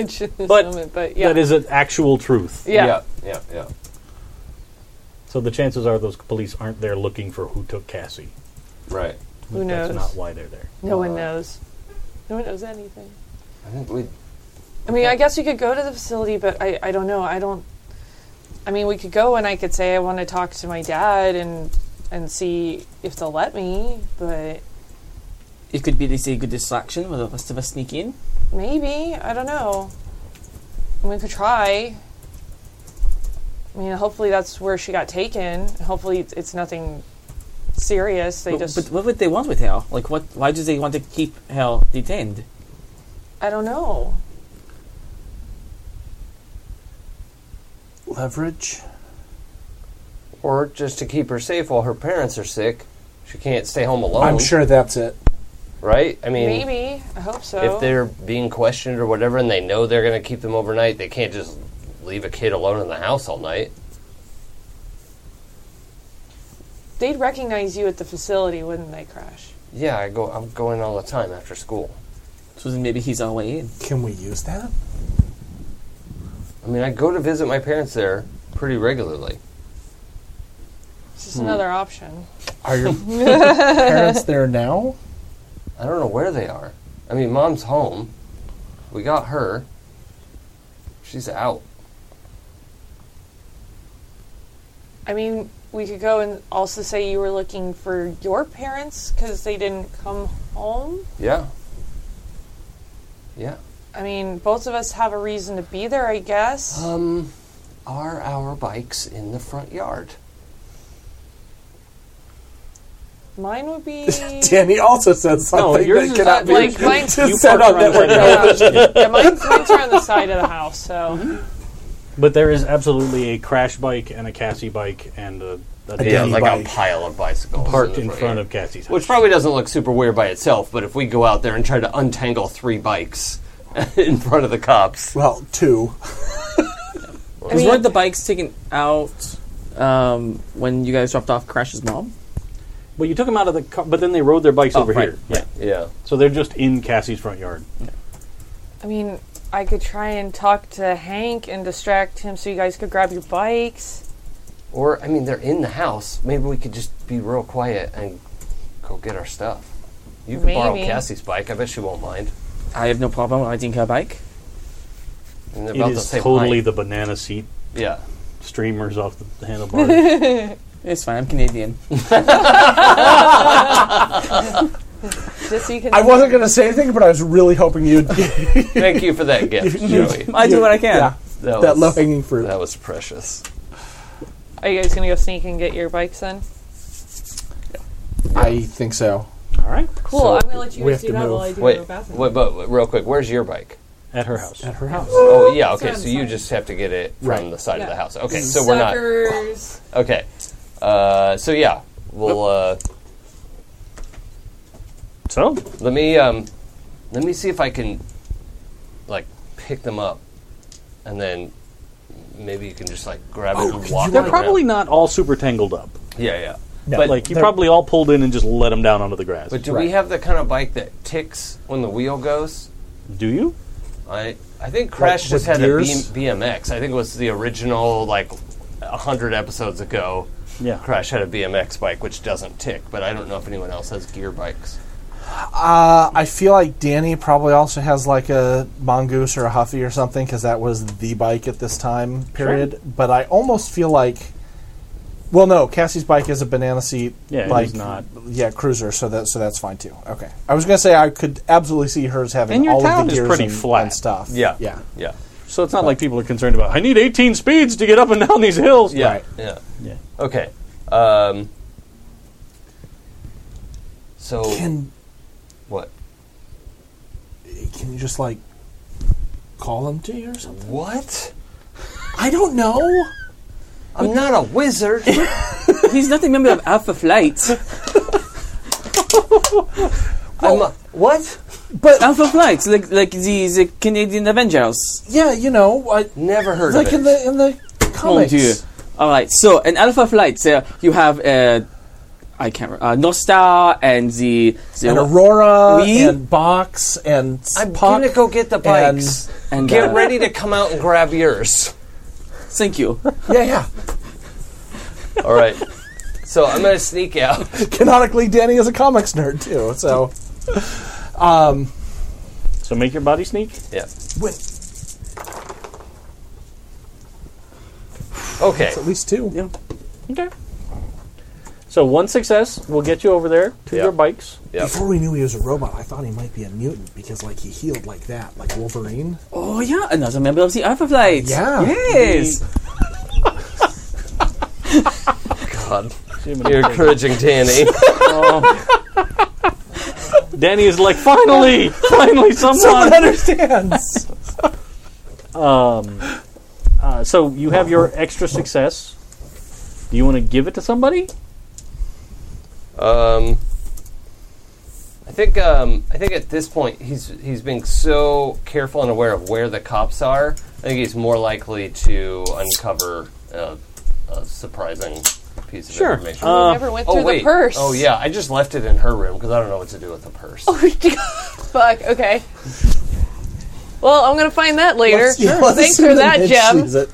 [SPEAKER 3] to this
[SPEAKER 8] But
[SPEAKER 3] moment, but yeah.
[SPEAKER 8] That is an actual truth.
[SPEAKER 3] yeah.
[SPEAKER 2] Yeah. Yeah.
[SPEAKER 8] So the chances are those police aren't there looking for who took Cassie.
[SPEAKER 2] Right.
[SPEAKER 3] Who
[SPEAKER 8] That's
[SPEAKER 3] knows?
[SPEAKER 8] not why Uh, they're there.
[SPEAKER 3] No one knows. No one knows anything.
[SPEAKER 2] I think we.
[SPEAKER 3] I mean, I guess we could go to the facility, but I, I don't know. I don't. I mean, we could go and I could say I want to talk to my dad and and see if they'll let me, but
[SPEAKER 5] It could be they say good distraction where the rest of us sneak in.
[SPEAKER 3] maybe I don't know. We could try. I mean, hopefully that's where she got taken. Hopefully it's, it's nothing serious. They
[SPEAKER 5] But,
[SPEAKER 3] just
[SPEAKER 5] but what would they want with her? Like, what? Why do they want to keep her detained?
[SPEAKER 3] I don't know.
[SPEAKER 1] Leverage.
[SPEAKER 2] Or just to keep her safe while her parents are sick. She can't stay home alone.
[SPEAKER 1] I'm sure that's it.
[SPEAKER 2] Right? I mean,
[SPEAKER 3] Maybe I hope so.
[SPEAKER 2] if they're being questioned or whatever and they know they're going to keep them overnight, they can't just leave a kid alone in the house all night.
[SPEAKER 3] They'd recognize you at the facility, wouldn't they, Crash?
[SPEAKER 2] Yeah, I go. I'm going all the time after school.
[SPEAKER 5] So then maybe he's our way in.
[SPEAKER 1] Can we use that?
[SPEAKER 2] I mean, I go to visit my parents there pretty regularly.
[SPEAKER 3] It's
[SPEAKER 2] Hmm.
[SPEAKER 3] just another option.
[SPEAKER 1] Are your parents there now?
[SPEAKER 2] I don't know where they are. I mean, mom's home. We got her. She's out.
[SPEAKER 3] I mean, we could go and also say you were looking for your parents because they didn't come home.
[SPEAKER 2] Yeah. Yeah.
[SPEAKER 3] I mean, both of us have a reason to be there, I guess.
[SPEAKER 2] Um, are our bikes in the front yard?
[SPEAKER 3] Mine would be
[SPEAKER 1] Danny also said something
[SPEAKER 8] yours
[SPEAKER 1] that
[SPEAKER 8] is
[SPEAKER 1] cannot
[SPEAKER 8] not
[SPEAKER 1] be
[SPEAKER 3] like mine's,
[SPEAKER 1] just said on network television.
[SPEAKER 3] yeah, mine's, mine's are on the side of the house. So
[SPEAKER 1] Mm-hmm.
[SPEAKER 8] But there is absolutely a crash bike and a Cassie bike and a, a
[SPEAKER 1] Yeah,
[SPEAKER 2] Yeah,
[SPEAKER 1] Danny
[SPEAKER 2] like
[SPEAKER 1] bike.
[SPEAKER 2] a pile of bicycles
[SPEAKER 8] parked in
[SPEAKER 2] front
[SPEAKER 8] front
[SPEAKER 2] yard.
[SPEAKER 8] of Cassie's house.
[SPEAKER 2] Which probably doesn't look super weird by itself, but if we go out there and try to untangle three bikes in front of the cops,
[SPEAKER 1] Well, two.
[SPEAKER 5] Was one of the bikes taken out um, when you guys dropped off Crash's mom?
[SPEAKER 8] Well, you took them out of the car, but then they rode their bikes
[SPEAKER 5] Oh,
[SPEAKER 8] over
[SPEAKER 5] right,
[SPEAKER 8] here.
[SPEAKER 5] right.
[SPEAKER 2] yeah,
[SPEAKER 8] So they're just in Cassie's front yard.
[SPEAKER 3] I mean, I could try and talk to Hank and distract him so you guys could grab your bikes.
[SPEAKER 2] or I mean, they're in the house. Maybe we could just be real quiet and go get our stuff. You can borrow
[SPEAKER 3] Maybe.
[SPEAKER 2] Cassie's bike. I bet she won't mind.
[SPEAKER 5] I have no problem riding her bike.
[SPEAKER 2] And they're
[SPEAKER 8] It
[SPEAKER 2] about the
[SPEAKER 8] is
[SPEAKER 2] same
[SPEAKER 8] totally
[SPEAKER 2] height.
[SPEAKER 8] the banana seat
[SPEAKER 2] yeah.
[SPEAKER 8] streamers off the handlebar.
[SPEAKER 5] It's fine. I'm Canadian.
[SPEAKER 3] Just so you can.
[SPEAKER 1] I wasn't going to say anything, but I was really hoping you'd
[SPEAKER 2] Thank you for that gift, Joey.
[SPEAKER 5] I do what I can.
[SPEAKER 1] Yeah,
[SPEAKER 2] That,
[SPEAKER 1] that
[SPEAKER 2] was-
[SPEAKER 1] low hanging fruit.
[SPEAKER 2] That was precious.
[SPEAKER 3] Are you guys gonna go sneak and get your bikes then?
[SPEAKER 1] I think so.
[SPEAKER 4] All right.
[SPEAKER 13] Cool.
[SPEAKER 2] So
[SPEAKER 13] I'm gonna let you
[SPEAKER 1] we
[SPEAKER 13] guys
[SPEAKER 1] have
[SPEAKER 13] do
[SPEAKER 1] to
[SPEAKER 13] that
[SPEAKER 1] move.
[SPEAKER 13] while I do
[SPEAKER 2] Wait,
[SPEAKER 13] the bathroom.
[SPEAKER 2] wait, but wait, real quick, where's your bike?
[SPEAKER 4] At her house.
[SPEAKER 1] at her house.
[SPEAKER 2] Oh yeah, okay.
[SPEAKER 13] on
[SPEAKER 2] So
[SPEAKER 13] the
[SPEAKER 2] you
[SPEAKER 13] side.
[SPEAKER 2] just have to get it from
[SPEAKER 1] Right.
[SPEAKER 2] the side
[SPEAKER 13] Yeah.
[SPEAKER 2] of the house. Okay, so we're not
[SPEAKER 13] Suckers.
[SPEAKER 2] okay. Uh, so yeah, we'll uh,
[SPEAKER 4] So,
[SPEAKER 2] let me um, let me see if I can like pick them up, and then maybe you can just like grab
[SPEAKER 4] Oh,
[SPEAKER 2] it and walk.
[SPEAKER 4] they're
[SPEAKER 2] it
[SPEAKER 4] probably
[SPEAKER 2] around.
[SPEAKER 4] not all super tangled up.
[SPEAKER 2] yeah, yeah.
[SPEAKER 1] No,
[SPEAKER 2] but
[SPEAKER 4] Like, you
[SPEAKER 1] They're-
[SPEAKER 4] probably all pulled in and just let them down onto the grass.
[SPEAKER 2] but do
[SPEAKER 1] Right.
[SPEAKER 2] we have the kind of bike that ticks when the wheel goes?
[SPEAKER 4] do you?
[SPEAKER 2] I I think Crash
[SPEAKER 1] with
[SPEAKER 2] just had
[SPEAKER 1] gears?
[SPEAKER 2] a BM, BMX. I think it was the original like hundred episodes ago.
[SPEAKER 4] Yeah.
[SPEAKER 2] Crash had a BMX bike which doesn't tick, but I don't know if anyone else has gear bikes.
[SPEAKER 1] Uh, I feel like Danny probably also has like a mongoose or a huffy or something because that was the bike at this time period. But I almost feel like, well, no, Cassie's bike is a banana seat
[SPEAKER 4] Yeah, it
[SPEAKER 1] bike,
[SPEAKER 4] is not.
[SPEAKER 1] yeah, cruiser. So that so that's fine too. Okay, I was gonna say I could absolutely see hers having
[SPEAKER 4] And your
[SPEAKER 1] all of
[SPEAKER 4] town
[SPEAKER 1] the
[SPEAKER 4] is
[SPEAKER 1] gears
[SPEAKER 4] pretty
[SPEAKER 1] and,
[SPEAKER 4] flat.
[SPEAKER 1] and stuff.
[SPEAKER 2] Yeah.
[SPEAKER 1] yeah,
[SPEAKER 2] Yeah.
[SPEAKER 4] So it's not like people are concerned about, I need 18 speeds to get up and down these hills.
[SPEAKER 2] Yeah.
[SPEAKER 1] Right.
[SPEAKER 2] Yeah.
[SPEAKER 4] Yeah.
[SPEAKER 2] Okay. Um, so
[SPEAKER 1] Can
[SPEAKER 2] what?
[SPEAKER 1] can you just like call them to you or something?
[SPEAKER 2] What?
[SPEAKER 1] I don't know.
[SPEAKER 2] I'm not a wizard.
[SPEAKER 5] He's not a member of Alpha Flight.
[SPEAKER 2] I'm a, what?
[SPEAKER 5] Alpha Flight, like like the, the Canadian Avengers.
[SPEAKER 1] Yeah, you know, I,
[SPEAKER 2] Never heard
[SPEAKER 1] like
[SPEAKER 2] of
[SPEAKER 1] in
[SPEAKER 2] it.
[SPEAKER 1] the in the
[SPEAKER 5] Mon
[SPEAKER 1] comics.
[SPEAKER 5] Dieu. All right. So in Alpha Flight, uh, you have uh, I can't remember uh, North Star and the, the
[SPEAKER 1] and Aurora
[SPEAKER 5] We-
[SPEAKER 1] and Box and
[SPEAKER 2] I'm
[SPEAKER 1] Puck
[SPEAKER 2] gonna go get the
[SPEAKER 1] and-
[SPEAKER 2] bikes.
[SPEAKER 5] and,
[SPEAKER 2] Get
[SPEAKER 5] uh,
[SPEAKER 2] ready to come out and grab yours.
[SPEAKER 5] Thank you.
[SPEAKER 1] yeah, yeah.
[SPEAKER 2] All right. So I'm gonna sneak out.
[SPEAKER 1] Canonically, Danny is a comics nerd too. So,
[SPEAKER 4] So make your body sneak.
[SPEAKER 2] Yeah.
[SPEAKER 1] wait,
[SPEAKER 2] Okay.
[SPEAKER 1] at least two.
[SPEAKER 5] Yeah.
[SPEAKER 4] Okay. So one success will get you over there to
[SPEAKER 2] Yeah.
[SPEAKER 4] your bikes.
[SPEAKER 2] Yeah.
[SPEAKER 1] Before we knew he was a robot, I thought he might be a mutant because, like, he healed like that, like Wolverine.
[SPEAKER 5] Oh yeah, another member of the Alpha Flight.
[SPEAKER 1] Yeah.
[SPEAKER 5] Yes.
[SPEAKER 2] God. You're encouraging Danny.
[SPEAKER 4] Danny is like, finally, finally,
[SPEAKER 1] Someone
[SPEAKER 3] Uh,
[SPEAKER 4] someone.
[SPEAKER 1] understands.
[SPEAKER 4] Uh, so you have your extra success. Do you want to give it to somebody?
[SPEAKER 2] Um, I think um, I think at this point he's he's being so careful and aware of where the cops are. I think he's more likely to uncover a, a surprising piece of
[SPEAKER 4] Sure.
[SPEAKER 2] information.
[SPEAKER 4] Uh,
[SPEAKER 9] Never went
[SPEAKER 2] oh
[SPEAKER 9] through
[SPEAKER 2] wait!
[SPEAKER 9] the purse. Oh,
[SPEAKER 2] Oh yeah, I just left it in her room because I don't know what to do with the purse.
[SPEAKER 3] Fuck. Okay. Well, I'm gonna find that later.
[SPEAKER 1] Yeah, let's
[SPEAKER 3] Thanks
[SPEAKER 1] assume
[SPEAKER 3] for that,
[SPEAKER 1] Mitch
[SPEAKER 3] Gem.
[SPEAKER 1] sees it.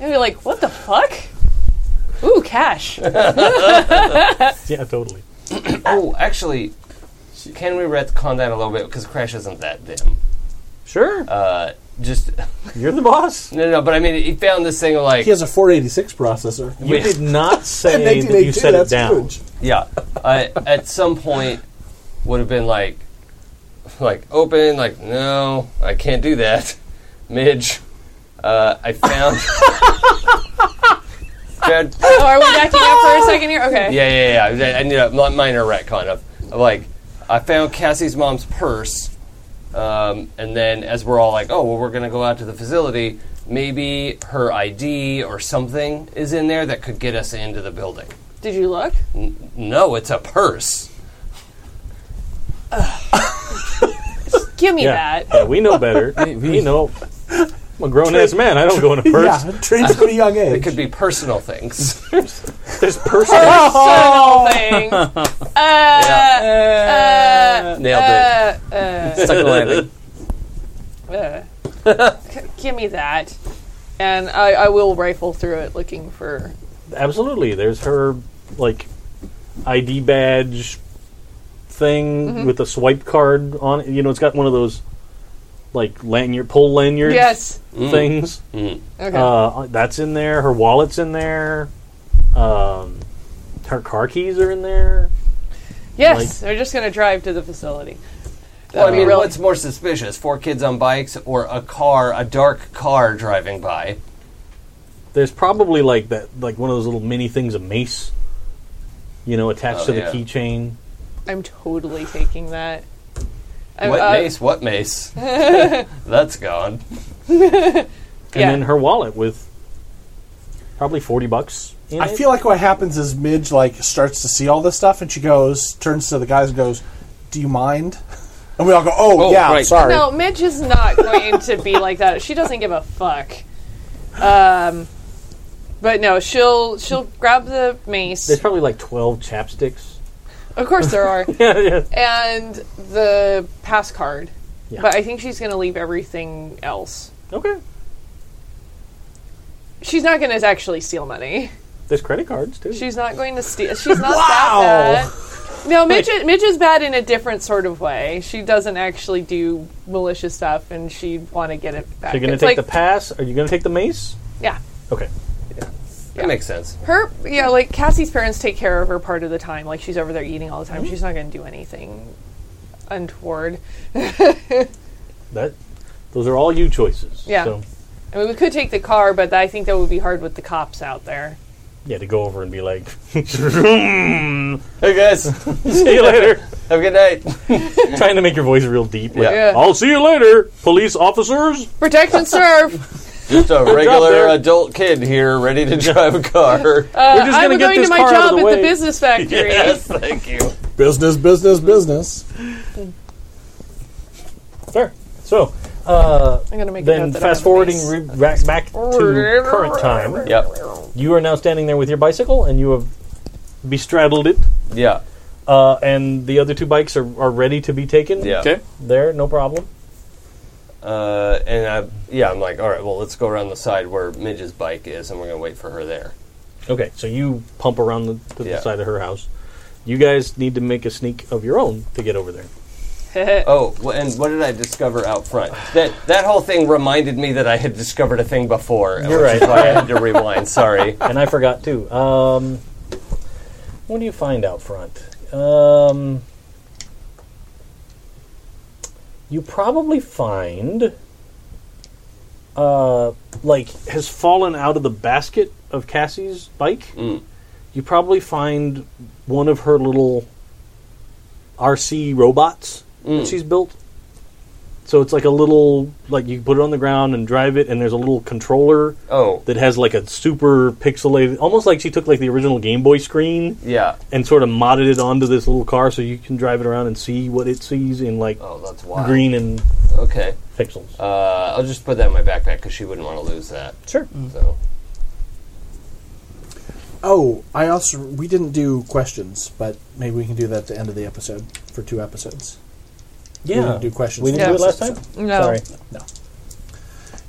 [SPEAKER 3] And be like, what the fuck? Ooh, cash. Oh,
[SPEAKER 4] Yeah, totally.
[SPEAKER 2] oh, actually, can we retcon that a little bit because Crash isn't that dim.
[SPEAKER 4] Sure.
[SPEAKER 2] Uh, just
[SPEAKER 4] You're the boss.
[SPEAKER 2] no, no. But I mean, he found this thing like
[SPEAKER 1] He has a 486 processor.
[SPEAKER 4] You
[SPEAKER 2] Yeah.
[SPEAKER 4] did not
[SPEAKER 1] In
[SPEAKER 4] say that you
[SPEAKER 1] 1982,
[SPEAKER 4] set it
[SPEAKER 1] that's
[SPEAKER 4] down.
[SPEAKER 1] huge.
[SPEAKER 2] Yeah, I at some point would have been like, like open, like no, I can't do that, Midge. Uh, I found. found-
[SPEAKER 3] Oh, are we backing up for a second here? Okay.
[SPEAKER 2] yeah, yeah, yeah. I, I need a mi- minor retcon of, of like, I found Cassie's mom's purse, um, and then as we're all like, oh, well, we're gonna go out to the facility. Maybe her ID or something is in there that could get us into the building.
[SPEAKER 3] Did you look?
[SPEAKER 2] No, it's a purse.
[SPEAKER 3] Give me
[SPEAKER 4] Yeah.
[SPEAKER 3] that.
[SPEAKER 4] yeah, we know better. we know. I'm a grown ass man. I don't go in a purse.
[SPEAKER 1] Yeah, trained from a young
[SPEAKER 2] It
[SPEAKER 1] age.
[SPEAKER 2] could be personal things.
[SPEAKER 4] There's purses.
[SPEAKER 1] Oh.
[SPEAKER 3] Personal thing. Uh, uh,
[SPEAKER 2] Nailed it.
[SPEAKER 3] uh, uh,
[SPEAKER 5] Stuck the landing.
[SPEAKER 3] uh. G- Give me that. And I, I will rifle through it looking for.
[SPEAKER 4] Absolutely. There's her like ID badge thing with a swipe card on it. You know, it's got one of those like lanyard, pull lanyard
[SPEAKER 3] Yes.
[SPEAKER 4] things.
[SPEAKER 3] Okay.
[SPEAKER 4] Uh, that's in there. Her wallet's in there. Um, her car keys are in there.
[SPEAKER 3] yes,
[SPEAKER 4] like-
[SPEAKER 3] they're just going to drive to the facility.
[SPEAKER 2] Well, I
[SPEAKER 3] That'd
[SPEAKER 2] mean,
[SPEAKER 3] be really-
[SPEAKER 2] what's more suspicious? Four kids on bikes or a car, a dark car driving by?
[SPEAKER 4] There's probably like that, like one of those little mini things, a mace. You know, attached
[SPEAKER 2] Oh,
[SPEAKER 4] to the
[SPEAKER 2] yeah.
[SPEAKER 4] keychain.
[SPEAKER 3] I'm totally taking that. I'm,
[SPEAKER 2] What
[SPEAKER 3] uh,
[SPEAKER 2] mace? What mace? That's gone.
[SPEAKER 4] And
[SPEAKER 3] Yeah.
[SPEAKER 4] then her wallet with probably 40 bucks in
[SPEAKER 1] I
[SPEAKER 4] it.
[SPEAKER 1] feel like what happens is Midge like starts to see all this stuff, and she goes, turns to the guys and goes, "Do you mind?" And we all go, "Oh,
[SPEAKER 2] Oh,
[SPEAKER 1] yeah,
[SPEAKER 2] right.
[SPEAKER 1] sorry."
[SPEAKER 3] No, Midge is not going to be like that. She doesn't give a fuck. Um, but no, she'll she'll grab the mace.
[SPEAKER 4] There's probably like 12 chapsticks.
[SPEAKER 3] Of course there are,
[SPEAKER 4] yeah, yeah.
[SPEAKER 3] and the pass card.
[SPEAKER 4] Yeah.
[SPEAKER 3] But I think she's going to leave everything else.
[SPEAKER 4] Okay.
[SPEAKER 3] She's not going to actually steal money.
[SPEAKER 4] There's credit cards too.
[SPEAKER 3] She's not going to steal. She's not that bad. No, Midge, Midge is bad in a different sort of way. She doesn't actually do malicious stuff, and she want to get it back.
[SPEAKER 4] You're going to
[SPEAKER 3] It's
[SPEAKER 4] take
[SPEAKER 3] like-
[SPEAKER 4] the pass? Are you going to take the mace?
[SPEAKER 3] yeah.
[SPEAKER 4] Okay.
[SPEAKER 2] That makes sense.
[SPEAKER 3] Her, yeah, like Cassie's parents take care of her part of the time. Like she's over there eating all the
[SPEAKER 4] Mm-hmm.
[SPEAKER 3] time. She's not going to do anything untoward.
[SPEAKER 4] That those are all you choices.
[SPEAKER 3] Yeah.
[SPEAKER 4] So
[SPEAKER 3] I mean, we could take the car, but I think that would be hard with the cops out there.
[SPEAKER 4] yeah, to go over and be like,
[SPEAKER 2] Hey guys, have
[SPEAKER 4] see you later.
[SPEAKER 2] a good night.
[SPEAKER 4] Trying to make your voice real deep. Like,
[SPEAKER 2] Yeah.
[SPEAKER 3] Yeah.
[SPEAKER 4] I'll see you later, police officers.
[SPEAKER 3] Protect and serve.
[SPEAKER 2] Just a
[SPEAKER 4] there.
[SPEAKER 2] regular adult kid here, ready to drive a car.
[SPEAKER 4] We're just
[SPEAKER 3] I'm
[SPEAKER 4] gonna get
[SPEAKER 3] going to
[SPEAKER 4] this
[SPEAKER 3] my
[SPEAKER 4] car out of
[SPEAKER 3] job
[SPEAKER 4] the
[SPEAKER 3] at
[SPEAKER 4] way.
[SPEAKER 3] the business factory.
[SPEAKER 2] yes, thank you.
[SPEAKER 1] Business, business, business.
[SPEAKER 4] Fair. So uh,
[SPEAKER 3] I'm going to make a note
[SPEAKER 4] then,
[SPEAKER 3] that I have
[SPEAKER 4] fast
[SPEAKER 3] a
[SPEAKER 4] forwarding
[SPEAKER 3] base.
[SPEAKER 4] re- back, back to current time,
[SPEAKER 2] Yep.
[SPEAKER 4] you are now standing there with your bicycle, and you have bestraddled it,
[SPEAKER 2] Yeah.
[SPEAKER 4] uh, and the other two bikes are, are ready to be taken.
[SPEAKER 2] Yeah.
[SPEAKER 10] Okay.
[SPEAKER 4] There, no problem.
[SPEAKER 2] Uh, and I, yeah, I'm like, all right, well, let's go around the side where Midge's bike is, and we're gonna wait for her there.
[SPEAKER 4] Okay, so you pump around the, to
[SPEAKER 2] Yeah.
[SPEAKER 4] the side of her house. You guys need to make a sneak of your own to get over there.
[SPEAKER 2] Oh, wh- and what did I discover out front? That that whole thing reminded me that I had discovered a thing before.
[SPEAKER 4] You're
[SPEAKER 2] which is
[SPEAKER 4] right.
[SPEAKER 2] why I had to rewind. Sorry.
[SPEAKER 4] and I forgot too. Um, what do you find out front? Um, you probably find, uh, like, has fallen out of the basket of Cassie's bike. You probably find one of her little RC robots that she's built. So it's like a little, like, you put it on the ground and drive it, and there's a little controller
[SPEAKER 2] Oh,
[SPEAKER 4] that has like a super pixelated, almost like she took like the original Game Boy screen
[SPEAKER 2] yeah.
[SPEAKER 4] and sort of modded it onto this little car, so you can drive it around and see what it sees in like
[SPEAKER 2] Oh, that's wild.
[SPEAKER 4] green and
[SPEAKER 2] Okay.
[SPEAKER 4] pixels.
[SPEAKER 2] Uh, I'll just put that in my backpack because she wouldn't want to lose that.
[SPEAKER 4] sure.
[SPEAKER 1] Mm.
[SPEAKER 2] So
[SPEAKER 1] Oh, I also we didn't do questions, but maybe we can do that at the end of the episode for two episodes. We
[SPEAKER 4] Yeah.
[SPEAKER 1] didn't do questions.
[SPEAKER 4] We didn't
[SPEAKER 1] for
[SPEAKER 4] do it last time.
[SPEAKER 1] episode.
[SPEAKER 3] No.
[SPEAKER 4] Sorry.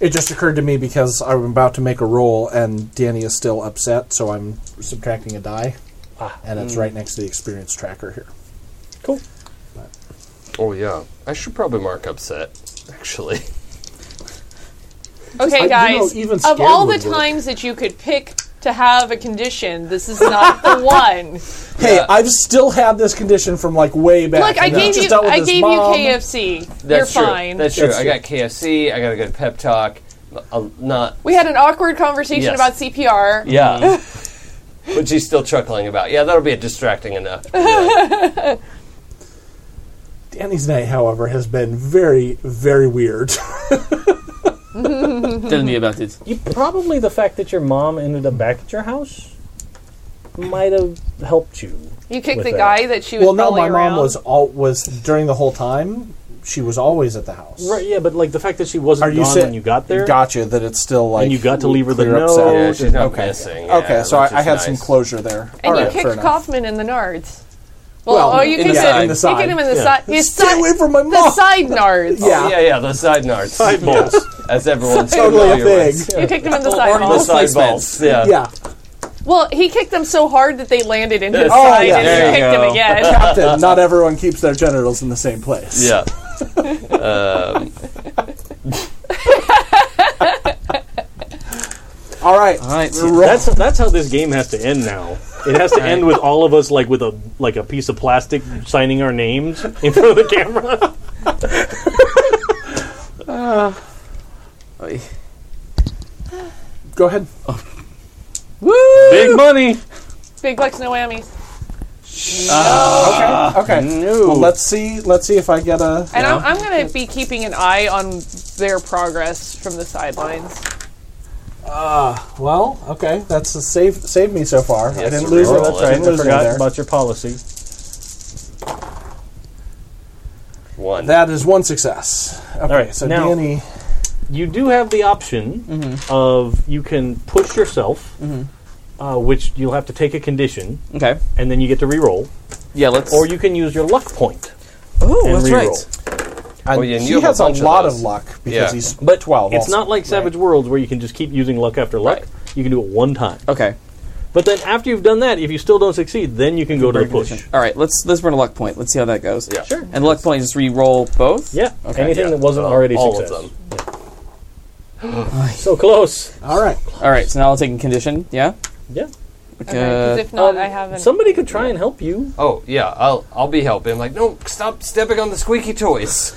[SPEAKER 1] It just occurred to me because I'm about to make a roll, and Danny is still upset, so I'm subtracting a die,
[SPEAKER 4] Ah.
[SPEAKER 1] and it's right next to the experience tracker here.
[SPEAKER 4] Cool.
[SPEAKER 2] Oh yeah, I should probably mark upset. Actually,
[SPEAKER 1] I-
[SPEAKER 3] Okay,
[SPEAKER 1] you
[SPEAKER 3] guys.
[SPEAKER 1] know, even
[SPEAKER 3] of
[SPEAKER 1] scared
[SPEAKER 3] all the
[SPEAKER 1] would work.
[SPEAKER 3] times that you could pick to have a condition, this is not the one.
[SPEAKER 1] Hey, I've still had this condition from like way back.
[SPEAKER 3] Look, I
[SPEAKER 1] and
[SPEAKER 3] gave
[SPEAKER 1] just
[SPEAKER 3] you,
[SPEAKER 1] dealt with
[SPEAKER 3] I
[SPEAKER 1] this
[SPEAKER 3] gave
[SPEAKER 1] mom.
[SPEAKER 3] you KFC.
[SPEAKER 2] that's
[SPEAKER 3] You're
[SPEAKER 2] true.
[SPEAKER 3] fine.
[SPEAKER 2] That's true.
[SPEAKER 1] That's
[SPEAKER 2] I got KFC. I got a good pep talk. Uh, not
[SPEAKER 3] we had an awkward conversation
[SPEAKER 2] Yes.
[SPEAKER 3] about CPR.
[SPEAKER 2] yeah, which he's still chuckling about. Yeah, that'll be distracting enough. Yeah.
[SPEAKER 1] Danny's night, however, has been very, very weird.
[SPEAKER 10] Tell me about it.
[SPEAKER 4] You probably the fact that your mom ended up back at your house might have helped you.
[SPEAKER 3] You kicked
[SPEAKER 4] With
[SPEAKER 3] the
[SPEAKER 4] that.
[SPEAKER 3] guy that she was
[SPEAKER 1] well, no,
[SPEAKER 3] bullying
[SPEAKER 1] my
[SPEAKER 3] around.
[SPEAKER 1] mom was all was during the whole time. She was always at the house.
[SPEAKER 4] Right. Yeah, but like the fact that she wasn't
[SPEAKER 1] Are you
[SPEAKER 4] gone
[SPEAKER 1] sa-
[SPEAKER 4] when you got there.
[SPEAKER 1] Gotcha. That it's still like
[SPEAKER 4] you got to leave her the
[SPEAKER 1] clear
[SPEAKER 4] note.
[SPEAKER 1] upset.
[SPEAKER 2] Yeah, she's not
[SPEAKER 1] okay.
[SPEAKER 2] missing. Yeah,
[SPEAKER 1] okay, so I,
[SPEAKER 2] which
[SPEAKER 1] I
[SPEAKER 2] is
[SPEAKER 1] had
[SPEAKER 2] nice.
[SPEAKER 1] some closure there.
[SPEAKER 3] And
[SPEAKER 1] All
[SPEAKER 3] you
[SPEAKER 1] right, fair
[SPEAKER 3] kicked
[SPEAKER 1] enough.
[SPEAKER 3] Kaufman in the nards. Well, oh, you
[SPEAKER 2] in
[SPEAKER 3] kicked
[SPEAKER 2] the
[SPEAKER 3] him
[SPEAKER 2] side. in the
[SPEAKER 1] side.
[SPEAKER 3] Kicking him in the
[SPEAKER 4] Yeah.
[SPEAKER 3] side. His
[SPEAKER 1] Stay
[SPEAKER 3] side,
[SPEAKER 1] away from my
[SPEAKER 3] the
[SPEAKER 1] mom.
[SPEAKER 3] side nards.
[SPEAKER 1] Yeah.
[SPEAKER 2] Yeah, yeah, the side nards.
[SPEAKER 4] Side balls.
[SPEAKER 2] As everyone's
[SPEAKER 1] Totally
[SPEAKER 2] familiar
[SPEAKER 1] a
[SPEAKER 2] with.
[SPEAKER 1] thing.
[SPEAKER 3] You kicked him in the
[SPEAKER 10] or
[SPEAKER 3] side
[SPEAKER 10] he
[SPEAKER 2] The
[SPEAKER 3] balls.
[SPEAKER 10] was-
[SPEAKER 2] side
[SPEAKER 10] Slice
[SPEAKER 2] balls.
[SPEAKER 10] balls.
[SPEAKER 2] Yeah.
[SPEAKER 1] Yeah,
[SPEAKER 3] Well, he kicked them so hard that they landed in his
[SPEAKER 2] Oh,
[SPEAKER 3] side,
[SPEAKER 1] yeah.
[SPEAKER 3] and
[SPEAKER 2] There
[SPEAKER 3] he
[SPEAKER 2] you
[SPEAKER 3] kicked
[SPEAKER 2] go.
[SPEAKER 3] him again.
[SPEAKER 1] Captain. not everyone keeps their genitals in the same place.
[SPEAKER 2] Yeah.
[SPEAKER 1] All right.
[SPEAKER 10] All right.
[SPEAKER 1] Roll.
[SPEAKER 4] That's that's how this game has to end now. It has to end with all of us like with a like a piece of plastic signing our names in front of the camera.
[SPEAKER 1] Go ahead.
[SPEAKER 4] Big money.
[SPEAKER 3] Big bucks, no whammies.
[SPEAKER 4] Oh,
[SPEAKER 1] okay.
[SPEAKER 4] mm-hmm.
[SPEAKER 1] Okay. Well, let's see. Let's see if I get a.
[SPEAKER 3] And I'm, I'm going to be keeping an eye on their progress from the sidelines.
[SPEAKER 1] Well, okay. That's a save. Saved me so far. I
[SPEAKER 2] Yes,
[SPEAKER 1] didn't lose.
[SPEAKER 2] roll
[SPEAKER 1] it. I
[SPEAKER 2] it. That's
[SPEAKER 1] didn't
[SPEAKER 4] Oh, I
[SPEAKER 1] lose it
[SPEAKER 4] forgot
[SPEAKER 1] there.
[SPEAKER 4] about your policy.
[SPEAKER 2] One.
[SPEAKER 1] That is one success. Okay,
[SPEAKER 4] right,
[SPEAKER 1] so
[SPEAKER 4] now-
[SPEAKER 1] Danny.
[SPEAKER 4] You do have the option of you can push yourself, uh, which you'll have to take a condition,
[SPEAKER 5] Okay.
[SPEAKER 4] and then you get to re-roll,
[SPEAKER 5] Yeah, let's.
[SPEAKER 4] or you can use your luck point.
[SPEAKER 5] oh,
[SPEAKER 4] and
[SPEAKER 5] that's
[SPEAKER 4] reroll.
[SPEAKER 5] right.
[SPEAKER 2] Well, Oh, yeah, and
[SPEAKER 1] he
[SPEAKER 2] you have a
[SPEAKER 1] has a,
[SPEAKER 2] bunch of
[SPEAKER 1] lot of,
[SPEAKER 2] those.
[SPEAKER 1] luck because
[SPEAKER 2] Yeah.
[SPEAKER 1] he's
[SPEAKER 4] But
[SPEAKER 1] twelve.
[SPEAKER 4] It's
[SPEAKER 1] also.
[SPEAKER 4] not like Savage Worlds where you can just keep using luck after luck.
[SPEAKER 2] Right.
[SPEAKER 4] You can do it one time.
[SPEAKER 5] Okay.
[SPEAKER 4] But then after you've done that, if you still don't succeed, then you can go to the push.
[SPEAKER 5] All right. Let's let's burn a luck point. Let's see how that goes.
[SPEAKER 2] Yeah. Sure.
[SPEAKER 5] And luck point just re-roll both.
[SPEAKER 4] Yeah. Oh,
[SPEAKER 5] Okay.
[SPEAKER 4] Anything
[SPEAKER 2] Yeah.
[SPEAKER 4] that wasn't already
[SPEAKER 2] all
[SPEAKER 4] success.
[SPEAKER 2] of them.
[SPEAKER 4] So close.
[SPEAKER 1] All right.
[SPEAKER 5] All right. So now I'll take a condition. Yeah. Uh,
[SPEAKER 4] Yeah.
[SPEAKER 5] Okay.
[SPEAKER 3] 'Cause if not, I haven't.
[SPEAKER 4] Somebody could try and help you.
[SPEAKER 2] Oh yeah, I'll I'll be helping. Like no, stop stepping on the squeaky toys.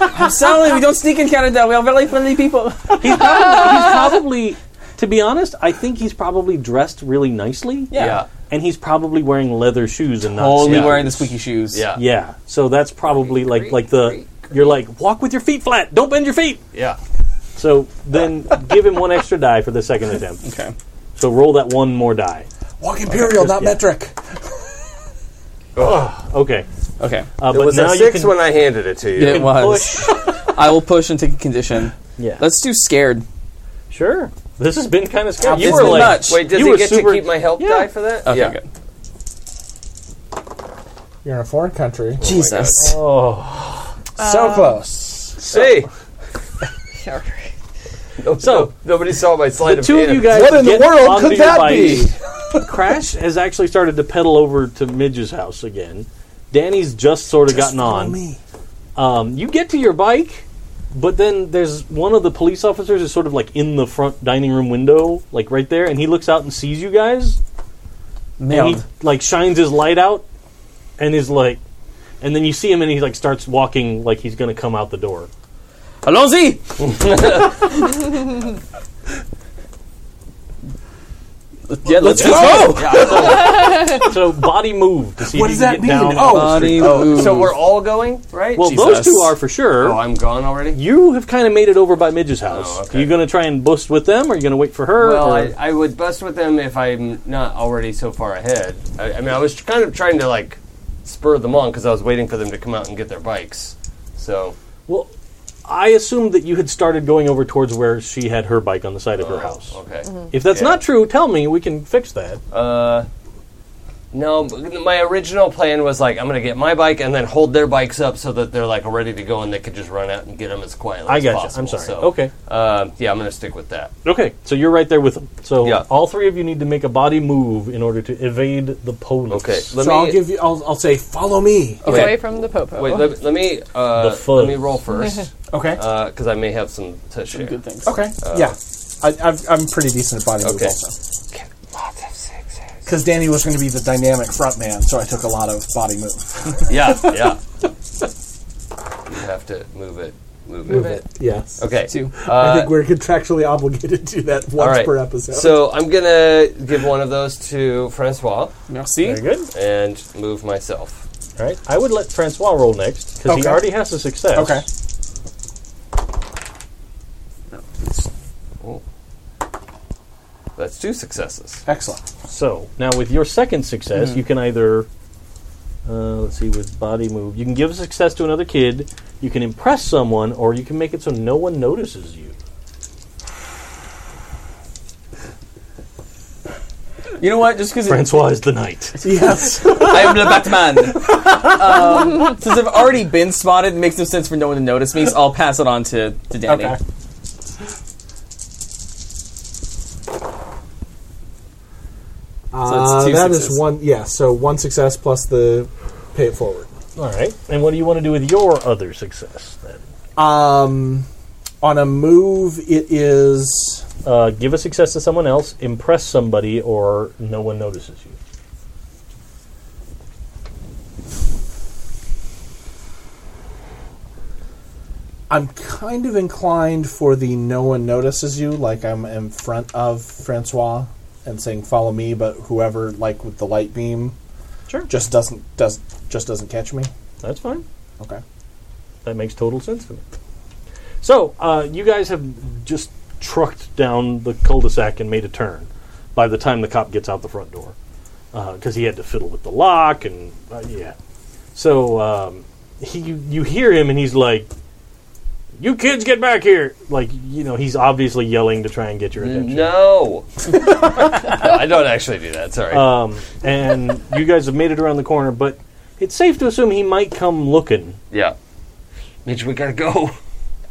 [SPEAKER 5] I'm sorry, we don't sneak in Canada. We are very friendly people.
[SPEAKER 4] He's probably, he's probably to be honest, I think he's probably dressed really nicely.
[SPEAKER 2] Yeah.
[SPEAKER 4] And he's probably wearing leather shoes and not
[SPEAKER 5] Only
[SPEAKER 2] Yeah.
[SPEAKER 5] wearing the squeaky shoes.
[SPEAKER 2] Yeah.
[SPEAKER 4] Oh, Yeah. So that's probably like
[SPEAKER 2] Great,
[SPEAKER 4] like the
[SPEAKER 2] great,
[SPEAKER 4] you're like walk with your feet flat. Don't bend your feet.
[SPEAKER 2] Yeah.
[SPEAKER 4] So then give him one extra die for the second attempt.
[SPEAKER 5] Okay.
[SPEAKER 4] So roll that one more die.
[SPEAKER 1] Walk imperial, not
[SPEAKER 4] yeah.
[SPEAKER 1] metric.
[SPEAKER 4] Okay.
[SPEAKER 5] Okay.
[SPEAKER 4] Uh,
[SPEAKER 2] It
[SPEAKER 4] but
[SPEAKER 2] was
[SPEAKER 4] now
[SPEAKER 2] a
[SPEAKER 4] you
[SPEAKER 2] six
[SPEAKER 4] can-
[SPEAKER 2] when I handed it to you.
[SPEAKER 5] it was. I will push and take a condition.
[SPEAKER 4] Yeah.
[SPEAKER 5] Let's do scared.
[SPEAKER 4] Sure. This has been kind of scary.
[SPEAKER 5] It's
[SPEAKER 4] You were
[SPEAKER 5] been
[SPEAKER 4] like,
[SPEAKER 5] much.
[SPEAKER 2] Wait, does
[SPEAKER 4] you
[SPEAKER 2] he
[SPEAKER 4] were
[SPEAKER 2] get
[SPEAKER 4] super-
[SPEAKER 2] to keep my help
[SPEAKER 4] Yeah.
[SPEAKER 2] die for that?
[SPEAKER 5] Okay.
[SPEAKER 2] yeah.
[SPEAKER 5] Good.
[SPEAKER 1] You're in a foreign country.
[SPEAKER 5] Jesus.
[SPEAKER 4] Oh.
[SPEAKER 1] so close.
[SPEAKER 2] Hey,
[SPEAKER 4] So
[SPEAKER 2] nobody saw my slide
[SPEAKER 4] the
[SPEAKER 2] of
[SPEAKER 4] two of
[SPEAKER 2] hand.
[SPEAKER 4] you guys.
[SPEAKER 1] What in the
[SPEAKER 4] get
[SPEAKER 1] world
[SPEAKER 4] onto
[SPEAKER 1] could
[SPEAKER 4] your
[SPEAKER 1] that
[SPEAKER 4] bikes.
[SPEAKER 1] be?
[SPEAKER 4] Crash has actually started to pedal over to Midge's house again. Danny's just sort of gotten
[SPEAKER 1] Follow
[SPEAKER 4] on.
[SPEAKER 1] me.
[SPEAKER 4] Um, you get to your bike, but then there's one of the police officers is sort of like in the front dining room window, like right there, and he looks out and sees you guys, and he
[SPEAKER 5] Nailed.
[SPEAKER 4] like shines his light out, and is like, and then you see him, and he like starts walking like he's gonna come out the door.
[SPEAKER 5] Allons-y! yeah, let's, go!
[SPEAKER 4] So body move to see
[SPEAKER 1] What
[SPEAKER 4] if
[SPEAKER 1] does
[SPEAKER 4] you
[SPEAKER 1] that
[SPEAKER 4] can get
[SPEAKER 1] mean?
[SPEAKER 4] down.
[SPEAKER 1] Oh,
[SPEAKER 5] Body move.
[SPEAKER 2] So we're all going, right?
[SPEAKER 4] well, those
[SPEAKER 5] Jesus.
[SPEAKER 4] two are for sure.
[SPEAKER 2] Oh, I'm gone already.
[SPEAKER 4] you have kind of made it over by Midge's house.
[SPEAKER 2] Oh, okay.
[SPEAKER 4] Are you going to try and bust with them, or are you going to wait for her?
[SPEAKER 2] Well,
[SPEAKER 4] or-
[SPEAKER 2] I, I would bust with them if I'm not already so far ahead. I, I mean, I was kind of trying to like spur them on because I was waiting for them to come out and get their bikes. So
[SPEAKER 4] well, I assumed that you had started going over towards where she had her bike on the side of her house.
[SPEAKER 2] Oh, okay.
[SPEAKER 4] If that's
[SPEAKER 2] Yeah.
[SPEAKER 4] not true, tell me. We can fix that.
[SPEAKER 2] Uh, no, b- my original plan was like I'm gonna get my bike and then hold their bikes up so that they're like ready to go and they could just run out and get them as quietly
[SPEAKER 4] I
[SPEAKER 2] as
[SPEAKER 4] gotcha.
[SPEAKER 2] possible.
[SPEAKER 4] I'm sorry.
[SPEAKER 2] So,
[SPEAKER 4] Okay.
[SPEAKER 2] Uh, yeah, I'm gonna stick with that.
[SPEAKER 4] Okay, so you're right there with them. So
[SPEAKER 2] Yeah.
[SPEAKER 4] all three of you need to make a body move in order to evade the police.
[SPEAKER 2] Okay. Let
[SPEAKER 1] so
[SPEAKER 2] me
[SPEAKER 1] I'll give you. I'll, I'll say, follow me.
[SPEAKER 2] Okay.
[SPEAKER 3] Away from the popo.
[SPEAKER 2] wait. Let, let me
[SPEAKER 4] The
[SPEAKER 2] uh,
[SPEAKER 4] fuzz.
[SPEAKER 2] let me roll first
[SPEAKER 1] Okay.
[SPEAKER 2] because I may have some to share.
[SPEAKER 5] Good things.
[SPEAKER 1] okay. yeah. I, I've, I'm pretty decent at body move
[SPEAKER 2] Okay.
[SPEAKER 1] also.
[SPEAKER 2] Okay, Lots of sixes.
[SPEAKER 1] Because Danny was going to be the dynamic front man, so I took a lot of body move.
[SPEAKER 2] Yeah, yeah. you have to move it. Move, it.
[SPEAKER 1] Yes.
[SPEAKER 2] Okay. Uh,
[SPEAKER 5] Two.
[SPEAKER 1] I think we're contractually obligated to do that once
[SPEAKER 2] all right.
[SPEAKER 1] per episode.
[SPEAKER 2] So I'm gonna give one of those to Francois
[SPEAKER 5] Merci.
[SPEAKER 4] Very good.
[SPEAKER 2] and move myself.
[SPEAKER 4] All right. I would let Francois roll next because he
[SPEAKER 1] Okay.
[SPEAKER 4] already has a success.
[SPEAKER 1] okay.
[SPEAKER 2] That's two successes.
[SPEAKER 1] Excellent.
[SPEAKER 4] So now, with your second success, you can either uh, let's see with body move, you can give success to another kid, you can impress someone, or you can make it so no one notices you.
[SPEAKER 5] You know what? Just because
[SPEAKER 4] Francois is the knight.
[SPEAKER 1] Yes.
[SPEAKER 5] I am the Batman. um, since I've already been spotted, it makes no sense for no one to notice me, so I'll pass it on to, to Danny.
[SPEAKER 1] okay.
[SPEAKER 5] So it's
[SPEAKER 1] Uh,
[SPEAKER 5] two
[SPEAKER 1] that is
[SPEAKER 5] successes.
[SPEAKER 1] one. Yeah. So one success plus the pay it forward.
[SPEAKER 4] All right. And what do you want to do with your other success? Then
[SPEAKER 1] Um, on a move, it is.
[SPEAKER 4] uh, give a success to someone else, impress somebody, or no one notices you.
[SPEAKER 1] I'm kind of inclined for the no one notices you, like I'm in front of Francois and saying "follow me," but whoever, like with the light beam,
[SPEAKER 4] Sure.
[SPEAKER 1] Just doesn't does just doesn't catch me.
[SPEAKER 4] That's fine.
[SPEAKER 1] Okay.
[SPEAKER 4] That makes total sense to me. So, uh, you guys have just trucked down the cul de sac and made a turn by the time the cop gets out the front door. Because he had to fiddle with the lock and, uh, yeah. So, um, he, you, you hear him and he's like, You kids get back here! Like, you know, he's obviously yelling to try and get your attention.
[SPEAKER 2] No. No, I don't actually do that. Sorry.
[SPEAKER 1] Uh,
[SPEAKER 4] Um, and you guys have made it around the corner, but it's safe to assume he might come looking.
[SPEAKER 2] yeah. Mitch, we gotta go.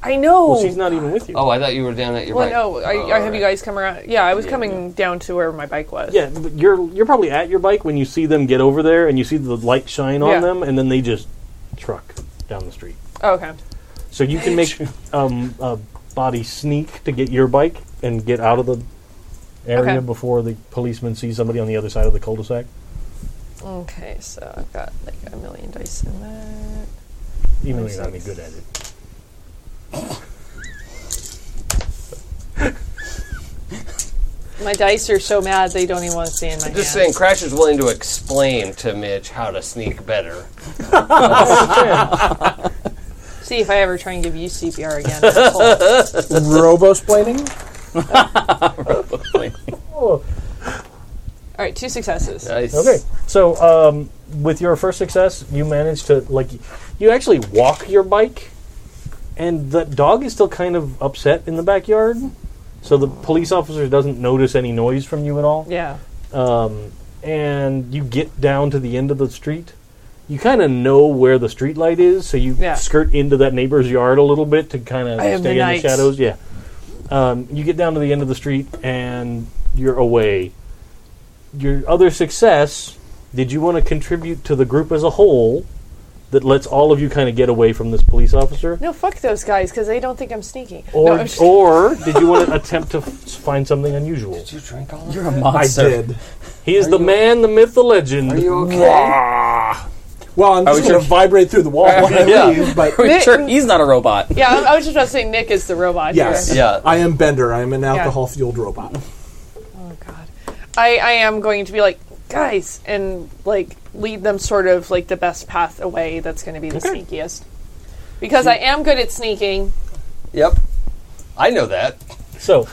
[SPEAKER 3] I know.
[SPEAKER 4] Well, she's not even with you.
[SPEAKER 2] Oh, I thought you were down at your
[SPEAKER 3] Well,
[SPEAKER 2] right.
[SPEAKER 3] no, I,
[SPEAKER 2] Oh,
[SPEAKER 3] I have
[SPEAKER 2] alright.
[SPEAKER 3] you guys come around. Yeah, I was
[SPEAKER 2] Yeah,
[SPEAKER 3] coming down to where my bike was.
[SPEAKER 4] Yeah, but you're you're probably at your bike when you see them get over there, and you see the light shine on
[SPEAKER 3] Yeah.
[SPEAKER 4] them, and then they just truck down the street.
[SPEAKER 3] Oh, okay.
[SPEAKER 4] So you can make um, a body sneak to get your bike and get out of the area
[SPEAKER 3] Okay.
[SPEAKER 4] before the policeman sees somebody on the other side of the cul-de-sac.
[SPEAKER 3] Okay, so I've got like a million dice in that.
[SPEAKER 4] Even though you're not any good at it.
[SPEAKER 3] My dice are so mad they don't even want to stay in my hand.
[SPEAKER 2] Just saying, Crash is willing to explain to Mitch how to sneak better.
[SPEAKER 3] See if I ever try and give you CPR again. asshole.
[SPEAKER 1] Robosplaining.
[SPEAKER 3] All right, two successes.
[SPEAKER 2] Nice.
[SPEAKER 4] Okay, so um, with your first success, you manage to like you actually walk your bike, and the dog is still kind of upset in the backyard, so the police officer doesn't notice any noise from you at all.
[SPEAKER 3] Yeah.
[SPEAKER 4] Um, and you get down to the end of the street. You kind of know where the street light is, so you
[SPEAKER 3] Yeah.
[SPEAKER 4] skirt into that neighbor's yard a little bit to kind of
[SPEAKER 3] I am
[SPEAKER 4] stay
[SPEAKER 3] the
[SPEAKER 4] in the
[SPEAKER 3] knight.
[SPEAKER 4] shadows. Yeah. Um, you get down to the end of the street and you're away. Your other success, did you want to contribute to the group as a whole that lets all of you kind of get away from this police officer?
[SPEAKER 3] No, fuck those guys because they don't think I'm sneaky.
[SPEAKER 4] Or,
[SPEAKER 3] no, I'm just-
[SPEAKER 4] or did you want to attempt to f- find something unusual?
[SPEAKER 2] Did you drink all of
[SPEAKER 5] You're a
[SPEAKER 1] I
[SPEAKER 5] monster.
[SPEAKER 1] did.
[SPEAKER 4] He is the man, the myth, the legend.
[SPEAKER 2] Are you okay?
[SPEAKER 1] Well, I'm
[SPEAKER 2] I
[SPEAKER 1] just
[SPEAKER 2] was
[SPEAKER 1] going to
[SPEAKER 2] just-
[SPEAKER 1] vibrate through the wall when I
[SPEAKER 2] Oh, Yeah.
[SPEAKER 1] leave, but
[SPEAKER 5] Are we sure he's not a robot?
[SPEAKER 3] yeah, I, I was just about to say Nick is the robot.
[SPEAKER 1] yes,
[SPEAKER 3] Here.
[SPEAKER 2] Yeah.
[SPEAKER 1] I am Bender. I am an alcohol-fueled robot.
[SPEAKER 3] Oh God. I I am going to be like guys and like lead them sort of like the best path away. That's going to be the sneakiest. Because I am good at sneaking.
[SPEAKER 2] Yep. I know that.
[SPEAKER 4] So,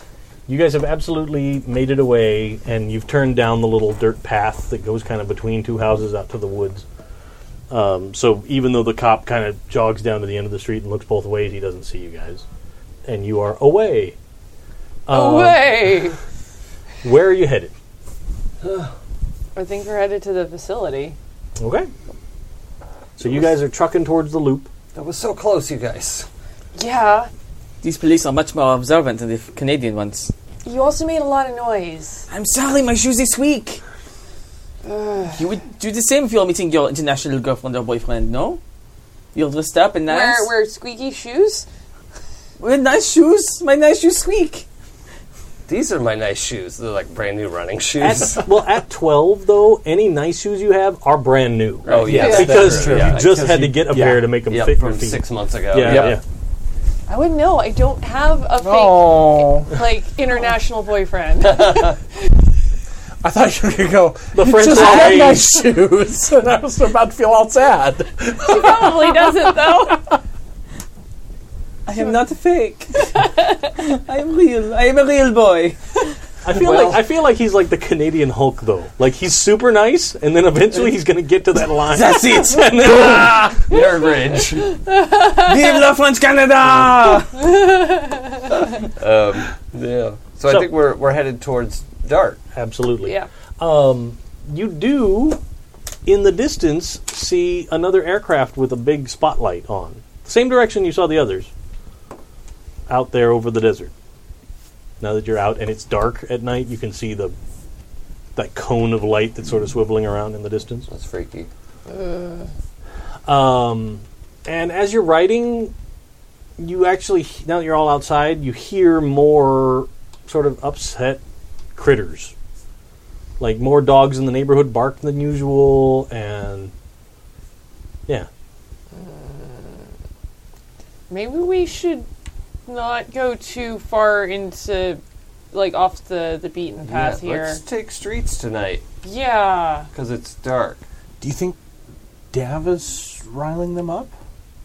[SPEAKER 4] you guys have absolutely made it away, and you've turned down the little dirt path that goes kind of between two houses out to the woods. Um, so, even though the cop kind of jogs down to the end of the street and looks both ways, he doesn't see you guys. And you are away.
[SPEAKER 3] Away.
[SPEAKER 4] Where are you headed?
[SPEAKER 3] I think we're headed to the facility.
[SPEAKER 4] Okay. So, you guys are trucking towards the loop.
[SPEAKER 2] That was so close, you guys.
[SPEAKER 3] Yeah.
[SPEAKER 5] These police are much more observant than the f- Canadian ones.
[SPEAKER 3] You also made a lot of noise.
[SPEAKER 5] I'm sorry, my shoes is weak. you would do the same if you're meeting your international girlfriend or boyfriend, no? You're dressed up in nice.
[SPEAKER 3] Wear, wear squeaky shoes.
[SPEAKER 5] Wear nice shoes. My nice shoes squeak.
[SPEAKER 2] These are my nice shoes. They're like brand new running
[SPEAKER 4] At,
[SPEAKER 2] shoes.
[SPEAKER 4] well, at 12, though, any nice shoes you have are brand new.
[SPEAKER 2] oh, yeah. that's
[SPEAKER 4] Because
[SPEAKER 2] true.
[SPEAKER 4] you
[SPEAKER 2] Yeah.
[SPEAKER 4] just had
[SPEAKER 1] you-
[SPEAKER 4] to get a
[SPEAKER 1] yeah.
[SPEAKER 4] pair to make them
[SPEAKER 2] Yep,
[SPEAKER 4] fit your
[SPEAKER 2] from
[SPEAKER 4] feet.
[SPEAKER 2] six months ago.
[SPEAKER 4] yeah,
[SPEAKER 2] Yep.
[SPEAKER 4] yeah.
[SPEAKER 3] I wouldn't know. I don't have a fake like international boyfriend.
[SPEAKER 1] I thought you were going to go. The
[SPEAKER 4] French
[SPEAKER 1] just had
[SPEAKER 4] Ray."
[SPEAKER 1] nice shoes, and I was about to feel all sad.
[SPEAKER 3] Probably doesn't though.
[SPEAKER 5] I am not fake. I am real. I am a real boy.
[SPEAKER 4] I feel like I feel like he's like the Canadian Hulk though. Like he's super nice, and then eventually he's gonna get to that line.
[SPEAKER 5] That's it.
[SPEAKER 4] and then,
[SPEAKER 2] Nerd Ridge.
[SPEAKER 5] Vive la France Canada!
[SPEAKER 2] yeah. So,
[SPEAKER 4] So-
[SPEAKER 2] I think we're, we're headed towards Dart.
[SPEAKER 4] absolutely.
[SPEAKER 3] yeah.
[SPEAKER 4] You do, in the distance, see another aircraft with a big spotlight on. Same direction you saw the others. Out there over the desert. Now that you're out and it's dark at night, you can see the that cone of light that's sort of swiveling around in the distance.
[SPEAKER 2] That's freaky.
[SPEAKER 4] Um, and as you're writing, you actually now that you're all outside, you hear more sort of upset critters, like more dogs in the neighborhood bark than usual, and yeah,
[SPEAKER 3] Maybe we should not go too far into like off the the beaten path
[SPEAKER 2] Yeah,
[SPEAKER 3] here.
[SPEAKER 2] Let's take streets tonight
[SPEAKER 3] Yeah.
[SPEAKER 2] because it's dark.
[SPEAKER 1] Do you think Dav is riling them up?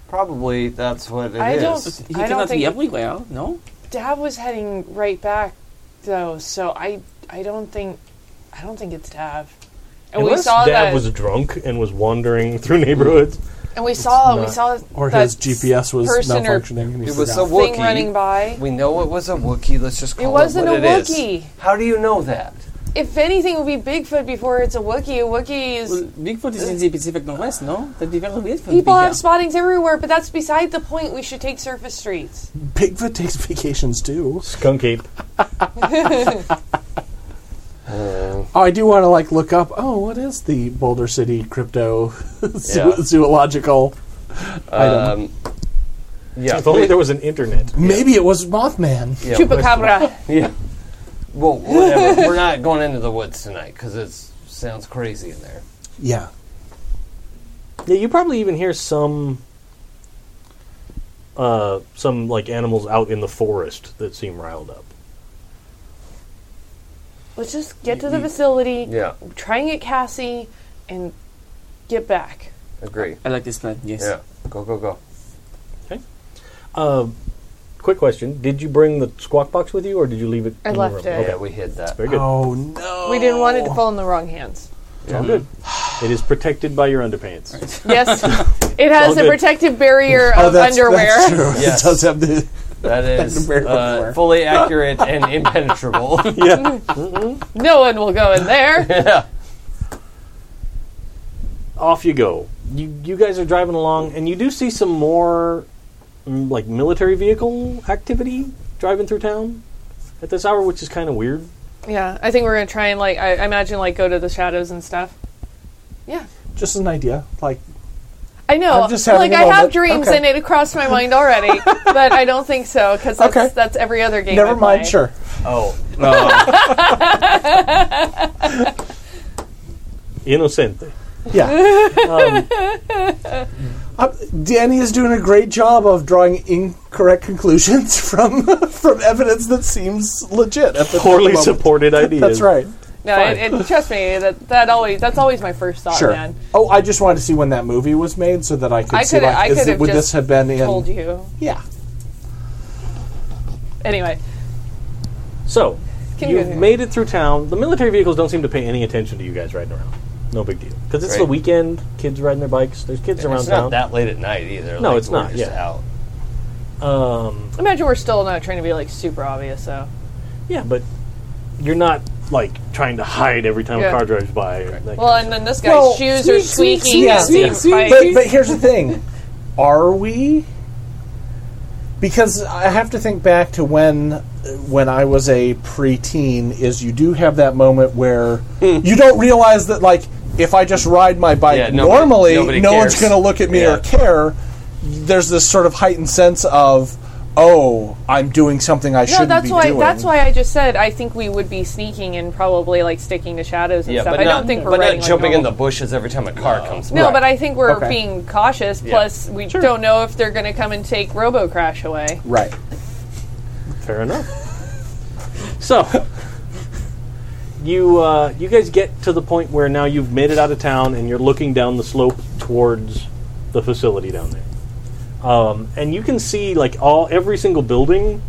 [SPEAKER 2] Probably that's what it is.
[SPEAKER 3] I don't-
[SPEAKER 5] He
[SPEAKER 3] I
[SPEAKER 5] cannot
[SPEAKER 3] think-
[SPEAKER 5] be everywhere, no?
[SPEAKER 3] Dab was heading right back though, so I I don't think I don't think it's Dab. And we
[SPEAKER 4] Unless
[SPEAKER 3] saw
[SPEAKER 4] Dad
[SPEAKER 3] that
[SPEAKER 4] was drunk and was wandering through neighborhoods.
[SPEAKER 3] and we saw we
[SPEAKER 4] not-
[SPEAKER 3] saw
[SPEAKER 1] Or
[SPEAKER 3] that
[SPEAKER 1] his GPS was
[SPEAKER 3] person or
[SPEAKER 1] malfunctioning and he
[SPEAKER 2] It was a
[SPEAKER 1] forgot.
[SPEAKER 3] thing
[SPEAKER 2] Wookiee.
[SPEAKER 3] running by.
[SPEAKER 2] We know it was a Wookiee. Let's just call it,
[SPEAKER 3] wasn't
[SPEAKER 2] what
[SPEAKER 3] a
[SPEAKER 2] it is.
[SPEAKER 3] Wookiee.
[SPEAKER 2] How do you know that?
[SPEAKER 3] If anything, it would be Bigfoot before it's a Wookiee. A Wookiee is
[SPEAKER 5] Well, Bigfoot is in the Pacific Northwest, no? That'd be very weird for him to be
[SPEAKER 3] people
[SPEAKER 5] here.
[SPEAKER 3] have spottings everywhere, but that's beside the point. We should take surface streets.
[SPEAKER 1] Bigfoot takes vacations too.
[SPEAKER 4] Skunk ape. Uh,
[SPEAKER 1] Oh, I do want to like look up. Oh, what is the Boulder City crypto zoo-
[SPEAKER 2] Yeah.
[SPEAKER 1] zoological? item?
[SPEAKER 2] Um, yeah.
[SPEAKER 4] If only there was an internet.
[SPEAKER 1] Maybe it was Mothman.
[SPEAKER 2] yeah,
[SPEAKER 3] Chupacabra.
[SPEAKER 2] Yeah. Well, whatever. We're not going into the woods tonight because it sounds crazy in there.
[SPEAKER 1] Yeah,
[SPEAKER 4] Yeah, you probably even hear some uh, some like animals out in the forest that seem riled up.
[SPEAKER 3] Let's just get to the facility,
[SPEAKER 2] Yeah,
[SPEAKER 3] try and get Cassie, and get back.
[SPEAKER 2] agree.
[SPEAKER 5] I like this plan, yes.
[SPEAKER 2] Yeah, go go go.
[SPEAKER 4] Uh, quick question: Did you bring the squawk box with you, or did you leave it?
[SPEAKER 3] I
[SPEAKER 4] in
[SPEAKER 3] left
[SPEAKER 4] the room?
[SPEAKER 3] it.
[SPEAKER 2] Yeah, we hid that.
[SPEAKER 4] Very good.
[SPEAKER 1] Oh no.
[SPEAKER 3] We didn't want it to fall in the wrong hands.
[SPEAKER 4] It's all good. It is protected by your underpants.
[SPEAKER 3] Yes, it has
[SPEAKER 4] all
[SPEAKER 3] a
[SPEAKER 4] good.
[SPEAKER 3] protective barrier of
[SPEAKER 1] Oh, that's,
[SPEAKER 3] underwear.
[SPEAKER 1] That's true.
[SPEAKER 2] Yes.
[SPEAKER 1] It does have the.
[SPEAKER 2] That is
[SPEAKER 1] very
[SPEAKER 2] uh,
[SPEAKER 1] aware.
[SPEAKER 2] fully accurate and impenetrable.
[SPEAKER 4] yeah.
[SPEAKER 3] No one will go in there.
[SPEAKER 4] Off you go. You you guys are driving along, and you do see some more mm, like military vehicle activity driving through town at this hour, which is kind of weird.
[SPEAKER 3] yeah, I think we're gonna try and like I, I imagine like go to the shadows and stuff. Yeah,
[SPEAKER 1] Just an idea. Like
[SPEAKER 3] I know.
[SPEAKER 1] I'm just having
[SPEAKER 3] like
[SPEAKER 1] a
[SPEAKER 3] I have
[SPEAKER 1] moment.
[SPEAKER 3] dreams
[SPEAKER 1] Okay.
[SPEAKER 3] and it crossed my mind already, but I don't think so because that's,
[SPEAKER 1] Okay.
[SPEAKER 3] that's every other game. I
[SPEAKER 1] never
[SPEAKER 3] play.
[SPEAKER 1] mind. Sure.
[SPEAKER 2] oh,
[SPEAKER 4] Innocente.
[SPEAKER 1] Yeah. Uh, Danny is doing a great job of drawing incorrect conclusions from from evidence that seems legit. At the
[SPEAKER 4] Poorly
[SPEAKER 1] moment.
[SPEAKER 4] supported ideas.
[SPEAKER 1] That's right.
[SPEAKER 3] No,
[SPEAKER 4] Fine.
[SPEAKER 3] it, it, trust me. That that always that's always my first thought,
[SPEAKER 1] Sure.
[SPEAKER 3] man.
[SPEAKER 1] Oh, I just wanted to see when that movie was made so that I could
[SPEAKER 3] I
[SPEAKER 1] see
[SPEAKER 3] coulda-
[SPEAKER 1] like
[SPEAKER 3] I
[SPEAKER 1] is
[SPEAKER 3] coulda
[SPEAKER 1] it- would
[SPEAKER 3] just
[SPEAKER 1] this have been in
[SPEAKER 3] Told you
[SPEAKER 1] Yeah.
[SPEAKER 3] anyway.
[SPEAKER 4] So,
[SPEAKER 3] Can you
[SPEAKER 4] you've
[SPEAKER 3] go there?
[SPEAKER 4] made it through town. The military vehicles don't seem to pay any attention to you guys riding around. No big deal. Because it's the
[SPEAKER 2] Right.
[SPEAKER 4] weekend, kids riding their bikes, there's kids around
[SPEAKER 2] it's
[SPEAKER 4] town.
[SPEAKER 2] not that late at night either.
[SPEAKER 4] No,
[SPEAKER 2] like,
[SPEAKER 4] it's
[SPEAKER 2] we're
[SPEAKER 4] not,
[SPEAKER 2] Just
[SPEAKER 4] yeah.
[SPEAKER 2] out.
[SPEAKER 4] Um,
[SPEAKER 3] Imagine we're still not trying to be like super obvious, so
[SPEAKER 4] yeah, but you're not, like, trying to hide every time
[SPEAKER 3] Yeah.
[SPEAKER 4] a car drives by. or that
[SPEAKER 3] well.
[SPEAKER 4] kind
[SPEAKER 3] And then this guy's
[SPEAKER 1] Well,
[SPEAKER 3] shoes are squeaking.
[SPEAKER 5] squeak, squeak,
[SPEAKER 3] and
[SPEAKER 5] squeak,
[SPEAKER 3] being
[SPEAKER 5] squeak,
[SPEAKER 3] fight-
[SPEAKER 5] squeak.
[SPEAKER 1] But, but here's the thing are we? Because I have to think back to when when I was a preteen. Is you do have that moment where you don't realize that like if I just ride my bike
[SPEAKER 2] Yeah, nobody-
[SPEAKER 1] normally,
[SPEAKER 2] nobody
[SPEAKER 1] no
[SPEAKER 2] cares.
[SPEAKER 1] one's going to look at me
[SPEAKER 2] Yeah.
[SPEAKER 1] or care. There's this sort of heightened sense of oh, I'm doing something I
[SPEAKER 3] No,
[SPEAKER 1] shouldn't
[SPEAKER 3] that's
[SPEAKER 1] be
[SPEAKER 3] why.
[SPEAKER 1] doing.
[SPEAKER 3] That's why I just said I think we would be sneaking and probably like sticking to shadows and
[SPEAKER 2] Yeah,
[SPEAKER 3] stuff.
[SPEAKER 2] but
[SPEAKER 3] I
[SPEAKER 2] not,
[SPEAKER 3] don't think we're
[SPEAKER 2] but
[SPEAKER 3] riding
[SPEAKER 2] not jumping
[SPEAKER 3] like
[SPEAKER 2] in the
[SPEAKER 3] normal.
[SPEAKER 2] bushes every time a car comes.
[SPEAKER 3] No,
[SPEAKER 2] by.
[SPEAKER 3] but I think we're
[SPEAKER 1] Okay.
[SPEAKER 3] being cautious.
[SPEAKER 2] Yeah.
[SPEAKER 3] Plus, we don't know if they're going to come and take Robo Crash away.
[SPEAKER 1] Right.
[SPEAKER 4] of- Fair enough. so, you, uh, you guys get to the point where now you've made it out of town and you're looking down the slope towards the facility down there. um, and you can see like all every single building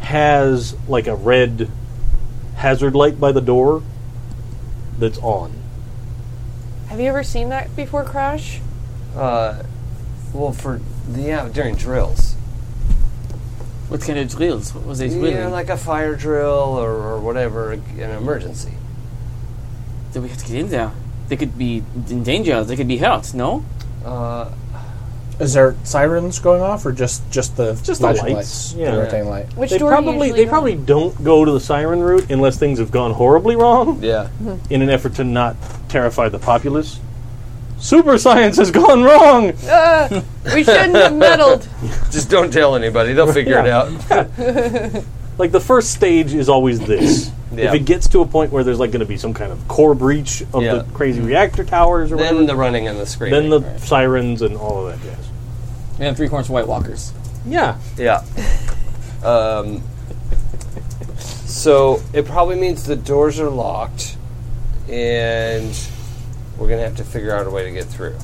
[SPEAKER 4] has like a red hazard light by the door that's on.
[SPEAKER 3] Have you ever seen that before, Crash?
[SPEAKER 2] Uh, well, for the yeah during drills.
[SPEAKER 5] What kind of drills? What was they drilling?
[SPEAKER 2] Yeah, like a fire drill or, or whatever, an emergency.
[SPEAKER 5] Do we have to get in there? They could be in danger. They could be hurt, no?
[SPEAKER 2] Uh,
[SPEAKER 1] Is there sirens going off or just just the
[SPEAKER 4] Just the
[SPEAKER 1] flashing
[SPEAKER 4] lights,
[SPEAKER 1] lights,
[SPEAKER 4] yeah.
[SPEAKER 1] the rotating light?
[SPEAKER 3] Which
[SPEAKER 4] They
[SPEAKER 3] door
[SPEAKER 4] probably
[SPEAKER 3] do you usually
[SPEAKER 4] they
[SPEAKER 3] go?
[SPEAKER 4] probably don't go to the siren route unless things have gone horribly wrong
[SPEAKER 2] yeah.
[SPEAKER 4] in an effort to not terrify the populace. Super science has gone wrong.
[SPEAKER 3] Uh, we shouldn't have meddled.
[SPEAKER 2] Just don't tell anybody. They'll figure it out.
[SPEAKER 4] Like the first stage is always this.
[SPEAKER 2] Yeah.
[SPEAKER 4] If it gets to a point where there's like going to be some kind of core breach of
[SPEAKER 2] Yeah.
[SPEAKER 4] the crazy reactor towers or
[SPEAKER 2] Then
[SPEAKER 4] whatever,
[SPEAKER 2] the running and the screaming.
[SPEAKER 4] then the sirens and all of that jazz.
[SPEAKER 5] And three corners White Walkers.
[SPEAKER 4] Yeah.
[SPEAKER 2] Yeah. Um, so it probably means the doors are locked, and We're gonna have to figure out a way to get through.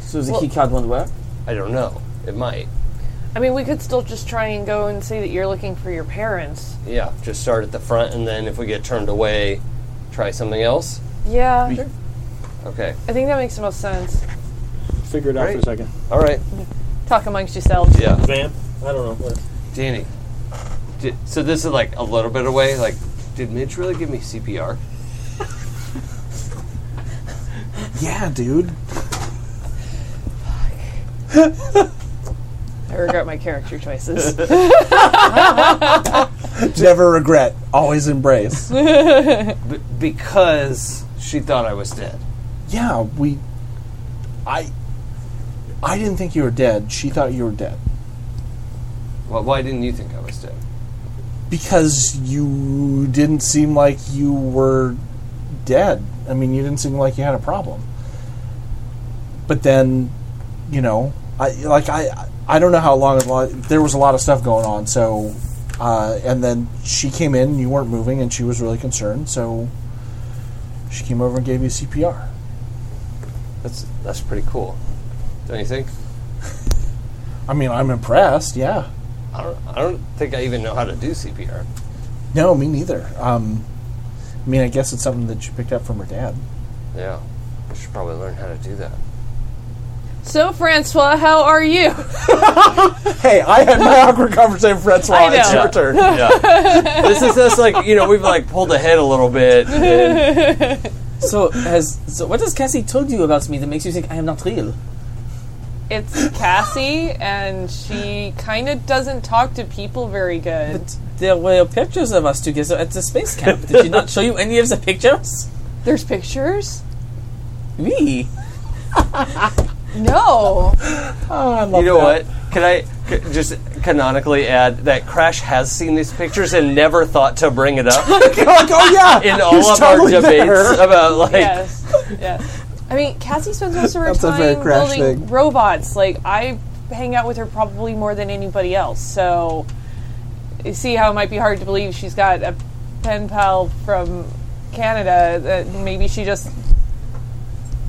[SPEAKER 5] So the key card won't work.
[SPEAKER 2] I don't know. It might.
[SPEAKER 3] I mean, we could still just try and go and say that you're looking for your parents.
[SPEAKER 2] Yeah, just start at the front, and then if we get turned away, try something else.
[SPEAKER 3] Yeah,
[SPEAKER 2] Okay.
[SPEAKER 3] I think that makes the most sense.
[SPEAKER 4] Figure it out for a
[SPEAKER 2] Right.
[SPEAKER 4] second.
[SPEAKER 2] All right.
[SPEAKER 3] Talk amongst yourselves.
[SPEAKER 2] Yeah,
[SPEAKER 8] Vamp? I don't know.
[SPEAKER 2] Danny. Did, so this is like a little bit away. Like, did Midge really give me CPR?
[SPEAKER 1] Yeah, dude.
[SPEAKER 3] I regret my character choices.
[SPEAKER 1] Never regret. Always embrace.
[SPEAKER 2] B- because she thought I was dead.
[SPEAKER 1] yeah, we. I. I didn't think you were dead. She thought you were dead
[SPEAKER 2] Well, why didn't you think I was dead?
[SPEAKER 1] because you didn't seem like you were dead. I mean, you didn't seem like you had a problem. But then, you know, I like I I don't know how long it was. There was a lot of stuff going on, so. Uh, and then she came in, you weren't moving, and she was really concerned, so she came over and gave you CPR.
[SPEAKER 2] That's that's pretty cool. Don't you think?
[SPEAKER 1] I mean, I'm impressed, yeah.
[SPEAKER 2] I don't. I don't think I even know how to do CPR.
[SPEAKER 1] No, me neither. Um, I mean, I guess it's something that she picked up from her dad.
[SPEAKER 2] Yeah, I should probably learn how to do that.
[SPEAKER 3] so, Francois, how are you?
[SPEAKER 1] Hey, I had my awkward conversation with Francois.
[SPEAKER 3] I know.
[SPEAKER 1] It's your turn.
[SPEAKER 2] Yeah. this is us like you know we've like pulled ahead a little bit. and-
[SPEAKER 5] So has so what has Cassie told you about me that makes you think I am not real?
[SPEAKER 3] It's Cassie, and she kind of doesn't talk to people very good.
[SPEAKER 5] There were pictures of us together at the space camp. Did she not show you any of the pictures?
[SPEAKER 3] There's pictures?
[SPEAKER 5] Me?
[SPEAKER 3] No.
[SPEAKER 2] you know what? Can I c- just canonically add that Crash has seen these pictures and never thought to bring it up
[SPEAKER 1] like, oh yeah,
[SPEAKER 2] in all
[SPEAKER 1] he's
[SPEAKER 2] of
[SPEAKER 1] totally
[SPEAKER 2] our debates
[SPEAKER 1] there.
[SPEAKER 2] about like
[SPEAKER 3] yes. Yes. I mean, Cassie spends most of her
[SPEAKER 1] That's a very
[SPEAKER 3] time
[SPEAKER 1] Crash
[SPEAKER 3] building
[SPEAKER 1] thing.
[SPEAKER 3] robots. Like, I hang out with her probably more than anybody else, so you see how it might be hard to believe she's got a pen pal from Canada that maybe she just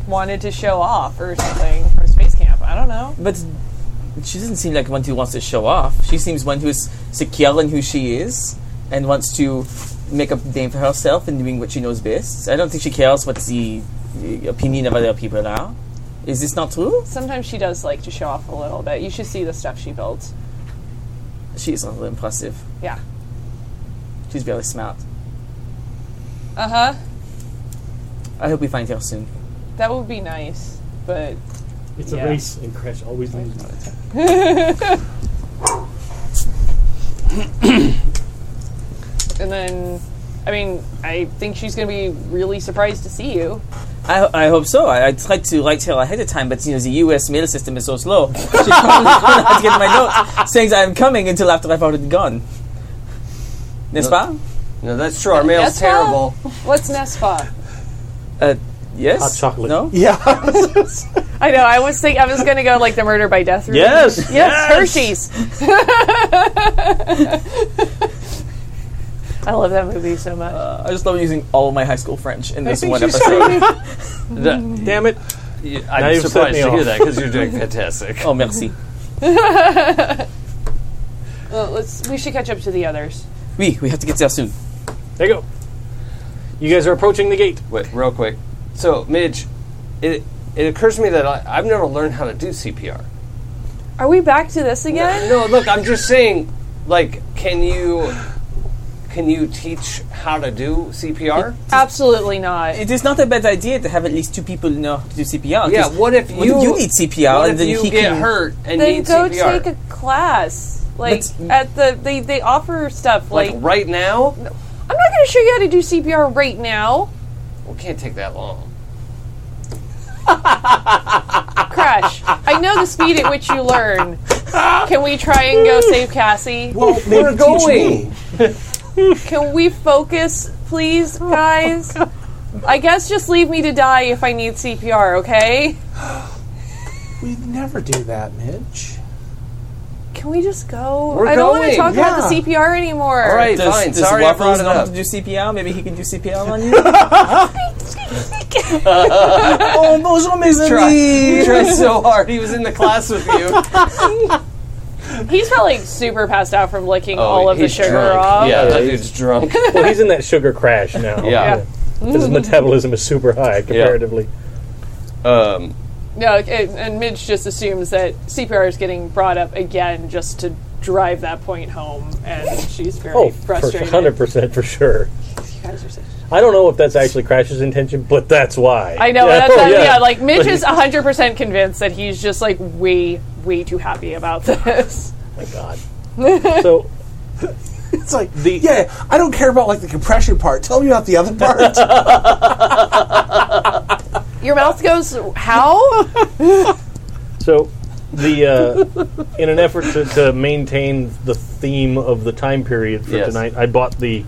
[SPEAKER 3] wanted to show off or something from space camp. I don't know.
[SPEAKER 5] But she doesn't seem like one who wants to show off. She seems one who is secure in who she is and wants to make a name for herself in doing what she knows best. I don't think she cares what the uh, opinion of other people are. Is this not true?
[SPEAKER 3] Sometimes she does like to show off a little bit. You should see the stuff she builds.
[SPEAKER 5] She is rather impressive.
[SPEAKER 3] Yeah.
[SPEAKER 5] She's very smart.
[SPEAKER 3] Uh huh.
[SPEAKER 5] I hope we find her soon.
[SPEAKER 3] That would be nice, but
[SPEAKER 13] It's
[SPEAKER 3] Yeah.
[SPEAKER 13] a race, and Crash always loses.
[SPEAKER 3] and then I mean, I think she's going to be really surprised to see you.
[SPEAKER 5] I, I hope so. I, I tried to write her ahead of time, but you know the U.S. mail system is so slow. She's probably gonna have to get my notes saying that I'm coming until after I've already gone. N'est-ce pas?
[SPEAKER 2] no, that's true. Our mail's
[SPEAKER 3] That's
[SPEAKER 2] terrible.
[SPEAKER 3] What's Nespa?
[SPEAKER 5] Uh, yes.
[SPEAKER 13] Hot chocolate.
[SPEAKER 5] No.
[SPEAKER 1] Yeah,
[SPEAKER 3] I know. I was think I was going to go like the murder by death. route.
[SPEAKER 4] Yes.
[SPEAKER 3] Yes, Hershey's. I love that movie so much.
[SPEAKER 5] I just love using all of my high school French in this one episode.
[SPEAKER 2] The-
[SPEAKER 4] Damn it.
[SPEAKER 2] y-
[SPEAKER 4] Now
[SPEAKER 2] I'm
[SPEAKER 4] you've set
[SPEAKER 2] surprised
[SPEAKER 4] me
[SPEAKER 2] to hear
[SPEAKER 4] off.
[SPEAKER 2] that because you're doing fantastic.
[SPEAKER 5] Oh, merci.
[SPEAKER 3] well, let's. We should catch up to the others.
[SPEAKER 5] We we have to get there soon.
[SPEAKER 4] There you go. You guys are approaching the gate.
[SPEAKER 2] Wait, real quick. So, Midge, it it occurs to me that I, I've never learned how to do CPR.
[SPEAKER 3] Are we back to this again?
[SPEAKER 2] No, look, I'm just saying. Like, can you can you teach how to do CPR?
[SPEAKER 3] Absolutely not.
[SPEAKER 5] It is not a bad idea to have at least two people know how to do CPR. 'cause
[SPEAKER 2] Yeah. What if you
[SPEAKER 5] what if you need CPR
[SPEAKER 2] what
[SPEAKER 5] and
[SPEAKER 2] if
[SPEAKER 5] then
[SPEAKER 2] you
[SPEAKER 5] he
[SPEAKER 2] get
[SPEAKER 5] can-
[SPEAKER 2] hurt and
[SPEAKER 3] then
[SPEAKER 2] need
[SPEAKER 3] go
[SPEAKER 2] CPR?
[SPEAKER 3] take a class. Like
[SPEAKER 5] But-
[SPEAKER 3] at the they they offer stuff
[SPEAKER 2] like
[SPEAKER 3] like,
[SPEAKER 2] right now,
[SPEAKER 3] I'm not going to show you how to do CPR right now.
[SPEAKER 2] Well, it can't take that long.
[SPEAKER 3] Crash. I know the speed at which you learn. Can we try and go save Cassie?
[SPEAKER 1] we're
[SPEAKER 2] going.
[SPEAKER 3] Can we focus, please,
[SPEAKER 2] Oh,
[SPEAKER 3] guys? I guess just leave me to die if I need CPR, okay?
[SPEAKER 1] We never do that, Mitch.
[SPEAKER 3] Can we just go?
[SPEAKER 2] We're
[SPEAKER 3] I don't want to
[SPEAKER 2] going,
[SPEAKER 3] talk about the
[SPEAKER 1] yeah.
[SPEAKER 3] CPR anymore.
[SPEAKER 2] All right,
[SPEAKER 5] Does,
[SPEAKER 2] fine.
[SPEAKER 5] does
[SPEAKER 2] Sorry, I brought
[SPEAKER 5] Waffles
[SPEAKER 2] it
[SPEAKER 5] know how
[SPEAKER 2] up.
[SPEAKER 5] to do CPR? Maybe he can do CPR on you. oh, bonjour, mes
[SPEAKER 2] He
[SPEAKER 5] amis.
[SPEAKER 2] tried so hard. He was in the class with you.
[SPEAKER 3] He's probably super passed out from licking
[SPEAKER 2] Oh,
[SPEAKER 3] all of the
[SPEAKER 2] he's
[SPEAKER 3] sugar
[SPEAKER 2] drunk.
[SPEAKER 3] off.
[SPEAKER 2] Yeah, that
[SPEAKER 4] Yeah,
[SPEAKER 2] dude's drunk.
[SPEAKER 4] well, he's in that sugar crash now.
[SPEAKER 2] Yeah.
[SPEAKER 4] His metabolism is super high comparatively.
[SPEAKER 2] Um,
[SPEAKER 3] No, and, and Midge just assumes that CPR is getting brought up again just to drive that point home, and she's very
[SPEAKER 4] Oh, for
[SPEAKER 3] frustrated.
[SPEAKER 4] 100% for sure.
[SPEAKER 9] You guys are such.
[SPEAKER 4] I don't know if that's actually Crash's intention, but that's why.
[SPEAKER 3] I know. That's,
[SPEAKER 4] Oh,
[SPEAKER 3] that, yeah. like Midge is 100% convinced that he's just like way, way too happy about this.
[SPEAKER 4] my God. so
[SPEAKER 1] It's like, yeah, I don't care about like the compression part. Tell me about the other part.
[SPEAKER 3] Your mouth goes, how?
[SPEAKER 4] So, the uh, in an effort to, to maintain the theme of the time period for
[SPEAKER 2] Yes.
[SPEAKER 4] tonight, I bought the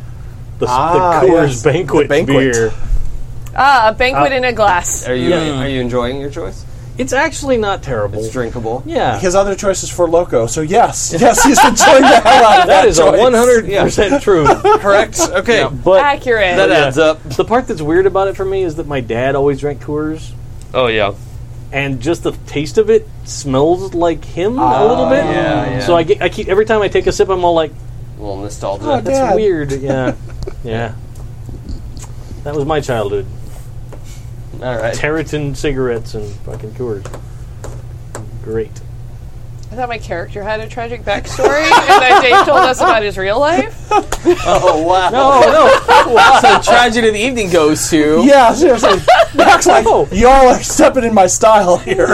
[SPEAKER 4] the,
[SPEAKER 1] Ah,
[SPEAKER 4] the Coors
[SPEAKER 1] yes, the
[SPEAKER 4] banquet,
[SPEAKER 1] banquet.
[SPEAKER 4] beer.
[SPEAKER 3] ah, a banquet in a glass.
[SPEAKER 2] are you
[SPEAKER 4] Yeah. Oh.
[SPEAKER 2] are you enjoying your choice?
[SPEAKER 4] It's actually not terrible.
[SPEAKER 2] It's drinkable.
[SPEAKER 4] yeah,
[SPEAKER 1] His other choice is for Loco. So yes, yes, he's enjoying the hell out of that.
[SPEAKER 4] that is a
[SPEAKER 1] choice.
[SPEAKER 4] one hundred percent true.
[SPEAKER 2] Correct. Okay.
[SPEAKER 4] But
[SPEAKER 3] Accurate.
[SPEAKER 2] That adds up.
[SPEAKER 4] the part that's weird about it for me is that my dad always drank Coors,
[SPEAKER 2] Oh yeah.
[SPEAKER 4] and just the taste of it smells like him a little bit.
[SPEAKER 2] yeah, Ah, yeah.
[SPEAKER 4] So I get, I keep every time I take a sip, I'm all like,
[SPEAKER 2] A little nostalgia.
[SPEAKER 1] Oh,
[SPEAKER 4] that's
[SPEAKER 1] Dad.
[SPEAKER 4] weird. Yeah, yeah. That was my childhood.
[SPEAKER 2] All right.
[SPEAKER 4] Territon cigarettes and fucking Coors. Great.
[SPEAKER 3] I thought my character had a tragic backstory, and that Dave told us about his real life.
[SPEAKER 2] Oh wow.
[SPEAKER 5] so tragedy of the evening goes to.
[SPEAKER 1] Yeah, seriously. Max, like, y'all are stepping in my style here.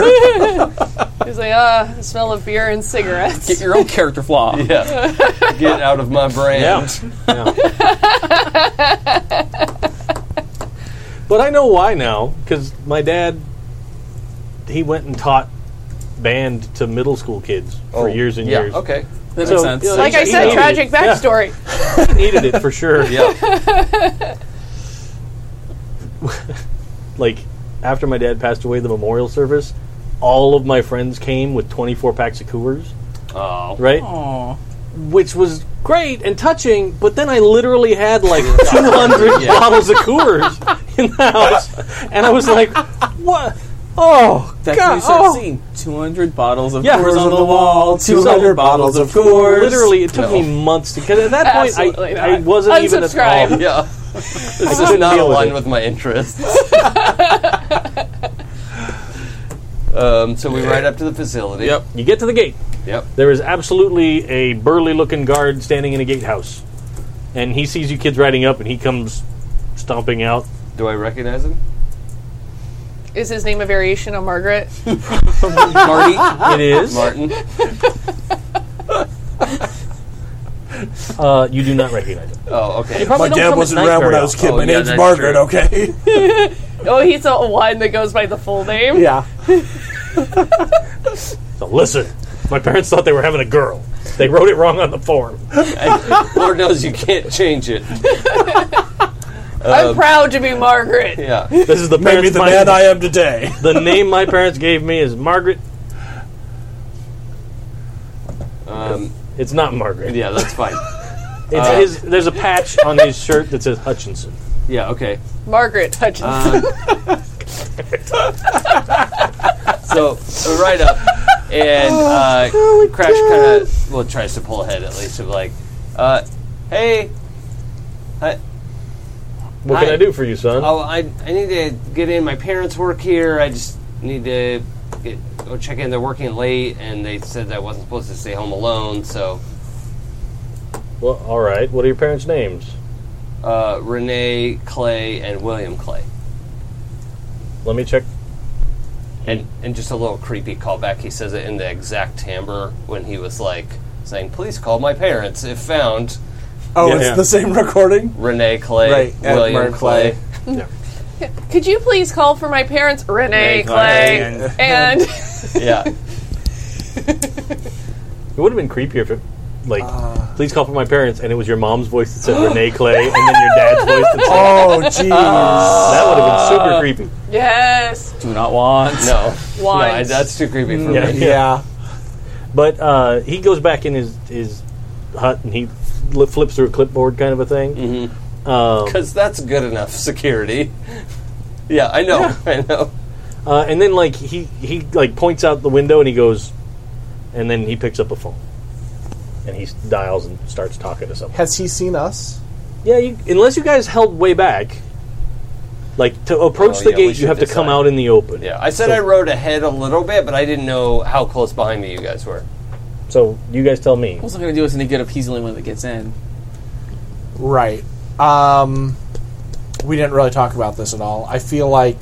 [SPEAKER 3] He's like, ah, the smell of beer and cigarettes.
[SPEAKER 5] Get your own character flaw.
[SPEAKER 2] Yeah. Get out of my brand.
[SPEAKER 4] But I know why now, because my dad, he went and taught band to middle school kids for years and
[SPEAKER 2] Oh, yeah.
[SPEAKER 4] years.
[SPEAKER 2] Okay.
[SPEAKER 5] That
[SPEAKER 4] So,
[SPEAKER 5] makes sense.
[SPEAKER 4] you know,
[SPEAKER 3] like I
[SPEAKER 4] he
[SPEAKER 3] said,
[SPEAKER 4] needed
[SPEAKER 3] tragic
[SPEAKER 4] it. Yeah.
[SPEAKER 3] backstory.
[SPEAKER 4] needed it for sure.
[SPEAKER 2] Yeah.
[SPEAKER 4] Like after my dad passed away, the memorial service, all of my friends came with 24 packs of Coors,
[SPEAKER 2] Oh.
[SPEAKER 4] right? Which was great and touching, but then I literally had like 200 bottles of Coors in the house, and I was like, "What? Oh,
[SPEAKER 5] That's
[SPEAKER 4] God,
[SPEAKER 5] when you start
[SPEAKER 4] oh.
[SPEAKER 5] seeing 200 bottles of
[SPEAKER 4] Yeah.
[SPEAKER 5] Coors on the wall, 200 bottles of Coors.
[SPEAKER 4] Literally, it took me months to because at that point
[SPEAKER 3] Absolutely
[SPEAKER 4] I, I
[SPEAKER 3] not.
[SPEAKER 4] wasn't even at
[SPEAKER 3] Unsubscribe.
[SPEAKER 4] all.
[SPEAKER 2] Yeah. This
[SPEAKER 4] couldn't
[SPEAKER 2] is not
[SPEAKER 4] deal with
[SPEAKER 2] aligned
[SPEAKER 4] it.
[SPEAKER 2] with my interests. um, so we ride up to the facility.
[SPEAKER 5] Yep.
[SPEAKER 4] You get to the gate.
[SPEAKER 2] Yep.
[SPEAKER 4] There is absolutely a burly-looking guard standing in a gatehouse, and he sees you kids riding up, and he comes stomping out.
[SPEAKER 2] Do I recognize him?
[SPEAKER 3] Is his name a variation on Margaret?
[SPEAKER 5] Marty,
[SPEAKER 4] It is.
[SPEAKER 2] Martin.
[SPEAKER 4] Uh, you do not recognize him.
[SPEAKER 2] Oh, okay.
[SPEAKER 1] My dad wasn't around when I was a kid.
[SPEAKER 2] Oh,
[SPEAKER 1] My
[SPEAKER 2] yeah,
[SPEAKER 1] name's
[SPEAKER 2] that's
[SPEAKER 1] Margaret,
[SPEAKER 2] true.
[SPEAKER 1] okay?
[SPEAKER 3] Oh, he's the one that goes by the full name.
[SPEAKER 1] yeah.
[SPEAKER 4] So listen, my parents thought they were having a girl. They wrote it wrong on the form.
[SPEAKER 2] Lord knows you can't change it.
[SPEAKER 3] I'm proud to be Margaret.
[SPEAKER 2] Yeah.
[SPEAKER 4] This is the
[SPEAKER 1] Made
[SPEAKER 4] parents.
[SPEAKER 1] me the
[SPEAKER 4] my-
[SPEAKER 1] man I am today.
[SPEAKER 4] the name my parents gave me is Margaret.
[SPEAKER 2] Um,
[SPEAKER 4] It's not Margaret.
[SPEAKER 2] yeah, Uh, that's fine.
[SPEAKER 4] It's his, there's a patch on his shirt that says Hutchinson.
[SPEAKER 2] Yeah, okay.
[SPEAKER 3] Margaret Hutchinson.
[SPEAKER 2] Uh, So uh, right up, and uh, Crash kind of well tries to pull ahead at least of like, uh, hey,
[SPEAKER 4] What can
[SPEAKER 2] Hi.
[SPEAKER 4] I do for you, son?
[SPEAKER 2] oh, I I need to get in. My parents work here. I just need to get, go check in. They're working late, and they said that I wasn't supposed to stay home alone. So
[SPEAKER 4] Well, all right. What are your parents' names?
[SPEAKER 2] uh, Renee Clay and William Clay,
[SPEAKER 4] Let me check.
[SPEAKER 2] and and just a little creepy callback. He says it in the exact timbre when he was like saying, "Please call my parents if found."
[SPEAKER 1] Oh,
[SPEAKER 4] Yeah,
[SPEAKER 1] it's
[SPEAKER 4] yeah.
[SPEAKER 1] the same recording?
[SPEAKER 2] Renee Clay,
[SPEAKER 1] Right, and
[SPEAKER 2] William
[SPEAKER 1] Martin
[SPEAKER 2] Clay.
[SPEAKER 1] Clay.
[SPEAKER 3] Could you please call for my parents, Renee,
[SPEAKER 2] Renee
[SPEAKER 3] Clay, and
[SPEAKER 2] Yeah.
[SPEAKER 4] It would have been creepier if it, like,
[SPEAKER 2] Uh.
[SPEAKER 4] please call for my parents, and it was your mom's voice that said Renee Clay, and then your dad's voice that said
[SPEAKER 1] Oh, jeez.
[SPEAKER 4] that would
[SPEAKER 2] Uh.
[SPEAKER 4] have been super creepy.
[SPEAKER 3] yes,
[SPEAKER 5] do not want.
[SPEAKER 2] No.
[SPEAKER 3] Why?
[SPEAKER 2] No, I- that's too creepy for
[SPEAKER 4] Yeah.
[SPEAKER 2] me.
[SPEAKER 1] yeah.
[SPEAKER 4] But uh, he goes back in his his hut and he fli flips through a clipboard, kind of a thing.
[SPEAKER 2] Because that's good enough security. Yeah, I know. I know.
[SPEAKER 4] Uh, and then like he he like points out the window and he goes, and then he picks up a phone, and he s- dials and starts talking to someone.
[SPEAKER 1] Has he seen us?
[SPEAKER 4] Yeah, you, unless you guys held way back, like to approach
[SPEAKER 2] Oh,
[SPEAKER 4] the
[SPEAKER 2] yeah, we
[SPEAKER 4] gate, you
[SPEAKER 2] should
[SPEAKER 4] have to come
[SPEAKER 2] decide.
[SPEAKER 4] out in the open.
[SPEAKER 2] Yeah, I said I rode ahead a little bit, but I didn't know how close behind me you guys were.
[SPEAKER 4] So you guys tell me.
[SPEAKER 5] What's it going to do us any good if he's the only one that gets in?
[SPEAKER 1] Right. Um, we didn't really talk about this at all. I feel like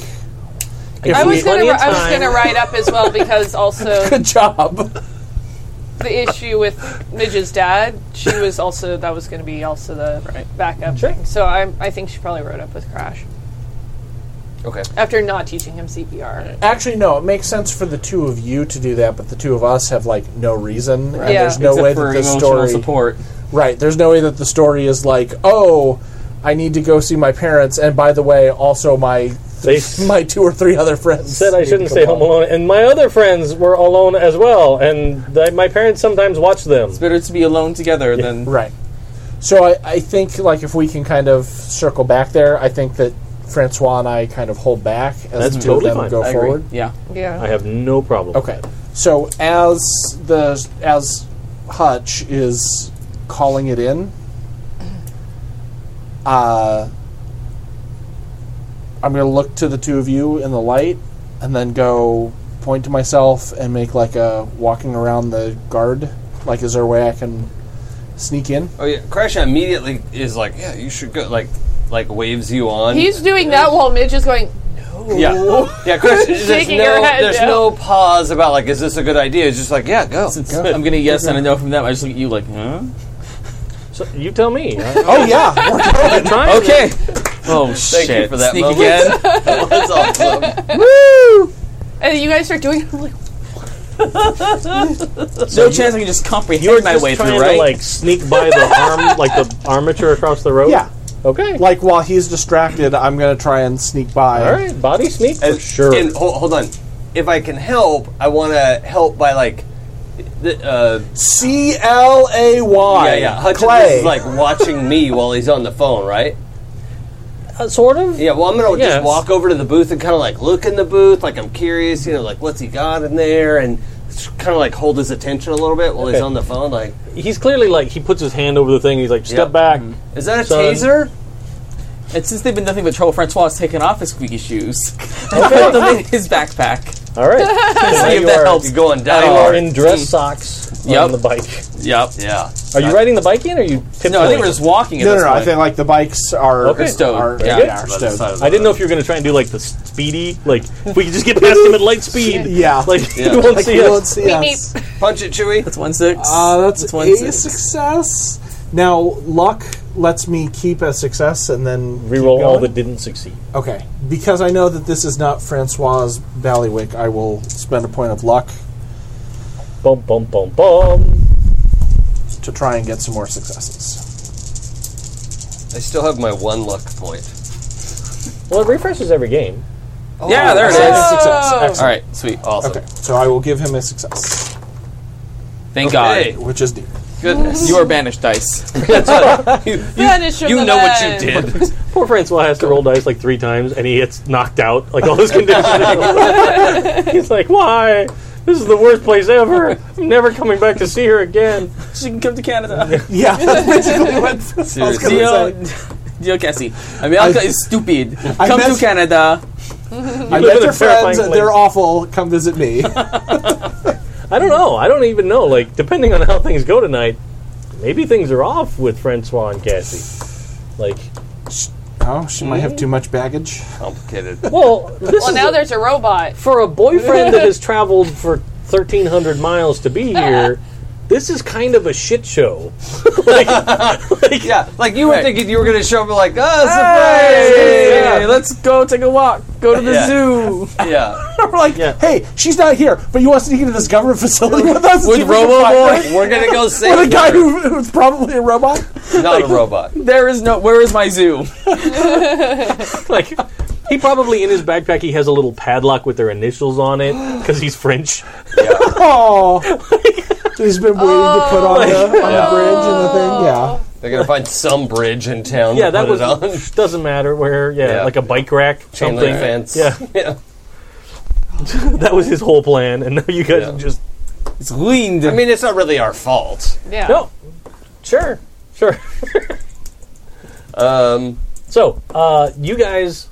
[SPEAKER 1] if
[SPEAKER 3] I was
[SPEAKER 1] we,
[SPEAKER 3] gonna,
[SPEAKER 4] plenty
[SPEAKER 3] ri-
[SPEAKER 4] of
[SPEAKER 3] I was
[SPEAKER 4] time.
[SPEAKER 3] gonna ride up as well because also
[SPEAKER 1] good job.
[SPEAKER 3] the issue with Midge's dad, she was also that was gonna be also the backup thing. So I, I think she probably rode up with Crash
[SPEAKER 2] Okay.
[SPEAKER 3] after not teaching him CPR.
[SPEAKER 1] Actually, no. It makes sense for the two of you to do that, but the two of us have like no reason, and
[SPEAKER 3] Yeah.
[SPEAKER 1] there's no
[SPEAKER 10] Except
[SPEAKER 1] way
[SPEAKER 10] for
[SPEAKER 1] that the
[SPEAKER 10] emotional
[SPEAKER 1] story.
[SPEAKER 10] support.
[SPEAKER 1] Right. There's no way that the story is like, oh, I need to go see my parents, and by the way, also my
[SPEAKER 4] They s-
[SPEAKER 1] my two or three other friends
[SPEAKER 4] said I
[SPEAKER 1] need to
[SPEAKER 4] shouldn't
[SPEAKER 1] come
[SPEAKER 4] stay home alone, and my other friends were alone as well, and th- my parents sometimes watch them.
[SPEAKER 5] Better to be alone together than
[SPEAKER 1] Right. So I, I think like if we can kind of circle back there, I think that Francois and I kind of hold back as
[SPEAKER 4] That's
[SPEAKER 1] the two
[SPEAKER 4] totally
[SPEAKER 1] of them
[SPEAKER 4] fine.
[SPEAKER 1] go
[SPEAKER 5] I agree.
[SPEAKER 1] forward.
[SPEAKER 5] Yeah.
[SPEAKER 4] I have no problem. with
[SPEAKER 1] Okay. So as the as Hutch is calling it in, uh, I'm gonna look to the two of you in the light, and then go point to myself and make like a walking around the guard. Like, is there a way I can sneak in?
[SPEAKER 2] Oh yeah, Crash immediately is like, yeah, you should go. Like, like waves you on.
[SPEAKER 3] He's doing that while Midge is going.
[SPEAKER 2] yeah, yeah. Crash, there's
[SPEAKER 3] Shaking her
[SPEAKER 2] no,
[SPEAKER 3] head,
[SPEAKER 2] there's
[SPEAKER 3] yeah.
[SPEAKER 2] no pause about like, is this a good idea? It's just like, yeah, go.
[SPEAKER 5] Since I'm going to yes and a no from them, I just look at you like, huh?
[SPEAKER 4] it. So you tell me. I-
[SPEAKER 1] Oh yeah, we're going.
[SPEAKER 4] I'm trying.
[SPEAKER 5] Okay. oh,
[SPEAKER 2] Thank
[SPEAKER 5] shit.
[SPEAKER 2] you for that
[SPEAKER 5] Sneak
[SPEAKER 2] moment.
[SPEAKER 5] again.
[SPEAKER 2] that was awesome.
[SPEAKER 3] And you guys start doing. it, I'm like,
[SPEAKER 5] no chance I can just comprehend
[SPEAKER 4] You're
[SPEAKER 5] my
[SPEAKER 4] just
[SPEAKER 5] way
[SPEAKER 4] trying
[SPEAKER 5] through, right?
[SPEAKER 4] to like sneak by the arm, like the armature across the road.
[SPEAKER 1] yeah.
[SPEAKER 4] Okay.
[SPEAKER 1] Like while he's distracted, I'm gonna try and sneak by.
[SPEAKER 4] All right. Body sneak for
[SPEAKER 2] And-
[SPEAKER 4] sure.
[SPEAKER 2] And hold, hold on, if I can help, I want to help by like. The, uh,
[SPEAKER 1] C L A Y.
[SPEAKER 2] yeah, yeah. Hutchins
[SPEAKER 1] Clay.
[SPEAKER 2] is like watching me while he's on the phone, right?
[SPEAKER 4] Uh, sort of.
[SPEAKER 2] Yeah, well, I'm gonna
[SPEAKER 4] Yes.
[SPEAKER 2] just walk over to the booth and kind of like look in the booth, like I'm curious, you know, like what's he got in there, and kind of like hold his attention a little bit while he's
[SPEAKER 4] Okay.
[SPEAKER 2] on the phone. Like,
[SPEAKER 4] He's clearly like he puts his hand over the thing. He's like, step
[SPEAKER 2] Yep.
[SPEAKER 4] back.
[SPEAKER 5] Mm-hmm.
[SPEAKER 2] is that a
[SPEAKER 4] Son.
[SPEAKER 2] taser?
[SPEAKER 5] And since they've been nothing but trouble, Francois has taken off his squeaky shoes and put them in his backpack.
[SPEAKER 4] All right. So
[SPEAKER 5] See
[SPEAKER 4] now
[SPEAKER 5] if
[SPEAKER 4] you
[SPEAKER 5] that
[SPEAKER 4] are-
[SPEAKER 5] helps. Mm.
[SPEAKER 2] You're going down.
[SPEAKER 4] You are in dress socks
[SPEAKER 5] Yep.
[SPEAKER 4] on the bike.
[SPEAKER 5] Yep.
[SPEAKER 2] yeah.
[SPEAKER 4] Are you riding the bike in? Or are you?
[SPEAKER 5] No, I
[SPEAKER 4] tiptoeing?
[SPEAKER 5] think we're just walking at
[SPEAKER 1] no, no,
[SPEAKER 5] this
[SPEAKER 1] no. I
[SPEAKER 5] point.
[SPEAKER 1] think like the bikes are
[SPEAKER 4] Okay.
[SPEAKER 5] Stowed.
[SPEAKER 1] Are,
[SPEAKER 5] Yeah.
[SPEAKER 1] yeah,
[SPEAKER 4] Good.
[SPEAKER 1] are stowed.
[SPEAKER 4] I didn't know if you were going to try and do like the s- speedy, like if we could just get past him at light speed.
[SPEAKER 1] Yeah.
[SPEAKER 4] Like
[SPEAKER 2] Yeah.
[SPEAKER 4] you won't
[SPEAKER 1] Like,
[SPEAKER 4] see
[SPEAKER 1] you won't
[SPEAKER 4] us.
[SPEAKER 1] see
[SPEAKER 3] Meep,
[SPEAKER 1] us.
[SPEAKER 2] Punch it, Chewy.
[SPEAKER 5] That's one six.
[SPEAKER 1] Uh, that's
[SPEAKER 5] That's one
[SPEAKER 1] a
[SPEAKER 5] six.
[SPEAKER 1] success. Now luck lets me keep a success and then keep
[SPEAKER 4] Reroll all
[SPEAKER 1] going.
[SPEAKER 4] that didn't succeed.
[SPEAKER 1] Okay, because I know that this is not Francois's ballywick, I will spend a point of luck
[SPEAKER 4] Bum bum bum bum.
[SPEAKER 1] to try and get some more successes.
[SPEAKER 2] I still have my one luck point.
[SPEAKER 4] Well, it refreshes every game.
[SPEAKER 5] yeah, there it
[SPEAKER 1] Second
[SPEAKER 5] is.
[SPEAKER 1] Success. Excellent.
[SPEAKER 5] All right, sweet. Awesome.
[SPEAKER 1] Okay, so I will give him a success,
[SPEAKER 5] Thank
[SPEAKER 2] Okay.
[SPEAKER 5] God.
[SPEAKER 1] which is deep.
[SPEAKER 2] Goodness,
[SPEAKER 5] You are banished dice.
[SPEAKER 3] Banish him
[SPEAKER 2] you
[SPEAKER 3] to
[SPEAKER 2] know what you
[SPEAKER 3] land."
[SPEAKER 2] did.
[SPEAKER 4] Poor Francois has to roll dice like three times, and he gets knocked out. Like all his conditions. He's like, why? This is the worst place ever. I'm never coming back to see her again.
[SPEAKER 5] She can come to Canada.
[SPEAKER 1] Yeah, that's basically what Francois was
[SPEAKER 2] Seriously.
[SPEAKER 1] going
[SPEAKER 5] Dear,
[SPEAKER 1] to say.
[SPEAKER 5] dear Cassie, America is stupid.
[SPEAKER 1] I
[SPEAKER 5] Come to
[SPEAKER 1] mess-
[SPEAKER 5] Canada.
[SPEAKER 1] I
[SPEAKER 4] live in
[SPEAKER 1] met
[SPEAKER 4] a
[SPEAKER 1] your
[SPEAKER 4] terrifying
[SPEAKER 1] friends;
[SPEAKER 4] place.
[SPEAKER 1] they're awful. Come visit me.
[SPEAKER 4] I don't know. I don't even know. Like depending on how things go tonight, maybe things are off with Francois and Cassie. Like,
[SPEAKER 1] oh, she might have too much baggage.
[SPEAKER 2] Complicated.
[SPEAKER 4] well, this
[SPEAKER 3] Well,
[SPEAKER 4] is
[SPEAKER 3] now there's a robot.
[SPEAKER 4] for a boyfriend that has traveled for 1300 miles to be here this is kind of a shit show like, like,
[SPEAKER 2] Yeah, like you were
[SPEAKER 5] Right.
[SPEAKER 2] thinking you were gonna show up like, oh, surprise!
[SPEAKER 5] Hey,
[SPEAKER 4] Yeah.
[SPEAKER 5] let's go take a walk. Go to the
[SPEAKER 2] Yeah.
[SPEAKER 5] zoo.
[SPEAKER 2] Yeah,
[SPEAKER 1] We're like,
[SPEAKER 4] Yeah.
[SPEAKER 1] hey, she's not here, but you want to sneak into this government facility with us?
[SPEAKER 5] With Robo Boy.
[SPEAKER 2] we're gonna go save
[SPEAKER 1] With a guy
[SPEAKER 2] her.
[SPEAKER 1] who, who's probably a robot?
[SPEAKER 2] not a robot.
[SPEAKER 5] There is no. Where is my zoo?
[SPEAKER 4] like he probably in his backpack he has a little padlock with their initials on it because he's french
[SPEAKER 1] Oh. He's been waiting to put on, the, on the bridge and the thing. Yeah.
[SPEAKER 2] They're gonna find some bridge in town.
[SPEAKER 4] yeah,
[SPEAKER 2] to
[SPEAKER 4] that
[SPEAKER 2] put
[SPEAKER 4] was
[SPEAKER 2] it on.
[SPEAKER 4] doesn't matter where. Yeah,
[SPEAKER 2] Yeah.
[SPEAKER 4] like a bike rack,
[SPEAKER 2] chain
[SPEAKER 4] something.
[SPEAKER 2] link fence.
[SPEAKER 4] Yeah,
[SPEAKER 2] yeah.
[SPEAKER 4] that was his whole plan, and now you guys
[SPEAKER 2] Yeah.
[SPEAKER 4] just
[SPEAKER 5] It's ruined.
[SPEAKER 2] I mean, it's not really our fault.
[SPEAKER 3] Yeah.
[SPEAKER 4] no. Sure, sure.
[SPEAKER 2] Um,
[SPEAKER 4] So, uh, you guys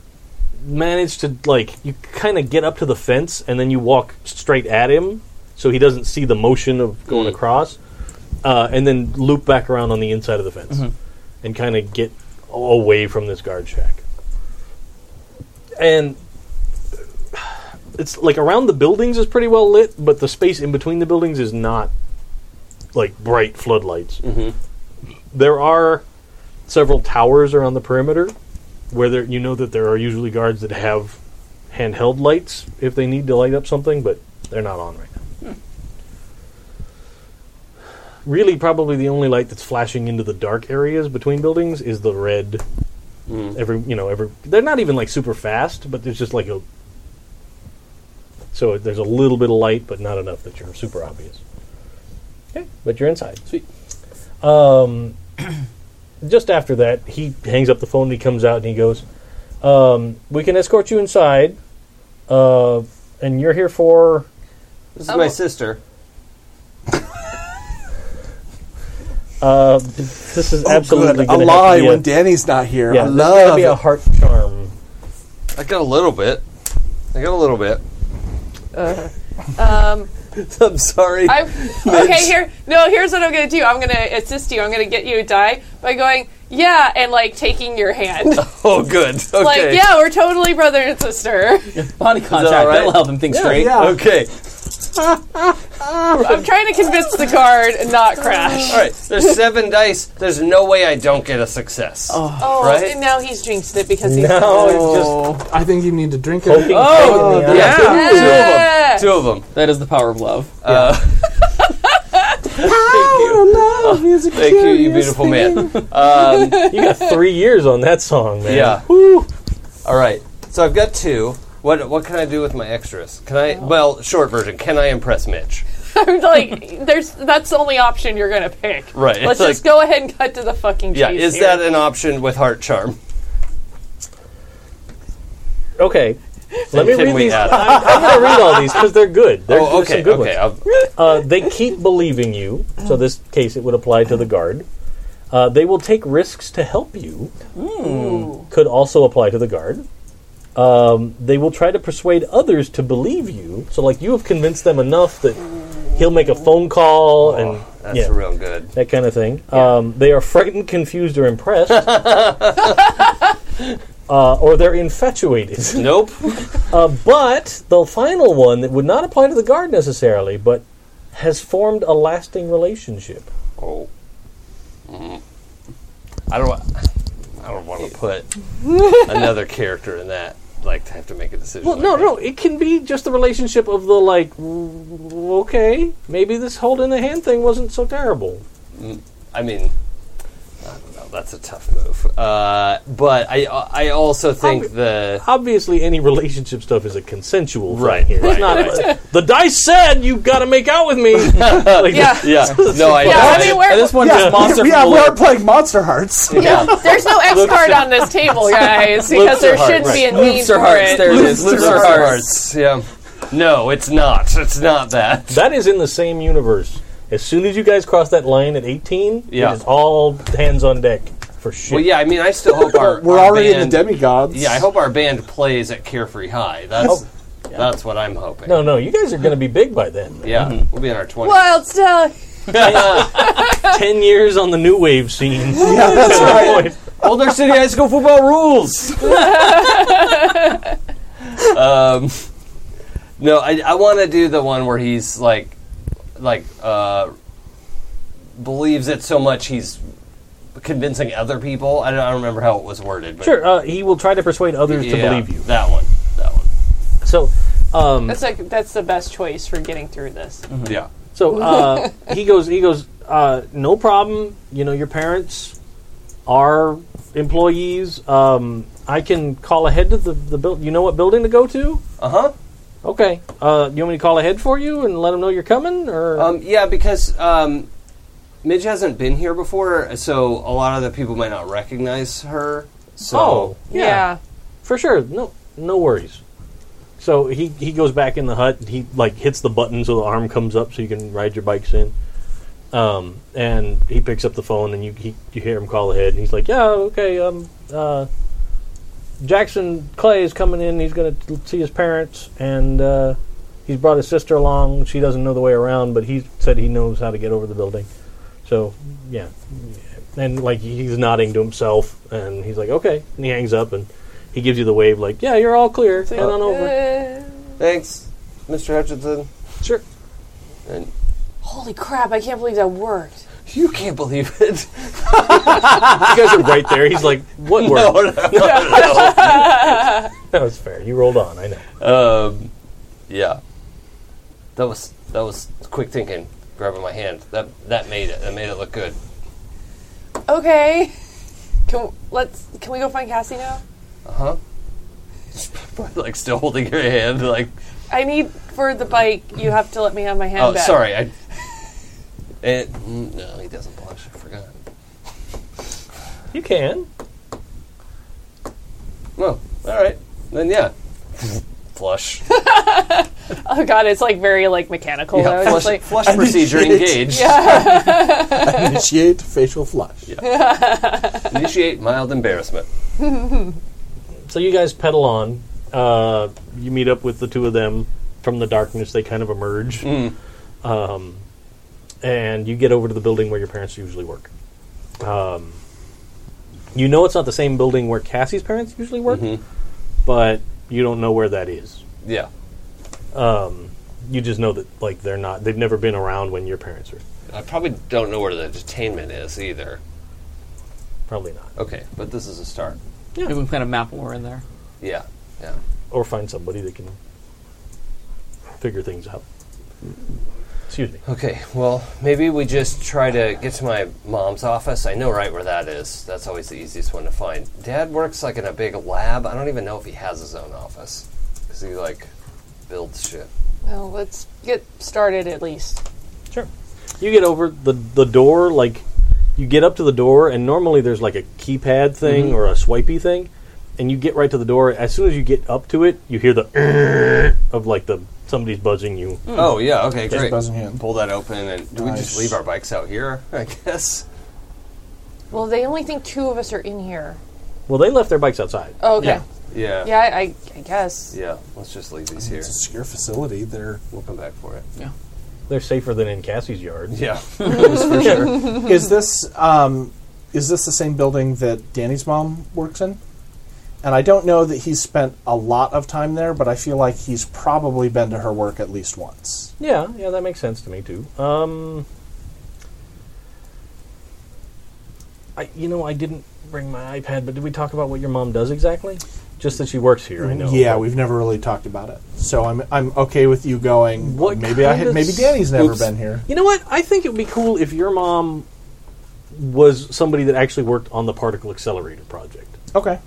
[SPEAKER 4] manage to like you kind of get up to the fence, and then you walk straight at him, so he doesn't see the motion of going
[SPEAKER 2] Mm.
[SPEAKER 4] across, uh, and then loop back around on the inside of the fence, and kind of get a- away from this guard shack. And it's like around the buildings is pretty well lit, but the space in between the buildings is not like bright floodlights. There are several towers around the perimeter where there, you know that there are usually guards that have handheld lights if they need to light up something, but they're not on right now. Really, probably the only light that's flashing into the dark areas between buildings is the red. Every you know, every they're not even like super fast, but there's just like a so there's a little bit of light, but not enough that you're super obvious. Okay, but you're inside. Sweet. Um, just after that, he hangs up the phone and he comes out and he goes, um, "We can escort you inside, uh, and you're here for
[SPEAKER 2] this is my sister.
[SPEAKER 4] uh, this is
[SPEAKER 1] Oh,
[SPEAKER 4] absolutely
[SPEAKER 1] good. a
[SPEAKER 4] gonna have
[SPEAKER 1] lie
[SPEAKER 4] to be a-
[SPEAKER 1] when Danny's not here.
[SPEAKER 4] yeah,
[SPEAKER 1] I
[SPEAKER 4] this is gonna
[SPEAKER 1] love
[SPEAKER 4] be
[SPEAKER 1] it.
[SPEAKER 4] a heart charm.
[SPEAKER 2] I got a little bit. I got a little bit.
[SPEAKER 3] Um,
[SPEAKER 2] I'm sorry.
[SPEAKER 3] I okay. Here, no. Here's what I'm gonna do. I'm gonna assist you. I'm gonna get you to die by going, yeah, and like taking your hand.
[SPEAKER 2] oh, good. Okay.
[SPEAKER 3] Like, yeah, we're totally brother and sister.
[SPEAKER 5] Body contact.
[SPEAKER 2] right?
[SPEAKER 5] That'll help him think straight.
[SPEAKER 1] yeah.
[SPEAKER 2] Okay.
[SPEAKER 3] I'm trying to convince the guard, and not Crash.
[SPEAKER 2] All right. There's seven dice. There's no way I don't get a success.
[SPEAKER 3] Oh,
[SPEAKER 2] Right?
[SPEAKER 3] and now he's jinxed it because he's
[SPEAKER 4] No,
[SPEAKER 1] Oh, I think you need to drink
[SPEAKER 4] it's
[SPEAKER 1] it.
[SPEAKER 4] just oh,
[SPEAKER 1] yeah.
[SPEAKER 2] Yeah.
[SPEAKER 3] Yeah.
[SPEAKER 2] Two of them.
[SPEAKER 5] That is the power of love.
[SPEAKER 2] Thank you. Thank you, you beautiful man.
[SPEAKER 4] you got three years on that song, man.
[SPEAKER 2] Yeah. All right. So I've got two. What what can I do with my extras? Can I? Well, short version. Can I impress Mitch?
[SPEAKER 3] I'm like, there's that's the only option you're gonna pick.
[SPEAKER 2] Right,
[SPEAKER 3] Let's
[SPEAKER 2] it's
[SPEAKER 3] just go ahead and cut to the fucking chase.
[SPEAKER 2] Yeah. Is
[SPEAKER 3] here.
[SPEAKER 2] that an option with heart charm?
[SPEAKER 4] Okay, let me
[SPEAKER 2] Can
[SPEAKER 4] read
[SPEAKER 2] we
[SPEAKER 4] these.
[SPEAKER 2] add-
[SPEAKER 4] I, I'm gonna read all these because they're good. They're,
[SPEAKER 2] Oh,
[SPEAKER 4] there's
[SPEAKER 2] okay.
[SPEAKER 4] some good
[SPEAKER 2] Okay.
[SPEAKER 4] ones.
[SPEAKER 2] I've-
[SPEAKER 4] Uh, they keep believing you, so this case it would apply to the guard. Uh, they will take risks to help you. Could also apply to the guard. Um, they will try to persuade others to believe you. So, like, you have convinced them enough that he'll make a phone call and
[SPEAKER 2] That's
[SPEAKER 4] yeah,
[SPEAKER 2] real good.
[SPEAKER 4] that kind of thing. Um, they are frightened, confused, or impressed, uh, or they're infatuated.
[SPEAKER 2] Nope.
[SPEAKER 4] Uh, but the final one that would not apply to the guard necessarily, but has formed a lasting relationship.
[SPEAKER 2] Oh. Mm. I don't. wa- I don't want to put another character in that. Like to have to make a decision.
[SPEAKER 4] Well,
[SPEAKER 2] like
[SPEAKER 4] no,
[SPEAKER 2] that.
[SPEAKER 4] no, it can be just the relationship of the like. w- Okay, maybe this holding the hand thing wasn't so terrible.
[SPEAKER 2] I mean, I don't know. That's a tough move. Uh, but I, I also think the
[SPEAKER 4] Obviously, any relationship stuff is a consensual thing
[SPEAKER 2] Right,
[SPEAKER 4] here. It's
[SPEAKER 2] right,
[SPEAKER 4] not
[SPEAKER 2] right.
[SPEAKER 4] like, the dice said you got to make out with me. Like,
[SPEAKER 3] Yeah.
[SPEAKER 2] yeah. No, I.
[SPEAKER 3] Yeah, I mean,
[SPEAKER 5] At
[SPEAKER 3] we're,
[SPEAKER 5] this one,
[SPEAKER 1] Yeah,
[SPEAKER 5] just monster.
[SPEAKER 1] yeah,
[SPEAKER 5] from the
[SPEAKER 1] we're
[SPEAKER 5] Lord.
[SPEAKER 1] playing Monster Hearts.
[SPEAKER 3] there's no X card on this table, guys, because there should be a need
[SPEAKER 5] Loops or
[SPEAKER 3] for
[SPEAKER 5] hearts.
[SPEAKER 3] it.
[SPEAKER 5] There it is.
[SPEAKER 2] Lips
[SPEAKER 5] Loops or
[SPEAKER 2] are
[SPEAKER 5] hearts.
[SPEAKER 2] hearts. Yeah. No, it's not. It's not that.
[SPEAKER 4] that is in the same universe. As soon as you guys cross that line at eighteen,
[SPEAKER 2] Yeah.
[SPEAKER 4] it is all hands on deck for shit.
[SPEAKER 2] Well, yeah. I mean, I still hope our
[SPEAKER 1] We're
[SPEAKER 2] our
[SPEAKER 1] already in
[SPEAKER 2] band-
[SPEAKER 1] the demigods.
[SPEAKER 2] Yeah, I hope our band plays at Carefree High. That's that's what I'm hoping.
[SPEAKER 4] No, no, you guys are going to be big by then.
[SPEAKER 2] Yeah, we'll be in our twenties.
[SPEAKER 3] Wild stuff.
[SPEAKER 4] Ten years on the new wave scene.
[SPEAKER 1] Yeah, that's right.
[SPEAKER 2] Boulder City High School football rules. um, no, I, I want to do the one where he's like, like uh, believes it so much he's convincing other people. I don't, I don't remember how it was worded. But
[SPEAKER 4] Sure, uh, he will try to persuade others to
[SPEAKER 2] Yeah,
[SPEAKER 4] believe you.
[SPEAKER 2] That one. That one.
[SPEAKER 4] So, um,
[SPEAKER 3] That's like that's the best choice for getting through this.
[SPEAKER 4] Mm-hmm.
[SPEAKER 2] Yeah.
[SPEAKER 4] so uh, he goes. He goes. Uh, no problem. You know, your parents are employees. Um, I can call ahead to the the build. You know what building to go to?
[SPEAKER 2] Uh huh.
[SPEAKER 4] Okay. Uh, you want me to call ahead for you and let them know you're coming, or
[SPEAKER 2] Um, yeah, because um, Midge hasn't been here before, so a lot of the people might not recognize her. So
[SPEAKER 4] Oh,
[SPEAKER 3] Yeah.
[SPEAKER 4] for sure. No, no worries. So he, he goes back in the hut. He like hits the button so the arm comes up so you can ride your bikes in. Um, and he picks up the phone and you he, you hear him call ahead and he's like, yeah, okay, um, uh, Jackson Clay is coming in. He's gonna t- see his parents and uh, he's brought his sister along. She doesn't know the way around, but he said he knows how to get over the building. So yeah, and like he's nodding to himself and he's like, okay, and he hangs up and he gives you the wave like, yeah, you're all clear. Head on over.
[SPEAKER 2] thanks, Mr. Hutchinson.
[SPEAKER 4] Sure.
[SPEAKER 2] And
[SPEAKER 9] Holy crap, I can't believe that worked.
[SPEAKER 2] you can't believe it.
[SPEAKER 4] You guys are right there. He's like, what
[SPEAKER 2] No,
[SPEAKER 4] worked?
[SPEAKER 2] no, no, no.
[SPEAKER 4] That was fair. You rolled on. I know.
[SPEAKER 2] Um, yeah, that was that was quick thinking. Grabbing my hand that that made it that made it look good.
[SPEAKER 9] Okay. Can let's can we go find Cassie now?
[SPEAKER 2] Uh huh. like still holding your hand. Like
[SPEAKER 9] I need for the bike. You have to let me have my hand
[SPEAKER 2] oh
[SPEAKER 9] back.
[SPEAKER 2] sorry. I, it, mm, no, he doesn't blush. I forgot.
[SPEAKER 4] You can.
[SPEAKER 2] Well, all right then. Yeah, flush.
[SPEAKER 3] Oh god, it's like very like mechanical
[SPEAKER 2] Yeah,
[SPEAKER 3] though.
[SPEAKER 2] flush,
[SPEAKER 3] It's like
[SPEAKER 2] flush procedure
[SPEAKER 1] Initiate.
[SPEAKER 2] engaged.
[SPEAKER 1] Initiate facial flush.
[SPEAKER 2] Initiate mild embarrassment.
[SPEAKER 4] So you guys pedal on. Uh, you meet up with the two of them from the darkness. They kind of emerge, um, and you get over to the building where your parents usually work. Um, you know it's not the same building where Cassie's parents usually work, but you don't know where that is.
[SPEAKER 2] Yeah.
[SPEAKER 4] You just know that like they're not. They've never been around when your parents are.
[SPEAKER 2] I probably don't know where the detainment is either.
[SPEAKER 4] Probably not.
[SPEAKER 2] Okay, but this is a start.
[SPEAKER 5] Maybe we can plant a map when we're in there.
[SPEAKER 2] Yeah, yeah.
[SPEAKER 4] or find somebody that can figure things out. Excuse me.
[SPEAKER 2] Okay, well, maybe we just try to get to my mom's office. I know right where that is. That's always the easiest one to find. Dad works like in a big lab. I don't even know if he has his own office because he like builds shit.
[SPEAKER 3] well, let's get started at least.
[SPEAKER 4] You get over the the door, like you get up to the door, and normally there's like a keypad thing or a swipey thing, and you get right to the door. As soon as you get up to it, you hear the of like the somebody's buzzing you.
[SPEAKER 2] Oh yeah, okay, great.
[SPEAKER 1] buzzing in.
[SPEAKER 2] Pull that open, and do we just
[SPEAKER 1] Nice.
[SPEAKER 2] leave our bikes out here? I guess.
[SPEAKER 9] Well, they only think two of us are in here.
[SPEAKER 4] Well, they left their bikes outside.
[SPEAKER 9] Oh, okay.
[SPEAKER 4] Yeah.
[SPEAKER 9] Yeah,
[SPEAKER 2] Yeah.
[SPEAKER 9] I, I, I guess.
[SPEAKER 2] Yeah, Let's just leave these here.
[SPEAKER 1] It's a secure facility. There
[SPEAKER 2] We'll come back for it.
[SPEAKER 4] They're safer than in Cassie's yard.
[SPEAKER 2] Yeah.
[SPEAKER 1] is this. Um, is this the same building that Danny's mom works in? And I don't know that he's spent a lot of time there, but I feel like he's probably been to her work at least once.
[SPEAKER 4] Yeah, yeah, that makes sense to me too. Um, I, you know, I didn't bring my iPad, but did we talk about what your mom does exactly? Just that she works here, I know.
[SPEAKER 1] Yeah, we've never really talked about it, so I'm I'm okay with you going.
[SPEAKER 4] What
[SPEAKER 1] maybe I
[SPEAKER 4] kind
[SPEAKER 1] had,
[SPEAKER 4] of
[SPEAKER 1] maybe
[SPEAKER 4] s-
[SPEAKER 1] Danny's never
[SPEAKER 4] Oops.
[SPEAKER 1] been here.
[SPEAKER 4] You know what? I think it would be cool if your mom was somebody that actually worked on the particle accelerator project.
[SPEAKER 1] Okay,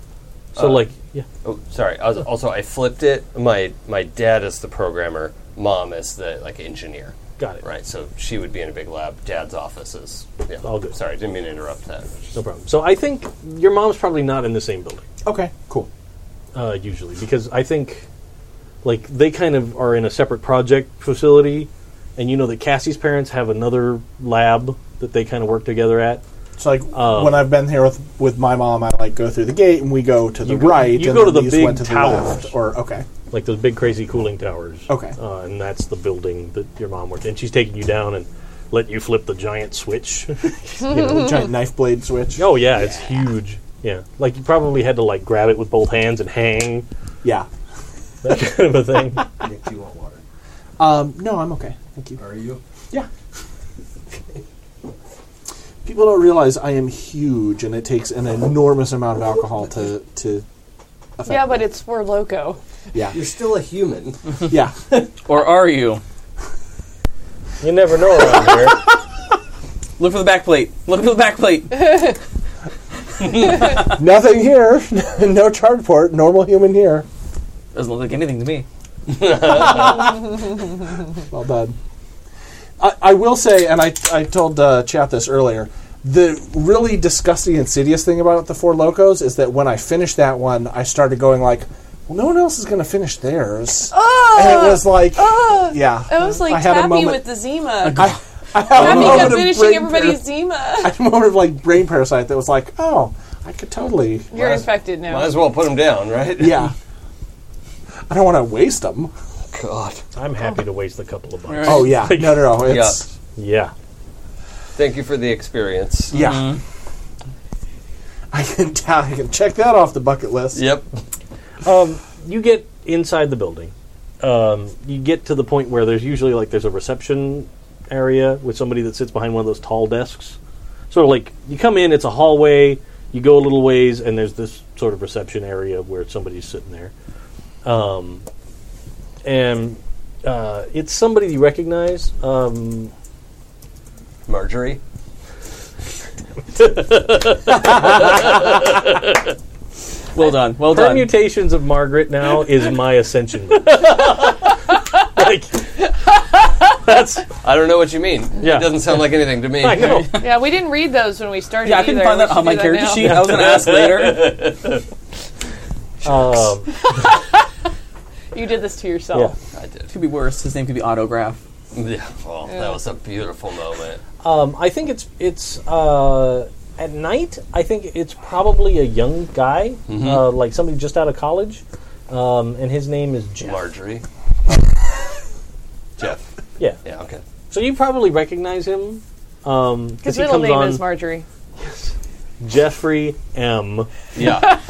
[SPEAKER 4] So,
[SPEAKER 1] Uh.
[SPEAKER 4] like, yeah,
[SPEAKER 2] Oh, sorry. I was, also, I flipped it. My my dad is the programmer. Mom is the like engineer.
[SPEAKER 4] got it.
[SPEAKER 2] Right. So she would be in a big lab. Dad's office is. Yeah.
[SPEAKER 4] All good.
[SPEAKER 2] Sorry, didn't mean to interrupt that.
[SPEAKER 4] No problem. So, I think your mom's probably not in the same building.
[SPEAKER 1] okay, cool.
[SPEAKER 4] uh, usually because I think like they kind of are in a separate project facility, and you know that Cassie's parents have another lab that they kind of work together at.
[SPEAKER 1] It's like
[SPEAKER 4] Um,
[SPEAKER 1] when I've been here with with my mom, I like go through the gate and we go to the
[SPEAKER 4] You go-
[SPEAKER 1] right.
[SPEAKER 4] you
[SPEAKER 1] and
[SPEAKER 4] go to
[SPEAKER 1] then
[SPEAKER 4] the
[SPEAKER 1] these
[SPEAKER 4] big
[SPEAKER 1] went to
[SPEAKER 4] towers.
[SPEAKER 1] The left, or okay,
[SPEAKER 4] like those big crazy cooling towers.
[SPEAKER 1] Okay.
[SPEAKER 4] Uh, and that's the building that your mom worked, and she's taking you down and letting you flip the giant switch. You know?
[SPEAKER 1] giant knife blade switch.
[SPEAKER 4] oh yeah, it's huge. Yeah, like you probably had to like grab it with both hands and hang
[SPEAKER 1] yeah.
[SPEAKER 4] that kind of a thing.
[SPEAKER 13] Nick, do you want water?
[SPEAKER 1] Um, no, I'm okay. Thank you.
[SPEAKER 13] Are you?
[SPEAKER 1] Yeah. People don't realize I am huge, and it takes an enormous amount of alcohol to to. affect
[SPEAKER 3] Yeah, but
[SPEAKER 1] me.
[SPEAKER 3] it's we're loco.
[SPEAKER 1] yeah,
[SPEAKER 2] still a human.
[SPEAKER 1] yeah.
[SPEAKER 5] Or are you?
[SPEAKER 4] You never know around here.
[SPEAKER 5] Look for the back plate. Look for the back plate.
[SPEAKER 1] Nothing here. no charge port. Normal human here.
[SPEAKER 5] Doesn't look like anything to me.
[SPEAKER 1] Well done. I, I will say, and I, I told uh, chat this earlier. The really disgusting, insidious thing about the Four Locos is that when I finished that one, I started going like, "Well, no one else is going to finish theirs," and it was like, "Yeah."
[SPEAKER 3] Uh, I was like,
[SPEAKER 1] I had a
[SPEAKER 3] Tappy
[SPEAKER 1] moment.
[SPEAKER 3] with the Zima.
[SPEAKER 1] I, I had a
[SPEAKER 3] Tappy
[SPEAKER 1] moment
[SPEAKER 3] kept
[SPEAKER 1] of
[SPEAKER 3] finishing
[SPEAKER 1] brain
[SPEAKER 3] everybody's
[SPEAKER 1] par-
[SPEAKER 3] Zima.
[SPEAKER 1] I had a moment of like brain parasite that was like, "Oh, I could totally."
[SPEAKER 3] You're
[SPEAKER 2] Might as-
[SPEAKER 3] infected now.
[SPEAKER 2] Might as well put him down, right?
[SPEAKER 1] Yeah. I don't want to waste them.
[SPEAKER 2] God.
[SPEAKER 4] I'm happy to waste a couple of bucks.
[SPEAKER 1] Oh yeah, no, no, no. It's
[SPEAKER 4] Yeah.
[SPEAKER 2] Thank you for the experience.
[SPEAKER 1] yeah. I can t- I can check that off the bucket list.
[SPEAKER 2] Yep.
[SPEAKER 4] Um, you get inside the building. Um, you get to the point where there's usually like there's a reception area with somebody that sits behind one of those tall desks. Sort of like you come in, it's a hallway. You go a little ways, and there's this sort of reception area where somebody's sitting there. Um, and uh, it's somebody you recognize. Um,
[SPEAKER 2] Marjorie.
[SPEAKER 5] Well done. Well done.
[SPEAKER 4] Permutations of Margaret now is my ascension. move. like, that's
[SPEAKER 2] I don't know what you mean.
[SPEAKER 4] Yeah.
[SPEAKER 2] It doesn't sound like anything to me.
[SPEAKER 4] I know.
[SPEAKER 3] yeah, we didn't read those when we started.
[SPEAKER 5] yeah, I couldn't
[SPEAKER 3] either.
[SPEAKER 5] find
[SPEAKER 3] We should
[SPEAKER 5] that on my
[SPEAKER 3] do
[SPEAKER 5] character
[SPEAKER 3] now.
[SPEAKER 5] sheet. I was going to ask later.
[SPEAKER 4] Um,
[SPEAKER 3] You did this to
[SPEAKER 4] yeah.
[SPEAKER 3] yourself.
[SPEAKER 2] I did.
[SPEAKER 5] could be worse. His name could be Autograph.
[SPEAKER 2] Yeah. Well, that was a beautiful moment.
[SPEAKER 4] Um, I think it's it's uh, at night. I think it's probably a young guy, uh, like somebody just out of college, um, and his name is Jeff.
[SPEAKER 2] Marjorie. Jeff.
[SPEAKER 4] Yeah.
[SPEAKER 2] Yeah, okay.
[SPEAKER 4] So you probably recognize him because
[SPEAKER 3] His
[SPEAKER 4] he
[SPEAKER 3] middle
[SPEAKER 4] comes
[SPEAKER 3] name
[SPEAKER 4] on
[SPEAKER 3] is Marjorie.
[SPEAKER 4] Jeffrey M.
[SPEAKER 2] Yeah.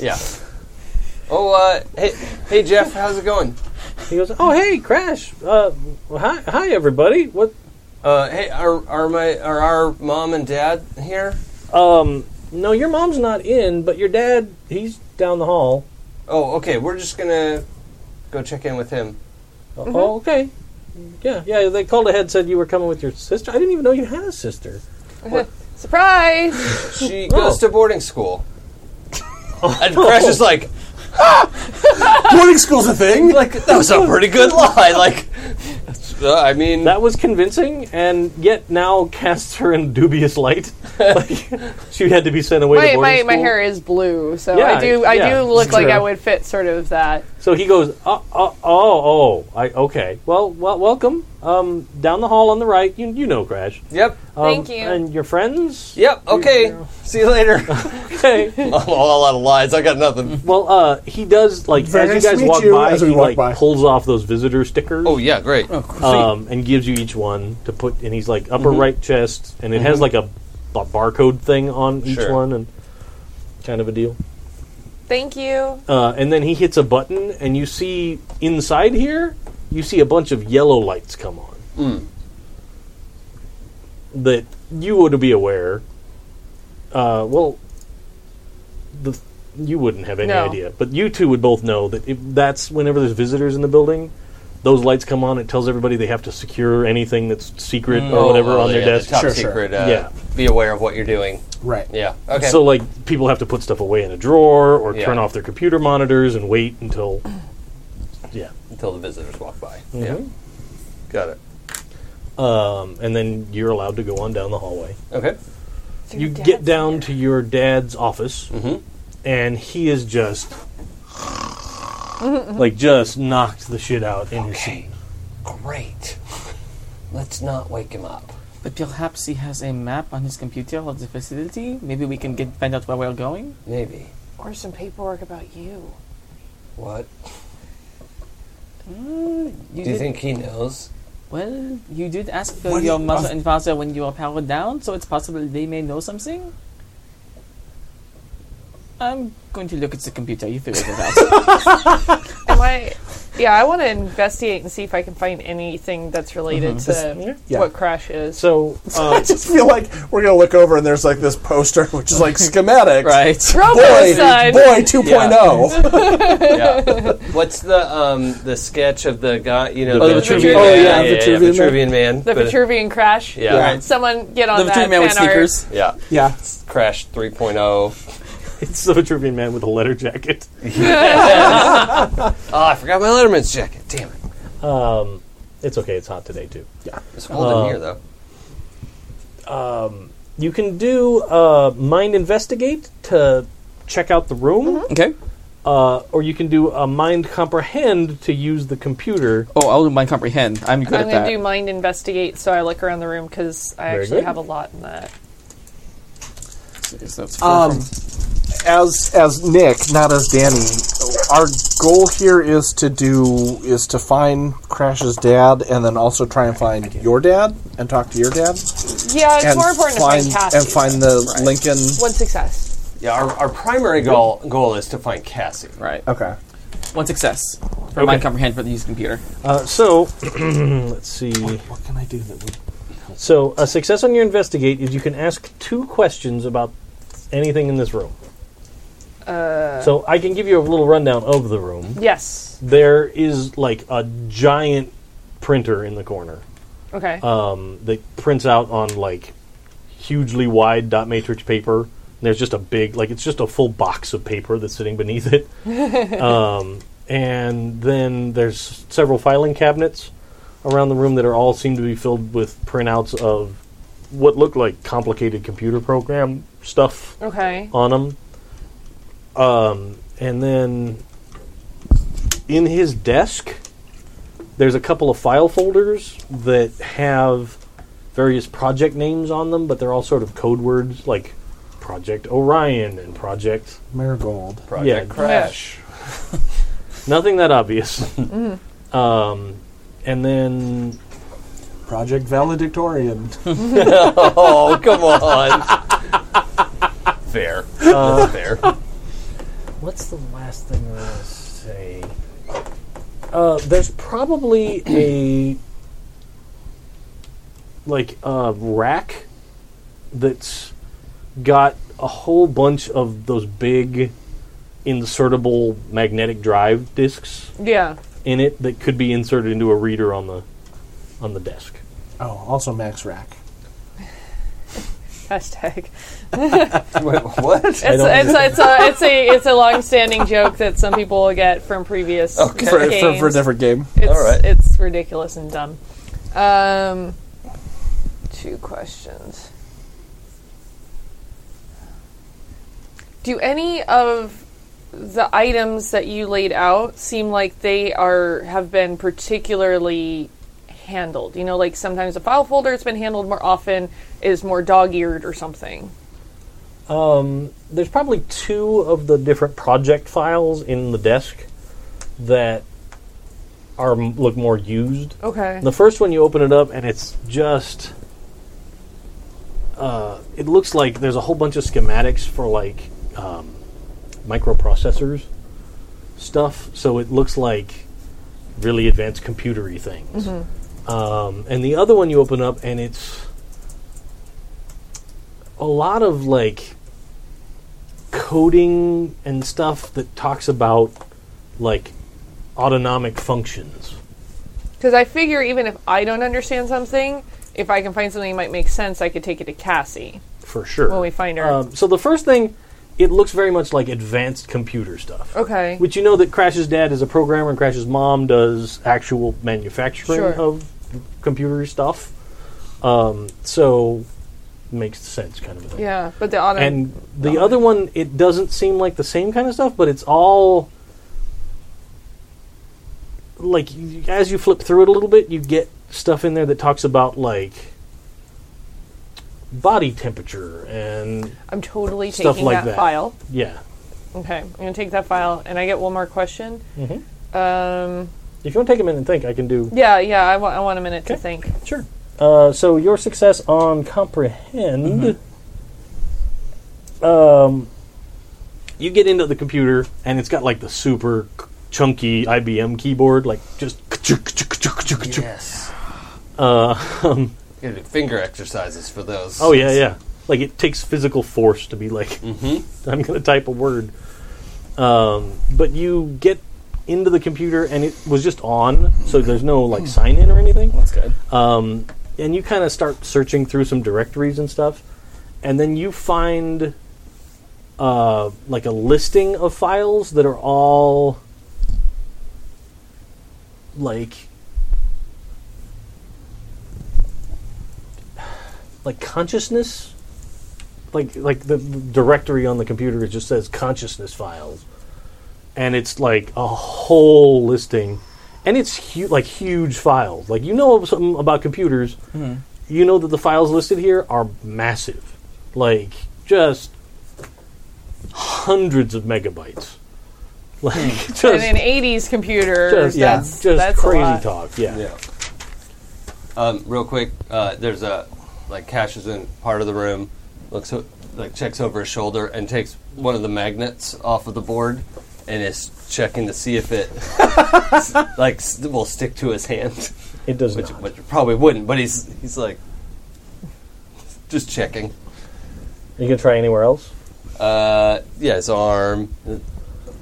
[SPEAKER 2] yeah. Oh, uh, hey, hey, Jeff, how's it going?
[SPEAKER 4] He goes, "Oh hey, Crash! Uh, hi, hi everybody! What?
[SPEAKER 2] Uh, hey, are, are my are our mom and dad here?
[SPEAKER 4] Um, no, your mom's not in, but your dad he's down the hall.
[SPEAKER 2] Oh, okay. We're just gonna go check in with him.
[SPEAKER 3] Mm-hmm.
[SPEAKER 4] Oh, okay." Yeah, yeah. They called ahead, said you were coming with your sister. I didn't even know you had a sister.
[SPEAKER 3] Surprise!
[SPEAKER 2] She goes to boarding school. and Crash is like,
[SPEAKER 1] Boarding school's a thing.
[SPEAKER 2] like that was a pretty good lie. Like, uh, I mean,
[SPEAKER 4] That was convincing, and yet now casts her in dubious light. like, she had to be sent away.
[SPEAKER 3] my,
[SPEAKER 4] to
[SPEAKER 3] my,
[SPEAKER 4] boarding
[SPEAKER 3] my
[SPEAKER 4] school.
[SPEAKER 3] hair is blue, so
[SPEAKER 4] Yeah,
[SPEAKER 3] I do I
[SPEAKER 4] yeah,
[SPEAKER 3] do look
[SPEAKER 4] it's
[SPEAKER 3] like
[SPEAKER 4] true.
[SPEAKER 3] I would fit sort of that.
[SPEAKER 4] So he goes, oh, oh, oh, oh I, okay. Well, well, welcome. Um, down the hall on the right, you, you know, Crash.
[SPEAKER 2] yep,
[SPEAKER 4] Um,
[SPEAKER 3] Thank you.
[SPEAKER 4] And your friends.
[SPEAKER 2] yep, okay. See you later.
[SPEAKER 4] Okay.
[SPEAKER 2] I'm all out of lies. I got nothing.
[SPEAKER 4] well, uh, he does like
[SPEAKER 1] Very
[SPEAKER 4] as
[SPEAKER 1] nice to
[SPEAKER 4] you guys
[SPEAKER 1] meet
[SPEAKER 4] walk
[SPEAKER 1] you.
[SPEAKER 4] by,
[SPEAKER 1] As we
[SPEAKER 4] he
[SPEAKER 1] walk
[SPEAKER 4] like
[SPEAKER 1] by.
[SPEAKER 4] pulls off those visitor stickers.
[SPEAKER 2] Oh yeah, great. Oh,
[SPEAKER 4] um, and gives you each one to put and he's like
[SPEAKER 2] Mm-hmm.
[SPEAKER 4] upper right chest and it has like a, a barcode thing on each
[SPEAKER 2] Sure.
[SPEAKER 4] one and kind of a deal
[SPEAKER 3] Thank you.
[SPEAKER 4] uh, and then he hits a button and you see inside here you see a bunch of yellow lights come on
[SPEAKER 2] Hmm.
[SPEAKER 4] that you would be aware uh, well the you wouldn't have any
[SPEAKER 3] No.
[SPEAKER 4] idea but you two would both know that if that's whenever there's visitors in the building those lights come on it tells everybody they have to secure anything that's secret or whatever on their
[SPEAKER 2] Hmm. Oh, yeah,
[SPEAKER 4] desk
[SPEAKER 2] The top
[SPEAKER 1] Sure, sure.
[SPEAKER 2] secret. Uh,
[SPEAKER 4] Yeah.
[SPEAKER 2] Be aware of what you're doing.
[SPEAKER 1] Right.
[SPEAKER 2] Yeah. Okay.
[SPEAKER 4] So like people have to put stuff away in a drawer or
[SPEAKER 2] Yeah.
[SPEAKER 4] turn off their computer monitors and wait until yeah.
[SPEAKER 2] until the visitors walk by.
[SPEAKER 4] Mhm.
[SPEAKER 2] Yeah. Got it.
[SPEAKER 4] Um, and then you're allowed to go on down the hallway.
[SPEAKER 2] Okay.
[SPEAKER 4] you get down to your dad's office
[SPEAKER 2] Mhm.
[SPEAKER 4] and he is just like just knocked the shit out in his seat.
[SPEAKER 2] Great. Let's not wake him up.
[SPEAKER 5] But perhaps he has a map on his computer of the facility. Maybe we can get find out where we're going.
[SPEAKER 2] Maybe.
[SPEAKER 9] Or some paperwork about you.
[SPEAKER 2] What?
[SPEAKER 5] You
[SPEAKER 2] Do you
[SPEAKER 5] did,
[SPEAKER 2] think he knows?
[SPEAKER 5] Well, you did ask for
[SPEAKER 1] What do
[SPEAKER 5] your
[SPEAKER 1] you-
[SPEAKER 5] mother and father when you were powered down, so it's possible they may know something. I'm going to look at the computer. You figure it out.
[SPEAKER 3] Am I? Yeah, I want to investigate and see if I can find anything that's related
[SPEAKER 4] Mm-hmm.
[SPEAKER 3] to
[SPEAKER 1] Yeah.
[SPEAKER 3] what Crash is.
[SPEAKER 4] So uh,
[SPEAKER 1] I just feel like we're gonna look over and there's like this poster which is like schematics.
[SPEAKER 5] right.
[SPEAKER 1] Boy,
[SPEAKER 3] Robocide.
[SPEAKER 1] boy, oh. 2.0.
[SPEAKER 2] Yeah. What's the um the sketch of the guy? You know,
[SPEAKER 4] Oh,
[SPEAKER 2] the,
[SPEAKER 4] the
[SPEAKER 2] Vitruvian
[SPEAKER 3] Vitruvian
[SPEAKER 2] man.
[SPEAKER 3] Oh, yeah,
[SPEAKER 1] the
[SPEAKER 2] yeah,
[SPEAKER 1] Vitruvian
[SPEAKER 2] Vitruvian man.
[SPEAKER 3] The
[SPEAKER 2] But-
[SPEAKER 3] Vitruvian Crash.
[SPEAKER 2] Yeah.
[SPEAKER 1] Yeah.
[SPEAKER 3] Someone get on
[SPEAKER 5] The
[SPEAKER 3] that.
[SPEAKER 5] between man with
[SPEAKER 3] fan art.
[SPEAKER 5] sneakers.
[SPEAKER 2] Yeah.
[SPEAKER 1] Yeah.
[SPEAKER 2] Crash oh. 3.0.
[SPEAKER 4] it's the Vitruvian man with a leather jacket.
[SPEAKER 2] Ah, Oh, I forgot my Letterman's jacket. Damn it.
[SPEAKER 4] Um, It's okay. It's hot today too.
[SPEAKER 2] It's cold in here though.
[SPEAKER 4] You can do uh, mind investigate to check out the room,
[SPEAKER 5] Okay.
[SPEAKER 4] uh, or you can do a mind comprehend to use the computer.
[SPEAKER 5] Oh, I'll do mind comprehend. I'm good
[SPEAKER 3] I'm
[SPEAKER 5] at
[SPEAKER 3] going
[SPEAKER 5] that.
[SPEAKER 3] to do mind investigate, so I look around the room because I
[SPEAKER 4] Very
[SPEAKER 3] actually
[SPEAKER 4] good.
[SPEAKER 3] have a lot in that.
[SPEAKER 5] So that's
[SPEAKER 1] Um, as as Nick, not as Danny, our goal here is to do is to find Crash's dad, and then also try and find your dad and talk to your dad,
[SPEAKER 3] Yeah, it's
[SPEAKER 1] and
[SPEAKER 3] more important
[SPEAKER 1] find
[SPEAKER 3] to find Cassie.
[SPEAKER 1] and find the Lincoln.
[SPEAKER 3] one success.
[SPEAKER 2] Yeah, our, our primary goal goal is to find Cassie.
[SPEAKER 5] right.
[SPEAKER 1] Okay,
[SPEAKER 5] One success for
[SPEAKER 4] Okay.
[SPEAKER 5] mind comprehend for the use of computer.
[SPEAKER 4] Uh, so, let's see.
[SPEAKER 1] what can I do that would?
[SPEAKER 4] So, a success on your investigate is you can ask two questions about anything in this room. Uh, so, I can give you a little rundown of the room.
[SPEAKER 3] Yes.
[SPEAKER 4] There is like a giant printer in the corner
[SPEAKER 3] Okay.
[SPEAKER 4] um, that prints out on like hugely wide dot matrix paper. And there's just a big, like, it's just a full box of paper that's sitting beneath it. um, and then there's several filing cabinets around the room that are all seem to be filled with printouts of what look like complicated computer program stuff
[SPEAKER 3] okay.
[SPEAKER 4] on him. Um, and then in his desk, there's a couple of file folders that have various project names on them, but they're all sort of code words like Project Orion and Project.
[SPEAKER 1] Marigold.
[SPEAKER 2] Project
[SPEAKER 4] Yeah.
[SPEAKER 2] Crash.
[SPEAKER 4] Nothing that obvious. um, and then
[SPEAKER 1] Project Valedictorian.
[SPEAKER 2] Oh come on. fair.
[SPEAKER 4] Uh,
[SPEAKER 2] fair.
[SPEAKER 4] What's the last thing I want to say? Uh, there's probably a like a rack that's got a whole bunch of those big insertable magnetic drive discs
[SPEAKER 3] Yeah.
[SPEAKER 4] in it that could be inserted into a reader on the on the desk.
[SPEAKER 1] Oh, also Max Rack.
[SPEAKER 3] Hashtag.
[SPEAKER 2] Wait, what?
[SPEAKER 3] It's,
[SPEAKER 4] don't
[SPEAKER 3] it's, a, it's, a, it's a it's a long-standing joke that some people get from previous
[SPEAKER 2] Okay.
[SPEAKER 1] For, for,
[SPEAKER 3] games.
[SPEAKER 1] for a different game.
[SPEAKER 3] It's,
[SPEAKER 2] All right.
[SPEAKER 3] it's ridiculous and dumb. Um, two questions. Do any of the items that you laid out seem like they are have been particularly handled? You know, like sometimes a file folder has been handled more often is more dog-eared or something.
[SPEAKER 4] there's probably two of the different project files in the desk that are m- look more used.
[SPEAKER 3] Okay.
[SPEAKER 4] The first one you open it up and it's just uh, it looks like there's a whole bunch of schematics for like um, microprocessors stuff. So it looks like really advanced computery things. Um, and the other one you open up and it's a lot of like coding and stuff that talks about like autonomic functions.
[SPEAKER 3] Because I figure even if I don't understand something, if I can find something that might make sense, I could take it to Cassie.
[SPEAKER 4] for sure.
[SPEAKER 3] When we find her.
[SPEAKER 4] Um, so the first thing, it looks very much like advanced computer stuff.
[SPEAKER 3] Okay.
[SPEAKER 4] Which you know that Crash's dad is a programmer and Crash's mom does actual manufacturing
[SPEAKER 3] Sure.
[SPEAKER 4] of computer stuff. Um, so makes sense, kind of a thing.
[SPEAKER 3] yeah, but the auto
[SPEAKER 4] And the other one, it doesn't seem like the same kind of stuff, but it's all like you- as you flip through it a little bit, you get stuff in there that talks about like body temperature and
[SPEAKER 3] I'm totally
[SPEAKER 4] stuff
[SPEAKER 3] taking
[SPEAKER 4] like
[SPEAKER 3] that,
[SPEAKER 4] that.
[SPEAKER 3] file.
[SPEAKER 4] yeah.
[SPEAKER 3] Okay, I'm gonna take that file, and I get one more question.
[SPEAKER 4] Mm.
[SPEAKER 3] Um,
[SPEAKER 4] If you want to take a minute and think, I can do.
[SPEAKER 3] yeah, yeah, I, wa- I want a minute to
[SPEAKER 4] Okay.
[SPEAKER 3] think.
[SPEAKER 4] Sure. Uh, so your success on comprehend. Um, you get into the computer and it's got like the super c- chunky IBM keyboard, like just.
[SPEAKER 2] Yes. Gotta do finger exercises for those.
[SPEAKER 4] Uh, um, Oh yeah, yeah. Like it takes physical force to be like, I'm going to type a word. Um, but you get into the computer and it was just on, so there's no like sign in or anything.
[SPEAKER 5] That's good.
[SPEAKER 4] um, and you kind of start searching through some directories and stuff, and then you find uh, like a listing of files that are all like like consciousness. Like like the the directory on the computer it just says consciousness files, and it's like a whole listing, and it's hu- like huge files. Like you know something about computers, you know that the files listed here are massive, like just hundreds of megabytes. Like just
[SPEAKER 3] in an 80s computer,
[SPEAKER 4] just,
[SPEAKER 14] yeah,
[SPEAKER 3] that's,
[SPEAKER 4] just
[SPEAKER 3] that's
[SPEAKER 4] crazy
[SPEAKER 3] a lot.
[SPEAKER 4] talk. Yeah.
[SPEAKER 2] Yeah. Um, real quick, uh, there's a like Cash is in part of the room, looks o- like checks over his shoulder and takes one of the magnets off of the board and is checking to see if it s- like s- will stick to his hand,
[SPEAKER 4] it does
[SPEAKER 2] which,
[SPEAKER 4] not.
[SPEAKER 2] which it probably wouldn't. But he's he's like just checking.
[SPEAKER 4] You can try anywhere else.
[SPEAKER 2] Uh, yeah, his arm.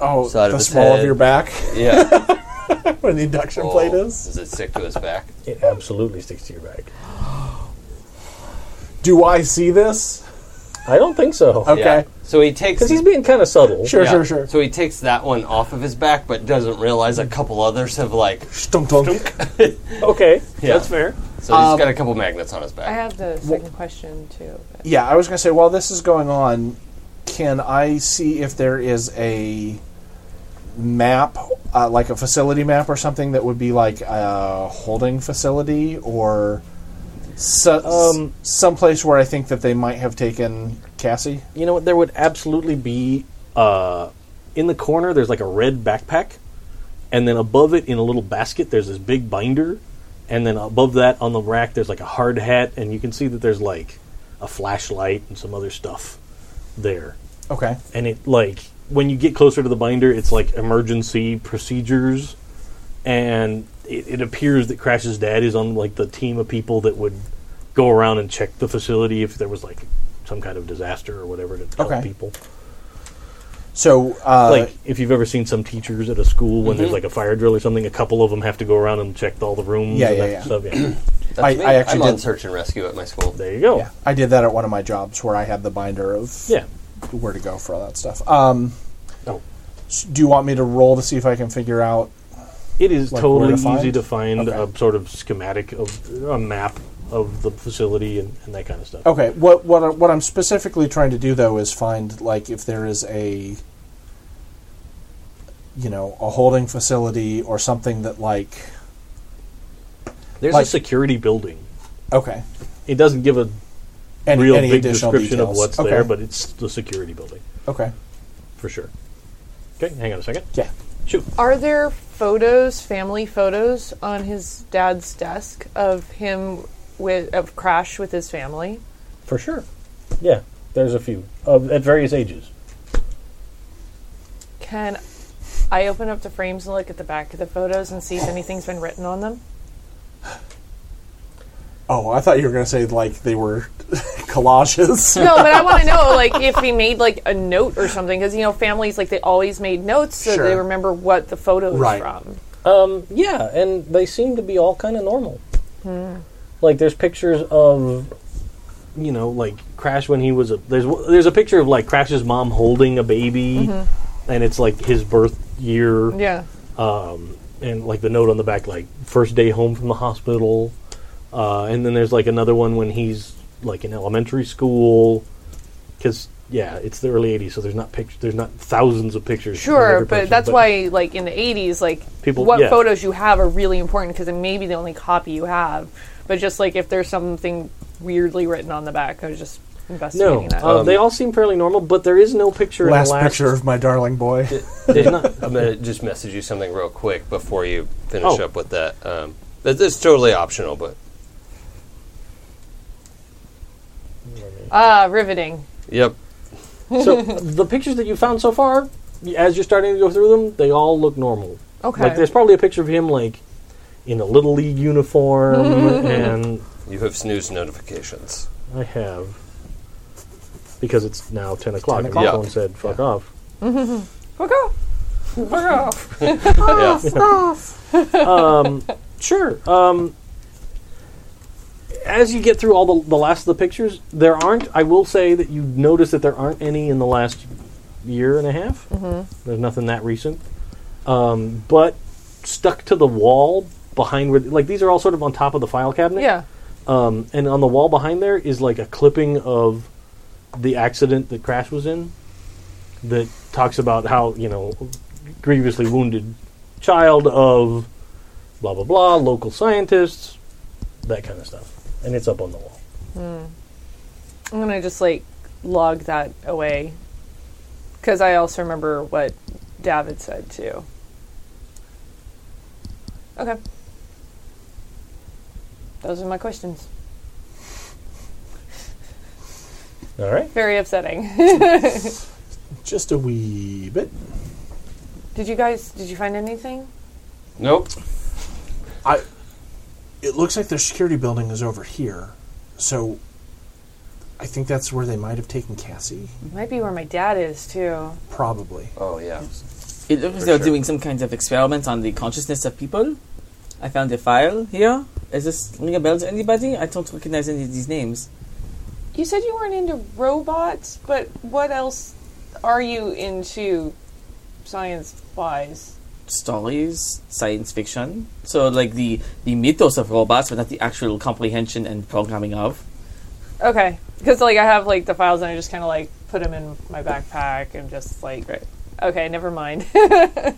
[SPEAKER 1] Oh,
[SPEAKER 2] Side of
[SPEAKER 1] the
[SPEAKER 2] his
[SPEAKER 1] small of
[SPEAKER 2] head.
[SPEAKER 1] your back
[SPEAKER 2] Yeah,
[SPEAKER 1] when the induction
[SPEAKER 2] Oh,
[SPEAKER 1] plate is.
[SPEAKER 2] Does it stick to his back?
[SPEAKER 4] It absolutely sticks to your back.
[SPEAKER 1] Do I see this?
[SPEAKER 4] I don't think so.
[SPEAKER 1] Okay.
[SPEAKER 2] Yeah. So he takes
[SPEAKER 4] Because he's being kind of subtle.
[SPEAKER 1] Sure,
[SPEAKER 2] Yeah.
[SPEAKER 1] sure, sure.
[SPEAKER 2] So he takes that one off of his back, but doesn't realize a couple others have like.
[SPEAKER 1] Stunk, dunk.
[SPEAKER 4] Okay.
[SPEAKER 2] Yeah.
[SPEAKER 4] That's fair.
[SPEAKER 2] So he's
[SPEAKER 1] Um,
[SPEAKER 2] got a couple magnets on his
[SPEAKER 3] I
[SPEAKER 2] back.
[SPEAKER 3] have the second question too. but-
[SPEAKER 1] Yeah, I was going to say, while this is going on, can I see if there is a map, uh, like a facility map or something that would be like a holding facility or so,
[SPEAKER 4] Um,
[SPEAKER 1] someplace where I think that they might have taken Cassie?
[SPEAKER 4] You know what? There would absolutely be uh, in the corner. There's like a red backpack, and then above it, in a little basket, there's this big binder, and then above that, on the rack, there's like a hard hat, and you can see that there's like a flashlight and some other stuff there.
[SPEAKER 1] Okay.
[SPEAKER 4] and it like when you get closer to the binder, it's like emergency procedures, and it, it appears that Crash's dad is on like the team of people that would go around and check the facility if there was like some kind of disaster or whatever to tell
[SPEAKER 1] Okay.
[SPEAKER 4] people.
[SPEAKER 1] So, uh,
[SPEAKER 4] Like if you've ever seen some teachers at a school when
[SPEAKER 1] Mm-hmm.
[SPEAKER 4] there's like a fire drill or something, a couple of them have to go around and check all the rooms.
[SPEAKER 1] Yeah,
[SPEAKER 4] and
[SPEAKER 1] yeah,
[SPEAKER 4] that
[SPEAKER 1] yeah.
[SPEAKER 4] Stuff. yeah.
[SPEAKER 2] That's
[SPEAKER 1] I-
[SPEAKER 2] me.
[SPEAKER 1] I actually
[SPEAKER 2] I'm on
[SPEAKER 1] did-
[SPEAKER 2] search and rescue at my school.
[SPEAKER 4] there you go.
[SPEAKER 1] yeah, I did that at one of my jobs where I had the binder of
[SPEAKER 4] Yeah.
[SPEAKER 1] where to go for all that stuff. Um,
[SPEAKER 4] Oh.
[SPEAKER 1] s- do you want me to roll to see if I can figure out?
[SPEAKER 4] It is
[SPEAKER 1] Like where
[SPEAKER 4] totally
[SPEAKER 1] to
[SPEAKER 4] easy
[SPEAKER 1] find?
[SPEAKER 4] to find
[SPEAKER 1] Okay.
[SPEAKER 4] a sort of schematic of a map of the facility and, and that kind of stuff.
[SPEAKER 1] Okay, what what I- what I'm specifically trying to do though is find like if there is a you know a holding facility or something that like
[SPEAKER 4] There's
[SPEAKER 1] Like-
[SPEAKER 4] a security building.
[SPEAKER 1] okay
[SPEAKER 4] It doesn't give a
[SPEAKER 1] and
[SPEAKER 4] real
[SPEAKER 1] any
[SPEAKER 4] big
[SPEAKER 1] additional
[SPEAKER 4] description of
[SPEAKER 1] details.
[SPEAKER 4] what's
[SPEAKER 1] okay.
[SPEAKER 4] there, but it's the security building
[SPEAKER 1] okay
[SPEAKER 4] for sure. Okay, hang on a second.
[SPEAKER 1] yeah
[SPEAKER 4] Shoot.
[SPEAKER 3] Are there photos, family photos, on his dad's desk of him with of Crash with his family?
[SPEAKER 4] For sure. Yeah, there's a few of at various ages.
[SPEAKER 3] Can I open up the frames and look at the back of the photos and see if anything's been written on them?
[SPEAKER 1] oh I thought you were gonna say like they were collages
[SPEAKER 3] No, but I want to know, like, if he made like a note or something, because you know, families like they always made notes so
[SPEAKER 1] Sure.
[SPEAKER 3] they remember what the photo is
[SPEAKER 1] Right.
[SPEAKER 3] from.
[SPEAKER 4] Um, yeah, and they seem to be all kind of normal. Like there's pictures of, you know, like Crash when he was a there's w- there's a picture of like Crash's mom holding a baby, and it's like his birth year.
[SPEAKER 3] Yeah,
[SPEAKER 4] um, and like the note on the back, like first day home from the hospital. Uh, and then there's like another one when he's like in elementary school, because yeah, it's the early '80s, so there's not pictures, there's not thousands of pictures. of
[SPEAKER 3] sure,
[SPEAKER 4] every
[SPEAKER 3] but
[SPEAKER 4] person,
[SPEAKER 3] that's why, like, in the '80s, like,
[SPEAKER 4] People-
[SPEAKER 3] what
[SPEAKER 4] yeah.
[SPEAKER 3] photos you have are really important because it may be the only copy you have. But just like if there's something weirdly written on the back, I was just investigating
[SPEAKER 4] No,
[SPEAKER 3] that.
[SPEAKER 4] uh, they all seem fairly normal, but there is no picture.
[SPEAKER 1] last,
[SPEAKER 4] in the last
[SPEAKER 1] picture of my darling boy
[SPEAKER 2] Did- I'm gonna just message you something real quick before you finish
[SPEAKER 4] Oh.
[SPEAKER 2] up with that. Um, that is totally optional, but
[SPEAKER 3] Ah, riveting.
[SPEAKER 2] yep.
[SPEAKER 4] so the pictures that you found so far, y- as you're starting to go through them, they all look normal.
[SPEAKER 3] Okay.
[SPEAKER 4] Like there's probably a picture of him like in a little league uniform and
[SPEAKER 2] You have snooze notifications.
[SPEAKER 4] I have. Because it's now 10 o'clock.
[SPEAKER 1] 10
[SPEAKER 4] And
[SPEAKER 2] o'clock.
[SPEAKER 4] my phone said, fuck off.
[SPEAKER 3] Fuck off. Fuck off.
[SPEAKER 2] Yeah.
[SPEAKER 4] Sure. Um, as you get through all the, the last of the pictures, there aren't, I will say that you notice that there aren't any in the last year and a half. Mm-hmm. There's nothing that recent. Um, but stuck to the wall behind where, like, these are all sort of on top of the file cabinet.
[SPEAKER 3] Yeah.
[SPEAKER 4] Um, and on the wall behind there is like a clipping of the accident that Crash was in that talks about how, you know, grievously wounded child of blah, blah, blah, local scientists, that kind of stuff. And it's up on the wall.
[SPEAKER 3] I'm gonna just like log that away because I also remember what David said too. Okay, those are my questions.
[SPEAKER 4] All right.
[SPEAKER 3] Very upsetting.
[SPEAKER 1] Just a wee bit.
[SPEAKER 3] did you guys? Did you find anything?
[SPEAKER 2] Nope.
[SPEAKER 1] I. It looks like their security building is over here, so I think that's where they might have taken Cassie.
[SPEAKER 3] Might be where my dad is too.
[SPEAKER 1] Probably.
[SPEAKER 2] Oh yeah.
[SPEAKER 5] It looks like
[SPEAKER 2] For
[SPEAKER 5] they're
[SPEAKER 2] sure.
[SPEAKER 5] doing some kind of experiment on the consciousness of people. I found a file here. Is this ring a bell to anybody? I don't recognize any of these names.
[SPEAKER 3] You said you weren't into robots, but what else are you into science wise?
[SPEAKER 5] Stories, science fiction. So, like the the mythos of robots, but not the actual comprehension and programming of.
[SPEAKER 3] Okay, because like I have like the files and I just kind of like put them in my backpack and just like okay, never mind. Got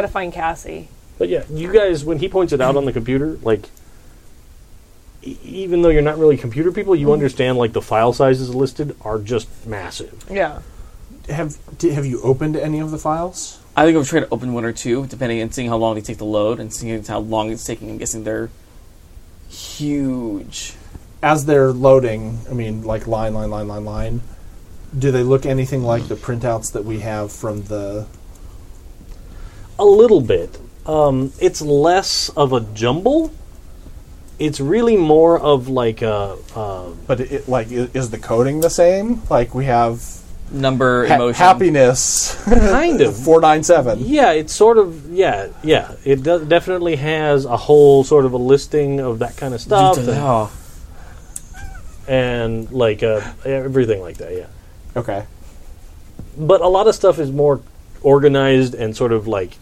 [SPEAKER 3] to find Cassie.
[SPEAKER 4] But yeah, you guys, when he points it out on the computer, like, e- even though you're not really computer people, you understand like the file sizes listed are just massive.
[SPEAKER 3] Yeah.
[SPEAKER 1] Have di have you opened any of the files?
[SPEAKER 5] I think I'm trying to open one or two, depending on seeing how long they take to load and seeing how long it's taking. I'm guessing they're huge.
[SPEAKER 1] As they're loading, I mean, like line, line, line, line, line. Do they look anything like the printouts that we have from the?
[SPEAKER 4] A little bit. Um, it's less of a jumble. It's really more of like a. Uh,
[SPEAKER 1] But it, it like i- is the coding the same? Like we have
[SPEAKER 5] Number,
[SPEAKER 1] ha-
[SPEAKER 5] emotion.
[SPEAKER 1] happiness,
[SPEAKER 4] Kind of.
[SPEAKER 1] four nine seven.
[SPEAKER 4] yeah, it's sort of yeah, yeah. It do- definitely has a whole sort of a listing of that kind of stuff, and,
[SPEAKER 5] Oh,
[SPEAKER 4] and like uh, everything like that. Yeah.
[SPEAKER 1] Okay.
[SPEAKER 4] but a lot of stuff is more organized and sort of like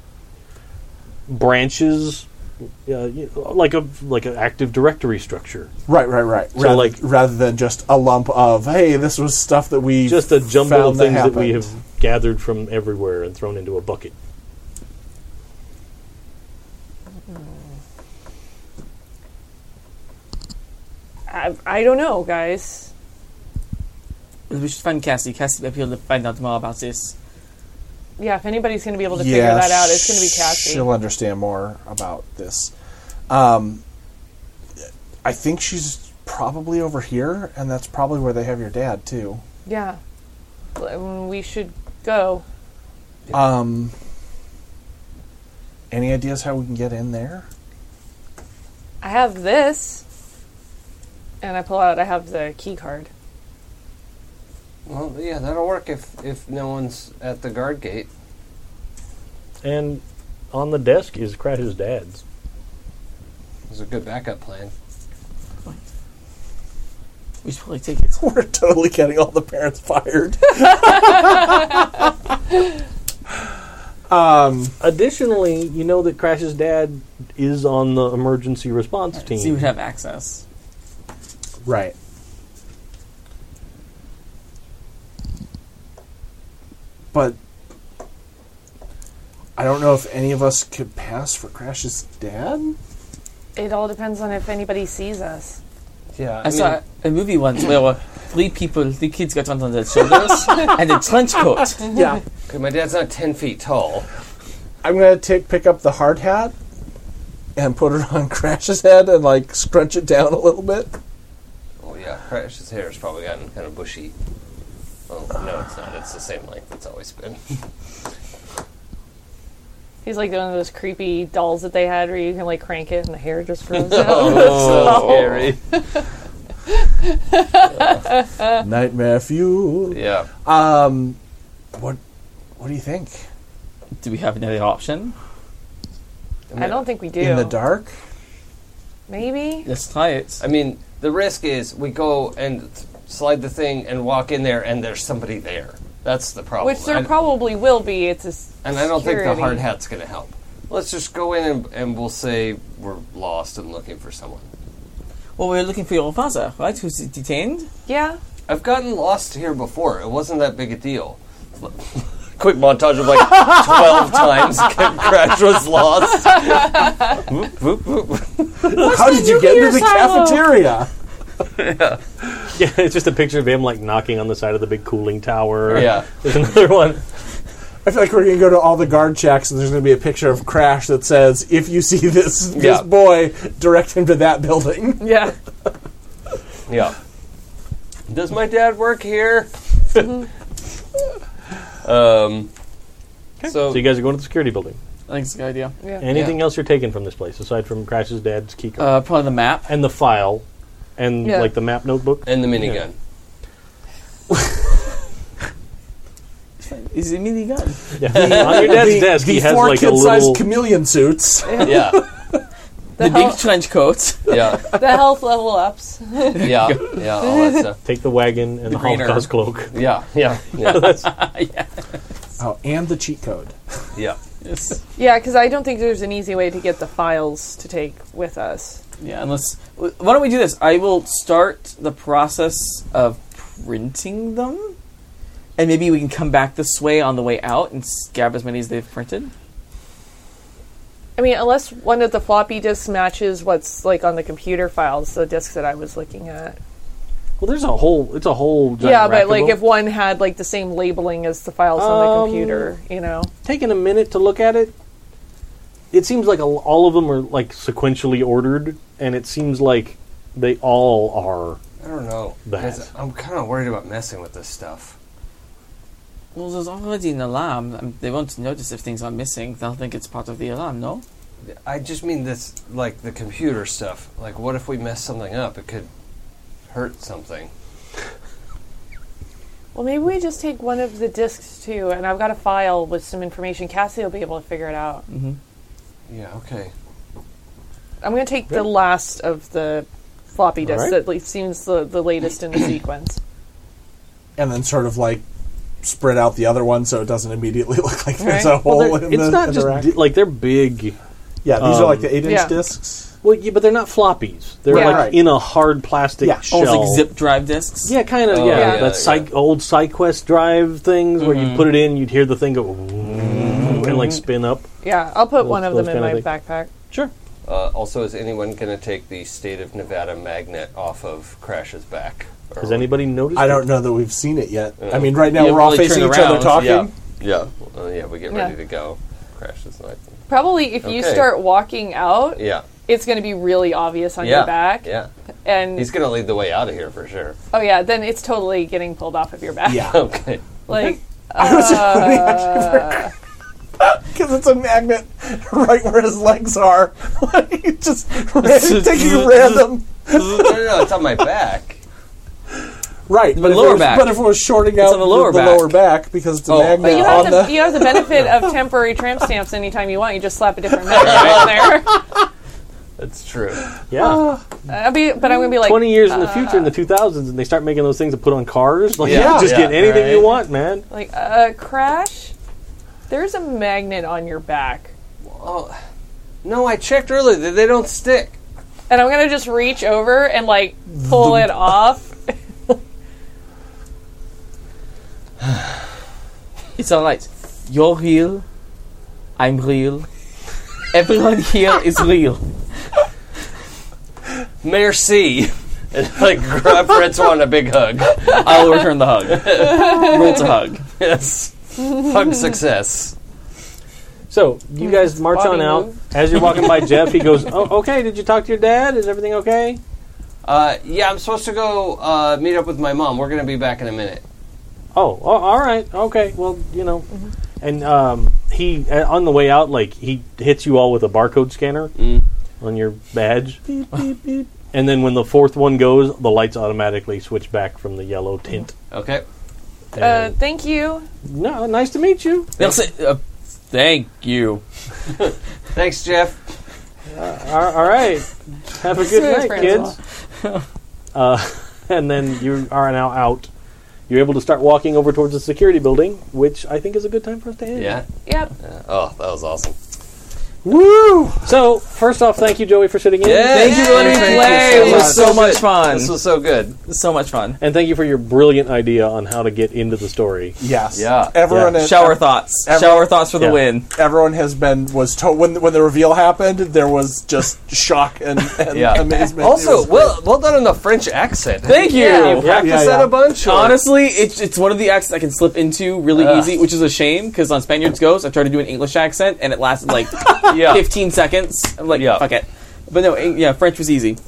[SPEAKER 4] branches uh, you know, like a like an active directory structure
[SPEAKER 1] Right, right, right.
[SPEAKER 4] So,
[SPEAKER 1] rather,
[SPEAKER 4] like-
[SPEAKER 1] rather than just a lump of hey, this was stuff that we
[SPEAKER 4] just a jumble
[SPEAKER 1] found
[SPEAKER 4] of things that, we
[SPEAKER 1] happened."
[SPEAKER 4] have gathered from everywhere and thrown into a bucket
[SPEAKER 3] I, I don't know, guys.
[SPEAKER 5] we should find Cassie. Cassie might be able to find out more about this.
[SPEAKER 3] Yeah, if anybody's going to be able to
[SPEAKER 1] yeah,
[SPEAKER 3] figure that out, it's going to be Cassie.
[SPEAKER 1] She'll understand more about this. Um, I think she's probably over here, and that's probably where they have your dad too.
[SPEAKER 3] Yeah. Um, We should go.
[SPEAKER 1] Um, any ideas how we can get in there?
[SPEAKER 3] I have this. And I pull out, I have the key card.
[SPEAKER 2] Well, yeah, that'll work if if no one's at the guard gate.
[SPEAKER 4] and on the desk is crash's dad's
[SPEAKER 2] It's a good backup plan.
[SPEAKER 5] We should probably take it.
[SPEAKER 1] We're totally getting all the parents fired. um,
[SPEAKER 4] additionally you know that crash's dad is on the emergency response team
[SPEAKER 5] See, we have access.
[SPEAKER 1] right. But I don't know if any of us could pass for Crash's dad.
[SPEAKER 3] It all depends on if anybody sees us.
[SPEAKER 2] Yeah,
[SPEAKER 5] I, saw a movie once where uh, three people, three kids got on their shoulders and a trench coat.
[SPEAKER 1] Yeah.
[SPEAKER 2] Okay, my dad's not ten feet tall.
[SPEAKER 1] I'm gonna take pick up the hard hat and put it on Crash's head and like scrunch it down a little bit.
[SPEAKER 2] Oh yeah, Crash's hair has probably gotten kind of bushy. Oh no, it's not. It's the same length it's always been.
[SPEAKER 3] He's like one of those creepy dolls that they had where you can like crank it and the hair just grows out.
[SPEAKER 2] Oh,
[SPEAKER 4] Oh.
[SPEAKER 2] so scary.
[SPEAKER 1] Nightmare fuel.
[SPEAKER 2] Yeah.
[SPEAKER 1] Um, what what do you think?
[SPEAKER 5] Do we have another option?
[SPEAKER 3] I don't think we do.
[SPEAKER 1] In the dark?
[SPEAKER 3] Maybe?
[SPEAKER 5] Let's try it.
[SPEAKER 2] I mean, the risk is we go and th- slide the thing and walk in there, and there's somebody there. That's the problem.
[SPEAKER 3] Which there
[SPEAKER 2] I-
[SPEAKER 3] probably will be. It's a s-
[SPEAKER 2] and I don't think
[SPEAKER 3] security.
[SPEAKER 2] the hard hat's going to help. Let's just go in and, and we'll say we're lost and looking for someone.
[SPEAKER 5] Well, we're looking for your father, right? Who's detained?
[SPEAKER 9] Yeah.
[SPEAKER 2] I've gotten lost here before. It wasn't that big a deal. Quick montage of like 12 times Crash was lost. Whoop, whoop, whoop.
[SPEAKER 1] How did you get into the cafeteria?
[SPEAKER 4] Yeah, it's just a picture of him like knocking on the side of the big cooling tower.
[SPEAKER 2] Yeah.
[SPEAKER 4] There's another one.
[SPEAKER 1] I feel like we're going to go to all the guard checks, and there's going to be a picture of Crash that says, "If you see this this
[SPEAKER 2] Yeah.
[SPEAKER 1] boy, direct him to that building."
[SPEAKER 3] Yeah.
[SPEAKER 2] Yeah. Does my dad work here?
[SPEAKER 4] Mm-hmm.
[SPEAKER 2] um, so,
[SPEAKER 4] So you guys are going to the security building.
[SPEAKER 5] I think it's a good idea.
[SPEAKER 4] Anything else you're taking from this place aside from Crash's dad's keycard
[SPEAKER 5] Uh, probably the map.
[SPEAKER 4] and the file and
[SPEAKER 3] Yeah.
[SPEAKER 4] like the map notebook?
[SPEAKER 2] and the minigun.
[SPEAKER 5] Is it really good?
[SPEAKER 4] Yeah. on your dad's desk,
[SPEAKER 1] the
[SPEAKER 4] he has
[SPEAKER 1] four
[SPEAKER 4] like a
[SPEAKER 1] kid-sized
[SPEAKER 4] little.
[SPEAKER 1] chameleon suits.
[SPEAKER 2] Yeah,
[SPEAKER 5] The
[SPEAKER 3] hell-
[SPEAKER 5] big trench coat.
[SPEAKER 2] yeah,
[SPEAKER 3] The health level ups.
[SPEAKER 2] yeah, yeah, all that stuff.
[SPEAKER 4] Take the wagon and the,
[SPEAKER 5] greener.
[SPEAKER 4] Holocaust cloak.
[SPEAKER 2] Yeah, yeah, yeah,
[SPEAKER 1] Oh, and the cheat code.
[SPEAKER 2] yeah.
[SPEAKER 5] Yes.
[SPEAKER 3] Yeah, because I don't think there's an easy way to get the files to take with us.
[SPEAKER 5] Yeah, unless. w- Why don't we do this? I will start the process of printing them, and maybe we can come back this way on the way out and grab as many as they've printed.
[SPEAKER 3] I mean, unless one of the floppy disks matches what's like on the computer files, the disks that I was looking at.
[SPEAKER 4] Well, there's a whole. It's a whole. Giant
[SPEAKER 3] yeah, but like
[SPEAKER 4] rackable.
[SPEAKER 3] if one had like the same labeling as the files on the
[SPEAKER 4] Um,
[SPEAKER 3] computer, you know.
[SPEAKER 4] taking a minute to look at it, it seems like all- all of them are like sequentially ordered, and it seems like they all are.
[SPEAKER 2] I don't know.
[SPEAKER 4] Bad.
[SPEAKER 2] 'cause I'm kind of worried about messing with this stuff.
[SPEAKER 5] Well, there's already an alarm. Um, They won't notice if things are missing. They'll think it's part of the alarm, no?
[SPEAKER 2] I just mean this, like the computer stuff. Like, what if we mess something up? It could hurt something.
[SPEAKER 3] Well, maybe we just take one of the disks too, and I've got a file with some information. Cassie will be able to figure it out.
[SPEAKER 2] Yeah. Okay.
[SPEAKER 3] I'm going to take the last of the floppy disks
[SPEAKER 4] right.
[SPEAKER 3] that like, seems the, the latest in the sequence.
[SPEAKER 1] and then sort of like spread out the other one so it doesn't immediately look like there's
[SPEAKER 3] Right.
[SPEAKER 1] a hole
[SPEAKER 4] Well, they're-
[SPEAKER 1] in
[SPEAKER 4] it's
[SPEAKER 1] the,
[SPEAKER 4] not
[SPEAKER 1] in the
[SPEAKER 4] just
[SPEAKER 1] rack.
[SPEAKER 4] di- like they're big.
[SPEAKER 1] yeah, these are like the eight inch
[SPEAKER 3] yeah.
[SPEAKER 1] discs.
[SPEAKER 4] Well, yeah, but they're not floppies. They're
[SPEAKER 3] Yeah.
[SPEAKER 4] like
[SPEAKER 1] Right.
[SPEAKER 4] in a hard plastic
[SPEAKER 1] Yeah.
[SPEAKER 4] shell.
[SPEAKER 5] Almost like zip drive discs.
[SPEAKER 4] Yeah, kind of.
[SPEAKER 2] Oh,
[SPEAKER 4] yeah, Mm-hmm.
[SPEAKER 2] yeah,
[SPEAKER 4] that Psy-
[SPEAKER 2] yeah.
[SPEAKER 4] old PsyQuest drive things where you put it in, you'd hear the thing go and like spin up.
[SPEAKER 3] Yeah, I'll put
[SPEAKER 4] Those-
[SPEAKER 3] one of
[SPEAKER 4] those
[SPEAKER 3] them in my
[SPEAKER 4] kinda
[SPEAKER 3] backpack.
[SPEAKER 4] Sure.
[SPEAKER 2] Uh, also, is anyone going to take the state of Nevada magnet off of Crash's back? Or-
[SPEAKER 4] Has anybody noticed?
[SPEAKER 1] I
[SPEAKER 4] it?
[SPEAKER 1] don't know that we've seen it yet.
[SPEAKER 2] Yeah.
[SPEAKER 1] I mean, right now
[SPEAKER 5] You
[SPEAKER 1] we're all
[SPEAKER 5] haven't really
[SPEAKER 1] facing each
[SPEAKER 5] turned
[SPEAKER 1] other
[SPEAKER 5] around.
[SPEAKER 1] talking.
[SPEAKER 2] Yeah. Yeah. Uh, yeah. We get ready
[SPEAKER 3] Yeah.
[SPEAKER 2] to go. Crash is like.
[SPEAKER 3] Probably if you
[SPEAKER 2] Okay.
[SPEAKER 3] start walking out,
[SPEAKER 2] Yeah.
[SPEAKER 3] it's going to be really obvious on
[SPEAKER 2] yeah.
[SPEAKER 3] your back.
[SPEAKER 2] Yeah.
[SPEAKER 3] And
[SPEAKER 2] He's going to lead the way out of here for sure.
[SPEAKER 3] oh yeah, then it's totally getting pulled off of your back.
[SPEAKER 1] Yeah.
[SPEAKER 2] Okay.
[SPEAKER 3] Like
[SPEAKER 1] I was only actually because it's a magnet right where his legs are. Like, just ran- taking random.
[SPEAKER 2] no, no, no. It's on my back.
[SPEAKER 1] Right, but if,
[SPEAKER 5] lower
[SPEAKER 1] it was,
[SPEAKER 5] back.
[SPEAKER 1] but if it was shorting out
[SPEAKER 5] on the lower back.
[SPEAKER 1] lower back because it's a magnet
[SPEAKER 3] but you
[SPEAKER 1] on
[SPEAKER 3] have
[SPEAKER 1] the,
[SPEAKER 3] the, you have the benefit of temporary tramp stamps anytime you want. You just slap a different magnet on there.
[SPEAKER 2] That's true.
[SPEAKER 4] Yeah.
[SPEAKER 3] I'll be, but I'm going to be like, uh,
[SPEAKER 4] 20 years in the future, in the 2000s, and they start making those things to put on cars. Like, you
[SPEAKER 2] Yeah.
[SPEAKER 4] can just
[SPEAKER 2] Yeah.
[SPEAKER 4] get anything
[SPEAKER 2] Right.
[SPEAKER 4] you want, man.
[SPEAKER 3] like uh, crash. There's a magnet on your back,
[SPEAKER 2] No, I checked earlier. They, they don't stick.
[SPEAKER 3] and I'm going to just reach over and like pull it off.
[SPEAKER 5] It's alright. You're real. I'm real. Everyone here is real.
[SPEAKER 2] Merci. And like grab Francois in a big hug.
[SPEAKER 5] I will return the hug. Roll to hug.
[SPEAKER 2] Yes. Hug success.
[SPEAKER 4] So, you guys march on
[SPEAKER 3] Body
[SPEAKER 4] out.
[SPEAKER 3] move.
[SPEAKER 4] As you're walking by Jeff, he goes, Oh, okay, did you talk to your dad? Is everything okay?
[SPEAKER 2] Uh, yeah, I'm supposed to go uh, meet up with my mom. We're gonna be back in a minute.
[SPEAKER 4] Oh, oh all right, okay, well, you know.
[SPEAKER 3] Mm-hmm.
[SPEAKER 4] And um, he, uh, on the way out, like, he hits you all with a barcode scanner
[SPEAKER 2] Mm.
[SPEAKER 4] on your badge. Beep, beep, beep. And then when the fourth one goes, the lights automatically switch back from the yellow tint.
[SPEAKER 2] Okay.
[SPEAKER 3] Uh,
[SPEAKER 4] And,
[SPEAKER 3] thank you.
[SPEAKER 4] no, nice to meet you.
[SPEAKER 5] They'll say, uh, thank you.
[SPEAKER 2] Thanks, Jeff.
[SPEAKER 4] All- all right. Have a
[SPEAKER 3] Smooth,
[SPEAKER 4] good night,
[SPEAKER 3] Francois.
[SPEAKER 4] kids. uh, and then you are now out. You're able to start walking over towards the security building, which I think is a good time for us to end.
[SPEAKER 2] Yeah.
[SPEAKER 3] Yep.
[SPEAKER 2] Oh, that was awesome.
[SPEAKER 1] woo.
[SPEAKER 4] So first off, thank you, Joey, for sitting in.
[SPEAKER 2] Yeah.
[SPEAKER 5] Thank you, Lenny
[SPEAKER 2] Thank
[SPEAKER 5] Play.
[SPEAKER 2] you so
[SPEAKER 5] It was
[SPEAKER 2] much.
[SPEAKER 5] so much
[SPEAKER 2] Good.
[SPEAKER 5] fun.
[SPEAKER 2] This was so good.
[SPEAKER 5] So much fun.
[SPEAKER 4] And thank you for your brilliant idea on how to get into the story.
[SPEAKER 1] Yes.
[SPEAKER 2] Yeah.
[SPEAKER 1] Everyone. Has,
[SPEAKER 5] Shower thoughts.
[SPEAKER 1] every-
[SPEAKER 5] Shower thoughts for the
[SPEAKER 4] Yeah.
[SPEAKER 5] win.
[SPEAKER 1] Everyone has been was told when when the reveal happened. There was just shock and, and
[SPEAKER 2] Yeah.
[SPEAKER 1] amazement. It
[SPEAKER 2] Also,
[SPEAKER 1] was
[SPEAKER 2] well, well done on the French accent.
[SPEAKER 5] Thank you.
[SPEAKER 3] Yeah.
[SPEAKER 2] Practice
[SPEAKER 1] Yeah,
[SPEAKER 2] that
[SPEAKER 1] yeah.
[SPEAKER 2] a bunch. or-
[SPEAKER 5] Honestly, it's, it's one of the accents I can slip into really easy, which is a shame because on Spaniards Goes, I tried to do an English accent and it lasted like
[SPEAKER 2] yeah.
[SPEAKER 5] 15 seconds. I'm like,
[SPEAKER 2] Yeah.
[SPEAKER 5] fuck it. But no, eh, yeah, French was easy.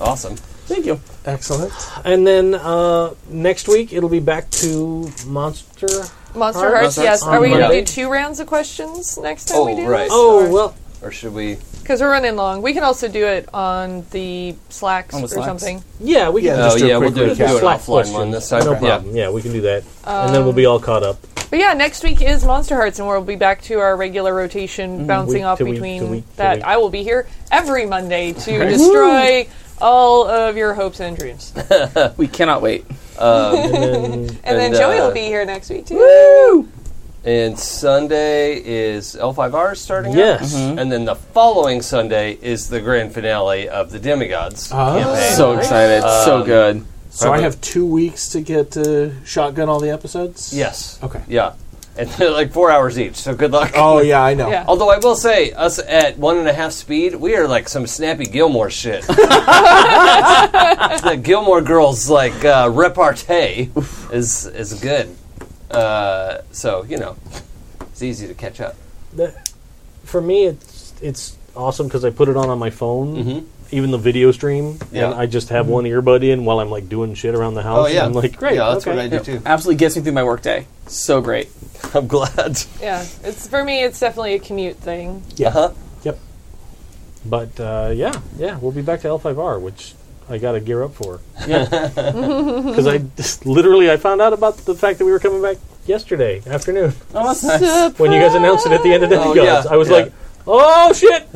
[SPEAKER 2] Awesome.
[SPEAKER 5] Thank you.
[SPEAKER 1] excellent.
[SPEAKER 4] And then uh, next week it'll be back to Monster.
[SPEAKER 3] Monster Hearts,
[SPEAKER 4] Heart? Monster
[SPEAKER 3] yes.
[SPEAKER 4] Hearts
[SPEAKER 3] Are we
[SPEAKER 4] on
[SPEAKER 3] going to
[SPEAKER 2] Monday?
[SPEAKER 3] do two rounds of questions next time
[SPEAKER 2] Oh,
[SPEAKER 3] we do
[SPEAKER 2] right.
[SPEAKER 3] this?
[SPEAKER 4] Oh well,
[SPEAKER 2] Or should we?
[SPEAKER 3] Because we're running long. We can also do it on the Slacks
[SPEAKER 5] On the
[SPEAKER 3] or
[SPEAKER 5] Slacks.
[SPEAKER 3] something.
[SPEAKER 4] yeah, we
[SPEAKER 1] Yeah,
[SPEAKER 4] can.
[SPEAKER 1] just
[SPEAKER 2] Oh
[SPEAKER 1] do a
[SPEAKER 2] yeah, we'll
[SPEAKER 1] quick
[SPEAKER 2] do, it-
[SPEAKER 1] recap.
[SPEAKER 2] do an
[SPEAKER 4] Slack
[SPEAKER 2] offline
[SPEAKER 4] questions.
[SPEAKER 2] one this time.
[SPEAKER 4] no
[SPEAKER 2] yeah.
[SPEAKER 4] problem. Yeah. we can do that, and then we'll
[SPEAKER 1] Um,
[SPEAKER 4] be all caught up.
[SPEAKER 3] But yeah, next week is Monster Hearts, and we'll be back to our regular rotation,
[SPEAKER 5] Mm,
[SPEAKER 3] bouncing
[SPEAKER 4] week
[SPEAKER 3] off
[SPEAKER 4] to week
[SPEAKER 3] between
[SPEAKER 4] to week to
[SPEAKER 3] that.
[SPEAKER 4] week.
[SPEAKER 3] I will be here every Monday to destroy all of your hopes and dreams. And,
[SPEAKER 5] We cannot wait.
[SPEAKER 3] then
[SPEAKER 2] And,
[SPEAKER 3] Joey
[SPEAKER 2] uh,
[SPEAKER 3] will be here next week, too.
[SPEAKER 2] And Sunday is L5R starting. up? Mm-hmm.
[SPEAKER 4] Yes.
[SPEAKER 5] Mm-hmm.
[SPEAKER 2] And then the following Sunday is the grand finale of the Demigods Uh, campaign.
[SPEAKER 5] Ah. So excited. so
[SPEAKER 2] Um,
[SPEAKER 5] good.
[SPEAKER 1] So I have two weeks to get uh, shotgun all the episodes.
[SPEAKER 2] yes.
[SPEAKER 1] Okay.
[SPEAKER 2] Yeah. And they're like four hours each. So good luck.
[SPEAKER 1] Oh yeah, I know.
[SPEAKER 3] Yeah.
[SPEAKER 2] Although I will say, us at one and a half speed, we are like some snappy Gilmore shit. the Gilmore Girls like uh, repartee is is good. Uh, so you know, it's easy to catch up.
[SPEAKER 4] That- for me, it's it's awesome because I put it on on my phone, even the video stream,
[SPEAKER 2] Mm-hmm. Yeah.
[SPEAKER 4] and I just have one earbud in while I'm like doing shit around the house.
[SPEAKER 2] Oh yeah,
[SPEAKER 4] and I'm like, great.
[SPEAKER 2] Yeah, that's
[SPEAKER 4] okay.
[SPEAKER 2] what I do too.
[SPEAKER 5] Absolutely gets me through my workday. So great.
[SPEAKER 2] I'm glad.
[SPEAKER 3] Yeah. It's, for me, it's definitely a commute thing.
[SPEAKER 2] Uh huh.
[SPEAKER 4] But uh, yeah, yeah, we'll be back to L5R, which I got to gear up for. because I just- literally I found out about the fact that we were coming back yesterday afternoon
[SPEAKER 5] Oh, that's nice.
[SPEAKER 4] when you guys announced it at the end of the
[SPEAKER 2] Oh,
[SPEAKER 4] Gods.
[SPEAKER 2] yeah,
[SPEAKER 4] I was
[SPEAKER 2] yeah.
[SPEAKER 4] like, oh shit!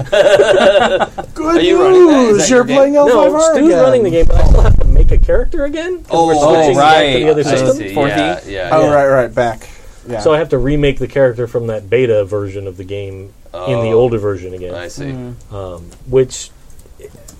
[SPEAKER 1] Good
[SPEAKER 2] Are you running that? Is
[SPEAKER 1] news.
[SPEAKER 2] that
[SPEAKER 1] You're
[SPEAKER 2] your game?
[SPEAKER 1] playing L5R
[SPEAKER 4] No, Stu's
[SPEAKER 1] again.
[SPEAKER 4] running the game, but I still have to make a character again. 'Cause we're
[SPEAKER 2] Oh,
[SPEAKER 4] switching back to the other
[SPEAKER 2] I
[SPEAKER 4] system.
[SPEAKER 2] see.
[SPEAKER 5] 4D.
[SPEAKER 2] Yeah, yeah.
[SPEAKER 1] Oh
[SPEAKER 2] yeah.
[SPEAKER 1] right, right back. Yeah.
[SPEAKER 4] So I have to remake the character from that beta version of the game in the
[SPEAKER 2] Oh.
[SPEAKER 4] older version again,
[SPEAKER 2] I see.
[SPEAKER 4] Mm-hmm. which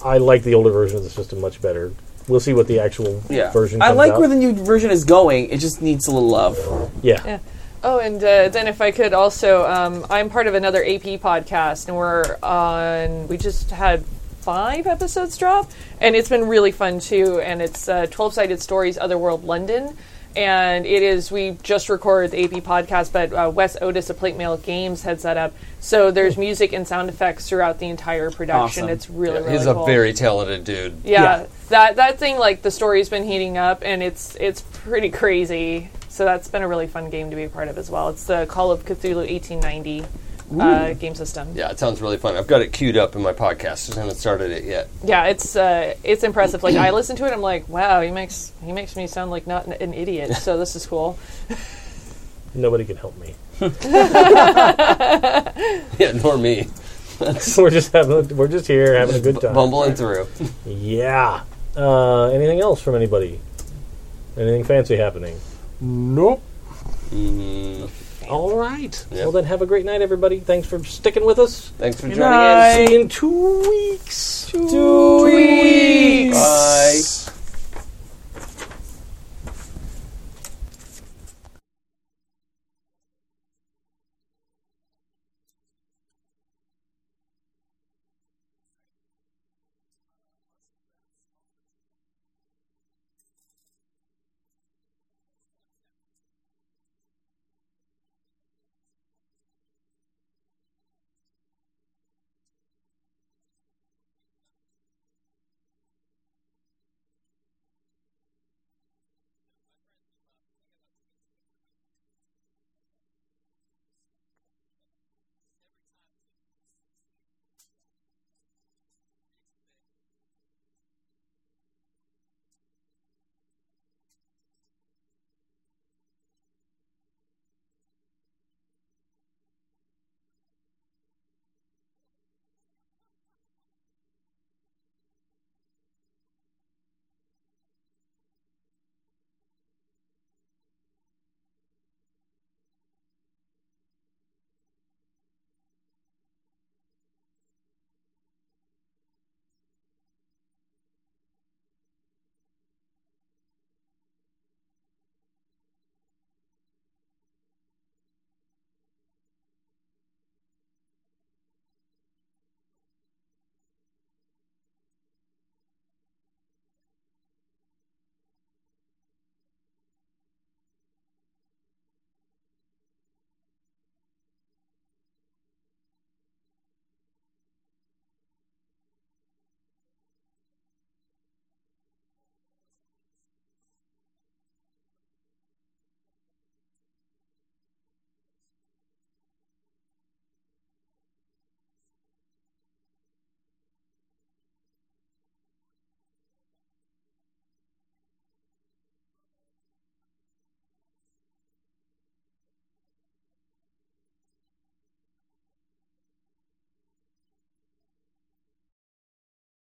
[SPEAKER 4] I like the older version of the system much better. We'll see what the actual
[SPEAKER 5] Yeah.
[SPEAKER 4] version.
[SPEAKER 5] I
[SPEAKER 4] comes
[SPEAKER 5] like
[SPEAKER 4] out.
[SPEAKER 5] where the new version is going. It just needs a little love.
[SPEAKER 4] yeah.
[SPEAKER 3] Yeah. Oh, and uh, then if I could also, um, I'm part of another AP podcast, and we're on. We just had five episodes drop, and it's been really fun too. And it's uh, Twelve Sided Stories Otherworld London, and it is. We just recorded the AP podcast, but uh, Wes Otis of Plate Mail Games heads that up. So there's music and sound effects throughout the entire production.
[SPEAKER 5] Awesome.
[SPEAKER 3] It's really really
[SPEAKER 2] He's
[SPEAKER 3] cool.
[SPEAKER 2] a very talented dude.
[SPEAKER 3] yeah, That that thing like the story's been heating up and it's it's pretty crazy. So that's been a really fun game to be a part of as well. It's the Call of Cthulhu 1890 uh, game system.
[SPEAKER 2] Yeah, it sounds really fun. I've got it queued up in my podcast. Just haven't started it yet.
[SPEAKER 3] Yeah, it's uh, it's impressive. Like I listen to it, I'm like, wow, he makes he makes me sound like not an, an idiot. So this is cool.
[SPEAKER 4] Nobody can help me.
[SPEAKER 2] Yeah, nor me.
[SPEAKER 4] we're just having. We're just here having a good time.
[SPEAKER 2] Bumbling through.
[SPEAKER 4] Yeah. Uh, anything else from anybody? Anything fancy happening?
[SPEAKER 1] nope.
[SPEAKER 4] Mm-hmm. All right.
[SPEAKER 2] Yeah.
[SPEAKER 4] Well, then have a great night, everybody. Thanks for sticking with us.
[SPEAKER 2] Thanks for joining
[SPEAKER 4] See you in two weeks.
[SPEAKER 5] Two weeks.
[SPEAKER 2] in. Bye.